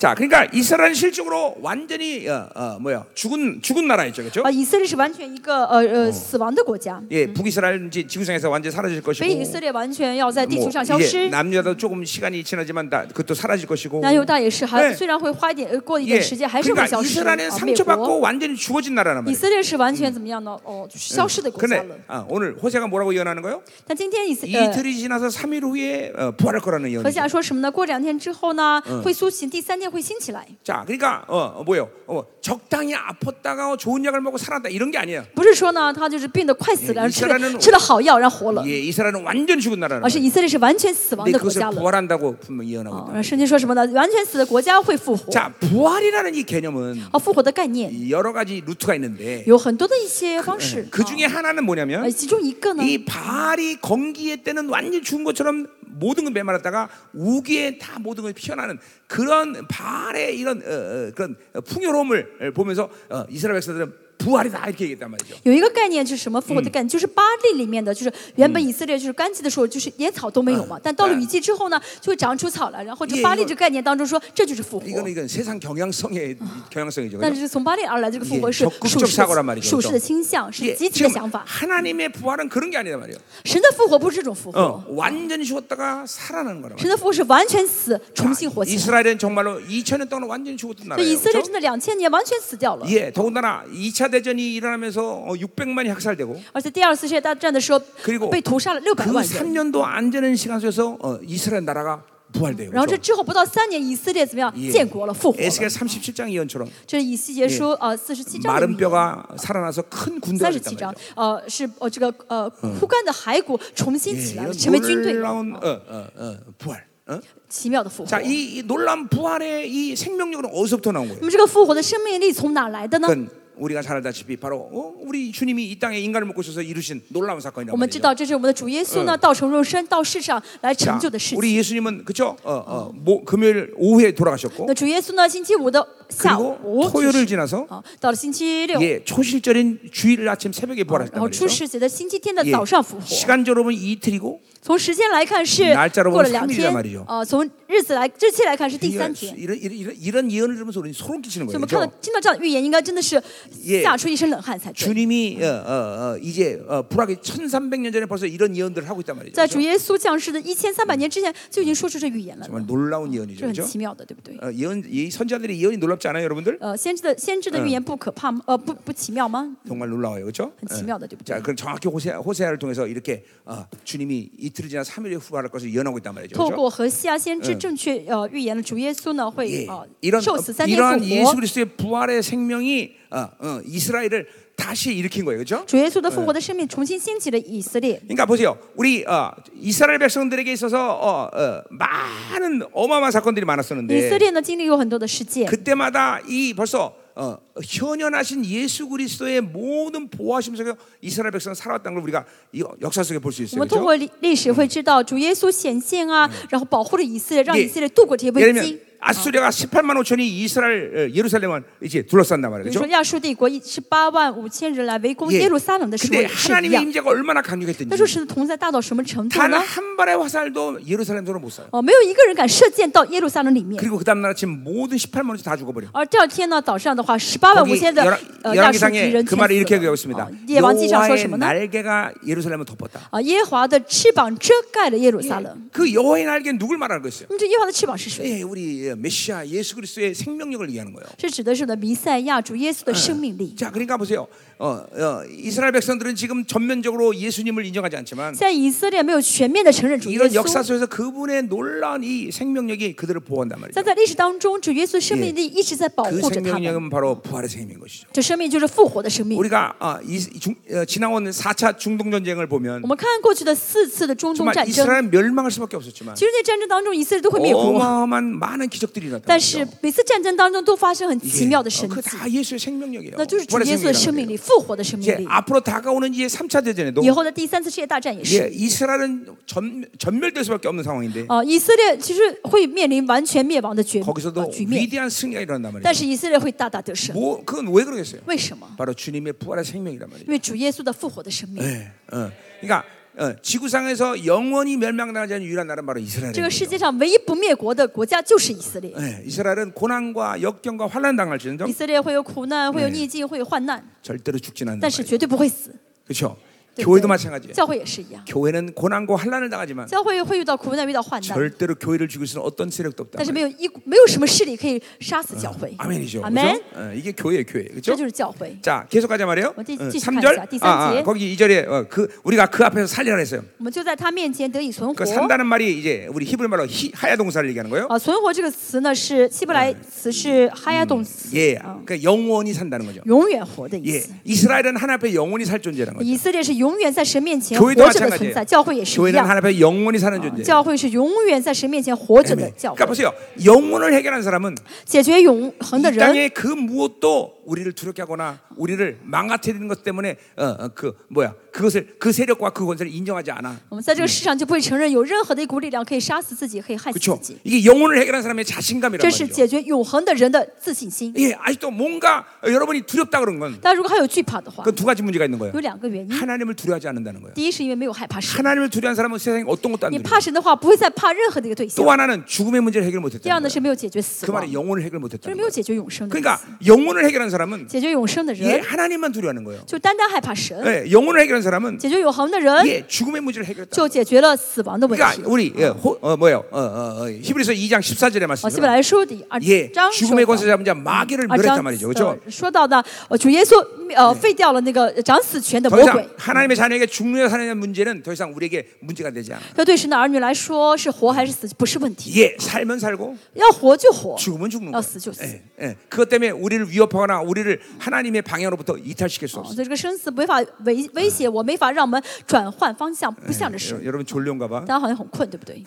Speaker 1: 자, 그러니까 이스라엘은 실적으로 완전히 어, 어, 뭐야 죽은 죽은 나라였죠, 그렇죠?
Speaker 2: 啊，以色列是完全一个呃呃死亡的国家，
Speaker 1: 예, 북이스라엘 이제 지구상에서 완전히 사라질 것이고,
Speaker 2: 北以色列完全要在地球上消
Speaker 1: 뭐 이제
Speaker 2: 失。
Speaker 1: 남유다도 조금 시간이 지나지만 다 그것도 사라질 것이고,
Speaker 2: 南犹大也是，还
Speaker 1: 네
Speaker 2: 虽然会花一点呃过一
Speaker 1: 예,
Speaker 2: 点时间，还是会
Speaker 1: 그러니까
Speaker 2: 消失。
Speaker 1: 이스라엘은
Speaker 2: 啊美国
Speaker 1: 상처받고 완전히 죽어진 나라란
Speaker 2: 以
Speaker 1: 말이에요.
Speaker 2: 色列是完全怎么样呢？哦，就是消失的国家了
Speaker 1: 근데 。 아, 오늘 호세가 뭐라고 예언하는 거요?
Speaker 2: 但今天以色呃，
Speaker 1: 이틀이 지나서 3일 후에 어, 부활할 거라는
Speaker 2: 何
Speaker 1: 예언.
Speaker 2: 西阿说什么呢？过两天之后呢，会苏醒，第三天会兴起来。
Speaker 1: 자, 그러니까 어, 어, 뭐요? 어, 적당히 아팠다가 좋은 약을 먹고 살았다 이런 게 아니에요.
Speaker 2: 不是说呢，他就是病得快死
Speaker 1: 예
Speaker 2: 了，然后吃
Speaker 1: 이스라엘은
Speaker 2: 了吃了好药，然后活了，
Speaker 1: 예, 이스라엘은 완전 죽은 나라라는
Speaker 2: 而是
Speaker 1: 거예요.
Speaker 2: 以色列是完全死亡
Speaker 1: 근데
Speaker 2: 的国
Speaker 1: 그것을
Speaker 2: 家了。
Speaker 1: 부활한다고 어. 분명히 예언하고
Speaker 2: 啊，
Speaker 1: 있다.
Speaker 2: 然后圣经说什么呢？完全死的国家会复活。
Speaker 1: 자, 부활이라는 이 개념은
Speaker 2: 啊，复活的概念
Speaker 1: 이 여러 가지 루트가 있는데
Speaker 2: 有很多的一些方式。
Speaker 1: 그 중에
Speaker 2: 啊
Speaker 1: 하나는
Speaker 2: 呃，
Speaker 1: 뭐냐면
Speaker 2: 其中一个呢，
Speaker 1: 이 바알이 건기의 때는 완전히 죽은 것처럼 모든 걸 메말랐다가 우기에 다 모든 걸 피어나는 그런 바알의 이런 어, 어, 그런 풍요로움을 보면서 어, 이스라엘 백성들은 부활이다 이렇게 얘기했단 말이죠.
Speaker 2: 有一个概念就是什么复活的概念，就是巴利里面的，就是原本以色列就是干季的时候，就是连草都没有嘛，但到了雨季之后呢，就会长出草来。然后这
Speaker 1: 耶
Speaker 2: 巴利
Speaker 1: 이거
Speaker 2: 这个概念当中说，这就是复活。
Speaker 1: 이거는 이건 세상 경향성의 경향성이죠.
Speaker 2: 但
Speaker 1: 그죠?
Speaker 2: 是从巴利而来这个复活
Speaker 1: 예
Speaker 2: 是
Speaker 1: 적극적
Speaker 2: 属实
Speaker 1: 사고란말이죠
Speaker 2: 的，属
Speaker 1: 그죠
Speaker 2: 实的倾向，是
Speaker 1: 예,
Speaker 2: 积极的
Speaker 1: 지금
Speaker 2: 想法。
Speaker 1: 하나님의 부활은 그런 게 아니다 말이에요.
Speaker 2: 神的复活不是这种复
Speaker 1: 어,
Speaker 2: 活，
Speaker 1: 완전히 죽었다가 살아나는 거란
Speaker 2: 神
Speaker 1: 말이에요.
Speaker 2: 的复活是完全死，重新
Speaker 1: 자,
Speaker 2: 活起来。
Speaker 1: 이스라엘은 정말로 2000년 동안 완전히 죽었던
Speaker 2: 所以
Speaker 1: 나라예요.
Speaker 2: 以色
Speaker 1: 그 그죠?
Speaker 2: 列哎真的两千年完全死掉了，
Speaker 1: 예, 더군다나 2차 대전이 일어나면서 600만이 학살되고
Speaker 2: 而且第二次世界大战的时候
Speaker 1: 그리고
Speaker 2: 被屠杀了六百
Speaker 1: 그
Speaker 2: 万人。
Speaker 1: 3년도 안 되는 시간 속에서 어, 이스라엘 나라가 부활돼요.
Speaker 2: 然后这
Speaker 1: 그렇죠? 예.
Speaker 2: 之后不到三年，以色列怎么样建国了，复活了。
Speaker 1: 에스겔 37장 예언처럼
Speaker 2: 这是以西结书呃四十七章的
Speaker 1: 마른
Speaker 2: 预言。
Speaker 1: 뼈가 살아나서 큰 군대가
Speaker 2: 三十
Speaker 1: 됐단
Speaker 2: 七
Speaker 1: 말이죠.
Speaker 2: 章，呃，是呃这个呃枯干的骸骨重新
Speaker 1: 예,
Speaker 2: 起来
Speaker 1: 이런
Speaker 2: 了，成为军队，
Speaker 1: 놀라운 어, 어, 어, 부활. 어?
Speaker 2: 奇妙的复活。
Speaker 1: 자, 이, 이 놀라운 부활의 이 생명력은 어디서부터 나온 거예요?
Speaker 2: 那么这个复活的生命力从哪来的呢？
Speaker 1: 그건 우리가 잘 알다시피 바로 어? 우리 주님이 이 땅에 인간을 먹고 오셔서 이루신 놀라운 사건이라고
Speaker 2: 我们知道这是我们的主耶稣呢道成肉身到世上来成就的事情。
Speaker 1: 우리 예수님은 그죠? 어, 어, 모, 금요일 오후에 돌아가셨고
Speaker 2: 那主耶稣呢星期五的下午
Speaker 1: 그리고
Speaker 2: 去
Speaker 1: 토요일을
Speaker 2: 世
Speaker 1: 지나서
Speaker 2: 啊，到了星期六，
Speaker 1: 예, 초실절인 주일 아침 새벽에
Speaker 2: 然
Speaker 1: 부활하셨단
Speaker 2: 后出
Speaker 1: 말이죠.
Speaker 2: 世节的星期天的
Speaker 1: 예,
Speaker 2: 早上复活。
Speaker 1: 시간적으로 보면 이틀이고
Speaker 2: 从时间来看是
Speaker 1: 날짜로보면
Speaker 2: 过了两天
Speaker 1: 삼일이란말이죠 ，
Speaker 2: 呃，从日子来日期来看是第
Speaker 1: 이거-
Speaker 2: 三天。
Speaker 1: 이런, 이런, 이런, 이런 예언을 들으면서 뭐 우리는 소름 끼치는
Speaker 2: 所以我
Speaker 1: 거예요.
Speaker 2: 们看到
Speaker 1: 그죠?
Speaker 2: 听到这样的预言，应该真的是
Speaker 1: 예
Speaker 2: 吓出一身冷汗才对。
Speaker 1: 주님이 어, 어, 어, 이제 어, 불하기 1300년 전에 벌써 이런 예언들을 하고 있단 말이죠.
Speaker 2: 在
Speaker 1: 그죠?
Speaker 2: 主耶稣降世的一千三百年之前就已经说出这预言了，
Speaker 1: 정말 놀라운 예언이죠.
Speaker 2: 这很
Speaker 1: 그죠?
Speaker 2: 奇妙的，对不对？
Speaker 1: 어, 예언, 이 선자들의 예언이 놀랍지 않아요, 여러분들?
Speaker 2: 呃，先知的先知的预言不可怕吗？呃，不不奇妙吗？
Speaker 1: 정말 놀라워요, 그렇죠?
Speaker 2: 很奇妙的，对不
Speaker 1: 자,
Speaker 2: 对？
Speaker 1: 그럼 정확히 호세, 호세아를 통해서 이렇게 어, 주님이 이틀 지나 3일에 후발할 것을 예언하고 있단 말이죠.
Speaker 2: 透
Speaker 1: 그렇죠?
Speaker 2: 过和西亚先知正确呃预言了主耶稣呢
Speaker 1: 예,
Speaker 2: 会呃
Speaker 1: 이런
Speaker 2: 受死三天
Speaker 1: 이러한
Speaker 2: 复
Speaker 1: 예수
Speaker 2: 活。
Speaker 1: 그리스도의 부활의 생명이 어, 어, 이스라엘을 다시 일으킨 거예요, 그렇죠?
Speaker 2: 主耶稣的复活的生命重新兴起了以色列。
Speaker 1: 그러니까 보세요, 우리 어, 이스라엘 백성들에게 있어서 어, 어, 많은 어마어마한 사건들이
Speaker 2: 以色
Speaker 1: 많았었는데
Speaker 2: 列呢经历过很多的事件，
Speaker 1: 그때마다 이 벌써 어, 현현하신 예수 그리스도의 모든 보호하심 속에 이스라엘 백성은 살아왔다는 걸 우리가 이 역사 속에 볼 수
Speaker 2: 我
Speaker 1: 있어요.
Speaker 2: 们通
Speaker 1: 그렇죠?
Speaker 2: 过历历史会知道，主耶稣显现啊，然后保护了以色列，让
Speaker 1: 예
Speaker 2: 以色列度过这些
Speaker 1: 예를
Speaker 2: 危机
Speaker 1: 들면 。 아수리아가 18만 5천이 이스라엘 어, 예루살렘을 이제 둘러싼단 말이에요.
Speaker 2: 比如
Speaker 1: 그렇죠?
Speaker 2: 说亚述帝国一十八万五千人来围攻
Speaker 1: 예.
Speaker 2: 耶路撒冷的时
Speaker 1: 근데
Speaker 2: 候是一
Speaker 1: 하나님의
Speaker 2: 样。
Speaker 1: 임재가 얼마나
Speaker 2: 那时候
Speaker 1: 강력했든지
Speaker 2: 神的同在大到什么程度呢
Speaker 1: 단 ？한 발의 화살도 예루살렘으로 못 쏴요.
Speaker 2: 哦，没有一个人敢射箭到耶路撒冷里面。
Speaker 1: 그리고 그 다음 날 아침 모든 18만 원이 다 죽어버려.
Speaker 2: 而第二天呢，早上的话，十八万五
Speaker 1: 거기
Speaker 2: 千的呃亚述敌
Speaker 1: 열왕기상에
Speaker 2: 人
Speaker 1: 그
Speaker 2: 全
Speaker 1: 말을 이렇게
Speaker 2: 死了
Speaker 1: 얘기하고 。 있습니다.
Speaker 2: 哦列王记上说
Speaker 1: 여호와의
Speaker 2: 什么呢？
Speaker 1: 날개가 예루살렘을 덮었다.
Speaker 2: 啊，耶和华的翅膀遮盖了耶路撒冷。嗯
Speaker 1: 그 여호와의 날개는 누굴 말하는 거였어요?
Speaker 2: 那么这耶和华的翅膀是谁？
Speaker 1: 예, 우리 메시아 예수 그리스도의 생명력을 얘기하는 거예요.
Speaker 2: 是指的是我们的弥赛亚主耶稣的生命力。
Speaker 1: 자, 그러니까 보세요. 어, 어, 이스라엘 백성들은 지금 전면적으로 예수님을 인정하지 않지만
Speaker 2: 现在以色列没有全面的承认主耶
Speaker 1: 이런 역사
Speaker 2: 稣，
Speaker 1: 속에서 그분의 놀라운 이 생명력이 그들을 보호한단 말이죠.
Speaker 2: 但在历史当中，主耶稣的生命力一直在保
Speaker 1: 그
Speaker 2: 护着他们。
Speaker 1: 생명력은 바로 부활의 생명인 것이죠.
Speaker 2: 这生命就是复活的生命。
Speaker 1: 우리가 아, 이, 중, 어, 지나온 4차 중동 전쟁을 보면
Speaker 2: 我们看过去的四次的中东
Speaker 1: 정말
Speaker 2: 战争，
Speaker 1: 이스라엘 멸망할 수밖에 없었지만
Speaker 2: 其实，在战争当中，以色列都会灭国，
Speaker 1: 어마어마한 많은 기적들이
Speaker 2: 但
Speaker 1: 나타났죠.
Speaker 2: 是每次战争当中都发生很奇
Speaker 1: 이게,
Speaker 2: 妙的
Speaker 1: 어,
Speaker 2: 神迹，
Speaker 1: 哦 그 다 예수의 생명력이에요.
Speaker 2: 那就是主
Speaker 1: 부활의
Speaker 2: 耶稣的
Speaker 1: 생명이라는
Speaker 2: 生命
Speaker 1: 거예요.
Speaker 2: 力、复活的生命
Speaker 1: 이제
Speaker 2: 力。
Speaker 1: 앞으로 다가오는 이제 3차 대전에도
Speaker 2: 以后的第三次世界大战也是
Speaker 1: 예, ， 이스라엘은 전, 전멸될 수밖에 없는 상황인데
Speaker 2: 啊，以色列其实会面临完全灭亡的局
Speaker 1: 거기서도
Speaker 2: 呃局面，
Speaker 1: 위대한 승리가 일어난단
Speaker 2: 但
Speaker 1: 말이에요.
Speaker 2: 是以色列会大大得胜。
Speaker 1: 뭐 그건 왜 그러겠어요?
Speaker 2: 为什么？
Speaker 1: 바로 주님의 부활의 생명이란 말이에요.
Speaker 2: 因为主耶稣的复活的生命，
Speaker 1: 예, 어. 그러니까 어, 지구상에서 영원히 멸망당하지 않는 유일한 나라는 바로 이스라엘이에요.
Speaker 2: 这个世界上唯一不灭国的国家就是以色列。
Speaker 1: 예, 이스라엘은 고난과 역경과 환난 당할지언정
Speaker 2: 以色列会有苦难，会有逆境，会有患难，
Speaker 1: 절대로 죽진 않는다.
Speaker 2: 但是绝对不会死。
Speaker 1: 그렇죠?
Speaker 2: 对不
Speaker 1: 교회도
Speaker 2: 对
Speaker 1: 마찬가지예요.
Speaker 2: 教会也是一样，
Speaker 1: 교회는 고난과 환난을 당하지만
Speaker 2: 教会会遇到苦难，遇到患难。
Speaker 1: 절대로 교회를 죽일 수는 어떤 세력도 없다.
Speaker 2: 但是没有一股没有什么势力可以杀死教会。
Speaker 1: 아멘이죠.
Speaker 2: 嗯阿
Speaker 1: 그죠?
Speaker 2: 门。
Speaker 1: 어, 이게 교회예요, 교회.
Speaker 2: 这
Speaker 1: 그렇죠?
Speaker 2: 就是教会。
Speaker 1: 자, 계속 가자 말이에요.
Speaker 2: 어디-
Speaker 1: 어,
Speaker 2: 继续
Speaker 1: 3절.
Speaker 2: 看一下，第三
Speaker 1: 아, 아,
Speaker 2: 节。
Speaker 1: 거기 2절에 어, 그 우리가 그 앞에서 살리라 했어요.
Speaker 2: 我们就在他面前得以存
Speaker 1: 그
Speaker 2: 活。
Speaker 1: 산다는 말이 이제 우리 히브리 말로 히, 하야 동사를 얘기하는 거예요.
Speaker 2: 啊，存活这个词呢是希伯来词是哈亚动词，
Speaker 1: 예. 그러니까 영원히 산다는 거죠.
Speaker 2: 永远活的意
Speaker 1: 예.
Speaker 2: 思。
Speaker 1: 이스라엘은 하나 앞에 영원히 살 존재라는 거죠.
Speaker 2: 以色列是永远在神面前
Speaker 1: 교회
Speaker 2: 活
Speaker 1: 도
Speaker 2: 着的存
Speaker 1: 마찬가지예요
Speaker 2: 在，教会也是一
Speaker 1: 교회는
Speaker 2: 样。
Speaker 1: 하나 앞에 영원히 사는 존재.
Speaker 2: 教会是永远在神面前活着的
Speaker 1: 아멘.
Speaker 2: 教
Speaker 1: 그러니까
Speaker 2: 会，
Speaker 1: 보세요. 영혼을 해결한 사람은
Speaker 2: 解决永恒的
Speaker 1: 이
Speaker 2: 人，
Speaker 1: 땅의 그 무엇도 우리를 두렵게 하거나 우리를 망가뜨리는 것 때문에 어, 어, 그 뭐야 그것을 그 세력과 그 권세를 인정하지 않아.
Speaker 2: 我们在这个世上就不会承认有任何的一股力量可以杀死自己，可以害死自
Speaker 1: 그렇죠?
Speaker 2: 己。
Speaker 1: 이게 영혼을 해결한 사람의 자신감이란
Speaker 2: 这是
Speaker 1: 말이죠.
Speaker 2: 解决永恒的人的自信心。
Speaker 1: 예, 아직도 뭔가 여러분이 두렵다 그런 건
Speaker 2: 但如果还有惧怕的话，
Speaker 1: 그건 두 가지 문제가 있는 거예요.
Speaker 2: 有两个原因。
Speaker 1: 하나님을 두려워하지 않는다는 거예요.
Speaker 2: 第一是因为没有害怕神，
Speaker 1: 하나님을 두려워하는 사람은 세상에 어떤 것도 안
Speaker 2: 你
Speaker 1: 두려워.
Speaker 2: 怕神的话，不会再怕任何的一个对象
Speaker 1: 또 。 하나는 죽음의 문제를 해결
Speaker 2: 第二
Speaker 1: 못했다는
Speaker 2: 呢
Speaker 1: 거예요.
Speaker 2: 是没有解决死
Speaker 1: 그
Speaker 2: 亡，
Speaker 1: 말에 영혼을 해결
Speaker 2: 就是
Speaker 1: 못했다는
Speaker 2: 没有
Speaker 1: 거예요.
Speaker 2: 解决永生的意思。
Speaker 1: 그러니까 영혼을 해결한 사람은
Speaker 2: 解决永生的
Speaker 1: 예,
Speaker 2: 人，
Speaker 1: 하나님만 두려워하는 거예요.
Speaker 2: 就单单害怕神；
Speaker 1: 예, 영혼을 해결한 사람은
Speaker 2: 解决永恒的人，
Speaker 1: 예, 죽음의 문제를 해결했다.
Speaker 2: 就解决了死亡的问
Speaker 1: 그러니까
Speaker 2: 题。哦
Speaker 1: 우리 예, 호, 어, 뭐예요? 어, 어, 어, 히브리서 2장 14절에
Speaker 2: 哦，希伯
Speaker 1: 말씀이요.
Speaker 2: 来书第二
Speaker 1: 예,
Speaker 2: 章说
Speaker 1: 죽음의
Speaker 2: 到
Speaker 1: 권세 잡은 자 마귀를
Speaker 2: 二
Speaker 1: 멸했단
Speaker 2: 章
Speaker 1: 말이죠.
Speaker 2: 呃
Speaker 1: 그렇죠?
Speaker 2: 说到呢，呃，主耶稣呃废掉了那个长死权的
Speaker 1: 더
Speaker 2: 魔鬼
Speaker 1: 이상 。 하나님의 자녀에게 죽느냐 사느냐 문제는 더 이상 우리에게 문제가 되지 않아.
Speaker 2: 那对神的儿女来说，是活还是死不是问题，
Speaker 1: 예, 살면 살고
Speaker 2: 要活就活，哎
Speaker 1: 죽으면 죽는
Speaker 2: 어,
Speaker 1: 거예요.
Speaker 2: 쓰죠, 쓰.
Speaker 1: 예, 예. 그것 때문에 우리를 위협하거나 우리를 하나님의 방향으로부터 이탈시킬 수
Speaker 2: 哦
Speaker 1: 없어요.
Speaker 2: 所以这个生死没法威威胁我，没法让我们转换方向，不向着
Speaker 1: 예, 여-
Speaker 2: 神。
Speaker 1: 여러분 졸려온가 봐. 예,
Speaker 2: 大家好像很困，对不对？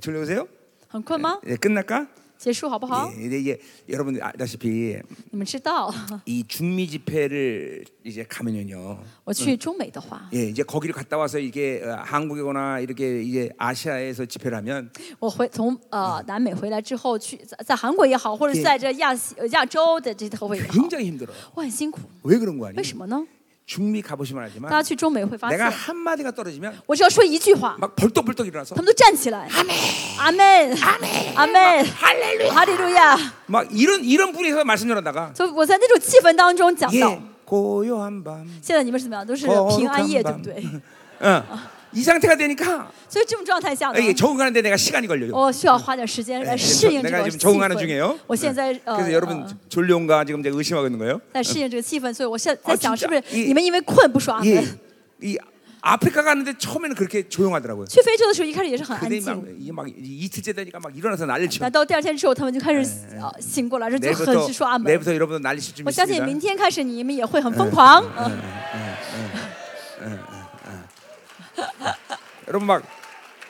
Speaker 1: 졸려오세요?
Speaker 2: 很困吗？
Speaker 1: 예, 끝날까?
Speaker 2: 结束好不好？
Speaker 1: 예, 근데 이제 여러분 아다시피
Speaker 2: 你们知道，
Speaker 1: 이 중미 집회를 이제 가면요.
Speaker 2: 我去中美的话，
Speaker 1: 예, 이제 거기를 갔다 와서 이게 어, 한국이거나 이렇게 이제 아시아에서 집회를 하면
Speaker 2: 我回从呃南美回来之后去在在韩国也好，或者
Speaker 1: 对
Speaker 2: 在这亚西呃亚洲的这头会也好，
Speaker 1: 굉장히 힘들어요.
Speaker 2: 我很辛苦。
Speaker 1: 왜 그런 거
Speaker 2: 为
Speaker 1: 아니에요?
Speaker 2: 什么呢？
Speaker 1: 중미 가보시면
Speaker 2: 大嗯家
Speaker 1: 알지만
Speaker 2: 去中美会发
Speaker 1: 내가
Speaker 2: 现，
Speaker 1: 한 마디가 떨어지면
Speaker 2: 我只要说一句话，
Speaker 1: 막 벌떡벌떡 일어나서
Speaker 2: 他们都站起来。阿门，阿门，阿门，哈利路亚，哈利路亚。
Speaker 1: 막 이런 이런 분위기에서 말씀 전하다가
Speaker 2: 所以我在那种气氛当中讲到，
Speaker 1: 예, 고요한 밤,
Speaker 2: 现在你们是怎么样？都是平安
Speaker 1: 거룩한
Speaker 2: 夜，对不
Speaker 1: 밤
Speaker 2: 对？
Speaker 1: 어, 이 상태가 되니까
Speaker 2: 所以这种状态下呢，
Speaker 1: 이게 적응하는데 내가 시간이 걸려요. 예,
Speaker 2: 我需要花点时间来适应这
Speaker 1: 내가
Speaker 2: 哎
Speaker 1: 어,
Speaker 2: 个气啊
Speaker 1: 지금 적응하는
Speaker 2: 氛
Speaker 1: 중이에요. 。
Speaker 2: 我现在呃
Speaker 1: 그래서 어,
Speaker 2: 呃
Speaker 1: 여러분 졸려온가 지금 제가 의심하고 있는 거예요.
Speaker 2: 在适应这个气氛，所以我现在
Speaker 1: 啊
Speaker 2: 在想，
Speaker 1: 진짜
Speaker 2: 是不是
Speaker 1: 이
Speaker 2: 你们因为困不说阿
Speaker 1: 예,
Speaker 2: 门？
Speaker 1: 이 아프리카 가는데 처음에는 그렇게 조용하더라고요.
Speaker 2: 去非洲的时候一开始也是很安
Speaker 1: 근데
Speaker 2: 静，
Speaker 1: 막이막 이틀째 되니까 막 일어나서 그렇죠. 난리를 치고
Speaker 2: 但到第二天之后，他们就开
Speaker 1: 嗯
Speaker 2: 始呃醒过来，然后就很
Speaker 1: 내일부터
Speaker 2: 是说阿门。
Speaker 1: 내일부터 여러분도 난리 칠 준비
Speaker 2: 我相信
Speaker 1: 있습니다.
Speaker 2: 明天开始你们也会
Speaker 1: 嗯
Speaker 2: 很疯狂。呃
Speaker 1: 여러분 막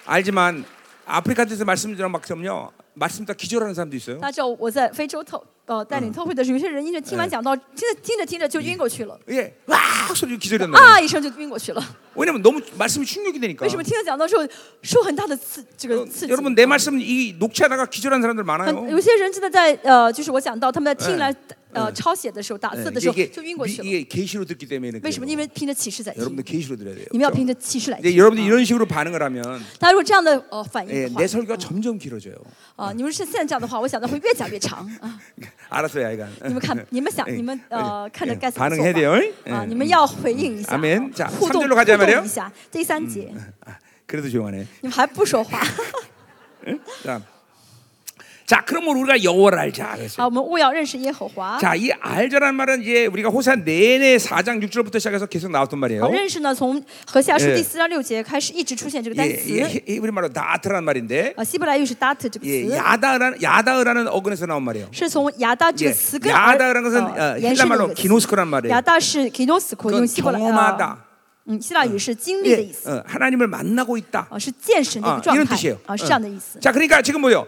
Speaker 1: 알지만 아프리카 에서 말씀 드리면 막 그럼요 말씀 다 기절하는 사람도 있어요.
Speaker 2: 大家知道我在非洲头呃带
Speaker 1: 嗯
Speaker 2: 领特会的时候，有些人因为听完讲到，听着听着听着就晕过去了，
Speaker 1: 예, 와 소리 기절이 난다.
Speaker 2: 啊一声就晕过去了。
Speaker 1: 왜냐면 너무 말씀이 충격이 되니까.
Speaker 2: 为什么听了讲到之后受很大的刺这个刺激？
Speaker 1: 여러분 내 말씀 이 녹취하다가 기절한 사람들
Speaker 2: 很
Speaker 1: 많아요.
Speaker 2: 有些人真的在呃，就是我讲到他们在听来呃
Speaker 1: 嗯
Speaker 2: 抄写的时候打
Speaker 1: 예,
Speaker 2: 字的时候
Speaker 1: 이게
Speaker 2: 就晕过
Speaker 1: 미-
Speaker 2: 去了。
Speaker 1: 이게 계시로 듣기 때문에
Speaker 2: 为什么？因
Speaker 1: 그래요.
Speaker 2: 为凭着启示在听
Speaker 1: 여러분들 ， 계시로 들어야 돼요.
Speaker 2: 你们要
Speaker 1: 그렇죠?
Speaker 2: 凭着启示来
Speaker 1: 이제
Speaker 2: 听。
Speaker 1: 여러분들 이런 식으로 반응을 하면
Speaker 2: 大家如果这样的呃反应
Speaker 1: 예,
Speaker 2: 的话
Speaker 1: 내 ， 설교가 점점 길어져요.
Speaker 2: 啊，你们是现在这样的话，我想的会越讲越长 啊。
Speaker 1: 알았어요, 아이가.
Speaker 2: 你们看，你们想，
Speaker 1: 예,
Speaker 2: 你们
Speaker 1: 예,
Speaker 2: 呃看着
Speaker 1: 예,
Speaker 2: 该怎么
Speaker 1: 반응해야
Speaker 2: 做
Speaker 1: 돼요.
Speaker 2: 吧
Speaker 1: 예.
Speaker 2: 啊，你们要回应一下，
Speaker 1: 아멘
Speaker 2: 啊
Speaker 1: 자
Speaker 2: 互动
Speaker 1: 삼절로가자말이에요
Speaker 2: 互动一嗯下。第三节，
Speaker 1: 아, 그래도 조용하네.
Speaker 2: 你们还不说话
Speaker 1: 자, 자, 그러면 우리가 여호와를 알자.
Speaker 2: 啊？
Speaker 1: 그랬어요.
Speaker 2: 我们务要认识耶和华。
Speaker 1: 자, 이 알자라는 말은 이제 우리가 호세 내내 4장 6절부터 시작해서 계속 나왔던 말이에요.
Speaker 2: 好，认识呢，从何西阿书
Speaker 1: 예
Speaker 2: 第四章六节开始，一直出现这个
Speaker 1: 예,
Speaker 2: 单
Speaker 1: 예,
Speaker 2: 词。
Speaker 1: 히브리 말로 다트라는 말인데
Speaker 2: 啊，希伯来语是 dat 这个
Speaker 1: 예,
Speaker 2: 词。
Speaker 1: 야다라는 야다라는 어근에서 나온 말이에요.
Speaker 2: 是从亚大这
Speaker 1: 예,
Speaker 2: 个词根而
Speaker 1: 야다라는 것은
Speaker 2: 呃
Speaker 1: 어,
Speaker 2: 延伸
Speaker 1: 헬라
Speaker 2: 的一
Speaker 1: 말로
Speaker 2: 个词。
Speaker 1: 기노스코란 말이에요.
Speaker 2: 亚大是 kinosco，
Speaker 1: 그건
Speaker 2: 用希伯来
Speaker 1: 경험하다
Speaker 2: 呃嗯，希腊语是经历的意
Speaker 1: 예,
Speaker 2: 思，
Speaker 1: 어, 하나님을 만나고 있다.
Speaker 2: 啊，是见神的一
Speaker 1: 아,
Speaker 2: 个状
Speaker 1: 이런
Speaker 2: 态
Speaker 1: 뜻이에요. ，
Speaker 2: 啊，是
Speaker 1: 어.
Speaker 2: 这样的意思。
Speaker 1: 자, 그러니까 지금 뭐요?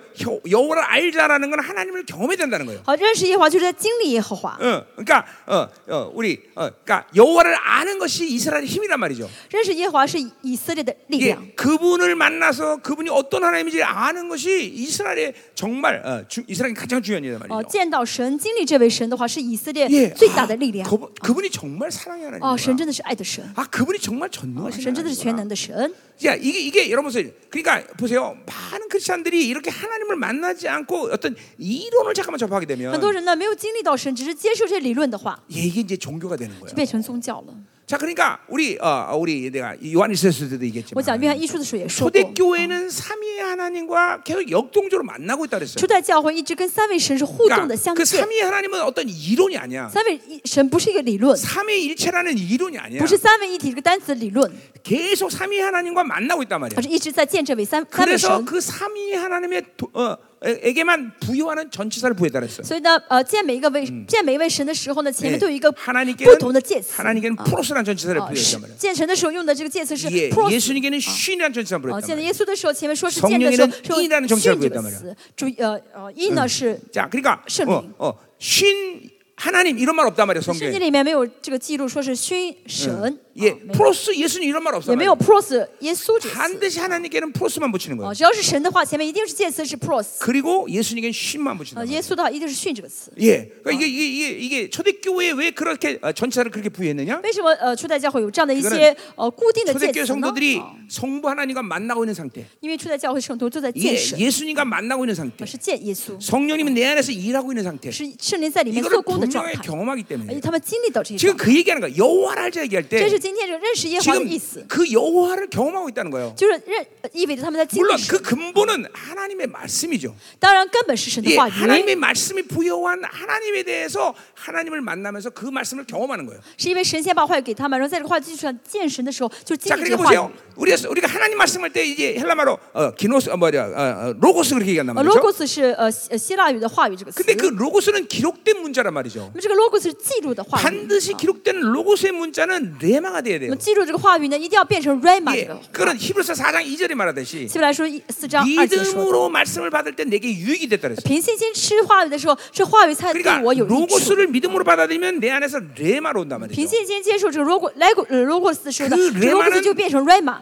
Speaker 1: 여호와를 알자라는 건 하나님을 경험해야 된다는 거예요.
Speaker 2: 好，认识耶和华就是在经历耶和华，
Speaker 1: 어, 그러니까 어, 어, 우리 어, 그러니까 여호와를 아는 것이 이스라엘의 힘이란 말이죠.
Speaker 2: 认识耶和华是以色列的力
Speaker 1: 예,
Speaker 2: 量。
Speaker 1: 그분을 만나서 그분이 어떤 하나님인지 아는 것이 이스라엘의 정말 어, 주, 이스라엘이 가장 중요한 일이란
Speaker 2: 哦，
Speaker 1: 말이죠.
Speaker 2: 见到神，经历这位神的话，是以色
Speaker 1: 예,
Speaker 2: 列最大的力量。
Speaker 1: 그분, 그분이 정말 사랑의
Speaker 2: 哦，神
Speaker 1: 하나님이구나.
Speaker 2: 真的是爱的神，
Speaker 1: 아, 그분이 정말
Speaker 2: 哦
Speaker 1: 어, 전능하신
Speaker 2: 神真的是全
Speaker 1: 하나님이구나.
Speaker 2: 能的神。
Speaker 1: 야, 이게 이게 여러분 보세요. 그러니까 보세요. 많은 크리스천들이 이렇게 하나님을 만나지 않고 어떤 이론을 잠깐만 접하게
Speaker 2: 很
Speaker 1: 되면
Speaker 2: 多人呢没有经历到神，只是接受这些理论的话，
Speaker 1: 예, 이게 이제 종교가 되는
Speaker 2: 就
Speaker 1: 거예요.
Speaker 2: 变成宗教了。
Speaker 1: 자, 그러니까 우리 어, 우리 내가 요한일서에서 도
Speaker 2: 我讲
Speaker 1: 얘기했지만
Speaker 2: 约翰一书的时候也说过，
Speaker 1: 초대교회는 삼위의 하나님과 계속 역동적으로 만나고 있다 그랬어요.
Speaker 2: 初代教会一直跟三位啊神是互动的
Speaker 1: 그러니까
Speaker 2: 相
Speaker 1: 그
Speaker 2: 见。
Speaker 1: 삼위의 하나님은 어떤 이론이 아니야.
Speaker 2: 三位一神不是一个啊理论，
Speaker 1: 삼위일체라는 이론이 아니야.
Speaker 2: 不是三位一体这个单词理论，
Speaker 1: 계속 삼위의 하나님과 만나고 있단 말이야.
Speaker 2: 而是一直在见这位三三位
Speaker 1: 그래서
Speaker 2: 神。
Speaker 1: 그 삼위의 하나님의 도- 어, 에- 에게만 부여하는 전치사를 부여했다 그랬어요.
Speaker 2: 所以呢，呃，见每一个位、见每一位神的时候呢，前面
Speaker 1: 예,
Speaker 2: 都有一个不
Speaker 1: 하나님께는
Speaker 2: 同的介词。
Speaker 1: 하나님께는 프로스라는 전치사를
Speaker 2: 啊，
Speaker 1: 부여했단
Speaker 2: 是
Speaker 1: 말이야.
Speaker 2: 见神的时候用的这个介词是
Speaker 1: 예,
Speaker 2: pros。哦
Speaker 1: 예수님께는 쉰이라는 전치사를
Speaker 2: 哦，
Speaker 1: 부여했단
Speaker 2: 见到
Speaker 1: 말이야.
Speaker 2: 耶稣的时候，前面说是见的时
Speaker 1: 성령에는
Speaker 2: 候，
Speaker 1: 이라는
Speaker 2: 说
Speaker 1: 정체를
Speaker 2: 训这
Speaker 1: 보였단
Speaker 2: 个
Speaker 1: 말이야
Speaker 2: 词，注意呃呃一呢是
Speaker 1: 자, 그러니까
Speaker 2: 圣灵.
Speaker 1: 어, 어, 쉰 하나님 이런 말 없단 말이야
Speaker 2: 圣
Speaker 1: 성경에.
Speaker 2: 经里面没有这个嗯记录说是勋神，
Speaker 1: 예,
Speaker 2: 啊没有
Speaker 1: 프로스 예수님 이런 말 없어요.
Speaker 2: 也没有 pros 耶稣这个词
Speaker 1: 반드시 하나님께는 프로스만 붙이는
Speaker 2: 啊，
Speaker 1: 거예요.
Speaker 2: 只要是神的话，前面一定是介词是 pros，
Speaker 1: 그리고 예수님께는 쉰만
Speaker 2: 啊，
Speaker 1: 붙인다.
Speaker 2: 耶稣的话一定是训这个词。
Speaker 1: 예, 그러니까 이게, 이게 이게 이게 초대교회에 왜 그렇게 어, 전치사를 그렇게 부여했느냐?
Speaker 2: 为什么呃初代教会有这样的一些呃固定的介
Speaker 1: 초대교회
Speaker 2: 词呢？
Speaker 1: 성도들이
Speaker 2: 啊
Speaker 1: 성부 하나님과 만나고 있는 상태.
Speaker 2: 因为初代教会圣徒都在
Speaker 1: 예,
Speaker 2: 见神，呃
Speaker 1: 예수님과 만나고 있는 상태.
Speaker 2: 是见耶稣，
Speaker 1: 성령님은 내 안에서 일하고 있는 상태.
Speaker 2: 是圣灵在里面
Speaker 1: 이거를
Speaker 2: 做工的状
Speaker 1: 분명히
Speaker 2: 态，
Speaker 1: 경험하기
Speaker 2: 而且
Speaker 1: 때문에
Speaker 2: 他们经历到这些
Speaker 1: 지금
Speaker 2: 状态。
Speaker 1: 그 얘기하는 거야. 여호와를 알자 얘기할
Speaker 2: 这
Speaker 1: 때
Speaker 2: 是今天这个认识耶和华的
Speaker 1: 지금
Speaker 2: 意思，
Speaker 1: 그 여호와를 경험하고 있다는 거예요.
Speaker 2: 就是认呃意味着他们在经
Speaker 1: 물론
Speaker 2: 历神。
Speaker 1: 그 근본은 하나님의 말씀이죠.
Speaker 2: 当然，根本是神
Speaker 1: 예,
Speaker 2: 的话语，
Speaker 1: 하나님의 말씀이 부여한 하나님에 대해서 하나님을 만나면서 그 말씀을 경험하는 거예요.
Speaker 2: 是因为神先把话语给他们，然后在这个话语基础上见神的时候，就经
Speaker 1: 자,
Speaker 2: 历这
Speaker 1: 그러니까
Speaker 2: 个话语
Speaker 1: 보세요. 。 우리 우리가 하나님 말씀할 때 이제 헬라말로 어, 기노스 어, 뭐냐 어, 어, 로고스 그렇게 얘기한단
Speaker 2: 呃
Speaker 1: 말이죠.
Speaker 2: logos 是呃希呃希腊语的话语这个词，
Speaker 1: 근데
Speaker 2: 那
Speaker 1: 그 로고스는 기록된 문자란 말이죠.
Speaker 2: 么这个 logos 是记录的话语。
Speaker 1: 반드시 기록된 로고스의 문자는 레마가 돼야
Speaker 2: 那
Speaker 1: 돼요.
Speaker 2: 么记录这个话语呢，一定要变成 rama 这
Speaker 1: 예,
Speaker 2: 个。
Speaker 1: 그런 히브리서 4장 2절에 말하듯이
Speaker 2: 希伯来说一四
Speaker 1: 아,
Speaker 2: 章二节说的。
Speaker 1: 믿음으로 말씀을 받을 때 내게 유익이 됐다 그랬어요.
Speaker 2: 凭信心吃话语的时候，这话语才对
Speaker 1: 그러니까
Speaker 2: 我有益处。
Speaker 1: 로고스를 믿음으로 받아들이면 내 안에서 레마로 온단
Speaker 2: 凭
Speaker 1: 말이죠.
Speaker 2: 信心接受这个 logo lego 呃 logos 的时候呢
Speaker 1: 그，
Speaker 2: 这个
Speaker 1: 레마는-
Speaker 2: logos 就变成 rama。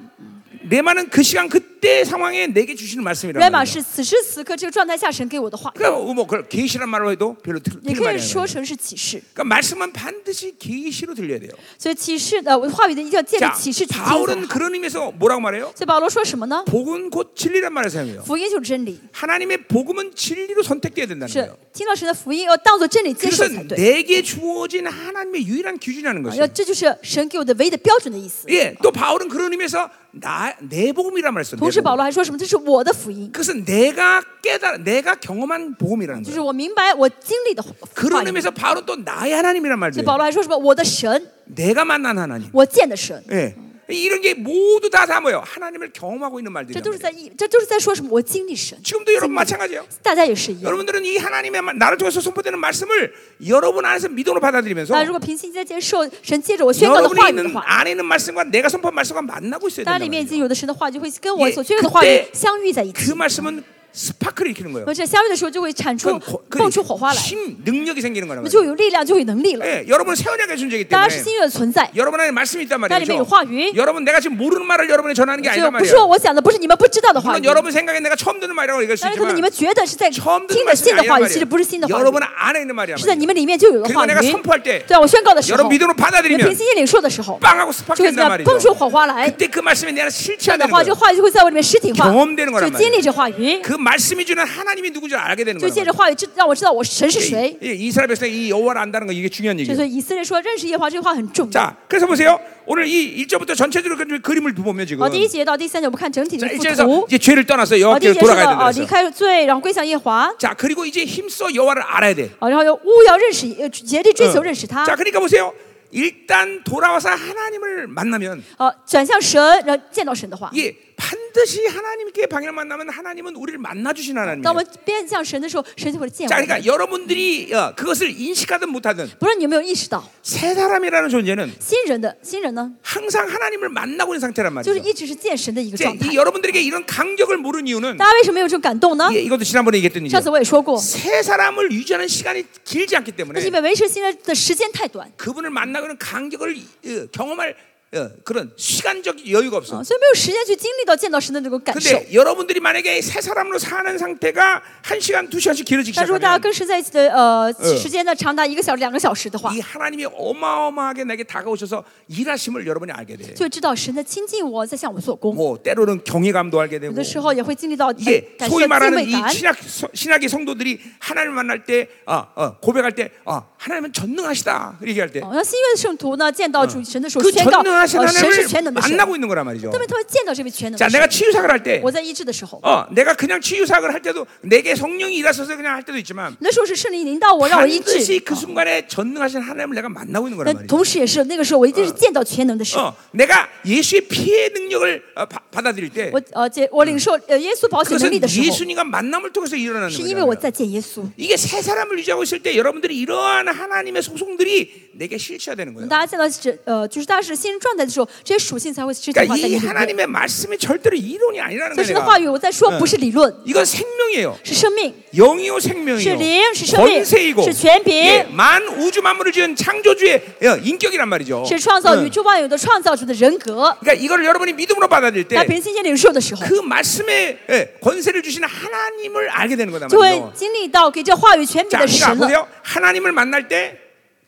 Speaker 1: 레마는 그 시간 그때 상황에 내게 주시는 말씀이란
Speaker 2: rama
Speaker 1: 말이죠.
Speaker 2: 是此时此刻这个状态下神给我的话语，
Speaker 1: 그러니까 뭐 그걸 계시란 말로 해도 별로 틀,
Speaker 2: 也
Speaker 1: 틀린
Speaker 2: 可
Speaker 1: 말이
Speaker 2: 以
Speaker 1: 아니에요.
Speaker 2: 说成是启示。
Speaker 1: 그러니까 말씀은 반드시 계시로 들려야 돼요.
Speaker 2: 所以启示的我话语的一定要建立
Speaker 1: 자,
Speaker 2: 启示起见解
Speaker 1: 바울은 。 그런 의미에서 뭐라고 말해요?
Speaker 2: 所以保罗说什么呢？
Speaker 1: 복은 곧 진리란 말을 사용해요.
Speaker 2: 福音就是真理，
Speaker 1: 하나님의 복음은 진리로 선택돼야 된다는
Speaker 2: 是
Speaker 1: 거예요.
Speaker 2: 听到神的福音要当做真理接受
Speaker 1: 그것은
Speaker 2: 才对。
Speaker 1: 내게 주어진 하나님의 유일한 기준이라는
Speaker 2: 要
Speaker 1: 것이에요.
Speaker 2: 这就是神给我的唯一的标准的意思。
Speaker 1: 예, 또 바울은 그런 의미에서 나, 내 복음이란 말을 써요.
Speaker 2: 同时，保罗还说什么？这是我的福音，
Speaker 1: 그것은 내가 깨달, 내가 경험한 복음이라는
Speaker 2: 就是
Speaker 1: 거예요.
Speaker 2: 我明白我经历的话话
Speaker 1: 그런
Speaker 2: 语。
Speaker 1: 의미에서 바울은 또 나의 하나님이란 말도
Speaker 2: 所以
Speaker 1: 해요.
Speaker 2: 保罗还说什么？我的神，
Speaker 1: 내가 만난 하나님.
Speaker 2: 我见的神。
Speaker 1: 예. 이런 게 모두 다 다 뭐예요? 하나님을 경험하고 있는
Speaker 2: 这
Speaker 1: 말들이에요.
Speaker 2: 都是在一，这都是在说什么？我经历神，
Speaker 1: 지금도 여러분 마찬가지예요.
Speaker 2: 大家也是一样。
Speaker 1: 여러분들은 이 하나님의 마- 나를 통해서 선포되는 말씀을 여러분 안에서 믿음으로
Speaker 2: 大家
Speaker 1: 받아들이면서
Speaker 2: 啊如果平心在接受神借着我宣告的
Speaker 1: 여러분이
Speaker 2: 话语的
Speaker 1: 있는
Speaker 2: 话，
Speaker 1: 안에 있는 말씀과 내가 선포한 말씀과 만나고 있어야
Speaker 2: 当然
Speaker 1: 된다.
Speaker 2: 里面已经有的神的话，就会跟我
Speaker 1: 예
Speaker 2: 所宣告的话语
Speaker 1: 그때
Speaker 2: 相遇在一
Speaker 1: 그
Speaker 2: 起。
Speaker 1: 말씀은 스파크를 일으키는 거예요.
Speaker 2: 我这相遇的时候就会产出
Speaker 1: 그건 거- 그
Speaker 2: 蹦出火花来，
Speaker 1: 힘, 능력이 생기는 거란
Speaker 2: 我们就
Speaker 1: 말이에요.
Speaker 2: 有力量，就有能力了。
Speaker 1: 예, 여러분 세원약의 존재이기
Speaker 2: 大家
Speaker 1: 때문에
Speaker 2: 是新月的存在，
Speaker 1: 여러분 안에 말씀이 있단 말이에요. 그렇죠.
Speaker 2: 那里面有
Speaker 1: 그죠?
Speaker 2: 话语，
Speaker 1: 여러분 내가 지금 모르는 말을 여러분이 전하는 게
Speaker 2: 就
Speaker 1: 아니란
Speaker 2: 不是
Speaker 1: 말이에요.
Speaker 2: 我想的，不是你们不知道的话语
Speaker 1: 물론 。 여러분 생각에 내가 처음 듣는 말이라고 얘기할 수
Speaker 2: 但是可能你
Speaker 1: 있지만
Speaker 2: 们觉得是在
Speaker 1: 처음
Speaker 2: 听
Speaker 1: 듣는
Speaker 2: 着新
Speaker 1: 말씀이
Speaker 2: 的话
Speaker 1: 아니란
Speaker 2: 语，其实不是新的
Speaker 1: 말이에요.
Speaker 2: 话语
Speaker 1: 여러분 ， 안에 있는 말이란
Speaker 2: 是在
Speaker 1: 말이에요.
Speaker 2: 你们里面就有的
Speaker 1: 그리고
Speaker 2: 话
Speaker 1: 내가
Speaker 2: 语。
Speaker 1: 선포할 때
Speaker 2: 对，我宣告的时候，
Speaker 1: 여러분
Speaker 2: 你
Speaker 1: 믿음으로
Speaker 2: 们凭
Speaker 1: 받아들이면
Speaker 2: 信心领受的时候，
Speaker 1: 빵하고
Speaker 2: 就
Speaker 1: 스파크
Speaker 2: 会这
Speaker 1: 된단
Speaker 2: 样蹦
Speaker 1: 말이죠.
Speaker 2: 出火花来。
Speaker 1: 그때 그 말씀이 내가
Speaker 2: 这样的
Speaker 1: 실체화되는
Speaker 2: 话，这
Speaker 1: 거예요.
Speaker 2: 个话语就会在我里面实体化，
Speaker 1: 경험되는거란말이야
Speaker 2: 就经历这话语，
Speaker 1: 그 말씀이 주는 하나님이 누군지 알게 되는
Speaker 2: 就
Speaker 1: 거예요.
Speaker 2: 借着话语知让我知道我神是谁。
Speaker 1: 예, 이스라엘 백성이 이 여호와를 안다는 거 이게 중요한
Speaker 2: 就
Speaker 1: 얘기예요.
Speaker 2: 是以色列说认识耶和华这句话很重要。
Speaker 1: 자, 그래서 보세요. 오늘 이 1절부터 전체적으로 그 그림을 보면 지금
Speaker 2: 哦，第一节到第三节，我们看整体
Speaker 1: 자,
Speaker 2: 的一幅
Speaker 1: 1절에서
Speaker 2: 图。
Speaker 1: 이제 죄를 떠나서
Speaker 2: 哦，第一
Speaker 1: 여호와께로
Speaker 2: 节说到
Speaker 1: 돌아가야
Speaker 2: 哦
Speaker 1: 된다
Speaker 2: 离
Speaker 1: 그랬어.
Speaker 2: 开罪，然后归向耶和华。
Speaker 1: 자, 그리고 이제 힘써 여호와를 알아야 돼.
Speaker 2: 哦，然后要务要认识，呃竭力追求
Speaker 1: 응.
Speaker 2: 认识他。
Speaker 1: 자, 그러니까 보세요. 일단 돌아와서 하나님을 만나면
Speaker 2: 哦，转向神，然后见到神的话。
Speaker 1: 예, 반드시 하나님께 방향 만나면 하나님은 우리를 만나 주신
Speaker 2: 当我
Speaker 1: 하나님이에요.
Speaker 2: 们变向神的时候，神就会见
Speaker 1: 자,
Speaker 2: 我们。
Speaker 1: 그러니까 여러분들이 어, 그것을 인식하든 못하든
Speaker 2: 不论你有没有意识到，
Speaker 1: 새 사람이라는 존재는
Speaker 2: 新人的新人呢，
Speaker 1: 항상 하나님을 만나고 있는 상태란
Speaker 2: 就是
Speaker 1: 말이죠.
Speaker 2: 一直是见神的一个
Speaker 1: 이제
Speaker 2: 状态
Speaker 1: 이 。 여러분들에게 이런 강격을 모르는 이유는
Speaker 2: 大家为什么有这种感动呢
Speaker 1: 예, ？ 이것도 지난번에 얘기했던
Speaker 2: 上次
Speaker 1: 얘기예요.
Speaker 2: 我也说过，
Speaker 1: 새 사람을 유지하는 시간이 길지 않기
Speaker 2: 那
Speaker 1: 때문에
Speaker 2: 是因为维持新人的时间太短，
Speaker 1: 그분을 만나고는 강격을 어, 경험할 어, 그런 시간적 여유가
Speaker 2: 啊，
Speaker 1: 없어.
Speaker 2: 所以没有时间去经历到见到神的这种感受。
Speaker 1: 근데 여러분들이 만약에 새 사람으로 사는 상태가 한 시간 두 시간씩 길어지기
Speaker 2: 但如果大
Speaker 1: 시작하면
Speaker 2: 家跟神在一起的呃时间呢长达一个小时、两个小时的话
Speaker 1: 이 ， 하나님이 어마어마하게 내게 다가오셔서 일하심을 여러분이 알게 돼.
Speaker 2: 就知道神在亲近我，在向我做工。
Speaker 1: 뭐 때로는 경외감도 알게
Speaker 2: 有
Speaker 1: 되고
Speaker 2: 的时候也会经历到呃
Speaker 1: 이게
Speaker 2: 感受到
Speaker 1: 소위
Speaker 2: 敬
Speaker 1: 말하는
Speaker 2: 畏
Speaker 1: 이
Speaker 2: 感。
Speaker 1: 신약 서- 신약의 성도들이 하나님 을 만날 때 어, 어, 고백할 때 어, 하나님은 전능하시다 얘기할 때
Speaker 2: 好像哦新约的圣徒呢，见到主神的时候
Speaker 1: 그
Speaker 2: 宣告，
Speaker 1: 전능하신
Speaker 2: 呃，神是
Speaker 1: 하나님을
Speaker 2: 全能的神。
Speaker 1: 만나고 있는 거란 말이죠.
Speaker 2: 特别他们见到这位全能
Speaker 1: 자
Speaker 2: 的神，
Speaker 1: 내가 치유사를 할 때
Speaker 2: 我在医治的时候，
Speaker 1: 어, 내가 그냥 치유사역을 할 때도 내게 성령이 일하셔서 그냥 할 때도 있지만
Speaker 2: 那时候是圣灵引导我，让我医治
Speaker 1: 반드시 。그
Speaker 2: 啊
Speaker 1: 순간에 전능하신 하나님을 내가 만나고 있는
Speaker 2: 但
Speaker 1: 거란 말이죠.
Speaker 2: 同时也是嗯那个时候，我一定是见到全能的神。
Speaker 1: 어, 내가 예수의 피해 능력을 어, 바- 받아들일 때
Speaker 2: 我呃，接我领受呃耶稣保险能
Speaker 1: 그것은
Speaker 2: 力的时候，
Speaker 1: 예수님과 만남을 통해서 일어나는
Speaker 2: 是因为我
Speaker 1: 거예요.
Speaker 2: 在见耶稣。
Speaker 1: 이게 새 사람을 유지하고 있을 때 여러분들이 이러한 하나님의 소송들이 내게 실체화되는 거예요.
Speaker 2: 大家见到这呃，就是大家是新人状态的时候，这些属性才会实体化
Speaker 1: 그러니까
Speaker 2: 在你
Speaker 1: 이
Speaker 2: 里面。
Speaker 1: 하나님의 말씀이 절대로 이론이 아니라는
Speaker 2: 所
Speaker 1: 거예요.
Speaker 2: 以神的
Speaker 1: 내가.
Speaker 2: 话语，我在说不是理论，
Speaker 1: 이건 생명이에요.
Speaker 2: 是生命，
Speaker 1: 영이요
Speaker 2: 是
Speaker 1: 생명이요.
Speaker 2: 灵，是生命，
Speaker 1: 권세이고
Speaker 2: 是权柄，
Speaker 1: 예, 만 우주 만물을 지은 창조주의 예, 인격이란 말이죠.
Speaker 2: 是创造
Speaker 1: 응.
Speaker 2: 宇宙万有的创造主的人格。
Speaker 1: 그러니까 이걸 여러분이 믿음으로 받아들일
Speaker 2: 大家
Speaker 1: 때
Speaker 2: 凭信心领受的时候，
Speaker 1: 그 말씀에 예, 권세를 주시는 하나님을 알게 되는 거단
Speaker 2: 就会
Speaker 1: 말이죠.
Speaker 2: 经历到给这话语权柄
Speaker 1: 자,
Speaker 2: 的
Speaker 1: 그러니까
Speaker 2: 神了。
Speaker 1: 보세요. 하나님을 만날 때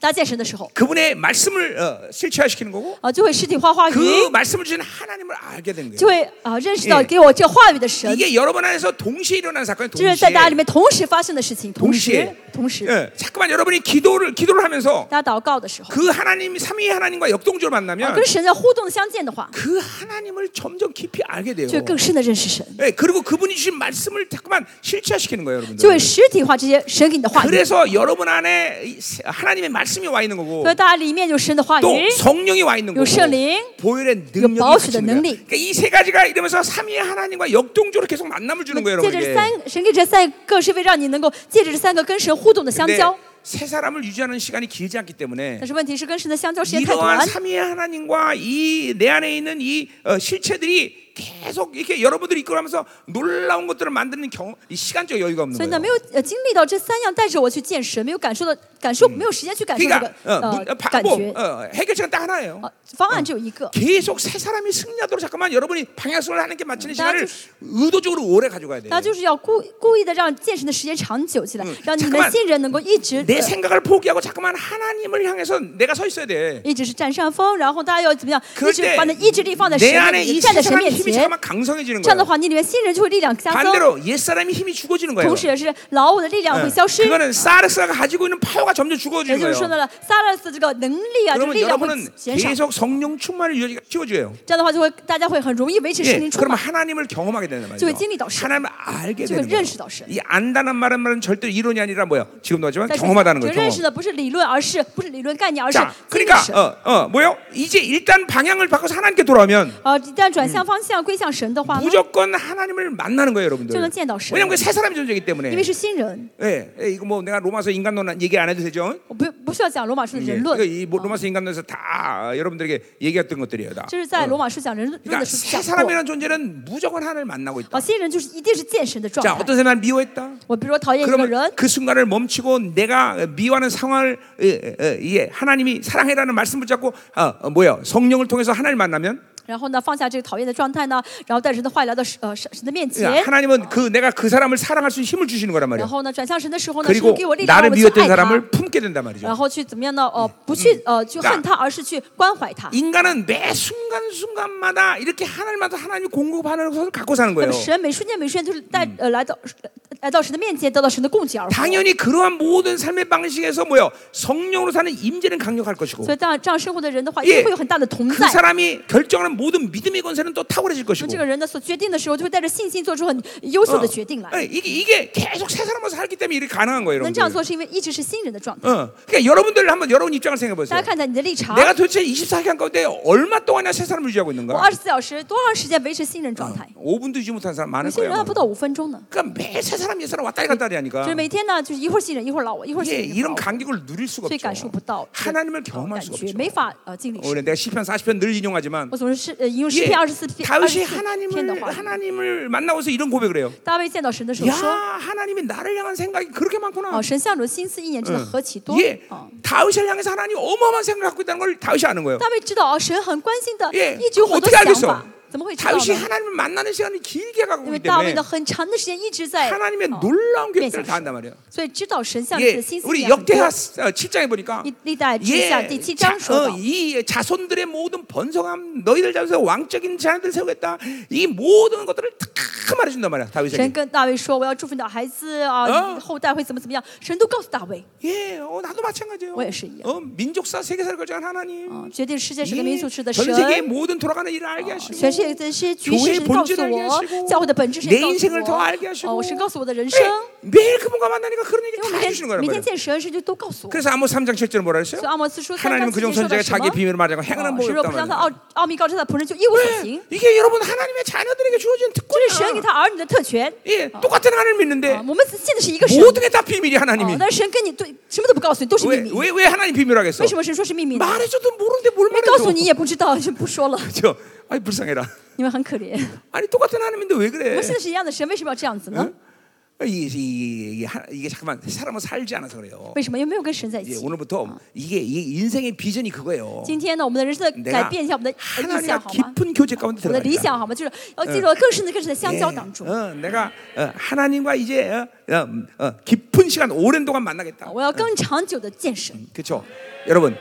Speaker 2: 大家见神的时候，
Speaker 1: 그분의 말씀을 어, 실체화시키는 거고
Speaker 2: 啊，就会实体化话语，
Speaker 1: 그 말씀을 주시는 하나님을 알게 되는
Speaker 2: 就
Speaker 1: 거예요.
Speaker 2: 会啊认识到
Speaker 1: 예
Speaker 2: 给我这话语的神，
Speaker 1: 이게 여러분 안에서 동시에 일어난 사건이
Speaker 2: 这
Speaker 1: 동시에
Speaker 2: 是在大家里面同时发生的事情，同时嗯
Speaker 1: 동시에
Speaker 2: 同时，
Speaker 1: 예, 자꾸만 여러분이 기도를 기도를 하면서
Speaker 2: 大家祷告的时候，
Speaker 1: 그 하나님 삼위 하나님과 역동적으로
Speaker 2: 啊
Speaker 1: 만나면
Speaker 2: 跟神在互动相见的话，
Speaker 1: 그 하나님을 점점 깊이 알게 돼요.
Speaker 2: 就会更深的认识神，
Speaker 1: 예, 그리고 그분이 주신 말씀을 자꾸만 실체화시키는 거예요,
Speaker 2: 就会
Speaker 1: 여러분들.
Speaker 2: 实体化这些神给你的
Speaker 1: 아,
Speaker 2: 话语，
Speaker 1: 그래서 여러분 안에 이 세- 하나님의 말씀이 와 있는 거고
Speaker 2: 所以大家里面有神的话语，
Speaker 1: 또 성령이 와 있는 거고
Speaker 2: 有圣灵，
Speaker 1: 보혈의 능력이
Speaker 2: 바오슈의
Speaker 1: 갇히는 거야.
Speaker 2: 능력.
Speaker 1: 그러니까 이세 가지가 이러면서 삼위 하나님과 역동적으로 계속 만남을 주는 거예요,
Speaker 2: 借着这
Speaker 1: 여러분에게.
Speaker 2: 三神给这三个是为让你能够借着这三个跟神互动的相
Speaker 1: 근데
Speaker 2: 交，
Speaker 1: 세 사람을 유지하는 시간이 길지 않기 때문에
Speaker 2: 但是问题是跟神的相交时间太短
Speaker 1: 이러한 。 삼위 하나님과 이 내 안에 있는 이 어, 실체들이 계속 이렇게 여러분들이 이끌어가면서 놀라운 것들을 만드는 경, 이 시간적 여유가 없는
Speaker 2: 所以呢，没
Speaker 1: 거예요.
Speaker 2: 有呃经历到这三样带着我去见神，没有感受到感受，没有时间去感受这个
Speaker 1: 그러니까 어, 문-
Speaker 2: 呃
Speaker 1: 어, 바-
Speaker 2: 感
Speaker 1: 뭐
Speaker 2: 觉
Speaker 1: 어, 해결책은 딱 하나예요.
Speaker 2: 啊，方案只有一个。
Speaker 1: 계속 세 사람이 승리하도록 잠깐만 여러분이 방향성을 하나님께 맞추는
Speaker 2: 나
Speaker 1: 시간을 의도적으로 오래 가져가야
Speaker 2: 大
Speaker 1: 돼요.
Speaker 2: 家就是要故故意的让健身的时间长久起来，让你
Speaker 1: 잠깐만
Speaker 2: 们新人能够一直、
Speaker 1: 내
Speaker 2: 呃
Speaker 1: 생각을 포기하고 잠깐만 하나님을 향해서 내가 서 있어야 돼.
Speaker 2: 一直是占上风，然后大家要怎么样？一
Speaker 1: 그럴
Speaker 2: 直把那意志力放在神
Speaker 1: 때 내
Speaker 2: 那
Speaker 1: 안에 이
Speaker 2: 里，站在神
Speaker 1: 세상의
Speaker 2: 面
Speaker 1: 힘이
Speaker 2: 前。
Speaker 1: 잠깐만 강성해지는
Speaker 2: 这样的
Speaker 1: 거예요.
Speaker 2: 话，你里面新人就会力量加增，
Speaker 1: 반대로 옛 사람이 힘이 죽어지는 거예요.
Speaker 2: 同时也是老我的力量会
Speaker 1: 예.
Speaker 2: 消失。
Speaker 1: 그거는 사르스가 가지고 있는 파워가 점점
Speaker 2: 也
Speaker 1: 죽어지는
Speaker 2: 就是说
Speaker 1: 거예요.
Speaker 2: 到了萨勒斯这个能力啊，这个
Speaker 1: 그러면
Speaker 2: 力量会
Speaker 1: 여러분은
Speaker 2: 减少。
Speaker 1: 계속 성령 충만을 유지가 키워줘요.
Speaker 2: 这样的话，就会大家会很容易维持
Speaker 1: 예,
Speaker 2: 圣灵充
Speaker 1: 그러면
Speaker 2: 满。
Speaker 1: 하나님을 경험하게 되는 말이죠.
Speaker 2: 저의 찐이 더시-
Speaker 1: 하나님을 알게
Speaker 2: 저의
Speaker 1: 되는 거예요.
Speaker 2: 렌시 더시-
Speaker 1: 이 안다는 말은 말은 절대 이론이 아니라 뭐요? 지금도 하지만
Speaker 2: 但是
Speaker 1: 경험하다는
Speaker 2: 这
Speaker 1: 거예요.
Speaker 2: 认
Speaker 1: 경험.
Speaker 2: 识的不是理论，而是不是理论概念，而是
Speaker 1: 자,
Speaker 2: 经历
Speaker 1: 그러니까
Speaker 2: 神。
Speaker 1: 어, 어, 뭐요? 이제 일단 방향을 바꿔서 하나님께 돌아오면
Speaker 2: 呃，一旦转向方向归向神的话呢，
Speaker 1: 무조건 하나님을 만나는 거예요, 여러분들.
Speaker 2: 就能见到神。
Speaker 1: 왜냐면 그새 사람이 존재이기 때문에.
Speaker 2: 因为是新人，
Speaker 1: 예, 예, 이거 뭐 내가 로마서 인간론 얘기 안 해도 되죠?
Speaker 2: 我不不需要讲罗马书的
Speaker 1: 예,
Speaker 2: 人论
Speaker 1: 이거 ，이 뭐- 로마서 인간론에서 다 여러분들에게 얘기했던 것들이에요, 다.
Speaker 2: 这是在罗马书讲人论
Speaker 1: 그러니까
Speaker 2: 的时
Speaker 1: 새
Speaker 2: 候讲过。
Speaker 1: 사람이라는 존재는 무조건 하나님을 만나고 있다.
Speaker 2: 啊，新人就是一定是见神的状
Speaker 1: 자,
Speaker 2: 态。
Speaker 1: 어떤 사람을 미워했다.
Speaker 2: 我比如说讨厌一个
Speaker 1: 그러면
Speaker 2: 人，
Speaker 1: 그 순간을 멈추고 내가 미워하는 상황을 예, 예, 예, 하나님이 사랑해라는 말씀 붙잡고 아, 어, 뭐야 성령을 통해서 하나님 만나면
Speaker 2: 然后呢放下这个讨厌的状态呢，然后带着神的话来到神呃神神的面
Speaker 1: 야,
Speaker 2: 前，
Speaker 1: 하나님은 그 내가 그 사람을 사랑할 수 있는 힘을 주시는 거란
Speaker 2: 然
Speaker 1: 말이야.
Speaker 2: 后呢转向神的时候呢，神
Speaker 1: 그리고
Speaker 2: 给我力量，让
Speaker 1: 나를
Speaker 2: 我去爱
Speaker 1: 미워했던
Speaker 2: 他，
Speaker 1: 사람을 품게 된단
Speaker 2: 然
Speaker 1: 말이죠.
Speaker 2: 后去怎么样呢？呃，不去呃去恨他，而是去关怀他。
Speaker 1: 인간은 매 순간 순간마다 이렇게 하나님마다 하나님이 공급하는 것을 갖고 사는
Speaker 2: 那
Speaker 1: 거예요.
Speaker 2: 么神每瞬间每瞬间就是带呃来到来到神的面前，得到神的供给而活。
Speaker 1: 당연히 그러한 모든 삶의 방식에서 뭐요 성령으로 사는 임재는 강력할 것이고
Speaker 2: 所以这样这样生活的人的话，
Speaker 1: 예
Speaker 2: 一定会有很大的同在
Speaker 1: 그 。 사람이 결정하는 모든 믿음의 권세는 또 탁월해질
Speaker 2: 那
Speaker 1: 것이고
Speaker 2: 么这个人呢，所决定的时候，就会带着信心做出很优秀的决定
Speaker 1: 어,
Speaker 2: 来。
Speaker 1: 그러니까 이게, 이게 계속 새 사람으로 살기 때문에 이게 가능한 거예요
Speaker 2: 能这样
Speaker 1: 여러분들
Speaker 2: 做，是因为一直是新人的状态。
Speaker 1: 어, 그러니까 여러분들 한번 여러분 입장을 생각해
Speaker 2: 大
Speaker 1: 보세요
Speaker 2: 家看一嗯下你的立场，
Speaker 1: 내가 도대체 24시간 가운데 얼마 동안이나 새 사람을 유지하고
Speaker 2: 我
Speaker 1: 있는가
Speaker 2: 二十四小时多长时间维持新人状态？
Speaker 1: 5분도 유지 못한 사람
Speaker 2: 有
Speaker 1: 많을
Speaker 2: 些
Speaker 1: 거예요
Speaker 2: 人还
Speaker 1: 아마.
Speaker 2: 不到五分钟呢，
Speaker 1: 그러니까 매 새 사람 옛 사람 왔다리 갔다리
Speaker 2: 就
Speaker 1: 하니까
Speaker 2: 是每天呢，就是一会儿新人，一会儿老我，一会儿
Speaker 1: 예,
Speaker 2: 新人，一会
Speaker 1: 이런
Speaker 2: 儿老我
Speaker 1: 감격을 그러니까 누릴 수가
Speaker 2: 所以感受
Speaker 1: 없죠
Speaker 2: 不到这个
Speaker 1: 하나님을
Speaker 2: 呃
Speaker 1: 경험할
Speaker 2: 感
Speaker 1: 수가
Speaker 2: 觉，
Speaker 1: 없죠
Speaker 2: 没法呃经历
Speaker 1: 원래
Speaker 2: 神。
Speaker 1: 내가 10편 40편 늘 인용하지만
Speaker 2: 我总是是呃引用诗
Speaker 1: 예,
Speaker 2: 篇二十四篇二十
Speaker 1: 다윗이
Speaker 2: 四篇的
Speaker 1: 하나님을
Speaker 2: 话语，
Speaker 1: 하나님을 만나고서 이런 고백을 해요.
Speaker 2: 大卫见到神的时候
Speaker 1: 야
Speaker 2: 说
Speaker 1: 하나님이 나를 향한 생각이 그렇게 ：“
Speaker 2: 哦、
Speaker 1: 많구나.
Speaker 2: 神向着心思意念真的何其多！”啊、
Speaker 1: 예, 다윗을 향해서 하나님이 어마어마한 생각을 갖고 있다는 걸 다윗이 아는 거예요.
Speaker 2: 大卫知道啊，神很关心的，
Speaker 1: 예
Speaker 2: 一直有很多想法，怎么会知道
Speaker 1: 다윗이
Speaker 2: 呢？
Speaker 1: 하나님을 만나는 시간이 길게 가고
Speaker 2: 因
Speaker 1: 있기
Speaker 2: 为大卫
Speaker 1: 때문에
Speaker 2: 呢，很长的时间一直在，
Speaker 1: 하나님의 어. 네,
Speaker 2: 哦
Speaker 1: 놀라운 계획들을
Speaker 2: 예,
Speaker 1: 다 한단 말이에요.
Speaker 2: 所以知道神向着
Speaker 1: 예,
Speaker 2: 心思意
Speaker 1: 우리
Speaker 2: 念很多
Speaker 1: 역대하 。 7장에 보니까
Speaker 2: 历历代之下第
Speaker 1: 예,
Speaker 2: 七
Speaker 1: 자,
Speaker 2: 章说到
Speaker 1: 어, ，이 자손들의 모든 번성함, 너희들 자손에 왕적인 자녀들 세우겠다. 이 모든 것들을 다 말해준단 말이야. 다윗에게.
Speaker 2: 神跟大卫说：“我要祝福你的孩子啊，
Speaker 1: 嗯
Speaker 2: 你后代会怎么怎么样。”神都告诉大卫
Speaker 1: 예, 어, 나도 마찬가지예요.
Speaker 2: 我也是一样。
Speaker 1: 어, 민족사 세계사를 결정한 하나님.
Speaker 2: 啊，决定世界
Speaker 1: 예,
Speaker 2: 是个民族是的神
Speaker 1: 전 ， 세계의 모든 돌아가는 일을 알게
Speaker 2: 啊
Speaker 1: 어, 하시고
Speaker 2: 全世界的这些局势神告诉
Speaker 1: 교회의본질을알게하시고
Speaker 2: 我，教会的本质神
Speaker 1: 내
Speaker 2: 告
Speaker 1: 인생을더
Speaker 2: 诉
Speaker 1: 알게하시고
Speaker 2: 我，哦，神告诉我的人
Speaker 1: 예,
Speaker 2: 生，
Speaker 1: 매일 그분과 만나니까 그런 얘기
Speaker 2: 因为
Speaker 1: 다
Speaker 2: 每
Speaker 1: 해주시는
Speaker 2: 天
Speaker 1: 거란
Speaker 2: 每
Speaker 1: 말이에요.
Speaker 2: 天见神，神就都告诉我。
Speaker 1: 그래서 아모스 3장 7절은 뭐라
Speaker 2: 所
Speaker 1: 그랬어요?
Speaker 2: 以阿摩斯书三
Speaker 1: 하나님은
Speaker 2: 章七
Speaker 1: 그중
Speaker 2: 节说到
Speaker 1: 선지자가
Speaker 2: 什
Speaker 1: 자기의
Speaker 2: 么？
Speaker 1: 비밀을 말하고 어, 행하는
Speaker 2: 啊
Speaker 1: 법이
Speaker 2: 神若不
Speaker 1: 없단
Speaker 2: 将他
Speaker 1: 말이에요.
Speaker 2: 奥奥秘告知他仆人，就一无所
Speaker 1: 예,
Speaker 2: 行。
Speaker 1: 이게 여러분 하나님의 자녀들에게 주어진
Speaker 2: 这是神给
Speaker 1: 특권이야.
Speaker 2: 他儿女的特权
Speaker 1: 예, 똑같은 하나님을
Speaker 2: 啊
Speaker 1: 믿는데 ！
Speaker 2: 我们信的是一个神，
Speaker 1: 모든 게 다 비밀이
Speaker 2: 啊
Speaker 1: 어, 하나님이. ，
Speaker 2: 但是神跟你对什么都不告诉你，都是秘
Speaker 1: 왜
Speaker 2: 密。
Speaker 1: 왜 왜 하나님 비밀하겠어?
Speaker 2: 为什么神说是秘密呢？
Speaker 1: 말해줘도 모르는데 뭘
Speaker 2: 没告诉你
Speaker 1: 말해줘?
Speaker 2: 也不知道，就不说了。
Speaker 1: 그죠? 아니 불쌍해라.
Speaker 2: 你们很可怜。
Speaker 1: 아니 똑같은 하나님인데 왜
Speaker 2: 我
Speaker 1: 그래? 아,
Speaker 2: 们信的是一样的神，为什么要这样子
Speaker 1: 嗯
Speaker 2: 呢？
Speaker 1: 이, 이, 이, 이, 하- 이게 잠깐만 사람은 살지 않아서 그래요.
Speaker 2: 为什么又没有跟神在一
Speaker 1: 이제
Speaker 2: 起？
Speaker 1: 오늘부터 이게 이 인생의 비전이 그거예요.
Speaker 2: 今天呢，我们的人生的改变一下我们的
Speaker 1: 啊
Speaker 2: 呃意向
Speaker 1: 하나님과
Speaker 2: 好吗？
Speaker 1: 깊은 교제 가운데
Speaker 2: 我们的理
Speaker 1: 들어가니까.
Speaker 2: 想好吗？就是要进入到更深的、更深的相
Speaker 1: 嗯
Speaker 2: 交当中。
Speaker 1: 어, 내가 어, 하나님과 이제 어, 어, 어, 깊은 시간 오랜 동안 만나겠다.
Speaker 2: 我要更长久的见神。
Speaker 1: 그렇죠? 여러분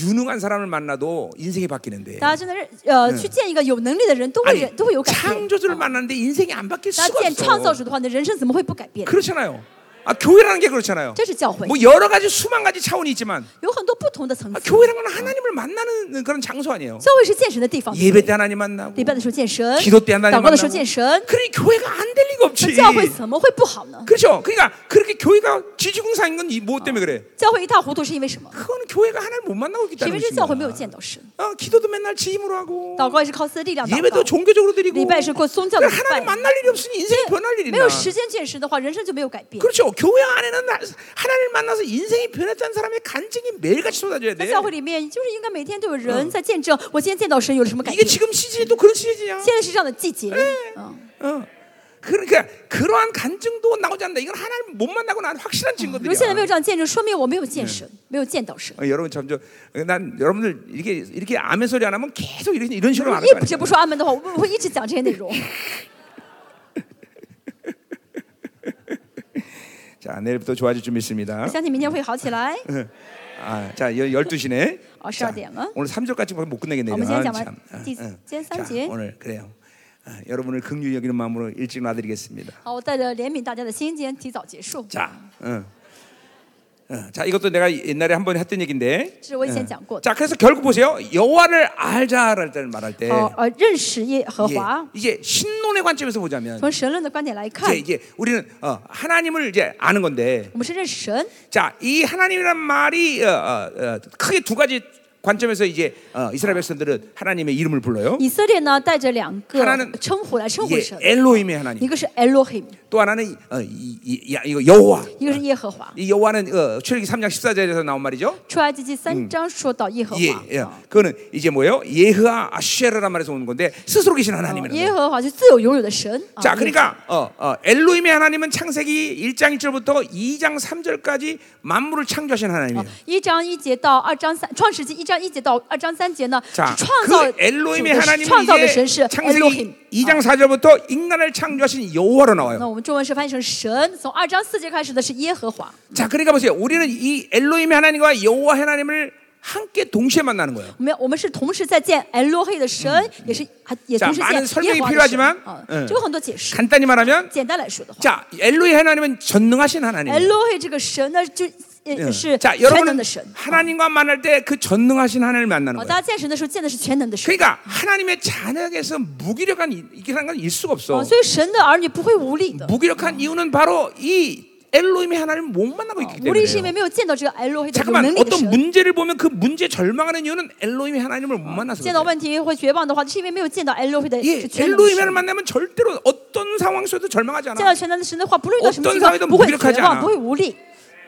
Speaker 1: 유능한 사람을 만나도 인생이 바뀌는데
Speaker 2: 大家真的是呃，去见一个有能力的人，都会
Speaker 1: 아니
Speaker 2: 人都会有改变。
Speaker 1: 창조주를 만났는데 인생이 안 바뀔
Speaker 2: 大
Speaker 1: 수가
Speaker 2: 家见创造
Speaker 1: 없어.
Speaker 2: 主的话，你的人生怎么会不改变？
Speaker 1: 그렇잖아요. 아 교회라는 게 그렇잖아요.
Speaker 2: 这是教会，
Speaker 1: 뭐 여러 가지 수만 가지 차원이 있지만
Speaker 2: 有很多不同的层
Speaker 1: 아,
Speaker 2: 次。
Speaker 1: 교회라는 건 하나님을 만나는 그런 장소 아니에요.
Speaker 2: 教会是见神的地方，
Speaker 1: 예배 때 하나님 만나고
Speaker 2: 礼拜的时候见神，
Speaker 1: 기도때하나님
Speaker 2: 祷告的时候
Speaker 1: 만나고
Speaker 2: 见神，
Speaker 1: 그래 교회가 안 될 리가
Speaker 2: 那
Speaker 1: 없지.
Speaker 2: 教会怎么会不好呢？
Speaker 1: 그렇죠. 그러니까 그렇게 교회가 지지공사인 건
Speaker 2: 아.
Speaker 1: 뭐 때문에 그래?
Speaker 2: 教会一塌糊涂是因为什么？
Speaker 1: 그건 교회가 하나님 못 만나고
Speaker 2: 是因
Speaker 1: 있다는
Speaker 2: 为这教会没有
Speaker 1: 것입니다.
Speaker 2: 见到神，
Speaker 1: 어, 기도도 맨날 지임으로 하고
Speaker 2: 祷告也是靠自己的力量
Speaker 1: 예배도
Speaker 2: 祷告，
Speaker 1: 종교적으로 드리고
Speaker 2: 礼拜是过宗教的
Speaker 1: 그래,
Speaker 2: 礼
Speaker 1: 하나님
Speaker 2: 拜。
Speaker 1: 만날 일이 없으니 인생이
Speaker 2: 네,
Speaker 1: 변할 일이
Speaker 2: 没
Speaker 1: 있나?
Speaker 2: 有时间见识的话，人生就没有改变。
Speaker 1: 그렇죠. 교회 안에는 나- 하나님 만나서 인생이 변했다는 사람의 간증이 매일같이 쏟아져야
Speaker 2: 在
Speaker 1: 돼.
Speaker 2: 教会里面，就是应该每天都有人在见证，我今天见到神有了什么改
Speaker 1: 이게
Speaker 2: 变。
Speaker 1: 지금 시즌이 또 그런 시즌이야.
Speaker 2: 现在是这样的季节，嗯，
Speaker 1: 어. 그러니까 그러한 간증도 나오지 않는다. 이건 하나님 못 만나고 난 확실한
Speaker 2: 如果现在
Speaker 1: 증거들이야.
Speaker 2: 没有这样见证，说明我没有见神，没有见到神。
Speaker 1: 어, 여러분 참저난 여러분들 이렇게 이렇게 아멘 소리 안 하면 계속 이런 이런 식으로
Speaker 2: 如果
Speaker 1: 말할 거야.
Speaker 2: 一直不说阿门的话，我我会一直讲这些内 容。
Speaker 1: 자, 내일부터 좋아질 좀 있습니다.
Speaker 2: 我相信明天会好起来。
Speaker 1: 아, 자, 12시네.
Speaker 2: 어, 12 응?
Speaker 1: 오늘 3절까지 못 끝내겠네요.
Speaker 2: 어머, 제가
Speaker 1: 아,
Speaker 2: 잠깐-
Speaker 1: 참. 아,
Speaker 2: 지-
Speaker 1: 응.
Speaker 2: 제
Speaker 1: 자,
Speaker 2: 삼지.
Speaker 1: 오늘 그래요. 아, 여러분을 긍휼히 여기는 마음으로 일찍 놔드리겠습니다.
Speaker 2: 好，我带着怜悯大家的心，今天提早结束。
Speaker 1: 자, 응. 응. 자, 이것도 내가 옛날에 한 번 했던 얘기인데.
Speaker 2: 这是我以前讲过的。
Speaker 1: 자, 그래서 결국 보세요. 여호와를 알자랄 때를 말할 때
Speaker 2: 好，呃，认识耶和
Speaker 1: 예,
Speaker 2: 华，
Speaker 1: 이제 신론의 관점에서 보자면
Speaker 2: 从神论的观点来看
Speaker 1: 이제, ， 이제 우리는 어, 하나님을 이제 아는 건데
Speaker 2: 我们是认识神。
Speaker 1: 자, 이 하나님이란 말이 어, 어, 어, 크게 두 가지 관점에서 이제 어, 이스라엘 백성들은 하나님의 이름을 불러요.
Speaker 2: 以色列呢，带着两个
Speaker 1: 하나는
Speaker 2: 称呼来称呼
Speaker 1: 이게
Speaker 2: 神，
Speaker 1: 엘로힘의
Speaker 2: 一
Speaker 1: 하나님,
Speaker 2: 个是 Elohim，
Speaker 1: 또 하나는 어, 이, 이, 야, 이거 여호와.
Speaker 2: 一个是耶和华。
Speaker 1: 이 여호와는 어, 출애기 3장 14절에서 나온 말이죠.
Speaker 2: 出埃及记三章说到嗯耶和
Speaker 1: 예,
Speaker 2: 华，
Speaker 1: 예. 그거는 이제 뭐예요? 예흐아 아쉐르란 말에서 온 건데 스스로 계신
Speaker 2: 哦
Speaker 1: 하나님이라는
Speaker 2: 耶
Speaker 1: 거예요.
Speaker 2: 和华是自有永有的神。啊
Speaker 1: 자, 그러니까 어, 어, 엘로힘의 하나님은 창세기 1장 1절부터 2장 3절까지 만물을 창조하신 하나님이에요.
Speaker 2: 啊一章一节到二章三，创世纪一章一节到二章三节呢，是
Speaker 1: 자,
Speaker 2: 创造
Speaker 1: 그
Speaker 2: 主的
Speaker 1: 엘로힘의
Speaker 2: 神创造的
Speaker 1: 하나님은
Speaker 2: 神是
Speaker 1: 이제
Speaker 2: Elohim 啊
Speaker 1: 창세기 。
Speaker 2: 어.
Speaker 1: 2장 4절부터 인간을 창조하신 여호와로 나와요.
Speaker 2: 那我们中文是翻译成神，从二章四节开始的是耶和华。
Speaker 1: 자, 그러니까 보세요. 우리는 이 엘로힘의 하나님과 여호와 하나님을 함께 동시에 만나는 거예요.
Speaker 2: 我们要我们是同时在见 Elohim 的神，也是也同时
Speaker 1: 많은
Speaker 2: 见
Speaker 1: 설명이
Speaker 2: 耶和华的
Speaker 1: 필요하 지
Speaker 2: 神。
Speaker 1: 만
Speaker 2: 啊
Speaker 1: 음
Speaker 2: 这有很多解释。
Speaker 1: 간단히 말하면
Speaker 2: 简单来说的话
Speaker 1: 자, 엘로힘 하나님은 전능하신 하나님이에요.
Speaker 2: ，Elohim 这个神呢，就也
Speaker 1: 예.
Speaker 2: 是
Speaker 1: 자,
Speaker 2: 全能
Speaker 1: 여러분은
Speaker 2: 的神。
Speaker 1: 하나님과 만날 때 그 전능하신 하나님을 만나는
Speaker 2: 啊，
Speaker 1: 거예요.
Speaker 2: 大家见神的时候见的是全能的神。
Speaker 1: 그러니까 하나님의 자녀에게서 무기력한 이- 이기란 건일 수가
Speaker 2: 啊，
Speaker 1: 없어.
Speaker 2: 所以神的儿女不会无力的。
Speaker 1: 무기력한 이유는 바로 이 엘로힘의 하나님을 못 만나고 있기
Speaker 2: 无力是因为
Speaker 1: 때문에.
Speaker 2: 没有见到这个 Elohim 的有
Speaker 1: 잠깐만
Speaker 2: 能力的
Speaker 1: 어떤
Speaker 2: 神。
Speaker 1: 문제를 보면 그 문제 절망하는 이유는 엘로힘의 하나님을 못 만나서
Speaker 2: 见到
Speaker 1: 그래요.
Speaker 2: 问题会绝望的话，就是因为没有见到 Elohim 的
Speaker 1: 예,
Speaker 2: 这全能的
Speaker 1: 엘로힘을
Speaker 2: 神。
Speaker 1: 만나면 절대로 어떤 상황 속에도 절망하지
Speaker 2: 见到
Speaker 1: 않아.
Speaker 2: 全能的神的话，不论遇到什么
Speaker 1: 어떤
Speaker 2: 情况
Speaker 1: 상황에도，
Speaker 2: 不会
Speaker 1: 무기력하지
Speaker 2: 绝望，
Speaker 1: 않아
Speaker 2: 不会无力。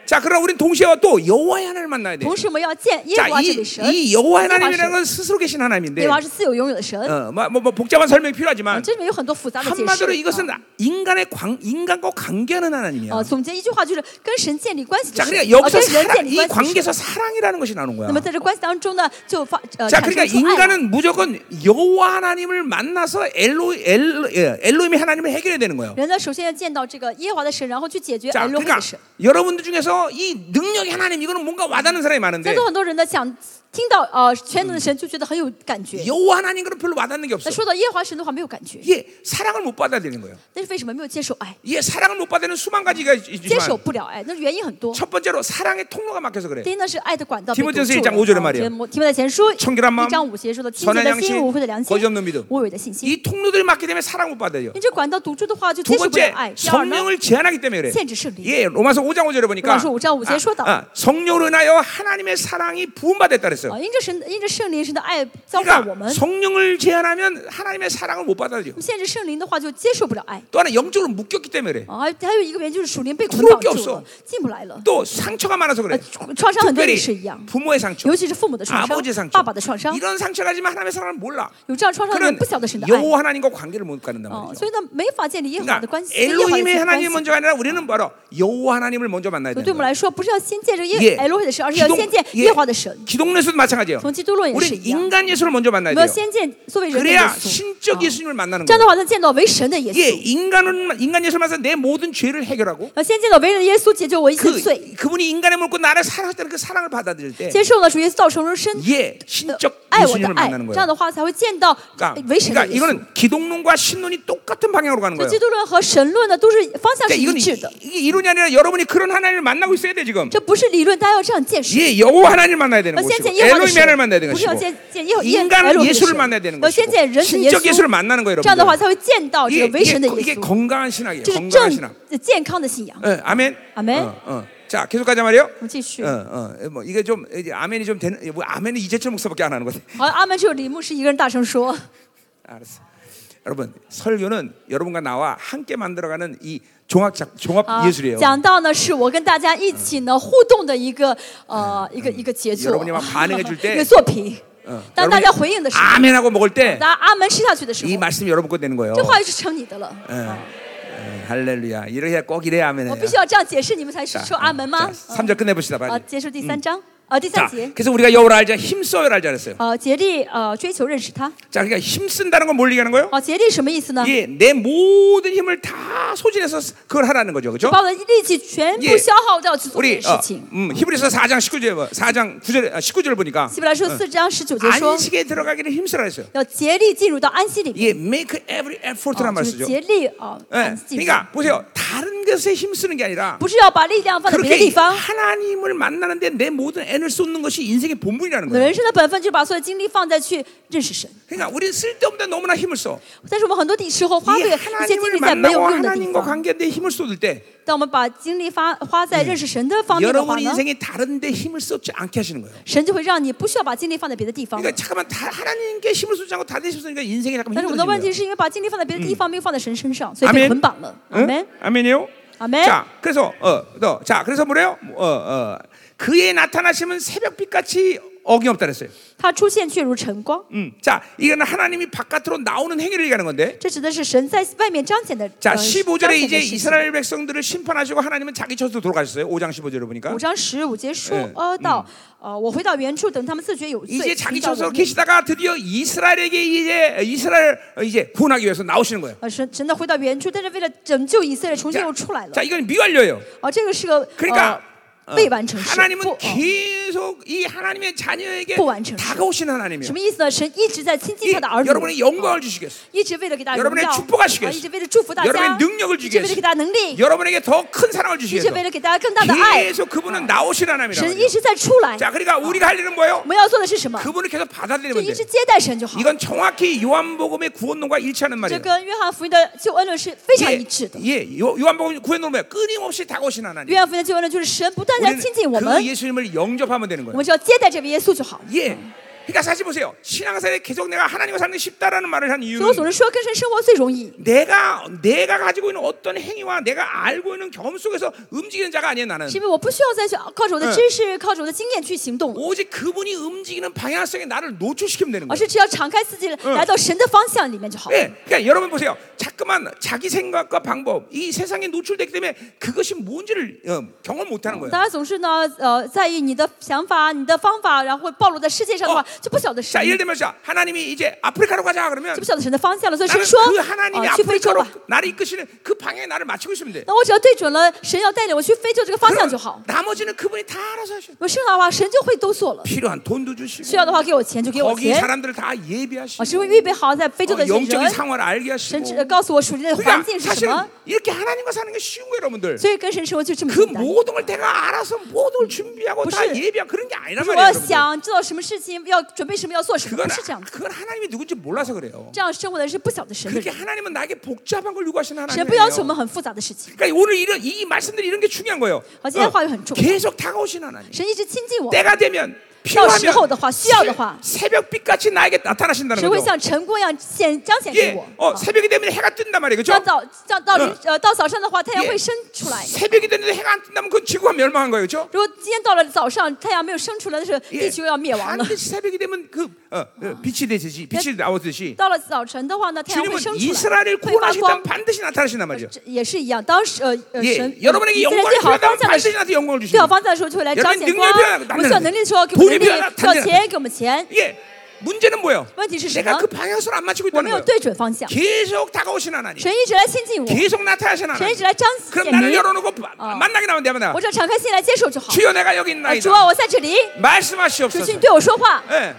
Speaker 1: 자, 그럼 우린 동시에 또 여호와의 하나님을 만나야 돼.
Speaker 2: 同时，我们要见耶
Speaker 1: 자,
Speaker 2: 和华这
Speaker 1: 이,
Speaker 2: 位神，
Speaker 1: 이 여호와
Speaker 2: 耶和华
Speaker 1: 하나님이라는 건
Speaker 2: 神
Speaker 1: 스스로 계신
Speaker 2: 耶
Speaker 1: 하나님인데
Speaker 2: 和华是自有永有的神。
Speaker 1: 어, 뭐, 뭐, 뭐 복잡한 설명이 필요하지만
Speaker 2: 啊这里面有很多复杂的解
Speaker 1: 한마디로
Speaker 2: 释
Speaker 1: 이것은 。 인간의 광, 인간과 관계하는
Speaker 2: 啊啊
Speaker 1: 하나님이야.
Speaker 2: 总结一句话就是跟神建立关系的
Speaker 1: 자,
Speaker 2: 神，
Speaker 1: 그러니까
Speaker 2: 啊
Speaker 1: 여기서
Speaker 2: 跟人
Speaker 1: 사랑,
Speaker 2: 建立
Speaker 1: 이
Speaker 2: 关系的
Speaker 1: 관계에서
Speaker 2: 神。
Speaker 1: 사랑이라는 것이 나오는 거야.
Speaker 2: 那么在这关系当中呢，就发呃
Speaker 1: 자,
Speaker 2: 产
Speaker 1: 그러니까
Speaker 2: 生出爱来。
Speaker 1: 인간은 무조건 여호와 하나님을 만나서 엘로 엘로 예, 엘로힘의 하나님을 해결해야 되는 거예요.
Speaker 2: 人呢，首先要见到这个耶和华的神，然后去解决
Speaker 1: 자,
Speaker 2: 埃罗黑
Speaker 1: 그러니까
Speaker 2: 的神。
Speaker 1: 여러분들 중에서 이 능력의 하나님 이거는 뭔가 와닿는 사람이
Speaker 2: 在
Speaker 1: 많은데
Speaker 2: 座很多人呢，想听到呃全能的神，就觉得很有感觉。
Speaker 1: 여호와 하나님 그는 별로 와닿는 게 없어.
Speaker 2: 那说到耶和华神的话，没有感觉。
Speaker 1: 이게 사랑을 못 받아들이는 거예요.
Speaker 2: 但是为什么没有接受爱？
Speaker 1: 이게 사랑을 못 받는 수만 가지가 있-
Speaker 2: 接受
Speaker 1: 있지만
Speaker 2: 不了爱，那原因很多。
Speaker 1: 첫 번째로 사랑의 통로가 막혀서 그래.
Speaker 2: 第一呢是爱的管道被
Speaker 1: 提摩
Speaker 2: 堵
Speaker 1: 太
Speaker 2: 住
Speaker 1: 前书
Speaker 2: 了。
Speaker 1: 1章5절의말이에요
Speaker 2: 啊提摩太前书
Speaker 1: 청결한마음
Speaker 2: 一章五节说的：清
Speaker 1: 선한
Speaker 2: 洁
Speaker 1: 양심
Speaker 2: 的心、无愧的良心
Speaker 1: 거짓없는믿음 、
Speaker 2: 无伪的信心。
Speaker 1: 이 통로들이 막히기 때문에 사랑 못 받아요.
Speaker 2: 你这管道堵住的话，就
Speaker 1: 두
Speaker 2: 接受不了
Speaker 1: 번째
Speaker 2: 爱。第二呢，
Speaker 1: 성령을 제한하기 때문에 그래.
Speaker 2: 현재 실리.
Speaker 1: 예, 로마서 5장 5절에 보니까
Speaker 2: 로마서 5장 5절에
Speaker 1: 아,
Speaker 2: 쏟아.
Speaker 1: 아, 성령으로 인하여 하나님의 사랑이 부음받았다 그랬어요.
Speaker 2: 啊，因着神，因着圣灵神的爱召唤我
Speaker 1: 그러니까
Speaker 2: 们，
Speaker 1: 성령을 제한하면 하나님의 사랑을 못 받아들여.
Speaker 2: 限制圣灵的话就接受不了爱。
Speaker 1: 또 하나 영적으로 묶였기 때문에 그래.
Speaker 2: 啊，还还有一个原因就是属灵被捆
Speaker 1: 들어올
Speaker 2: 绑
Speaker 1: 게
Speaker 2: 住
Speaker 1: 없어
Speaker 2: 了，进不来了。
Speaker 1: 또 상처가 많아서
Speaker 2: 呃
Speaker 1: 그래. ，
Speaker 2: 创伤很多也
Speaker 1: 특별히
Speaker 2: 是一样，
Speaker 1: 부모의 상처,
Speaker 2: 尤其是父母的创
Speaker 1: 아버지의
Speaker 2: 伤、
Speaker 1: 상처,
Speaker 2: 爸爸的创伤，
Speaker 1: 이런 상처가 지만 하나님의 사랑을 몰라.
Speaker 2: 有这样创伤的人
Speaker 1: 그는
Speaker 2: 不晓得神的爱，
Speaker 1: 여호와 하나님과 관계를 못 갖는단
Speaker 2: 哦，
Speaker 1: 말이죠.
Speaker 2: 所以呢，没法建立耶和华的
Speaker 1: 그러니까
Speaker 2: 关系。跟耶和华的
Speaker 1: 엘로힘의
Speaker 2: 关系
Speaker 1: 하나님이 먼저가 아니라 우리는 바로 여호와 하나님을 먼저 만나야
Speaker 2: 所
Speaker 1: 되는
Speaker 2: 以对我们
Speaker 1: 거예요.
Speaker 2: 来说，不是要先见着耶
Speaker 1: 예,
Speaker 2: 耶和华的神，而是要先见
Speaker 1: 예,
Speaker 2: 耶和华的神。
Speaker 1: 기독론에서도 마찬가지예요.
Speaker 2: 从基督论也是
Speaker 1: 우리는
Speaker 2: 一样，我
Speaker 1: 인간 예수를 먼저 만나야
Speaker 2: 们
Speaker 1: 돼요.
Speaker 2: 要先见作为人的耶
Speaker 1: 그래야
Speaker 2: 稣。
Speaker 1: 신적
Speaker 2: 啊
Speaker 1: 예수님을 만나는
Speaker 2: 这样的
Speaker 1: 거예요.
Speaker 2: 话，能见到为神的耶
Speaker 1: 어. 예,
Speaker 2: 稣。
Speaker 1: 인간은 인간 예수를 만나서 내 모든 죄를 해결하고
Speaker 2: 要先见到为人的耶稣，解决我一切的罪。
Speaker 1: 그 그분이 인간의 몸고 나를 사랑했다는 그 사랑을 받아들일 때
Speaker 2: 接受了主耶稣造成肉身，
Speaker 1: 예,
Speaker 2: 呃
Speaker 1: 신적
Speaker 2: 爱我的
Speaker 1: 예수님을
Speaker 2: 爱，
Speaker 1: 뭐, 만나는
Speaker 2: 这
Speaker 1: 거예요.
Speaker 2: 样的话才会见到
Speaker 1: 그러니까,
Speaker 2: 为神
Speaker 1: 그러니까
Speaker 2: 的耶稣。
Speaker 1: 이거는 기독론과 신론이 똑같은 방향으로 가는
Speaker 2: 所
Speaker 1: 거예요.
Speaker 2: 以基督论和神论呢，都是方向
Speaker 1: 근데
Speaker 2: 是
Speaker 1: 이건
Speaker 2: 一
Speaker 1: 이-
Speaker 2: 致的。
Speaker 1: 이게 이론이 아니라 여러분이 그런 하나님을 만나고 있어야 돼 지금.
Speaker 2: 这不是理论，大家要这样见识。
Speaker 1: 예, 여호와 하나님을 만나야
Speaker 2: 要
Speaker 1: 되는
Speaker 2: 先
Speaker 1: 것이고
Speaker 2: 见耶和华的
Speaker 1: 엘로힘 하나님을 만나야
Speaker 2: 神，
Speaker 1: 되는
Speaker 2: 不是要
Speaker 1: 것이고
Speaker 2: 见见耶和耶耶和
Speaker 1: 인간은
Speaker 2: 华的
Speaker 1: 예수를
Speaker 2: 神
Speaker 1: 만나야 되는
Speaker 2: 要先见
Speaker 1: 것이고
Speaker 2: 人的耶
Speaker 1: 신적 어, 예수를
Speaker 2: 稣，
Speaker 1: 만나는 거예요
Speaker 2: 这样的话
Speaker 1: 여러분
Speaker 2: 才会见到这
Speaker 1: 이게,
Speaker 2: 个为神的
Speaker 1: 이게,
Speaker 2: 耶
Speaker 1: 이게
Speaker 2: 稣，
Speaker 1: 건강한 신학이에요
Speaker 2: 这是
Speaker 1: 건강한 신학
Speaker 2: 正健康的信仰。
Speaker 1: 예, 아멘
Speaker 2: 아멘.
Speaker 1: 어, 어. 자 계속 가자 말이요
Speaker 2: 我们继续
Speaker 1: 어, 。 어, 뭐 이게 좀 이제 아멘이 좀 되는 뭐 아멘은 이재철 목사밖에 안 하는 것 같아
Speaker 2: 好，阿门。只有李牧师一个人大声说。
Speaker 1: 알았어 여러분 설교는 여러분과 나와 함께 만들어가는 이 종합 작, 종합
Speaker 2: 啊
Speaker 1: 예술이에요 ，
Speaker 2: 讲到呢，是我跟大家一起呢互动的一个呃一个一个杰作，
Speaker 1: 여러분이막반응해줄때
Speaker 2: 一个嗯作品。当大家回应的时候，
Speaker 1: 아멘하고 먹을 때 이
Speaker 2: 大家阿门吃下去的时候，
Speaker 1: 말씀이 여러분 거 되는 거예요
Speaker 2: 这话语是成你的了。
Speaker 1: 예, 할렐루야 이렇게 꼭 이래야
Speaker 2: 我
Speaker 1: 아멘해요
Speaker 2: 必须要这样解释，你们才说阿门吗？
Speaker 1: 3절 끝내봅시다
Speaker 2: 啊，
Speaker 1: 빨리
Speaker 2: 结束第三章，啊，第
Speaker 1: 자,
Speaker 2: 三节，
Speaker 1: 그래서 우리가 여호를 알자 힘써요를 알자 그랬어요.
Speaker 2: 呃，竭力呃追求认识他。
Speaker 1: 자, 그러니까 힘쓴다는 건 뭘 얘기하는 거예요?
Speaker 2: 哦，竭力什么意思呢？
Speaker 1: 예, 내 모든 힘을 다 소진해서 그걸 하라는 거죠. 그렇죠?
Speaker 2: 把我的力气全部消耗掉去做这
Speaker 1: 우리
Speaker 2: 件
Speaker 1: 어,
Speaker 2: 事情。
Speaker 1: 음, 히브리서 4장 19절 4장 9절 19절 보니까
Speaker 2: 希伯来书四章十九节说，
Speaker 1: 안식에 들어가기를 힘쓰라 했어요.
Speaker 2: 要竭力进入到安息里面，
Speaker 1: 예, make every effort란
Speaker 2: 就
Speaker 1: 말
Speaker 2: 是
Speaker 1: 쓰죠.
Speaker 2: 竭力啊，
Speaker 1: 예,
Speaker 2: 安息进入
Speaker 1: 그러니까 보세요. 다른 것에 힘쓰는 게 아니라
Speaker 2: 不是要把力量放在别的
Speaker 1: 그렇게
Speaker 2: 地方，
Speaker 1: 하나님을 만나는데 내 모든 애를 쏟는 것이 인생의 본분이라는
Speaker 2: 我们
Speaker 1: 거예요.
Speaker 2: 人生的本分就是把所有精力放在去认识神，
Speaker 1: 그러니까 우리는 쓸데없는 너무나 힘을 써.
Speaker 2: 但是我们很多地时候花费
Speaker 1: 아, 그러니까 이
Speaker 2: 一些精
Speaker 1: 하나님을
Speaker 2: 力在没有啊
Speaker 1: 만나고
Speaker 2: 用的地
Speaker 1: 하나님과
Speaker 2: 方。
Speaker 1: 관계된 힘을 쏟을 때
Speaker 2: 当我们把精力发花在认识神的方面的话
Speaker 1: 여러분
Speaker 2: 呢，
Speaker 1: 인생이 다른데 힘을 쏟지 않게 하시는 거예요.
Speaker 2: 神就会让你不需要把精力放在别的地方了
Speaker 1: 그러니까 。 잠깐만 다 하나님께 힘을 쏟지 않고 다른 힘을 쏟으니까 인생이 잠깐
Speaker 2: 但是我们的问
Speaker 1: 힘들어지는
Speaker 2: 题
Speaker 1: 거예요.
Speaker 2: 是因为把精力放在别的地方，没有放在神身上，所以被
Speaker 1: 아멘.
Speaker 2: 捆绑了。嗯阿
Speaker 1: 응?
Speaker 2: 门。嗯
Speaker 1: 아멘이요.
Speaker 2: 아멘.
Speaker 1: 자, 그래서 어너자 그래서 뭐래요? 어, 어, 그의 나타나심은 새벽빛 같이 어김없다 그랬어요.
Speaker 2: 他出现却如晨光，
Speaker 1: 음, 자 이거는 하나님이 바깥으로 나오는 행위를 얘기하는 건데.
Speaker 2: 这指的是神在外面彰显的。
Speaker 1: 자
Speaker 2: 呃彰
Speaker 1: 15절에
Speaker 2: 显
Speaker 1: 이제
Speaker 2: 的事情
Speaker 1: 이스라엘 백성들을 심판하시고 하나님은 자기 처소로 돌아가셨어요. 5장 15절을 보니까
Speaker 2: 五章十五节说
Speaker 1: 嗯，
Speaker 2: 呃，到，呃，我回到原处，等他们自觉有
Speaker 1: 이제
Speaker 2: 罪，
Speaker 1: 자기
Speaker 2: 回到我
Speaker 1: 처소로
Speaker 2: 面
Speaker 1: 계시다가 드디어 이스라엘에게 이제 이스라엘 어, 이제 구원하기 위해서 나오시는 거예요.
Speaker 2: 呃，神神的回到原处，但是为了拯救以色列，重新
Speaker 1: 자,
Speaker 2: 又出来了
Speaker 1: 자 。 이건 미완료예요.
Speaker 2: 哦，这个是个
Speaker 1: 그러니까
Speaker 2: 呃未完
Speaker 1: 嗯
Speaker 2: 成式，不
Speaker 1: 하나님은
Speaker 2: 哦
Speaker 1: 계속 이 하나님의 자녀에게
Speaker 2: 부완成事.
Speaker 1: 다가오시는 하나님이에요.
Speaker 2: 什么意思呢？神一直在亲近他的儿
Speaker 1: 이-
Speaker 2: 女，
Speaker 1: 여러분의
Speaker 2: 哦
Speaker 1: 영광을 주시겠어.
Speaker 2: 一直为了给大家荣
Speaker 1: 여러분의
Speaker 2: 耀，
Speaker 1: 축복하시겠어
Speaker 2: 啊一直为了祝福大
Speaker 1: 여러분의
Speaker 2: 家，
Speaker 1: 능력을주겠어
Speaker 2: 一直为了给大家能力，
Speaker 1: 여러분에게 더 큰 사랑을
Speaker 2: 一
Speaker 1: 주시겠어.
Speaker 2: 直为了给大家更大的爱。
Speaker 1: 계속 그분은 나오시는 하나님이라고.
Speaker 2: 神一直在出来，
Speaker 1: 자, 그러니까 우리가 할 일은 뭐예요?
Speaker 2: 我们要做的是什么？
Speaker 1: 그분을 계속
Speaker 2: 就
Speaker 1: 받아들이면
Speaker 2: 一
Speaker 1: 돼.
Speaker 2: 直接待神就好。
Speaker 1: 이건 정확히 요한복음의 구원론과 일치하는
Speaker 2: 这
Speaker 1: 말이에요.
Speaker 2: 跟约翰福音的救恩论是非常一致的。
Speaker 1: 예, 예, 요- 요한복음 구원론 뭐야? 끊임없이 다가오시는 하나님.
Speaker 2: 约翰福音的救恩论就是神不断地在亲近我
Speaker 1: 우리는
Speaker 2: 们
Speaker 1: 그 ， 예수님을 영접하면 되는
Speaker 2: 我
Speaker 1: 거예요.
Speaker 2: 们只要接待这位耶稣就好。
Speaker 1: 예. 그러니까 사실 보세요. 신앙생활에 계속 내가 하나님과 사는 게 쉽다라는 말을 한
Speaker 2: 所以我
Speaker 1: 이유는
Speaker 2: 总是说跟神生活最容易，
Speaker 1: 내가 내가 가지고 있는 어떤 행위와 내가 알고 있는 경험 속에서 움직이는 자가 아니에요 나는
Speaker 2: 是因为我不需要再去靠着我的知识、靠着我的经验去行动，
Speaker 1: 오직 그분이 움직이는 방향성에 나를 노출시키면 되는
Speaker 2: 而
Speaker 1: 거예요.
Speaker 2: 是只要敞开自己来到神的方向里面就好。
Speaker 1: 예, 그러니까 여러분 보세요. 자꾸만 자기 생각과 방법 이 세상에 노출되기 때문에 그것이 뭔지를 어, 경험 못하는 거예요.
Speaker 2: 大家总是呢，呃，在意你的想法、你的方法，然后会暴露在世界上的话
Speaker 1: 哦，
Speaker 2: 就不晓得神
Speaker 1: 자 ， 예를 들면 자 하나님이 이제 아프리카로 가자 그러면
Speaker 2: 就不晓得神的方向了。所以神
Speaker 1: 나는
Speaker 2: 说
Speaker 1: 그 ，하나님이
Speaker 2: 啊，去非洲
Speaker 1: 아프리카로
Speaker 2: 吧。
Speaker 1: 나를 이끄시는 그 방향에 나를 맞추고 있으면 돼.
Speaker 2: 那我只要对准了神要带领我去非洲这个方向就
Speaker 1: 그럼
Speaker 2: 好。
Speaker 1: 나머지는 그분이 다 알아서 하셔.
Speaker 2: 我剩下的话，神就会都做了。
Speaker 1: 필요한 돈도
Speaker 2: 需要
Speaker 1: 주시고
Speaker 2: 的话，给我钱就给我
Speaker 1: 거기
Speaker 2: 钱。
Speaker 1: 사람들을 다
Speaker 2: 啊，
Speaker 1: 예비하시고
Speaker 2: 神会预备好在非洲
Speaker 1: 어,
Speaker 2: 的这些
Speaker 1: 영적인
Speaker 2: 人，
Speaker 1: 상황을 알게
Speaker 2: 神只
Speaker 1: 하시고
Speaker 2: 呃告诉我属灵的环
Speaker 1: 그러니까
Speaker 2: 境是什
Speaker 1: 사실은
Speaker 2: 么，
Speaker 1: 이렇게 하나님과 사는 게 쉬운 거예요 여러분들
Speaker 2: 所以跟神生活就这么
Speaker 1: 그
Speaker 2: 简单。
Speaker 1: 모든 걸 내가 알아서 모든 걸 준비하고 다
Speaker 2: 무슨-
Speaker 1: 예비한 그런 게
Speaker 2: 不
Speaker 1: 아니란
Speaker 2: 是
Speaker 1: 말이에요
Speaker 2: 我
Speaker 1: 여러분들.
Speaker 2: 想知道什么事情，要准备什么，要做什么，
Speaker 1: 그건,
Speaker 2: 不是这样
Speaker 1: 아-
Speaker 2: 的。
Speaker 1: 그건 하나님이 누군지 몰라서 그래요
Speaker 2: 这样生活的人是不晓得神的
Speaker 1: 그렇게
Speaker 2: 人，
Speaker 1: 하나님은 나에게 복잡한 걸 요구하시는
Speaker 2: 神不要求我
Speaker 1: 하나님이에요
Speaker 2: 们很复杂的事情。
Speaker 1: 그러니까 오늘 이런 이 말씀들이 이런 게 중요한 거예요
Speaker 2: 好，今天
Speaker 1: 어,
Speaker 2: 话语很重要。
Speaker 1: 계속 다가오시는 하나님
Speaker 2: 神一直亲近我，
Speaker 1: 때가 되면 필요하면
Speaker 2: 到时候的话，需要的话。
Speaker 1: 새벽빛같이 나에게 나타나신다는
Speaker 2: 神会
Speaker 1: 거죠
Speaker 2: 像晨光一样显彰显给
Speaker 1: 예,
Speaker 2: 我。
Speaker 1: 어,
Speaker 2: 啊
Speaker 1: 새벽이 되면 해가 뜬단 말이에요 그렇죠?
Speaker 2: 到早到到凌呃到早上的话，太阳
Speaker 1: 예
Speaker 2: 会升出来。
Speaker 1: 새벽이 됐는데 해가 안 뜬다면 그건 지구가 멸망한 거예요, 그렇죠?
Speaker 2: 如果今天到了早上，太阳没有升出来的时候，
Speaker 1: 예.
Speaker 2: 地球要灭亡了。
Speaker 1: 반드시 새벽이 되면 그 어, 어, 빛이 되듯이 빛이 나오듯이
Speaker 2: 到了早晨的话呢，太阳会
Speaker 1: 주님은
Speaker 2: 升出来
Speaker 1: 이스라엘을 ，
Speaker 2: 会发
Speaker 1: 구원하시다면 。
Speaker 2: 光
Speaker 1: 반드시 나타나신단 말이죠.
Speaker 2: 这也是一样，当时呃呃
Speaker 1: 예,
Speaker 2: 神以以
Speaker 1: 여러분에게
Speaker 2: 色列
Speaker 1: 영광이
Speaker 2: 最好
Speaker 1: 필요하다면
Speaker 2: 方向的
Speaker 1: 반드시
Speaker 2: 时
Speaker 1: 나한테 영광을
Speaker 2: 最好
Speaker 1: 주시는
Speaker 2: 方向的时候就会来
Speaker 1: 여러분
Speaker 2: 彰显
Speaker 1: 능력이
Speaker 2: 光
Speaker 1: 필요하다 。
Speaker 2: 我们需要能力的时候给我们能力，
Speaker 1: 돈이필요하다
Speaker 2: 需要钱给我们钱。
Speaker 1: 예, 문제는 뭐예요?
Speaker 2: 원인이 뭐예요?
Speaker 1: 내가 그 방향성을 안 맞추고
Speaker 2: 我没
Speaker 1: 있다는
Speaker 2: 有
Speaker 1: 거예요.
Speaker 2: 对准方向，
Speaker 1: 계속 다가오신 하나님,
Speaker 2: 神一直来亲近我，
Speaker 1: 계속 나타나신
Speaker 2: 神一
Speaker 1: 하나님.
Speaker 2: 直来彰
Speaker 1: 그럼
Speaker 2: 显
Speaker 1: 나를
Speaker 2: 您。
Speaker 1: 열어놓고 마- 만나게 나면 돼, 만나.
Speaker 2: 我只要敞开心来接受就好。
Speaker 1: 주여 내가 여기
Speaker 2: 呃主啊，
Speaker 1: 있나이다.
Speaker 2: 我在这里，主，
Speaker 1: 말씀하시옵소서.
Speaker 2: 请你对我说话，
Speaker 1: 예,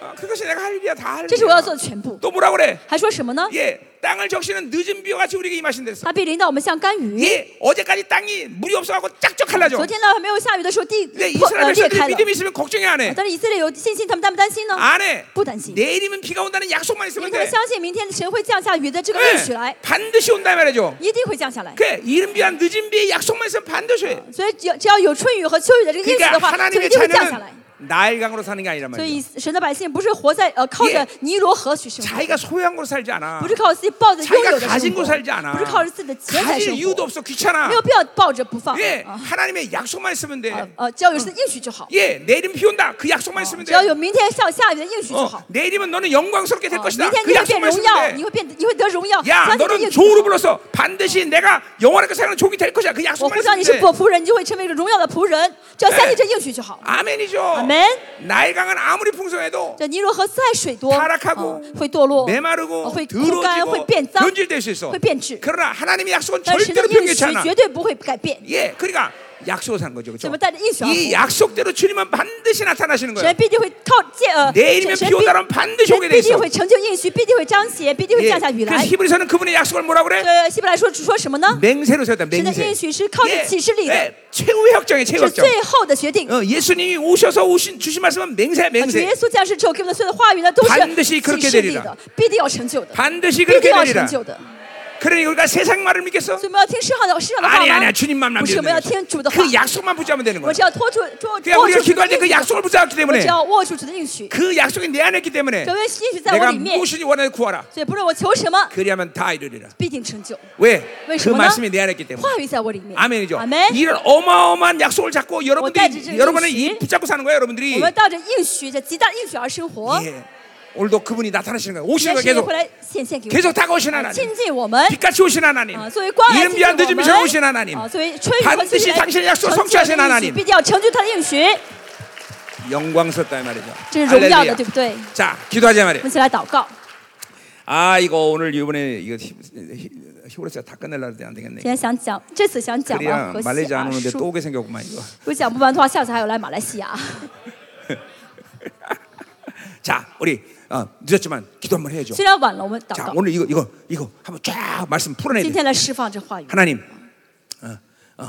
Speaker 1: 어, 그것이 내가 할 일이야, 다할
Speaker 2: 这是我要做
Speaker 1: 일이야.
Speaker 2: 的全部。
Speaker 1: 또 뭐라 그래?
Speaker 2: 还说什么呢？
Speaker 1: 예, 땅을 적시는 늦은 비와 같이 우리에게 임하신댔어.
Speaker 2: 他必领导我们像甘雨。
Speaker 1: 예, 어제까지 땅이 물이 없어갖고 짝짝 갈라져.
Speaker 2: 昨天呢，还没有下雨的时候，地
Speaker 1: 근데
Speaker 2: 破呃
Speaker 1: 이스라엘
Speaker 2: 裂开
Speaker 1: 백성들이
Speaker 2: 了。
Speaker 1: 믿음이 있으면 걱정이 안 해.
Speaker 2: 但是以色列有信心，他们担不担心呢？
Speaker 1: 안 해.
Speaker 2: 不担心，
Speaker 1: 내일이면 비가 온다는 약속만
Speaker 2: 因
Speaker 1: 있으면
Speaker 2: 为他们
Speaker 1: 돼.
Speaker 2: 相信明天神会降下雨的这个应许
Speaker 1: 예,
Speaker 2: 来，
Speaker 1: 반드시 온다 이 말이죠.
Speaker 2: 一定会降下来。
Speaker 1: 그래, 이른 비와 늦은 비의 약속만 있으면 반드시 해.
Speaker 2: 所以只要只要有春雨和秋雨的这个应许
Speaker 1: 어. 그러니까
Speaker 2: 的话，就一
Speaker 1: 하나님의
Speaker 2: 定会降下来
Speaker 1: 자녀는 。 나일강으로 사는 게 아니란
Speaker 2: 所
Speaker 1: 말이죠.
Speaker 2: 以神的百姓不是活在呃靠着
Speaker 1: 예
Speaker 2: 尼罗河去生活，
Speaker 1: 자기가 소유한 걸로 살지 않아.
Speaker 2: 不是靠自己抱着拥
Speaker 1: 자기가
Speaker 2: 有的生
Speaker 1: 가진 거
Speaker 2: 活，
Speaker 1: 살지 않아.
Speaker 2: 不是靠着自己的钱财生
Speaker 1: 가질
Speaker 2: 活
Speaker 1: 이유도 ， 없어. 귀찮아.
Speaker 2: 没有必要抱着不放。
Speaker 1: 예,
Speaker 2: 啊
Speaker 1: 하나님의 약속만 있으면 돼.
Speaker 2: 呃呃，只要有神的应许就好，啊
Speaker 1: 예, 내일은 비 온다. 그 약속만 있으면
Speaker 2: 只
Speaker 1: 돼.
Speaker 2: 要有明天像下雨的应许就
Speaker 1: 어,
Speaker 2: 好。
Speaker 1: 내일이면 너는 영광스럽게 될
Speaker 2: 啊
Speaker 1: 것이다.
Speaker 2: 明
Speaker 1: 그
Speaker 2: 天你会变
Speaker 1: 약속만
Speaker 2: 荣耀，
Speaker 1: 있으면
Speaker 2: 你
Speaker 1: 돼.
Speaker 2: 会变得你会得荣耀。
Speaker 1: 야
Speaker 2: 相信这
Speaker 1: 너는
Speaker 2: 应许就
Speaker 1: 종으로
Speaker 2: 好
Speaker 1: 불러서 반드시 내가 영원하게 사는 종이 될 것이야. 그
Speaker 2: 我
Speaker 1: 약속만
Speaker 2: 呼召你
Speaker 1: 있으면
Speaker 2: 是
Speaker 1: 돼.
Speaker 2: 我仆人，你就会成为一个荣耀的仆人。只要相
Speaker 1: 哎
Speaker 2: 信这应许就
Speaker 1: 啊
Speaker 2: 好。
Speaker 1: 아멘이죠. 뭐,
Speaker 2: 아멘.
Speaker 1: 나의 강은 아무리 풍성해도
Speaker 2: 这尼罗河再水多，
Speaker 1: 타락하고
Speaker 2: 啊会堕落，
Speaker 1: 메마르고
Speaker 2: 啊会枯干，
Speaker 1: 더러지고
Speaker 2: 会变脏，
Speaker 1: 변질될 수 있어.
Speaker 2: 会变质。
Speaker 1: 그러나 하나님의 약속은
Speaker 2: 但是神的
Speaker 1: 절대로
Speaker 2: 应许
Speaker 1: 변개치 않아.
Speaker 2: 绝对不会改变。
Speaker 1: 예, 그러니까 약속을 한 거죠. 그렇죠?
Speaker 2: 저는 딸의 인수하고.
Speaker 1: 이 약속대로 주님은 반드시 나타나시는
Speaker 2: 神
Speaker 1: 거예요.
Speaker 2: 必定会靠借呃，
Speaker 1: 내이름에
Speaker 2: 神神
Speaker 1: 비오다라면반드시오게돼
Speaker 2: 必
Speaker 1: 있어
Speaker 2: 定会成就应许，必定会彰显，必定会
Speaker 1: 예,
Speaker 2: 降下雨
Speaker 1: 그래서
Speaker 2: 来。
Speaker 1: 히브리서는 그분의 약속을 뭐라 그래?
Speaker 2: 呃，希伯来说只说什么呢？
Speaker 1: 맹세로 세웠다.
Speaker 2: 神的
Speaker 1: 맹세.
Speaker 2: 应许是靠着
Speaker 1: 예,
Speaker 2: 启示力的。
Speaker 1: 예, 최후의 확정이
Speaker 2: 是
Speaker 1: 최후 확정.
Speaker 2: 最后的决定。
Speaker 1: 어, 예수님이 오셔서 오신 주신 말씀은 맹세
Speaker 2: 啊主
Speaker 1: 맹세.
Speaker 2: 耶稣降世之后给我们的所有的话语呢，都
Speaker 1: 반드시
Speaker 2: 是
Speaker 1: 그렇게
Speaker 2: 启示力
Speaker 1: 되리라
Speaker 2: 的，必定要成就的，
Speaker 1: 반드시
Speaker 2: 必
Speaker 1: 그렇게
Speaker 2: 定要成
Speaker 1: 되리라.
Speaker 2: 就的。
Speaker 1: 그러니 우리가 세상 말을 믿겠어?
Speaker 2: 所以我们要听世上的世上的话
Speaker 1: 아니
Speaker 2: 吗
Speaker 1: 아니야. 주님만
Speaker 2: 不是，
Speaker 1: 믿으면
Speaker 2: 我们要
Speaker 1: 되는
Speaker 2: 听
Speaker 1: 거야.
Speaker 2: 主的话
Speaker 1: 그 。 약속만 붙잡으면 되는
Speaker 2: 我们
Speaker 1: 거야.
Speaker 2: 只要拖住捉捉
Speaker 1: 그냥
Speaker 2: 握
Speaker 1: 우리가
Speaker 2: 住主的
Speaker 1: 기도할 때 그
Speaker 2: 应许，
Speaker 1: 약속을 붙잡기
Speaker 2: 我只
Speaker 1: 때문에
Speaker 2: 要握住主的应许，
Speaker 1: 그 약속이 내 안에 있기 때문에
Speaker 2: 这位应许在我
Speaker 1: 내가
Speaker 2: 里面，
Speaker 1: 무엇이니 원하는 구하라.
Speaker 2: 所以不论我求什么，
Speaker 1: 그리하면 다 이루리라.
Speaker 2: 必定成就。
Speaker 1: 왜?
Speaker 2: 왜
Speaker 1: 그
Speaker 2: 그러나?
Speaker 1: 말씀이 내 안에 있기 때문에.
Speaker 2: 话语在我里面。
Speaker 1: 아멘이죠.
Speaker 2: 阿门。
Speaker 1: 이런 어마어마한 약속을 잡고
Speaker 2: 어때지, 지금
Speaker 1: 여러분들이 여러분을
Speaker 2: 역시?
Speaker 1: 이 붙잡고 사는 거예요,
Speaker 2: 我
Speaker 1: 여러분들이.
Speaker 2: 们带着应许，这极大的应许而生活。
Speaker 1: 예. 오늘도 그분이 나타나시는 거예요.
Speaker 2: 但
Speaker 1: 오시는
Speaker 2: 是
Speaker 1: 거예요,
Speaker 2: 神也
Speaker 1: 계속.
Speaker 2: 会来显现给我
Speaker 1: 계속
Speaker 2: 们，
Speaker 1: 다가오신
Speaker 2: 啊
Speaker 1: 하나님.
Speaker 2: 亲近我们。
Speaker 1: 빛같이 오신 하나님.
Speaker 2: 啊，作为光来
Speaker 1: 이름
Speaker 2: 亲近
Speaker 1: 비안
Speaker 2: 我
Speaker 1: 되지 어,
Speaker 2: 们
Speaker 1: 미션 오신 ， 하나님.
Speaker 2: 啊，作为春雨和
Speaker 1: 반드시
Speaker 2: 雨来
Speaker 1: 당신의약속을성취하신
Speaker 2: 成就他的应
Speaker 1: 하나님
Speaker 2: 许，必定要成就他的应许，
Speaker 1: 영광스럽다 이 말이죠.
Speaker 2: 这是荣耀的，
Speaker 1: 할렐루야.
Speaker 2: 对不对？我们
Speaker 1: 자, 기도하자 말이에요.
Speaker 2: 一起来祷告。
Speaker 1: 아 이거 오늘 이번에 이거 히- 히- 히브리서 다 끝낼라 는데안 되겠네.
Speaker 2: 今天想讲，这次想讲完
Speaker 1: 그래야
Speaker 2: 和西
Speaker 1: 말레이시 안
Speaker 2: 亚
Speaker 1: 오는데
Speaker 2: 书，
Speaker 1: 또 오게 생겼구만 이거.
Speaker 2: 如果讲不完的话，下次还有来马来西亚。
Speaker 1: 자, 우리 어, 늦었지만 기도 한번 해야죠.
Speaker 2: 虽然晚了，我们祷
Speaker 1: 자,
Speaker 2: 告。
Speaker 1: 오늘 이거 이거 이거 한번 쫙 말씀 풀어내야
Speaker 2: 今
Speaker 1: 돼.
Speaker 2: 天来释放这话语，
Speaker 1: 하나님, 어, 어,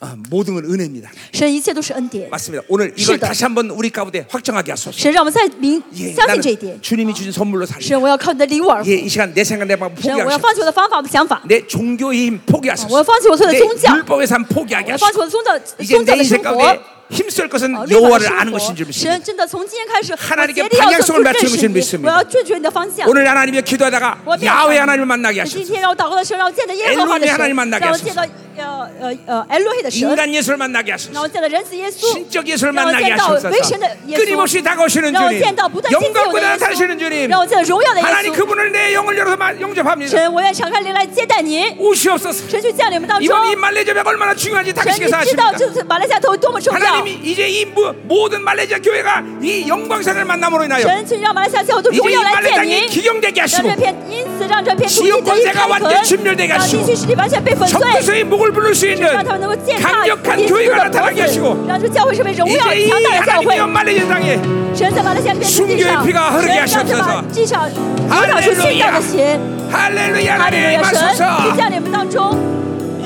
Speaker 1: 어, 모든 건 은혜입니다.
Speaker 2: 神一切都是恩典。
Speaker 1: 맞습니다. 오늘 이걸
Speaker 2: 是的。
Speaker 1: 다시 한번 우리 가운데 확정하게 하소서.
Speaker 2: 神让我们再明
Speaker 1: 예,
Speaker 2: 相
Speaker 1: 나는
Speaker 2: 信这一点。
Speaker 1: 주님이 주신 선물로 살리.
Speaker 2: 神，我要靠你的礼物而活
Speaker 1: 예, 。이 시간 내 생각 내 방법
Speaker 2: 神，我
Speaker 1: 포기하시고
Speaker 2: 要放弃我的方法、我的想法，
Speaker 1: 내 종교의 힘 포기하소서.
Speaker 2: 我要放弃我所有的
Speaker 1: 내
Speaker 2: 宗教。
Speaker 1: 율법의 삶
Speaker 2: 我
Speaker 1: 포기하게
Speaker 2: 要放
Speaker 1: 하소서.
Speaker 2: 弃我的宗教、
Speaker 1: 이제
Speaker 2: 宗教
Speaker 1: 내
Speaker 2: 的生
Speaker 1: 인생
Speaker 2: 活。
Speaker 1: 가운데 힘쓸 것은
Speaker 2: 啊律法的
Speaker 1: 여호와를
Speaker 2: 生
Speaker 1: 아는
Speaker 2: 活
Speaker 1: 것인 줄 믿습니다.
Speaker 2: 神真的从今天开始，我
Speaker 1: 하나님께
Speaker 2: 竭力要
Speaker 1: 방향성을
Speaker 2: 走出认
Speaker 1: 맞추는것을
Speaker 2: 识你，
Speaker 1: 믿습니다.
Speaker 2: 我要追求你的方向。
Speaker 1: 오늘 하나님께 기도하다가
Speaker 2: 뭐 믿어요?
Speaker 1: 야훼 하나님을 만나게
Speaker 2: 今
Speaker 1: 하셨어.
Speaker 2: 天让我祷告的时候，让我见到耶和华的
Speaker 1: 엘로헤 하나님
Speaker 2: 神，
Speaker 1: 만나게
Speaker 2: 让我见到
Speaker 1: 어,
Speaker 2: 呃呃呃埃洛黑的神，
Speaker 1: 인간 예수를 만나게
Speaker 2: 让
Speaker 1: 하셨어.
Speaker 2: 我见到人子耶稣，
Speaker 1: 신적 예수를
Speaker 2: 让我
Speaker 1: 만나게
Speaker 2: 见到
Speaker 1: 하셨어.
Speaker 2: 为神的耶
Speaker 1: 끊임없이
Speaker 2: 稣，
Speaker 1: 다가오시는
Speaker 2: 让我
Speaker 1: 주님,
Speaker 2: 见到不断亲近
Speaker 1: 영광보다
Speaker 2: 我的耶
Speaker 1: 나타나시는
Speaker 2: 稣，
Speaker 1: 주님,
Speaker 2: 让我见到荣耀的耶
Speaker 1: 하나님
Speaker 2: 稣。
Speaker 1: 그분을 내 영을 열어서 마- 영접합니다.
Speaker 2: 神，我愿敞开灵来接待您，
Speaker 1: 옷이 없어서
Speaker 2: 神去降临我们当中。
Speaker 1: 이번 이 말레이자가 얼마나 중요한지
Speaker 2: 神，
Speaker 1: 당신께서
Speaker 2: 你知道
Speaker 1: 아십니다.
Speaker 2: 这次马来西亚头多么重要。
Speaker 1: 하나님이 이제 이 모- 모든 말레이시아 교회가 이 영광상을 만남으로 인하여
Speaker 2: 神，请让马来西亚教会的
Speaker 1: 이제
Speaker 2: 荣
Speaker 1: 이
Speaker 2: 耀来
Speaker 1: 말레이
Speaker 2: 见
Speaker 1: 땅이
Speaker 2: 您。
Speaker 1: 기경되게
Speaker 2: 让
Speaker 1: 하시고
Speaker 2: 这片，因此让这片土
Speaker 1: 지옥
Speaker 2: 地得以
Speaker 1: 권세가
Speaker 2: 开
Speaker 1: 완
Speaker 2: 垦，
Speaker 1: 전진멸되게하시고
Speaker 2: 让地区势力完全被粉碎，
Speaker 1: 성도수의 목을 부를 수 있는
Speaker 2: 让他们能够践踏
Speaker 1: 강력한
Speaker 2: 耶稣
Speaker 1: 교회가
Speaker 2: 的
Speaker 1: 나타나게
Speaker 2: 脖子
Speaker 1: 하시고
Speaker 2: 让这教会成为荣耀
Speaker 1: 이제 이
Speaker 2: 强大的教
Speaker 1: 하나님의
Speaker 2: 会。
Speaker 1: 말레이시아 땅에
Speaker 2: 神在马来西亚这片土地上，
Speaker 1: 순교의피가흐르게하시옵소서
Speaker 2: 神让这把地上流淌出信道的血。
Speaker 1: 할렐루야
Speaker 2: 哈利路
Speaker 1: 하나님
Speaker 2: 亚，神
Speaker 1: 마소서
Speaker 2: 就在你们当中，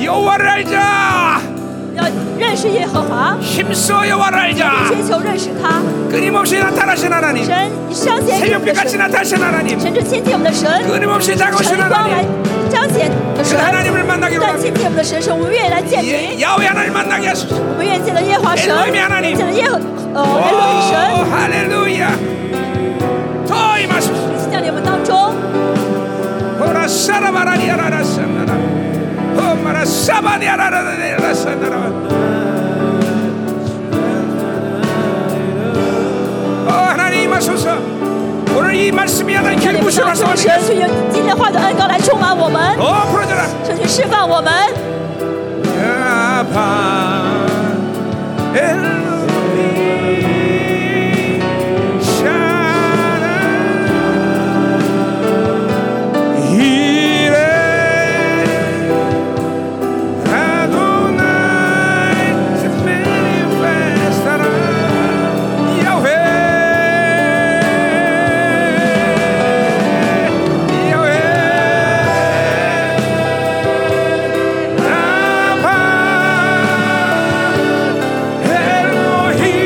Speaker 1: 여호와를 알자
Speaker 2: 要认识耶和华，
Speaker 1: 힘써 여호와를
Speaker 2: 追
Speaker 1: 알자
Speaker 2: 求认识他。
Speaker 1: 끊임없이 나타나신 하나님
Speaker 2: 神，你彰显给我们的
Speaker 1: 새벽빛같이
Speaker 2: 神，
Speaker 1: 나타나신 하나님
Speaker 2: 神是亲近我们的神，
Speaker 1: 끊임없이 다가오신
Speaker 2: 神光来
Speaker 1: 하나님
Speaker 2: 彰显你
Speaker 1: 그
Speaker 2: 的神。
Speaker 1: 하나님을 만나기
Speaker 2: 但
Speaker 1: 원합니다
Speaker 2: 亲近我们的神，是我们愿意来见您。
Speaker 1: 예, 야외 하나님 만나게 하소서
Speaker 2: 我们愿意见到耶和华神，
Speaker 1: 엘로힘 하나님
Speaker 2: 见到耶和呃
Speaker 1: 오,
Speaker 2: 耶和神，
Speaker 1: 할렐루야 더 임하소서
Speaker 2: 是在你们当中，
Speaker 1: 호라사라바라리아라라산나라 Oh, 호마라사바리아라라라산나라 어 하나님 임하소서 오늘 이 말씀이 하나님
Speaker 2: 在你
Speaker 1: 결국
Speaker 2: 们当
Speaker 1: 무시하소
Speaker 2: 中，神哦去用今天话语的恩膏来充满我们，
Speaker 1: 어 풀어져라
Speaker 2: 神去释放我们，
Speaker 1: 야바 엘로히 샤라 이레 아도나이 manifestará Yahweh Yahweh Rabbah Elohim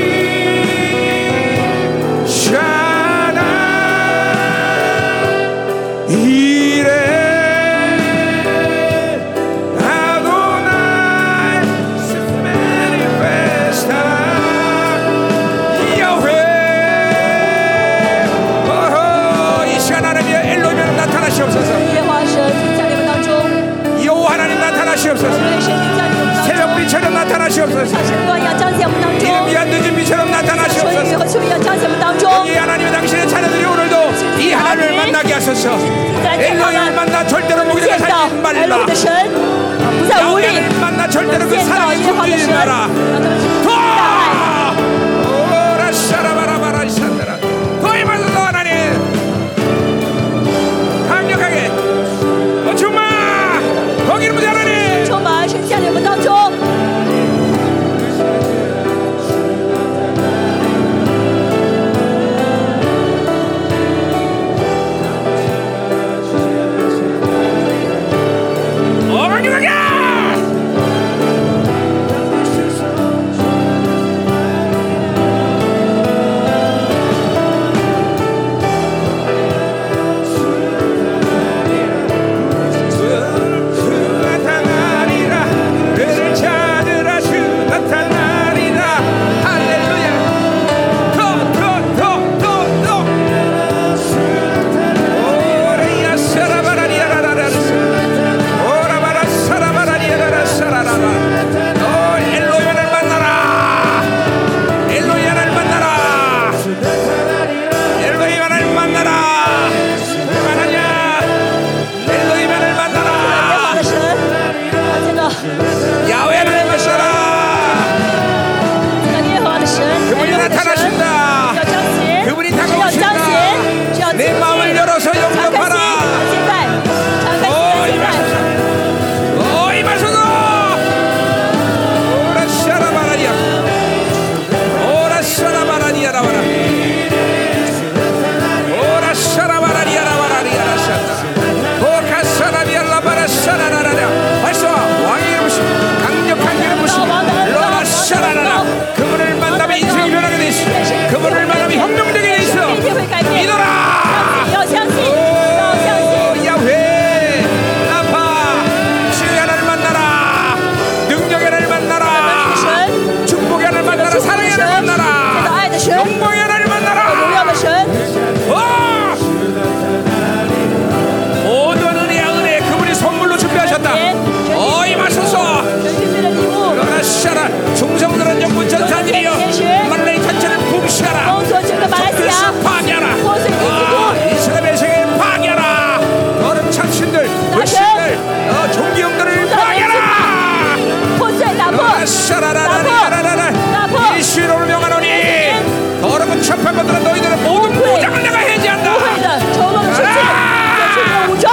Speaker 1: Shaddai Yireh Adonai se manifestará. Yahweh, oh, 이 시간 하나님의 엘로면 나타나시옵소서.
Speaker 2: 耶和华神去在你们当中，
Speaker 1: 여호와 하나님
Speaker 2: 我
Speaker 1: 나타나시옵소서.
Speaker 2: 们愿神去在你们当中，
Speaker 1: 새벽빛처럼 나타나시옵소서.
Speaker 2: 像神光一样彰显我们当中，
Speaker 1: 이름 위한 늦은 빛처럼
Speaker 2: 像春雨
Speaker 1: 나타나시옵소서.
Speaker 2: 和秋雨一样彰显我们当中，
Speaker 1: 이 하나님의 당신의 자녀들이 오늘도 이 하나님을 만나게 하소서. 엘로이를 만나 절대로
Speaker 2: 见
Speaker 1: 목적에
Speaker 2: 到
Speaker 1: 살지
Speaker 2: 爱路
Speaker 1: 말라.
Speaker 2: 的神，不再无力，
Speaker 1: 야외를 만나
Speaker 2: 见
Speaker 1: 절대로 그
Speaker 2: 到
Speaker 1: 사랑이
Speaker 2: 耶和华的神，
Speaker 1: 굶주리지
Speaker 2: 让
Speaker 1: 마라.
Speaker 2: 他们是
Speaker 1: 더
Speaker 2: 大爱。
Speaker 1: 오라 샤라바라바라 이산다라 더 임하소서 하나님 강력하게 어, 더 충마 더 기름 부세 하나님
Speaker 2: 充满神降临我们当中，啊
Speaker 1: 네, 어, 예,
Speaker 2: 예.
Speaker 1: 아, 어, 샤라라라라라라라 예수 이름으로 명하노니 더럽고 첩한 것들은 너희들은 모든 무장을 내가
Speaker 2: 不会
Speaker 1: 해제한다
Speaker 2: 的，丑陋的事情，解除你的武装，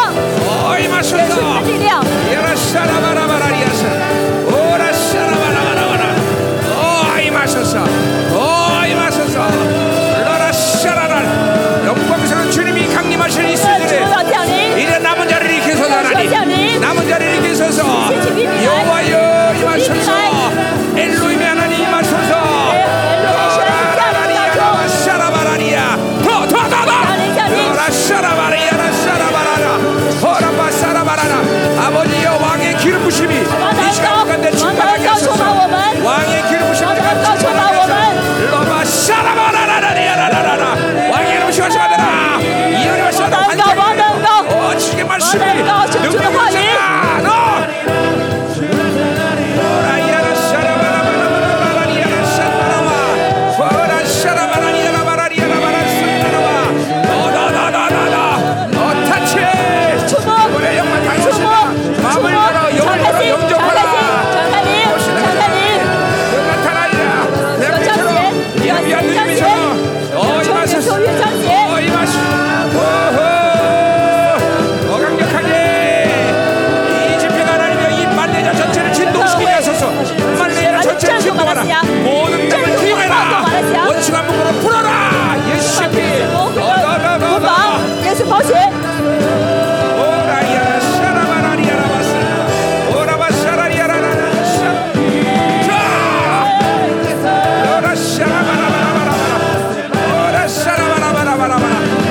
Speaker 1: 어이
Speaker 2: 解除你的
Speaker 1: 마술다
Speaker 2: 力量。
Speaker 1: 야라 샤라바라바라리아사 오라 샤라바라바라바라 어이 마셔서 어이 마셔서 라라 샤라라 영광스러운 주님이 강림하시는 이
Speaker 2: 愿主
Speaker 1: 시대에
Speaker 2: 要降临，
Speaker 1: 이제 남은 자를 일으켜서 하나님 남은 자를 일으켜서 여호와여 임하소서 엘로임 하나님 네, 임하소서 라라라라라라샤라바라리아 더더더더 라샤라바리아라 샤라바라라 허라바샤라바라라 아버지여 왕의 기름 부심이 이 시간 가운데 충만하게 하소서 왕의 기름 부심이 러바샤라바라라라라라라 왕의 기름 부심이 하시마라 이하리 마시마라 어, 주의 말씀이 능력이 있잖아. 너! 라이아라 샤라바라바라바라바라리아라 샤라바라바. 소아라 샤라바라리아라바라리아라바라 샤라바라바. 너, 너, 너, 너, 너, 너. 너 터치!
Speaker 2: 주목!
Speaker 1: 오늘 영광
Speaker 2: 触摸
Speaker 1: 당신이다. ， 마음을
Speaker 2: 触摸
Speaker 1: 열어, ， 영을
Speaker 2: 敞开
Speaker 1: 열어,
Speaker 2: 心，敞
Speaker 1: 영접하라.
Speaker 2: 开心，敞开灵，敞开
Speaker 1: 네,
Speaker 2: 灵。
Speaker 1: 나타나리라. 내 빛으로 이름 위한 누님이처럼 어,
Speaker 2: 求越
Speaker 1: 임하소서.
Speaker 2: 求越彰显。
Speaker 1: 어, 임하시오. 호호. 어, 강력하게. 이 집회가 하나님의 이 만내자 전체를 진동시키게 하소서. 만내자 전체를 진동하라. 모든 땅을 투영해라. 원수가 문으로 풀어라. 예수 피
Speaker 2: 我回到国防，耶稣保险。
Speaker 1: 오라이아라 샤라바라리아라 바사. 오라바샤라리아라라라 샤. 자! 오라 샤라바라바라바라바라. 오라 샤라바라바라바라바라.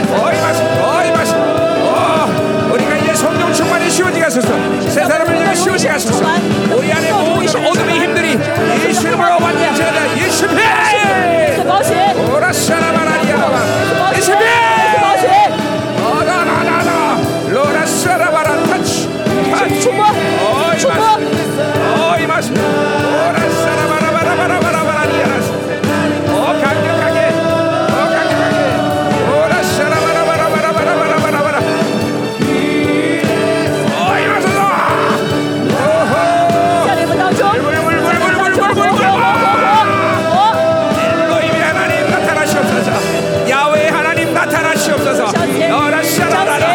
Speaker 1: 어이 마시, 어이 마시. 어, 우리가 이제 성령 충만이 쉬워지게 하소서. 세 사람을 위해 쉬워지게 하소서. 우리 안에 모든 어둠의 힘들이 예수 이름으로 완전하자. 예수 피!
Speaker 2: 耶稣保险，
Speaker 1: 오라 샤라바라리아라바. 예수 피!
Speaker 2: 保险，
Speaker 1: 어라라라라 로라 사라바라 타치 타치
Speaker 2: 触摸，
Speaker 1: 어이
Speaker 2: 触
Speaker 1: 마스
Speaker 2: 摸，
Speaker 1: 어이 마스 로라 사라바라바라바라바라바라리아라스 어 강력하게 어 강력하게 로라 사라바라바라바라바라바라바라바라 어이 마스다 오호
Speaker 2: 在你们当中，当中活活活活活。
Speaker 1: 엘로힘의 하나님 나타나시옵소서 야외 하나님 나타나시옵소서 어, 어라샤라라라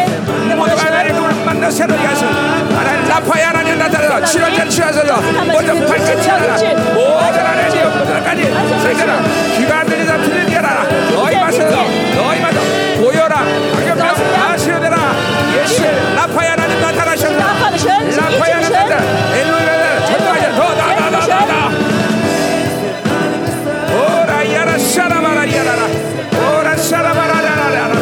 Speaker 1: 모두가 하나님 눈을 만나 새로이 하소서 하나님 라파야 하나님 나타나라 치료자 치하소서 모든 발끝이 하나라 모든 하나님 옆까지 살펴라 귀가 안 들리다 들리게 하라 너희 마셔서 너희 마셔 보여라 박격하고 다 치료되라 예수 라파야 하나님 나타나셨다
Speaker 2: 拉法的神，一
Speaker 1: 라파야
Speaker 2: 指神，
Speaker 1: 나타나 엘로힘의 하나님 전도하자 더나나나나나 오라 야라 샤라바라 야라라 오라 샤라바라 야라라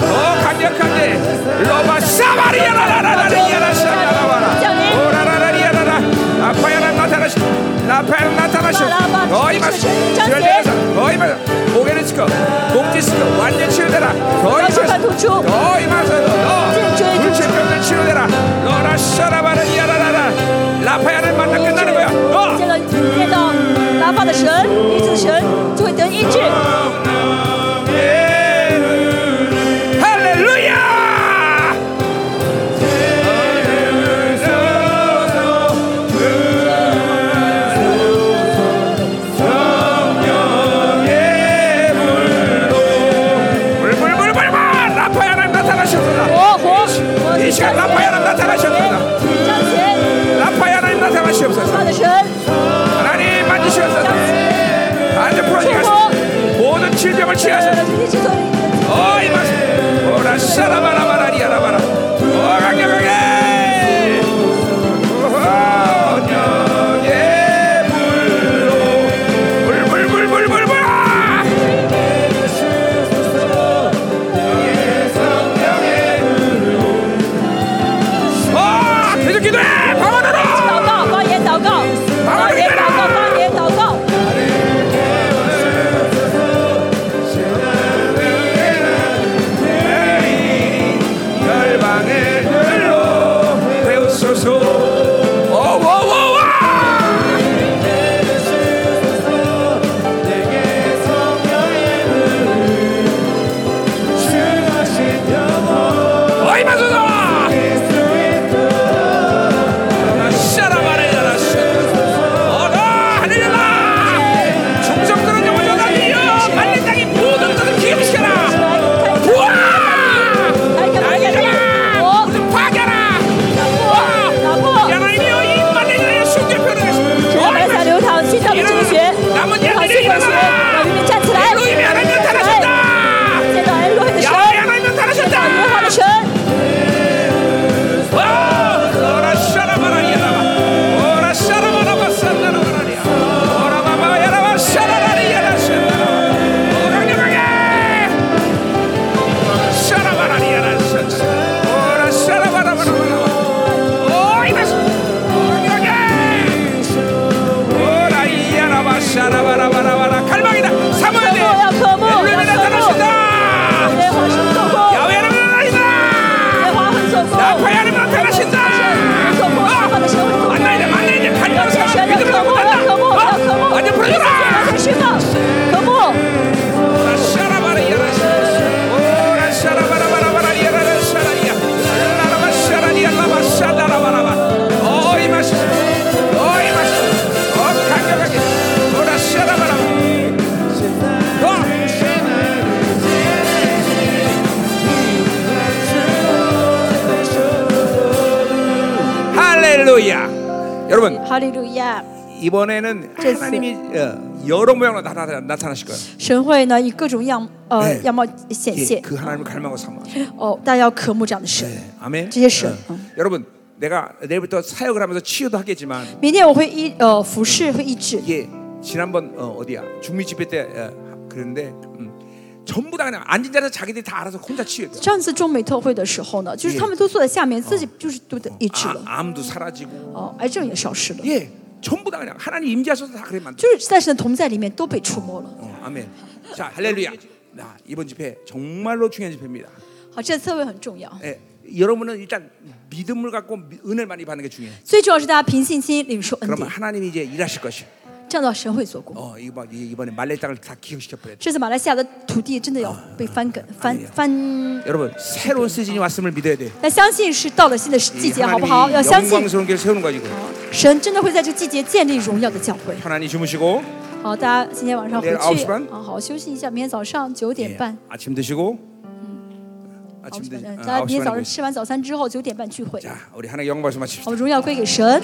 Speaker 1: 더 강력한데 로바 샤바리 야라라라라 야라 샤라바라 오라라라 야라라 아파야라 나타나시 라파야라 나타나시 너희 마시 지랄대에서 너희 마시 고개를 치고 목지 치고 완전 치료되라 너희 마시 너희 마시 너 물체병들 치료되라 너라 샤라바라 야라라라 라파야를 만나 끝나는 거야 너
Speaker 2: 见了见到拉法的神，医治的神就会得医治。
Speaker 1: 할렐루야! 물물물물물 라파야 하나님 나타나셨다
Speaker 2: 活活，我
Speaker 1: 이 시간 라파야 하나님
Speaker 2: 彰
Speaker 1: 나타나셨다
Speaker 2: 显
Speaker 1: 라파야 하나님 나타나시옵소서
Speaker 2: 拉法的神，
Speaker 1: 하나님 만지시옵소서 완전 풀어지겠습니다 모든 질병을 치하소서
Speaker 2: 医治从
Speaker 1: 어이 마시 오라 샤라바라바라리아라바라 어 강력하게 오호녀의 물로 물물물물물물 아 계속 기도해 방언으로
Speaker 2: 祷告方言祷告，方言祷告方言祷告，
Speaker 1: 열방의 별로 어,
Speaker 2: 哈利路亚！
Speaker 1: 이번에는
Speaker 2: 됐어.
Speaker 1: 하나님이 어, 여러 모양으로 나타, 나타나실 거예요.
Speaker 2: 神会呢以各种样呃
Speaker 1: 哎
Speaker 2: 样貌显
Speaker 1: 예,
Speaker 2: 现。
Speaker 1: 그 하나님을 갈망하고 삼아.
Speaker 2: 哦，大家要渴慕这样的神。
Speaker 1: 예, 아멘. 네.
Speaker 2: 이제 쉬어요.
Speaker 1: 여러분, 내가 내일부터 사역을 하면서 치유도 하겠지만
Speaker 2: 明天我会医呃服侍会医治。
Speaker 1: 이게 지난번 어, 어디야 중미 집회 때 어, 그런데 음, 전부 다 그냥 앉은 자리에서 자기들이 다 알아서 혼자 치유했어.
Speaker 2: 上次中美特会的时候呢，就是他们都坐在下面，自己就是都得医治了。
Speaker 1: 아, 암도 사라지고
Speaker 2: 哦，癌症也消失了，
Speaker 1: 예, 전부 다 그냥 하나님 임재하셔서 다 그래 만.
Speaker 2: 就是在神的同在里面都被触摸了。
Speaker 1: 어, 아멘. 자, 할렐루야. 나 이번 집회 정말로 중요한 집회입니다.
Speaker 2: 好，这次会很重要，
Speaker 1: 예, 여러분은 일단 믿음을 갖고 미- 은혜를 많이 받는 게 중요해.
Speaker 2: 最重要是大家凭信心领受恩
Speaker 1: 그러면
Speaker 2: 典，
Speaker 1: 하나님이 이제 일하실 것이.
Speaker 2: 这样的话神会做工。
Speaker 1: 어, 이거 막 이- 이번에 말레 땅을 다 기억시켜 버려.
Speaker 2: 这次马来西亚的土地真的要被翻耕翻翻。
Speaker 1: 여러분, 새로운 시즌이 왔음을 믿어야 돼.
Speaker 2: 那相信是到了新的时季
Speaker 1: 이
Speaker 2: 节，好不好？
Speaker 1: 하나님이
Speaker 2: 要相信
Speaker 1: 영광스러운 길을 세우는 거지. 그거.
Speaker 2: 神真的会在这个季节建立荣耀的教会。
Speaker 1: 편안히 주무시고
Speaker 2: 好，大家今天晚上回
Speaker 1: 내일9시
Speaker 2: 去
Speaker 1: 반
Speaker 2: 啊，好好休息一下，明天早上九
Speaker 1: 예,
Speaker 2: 点半。
Speaker 1: 아침 드시고.
Speaker 2: 好
Speaker 1: 아침
Speaker 2: 9시
Speaker 1: 드
Speaker 2: 반
Speaker 1: 어,
Speaker 2: 大家
Speaker 1: 아홉시
Speaker 2: 明天早
Speaker 1: 반에
Speaker 2: 上
Speaker 1: 모이시-
Speaker 2: 吃完早餐之后九点半聚会，
Speaker 1: 자, 우리 하나님 영광을 마칩시다.
Speaker 2: 好，荣耀归给神。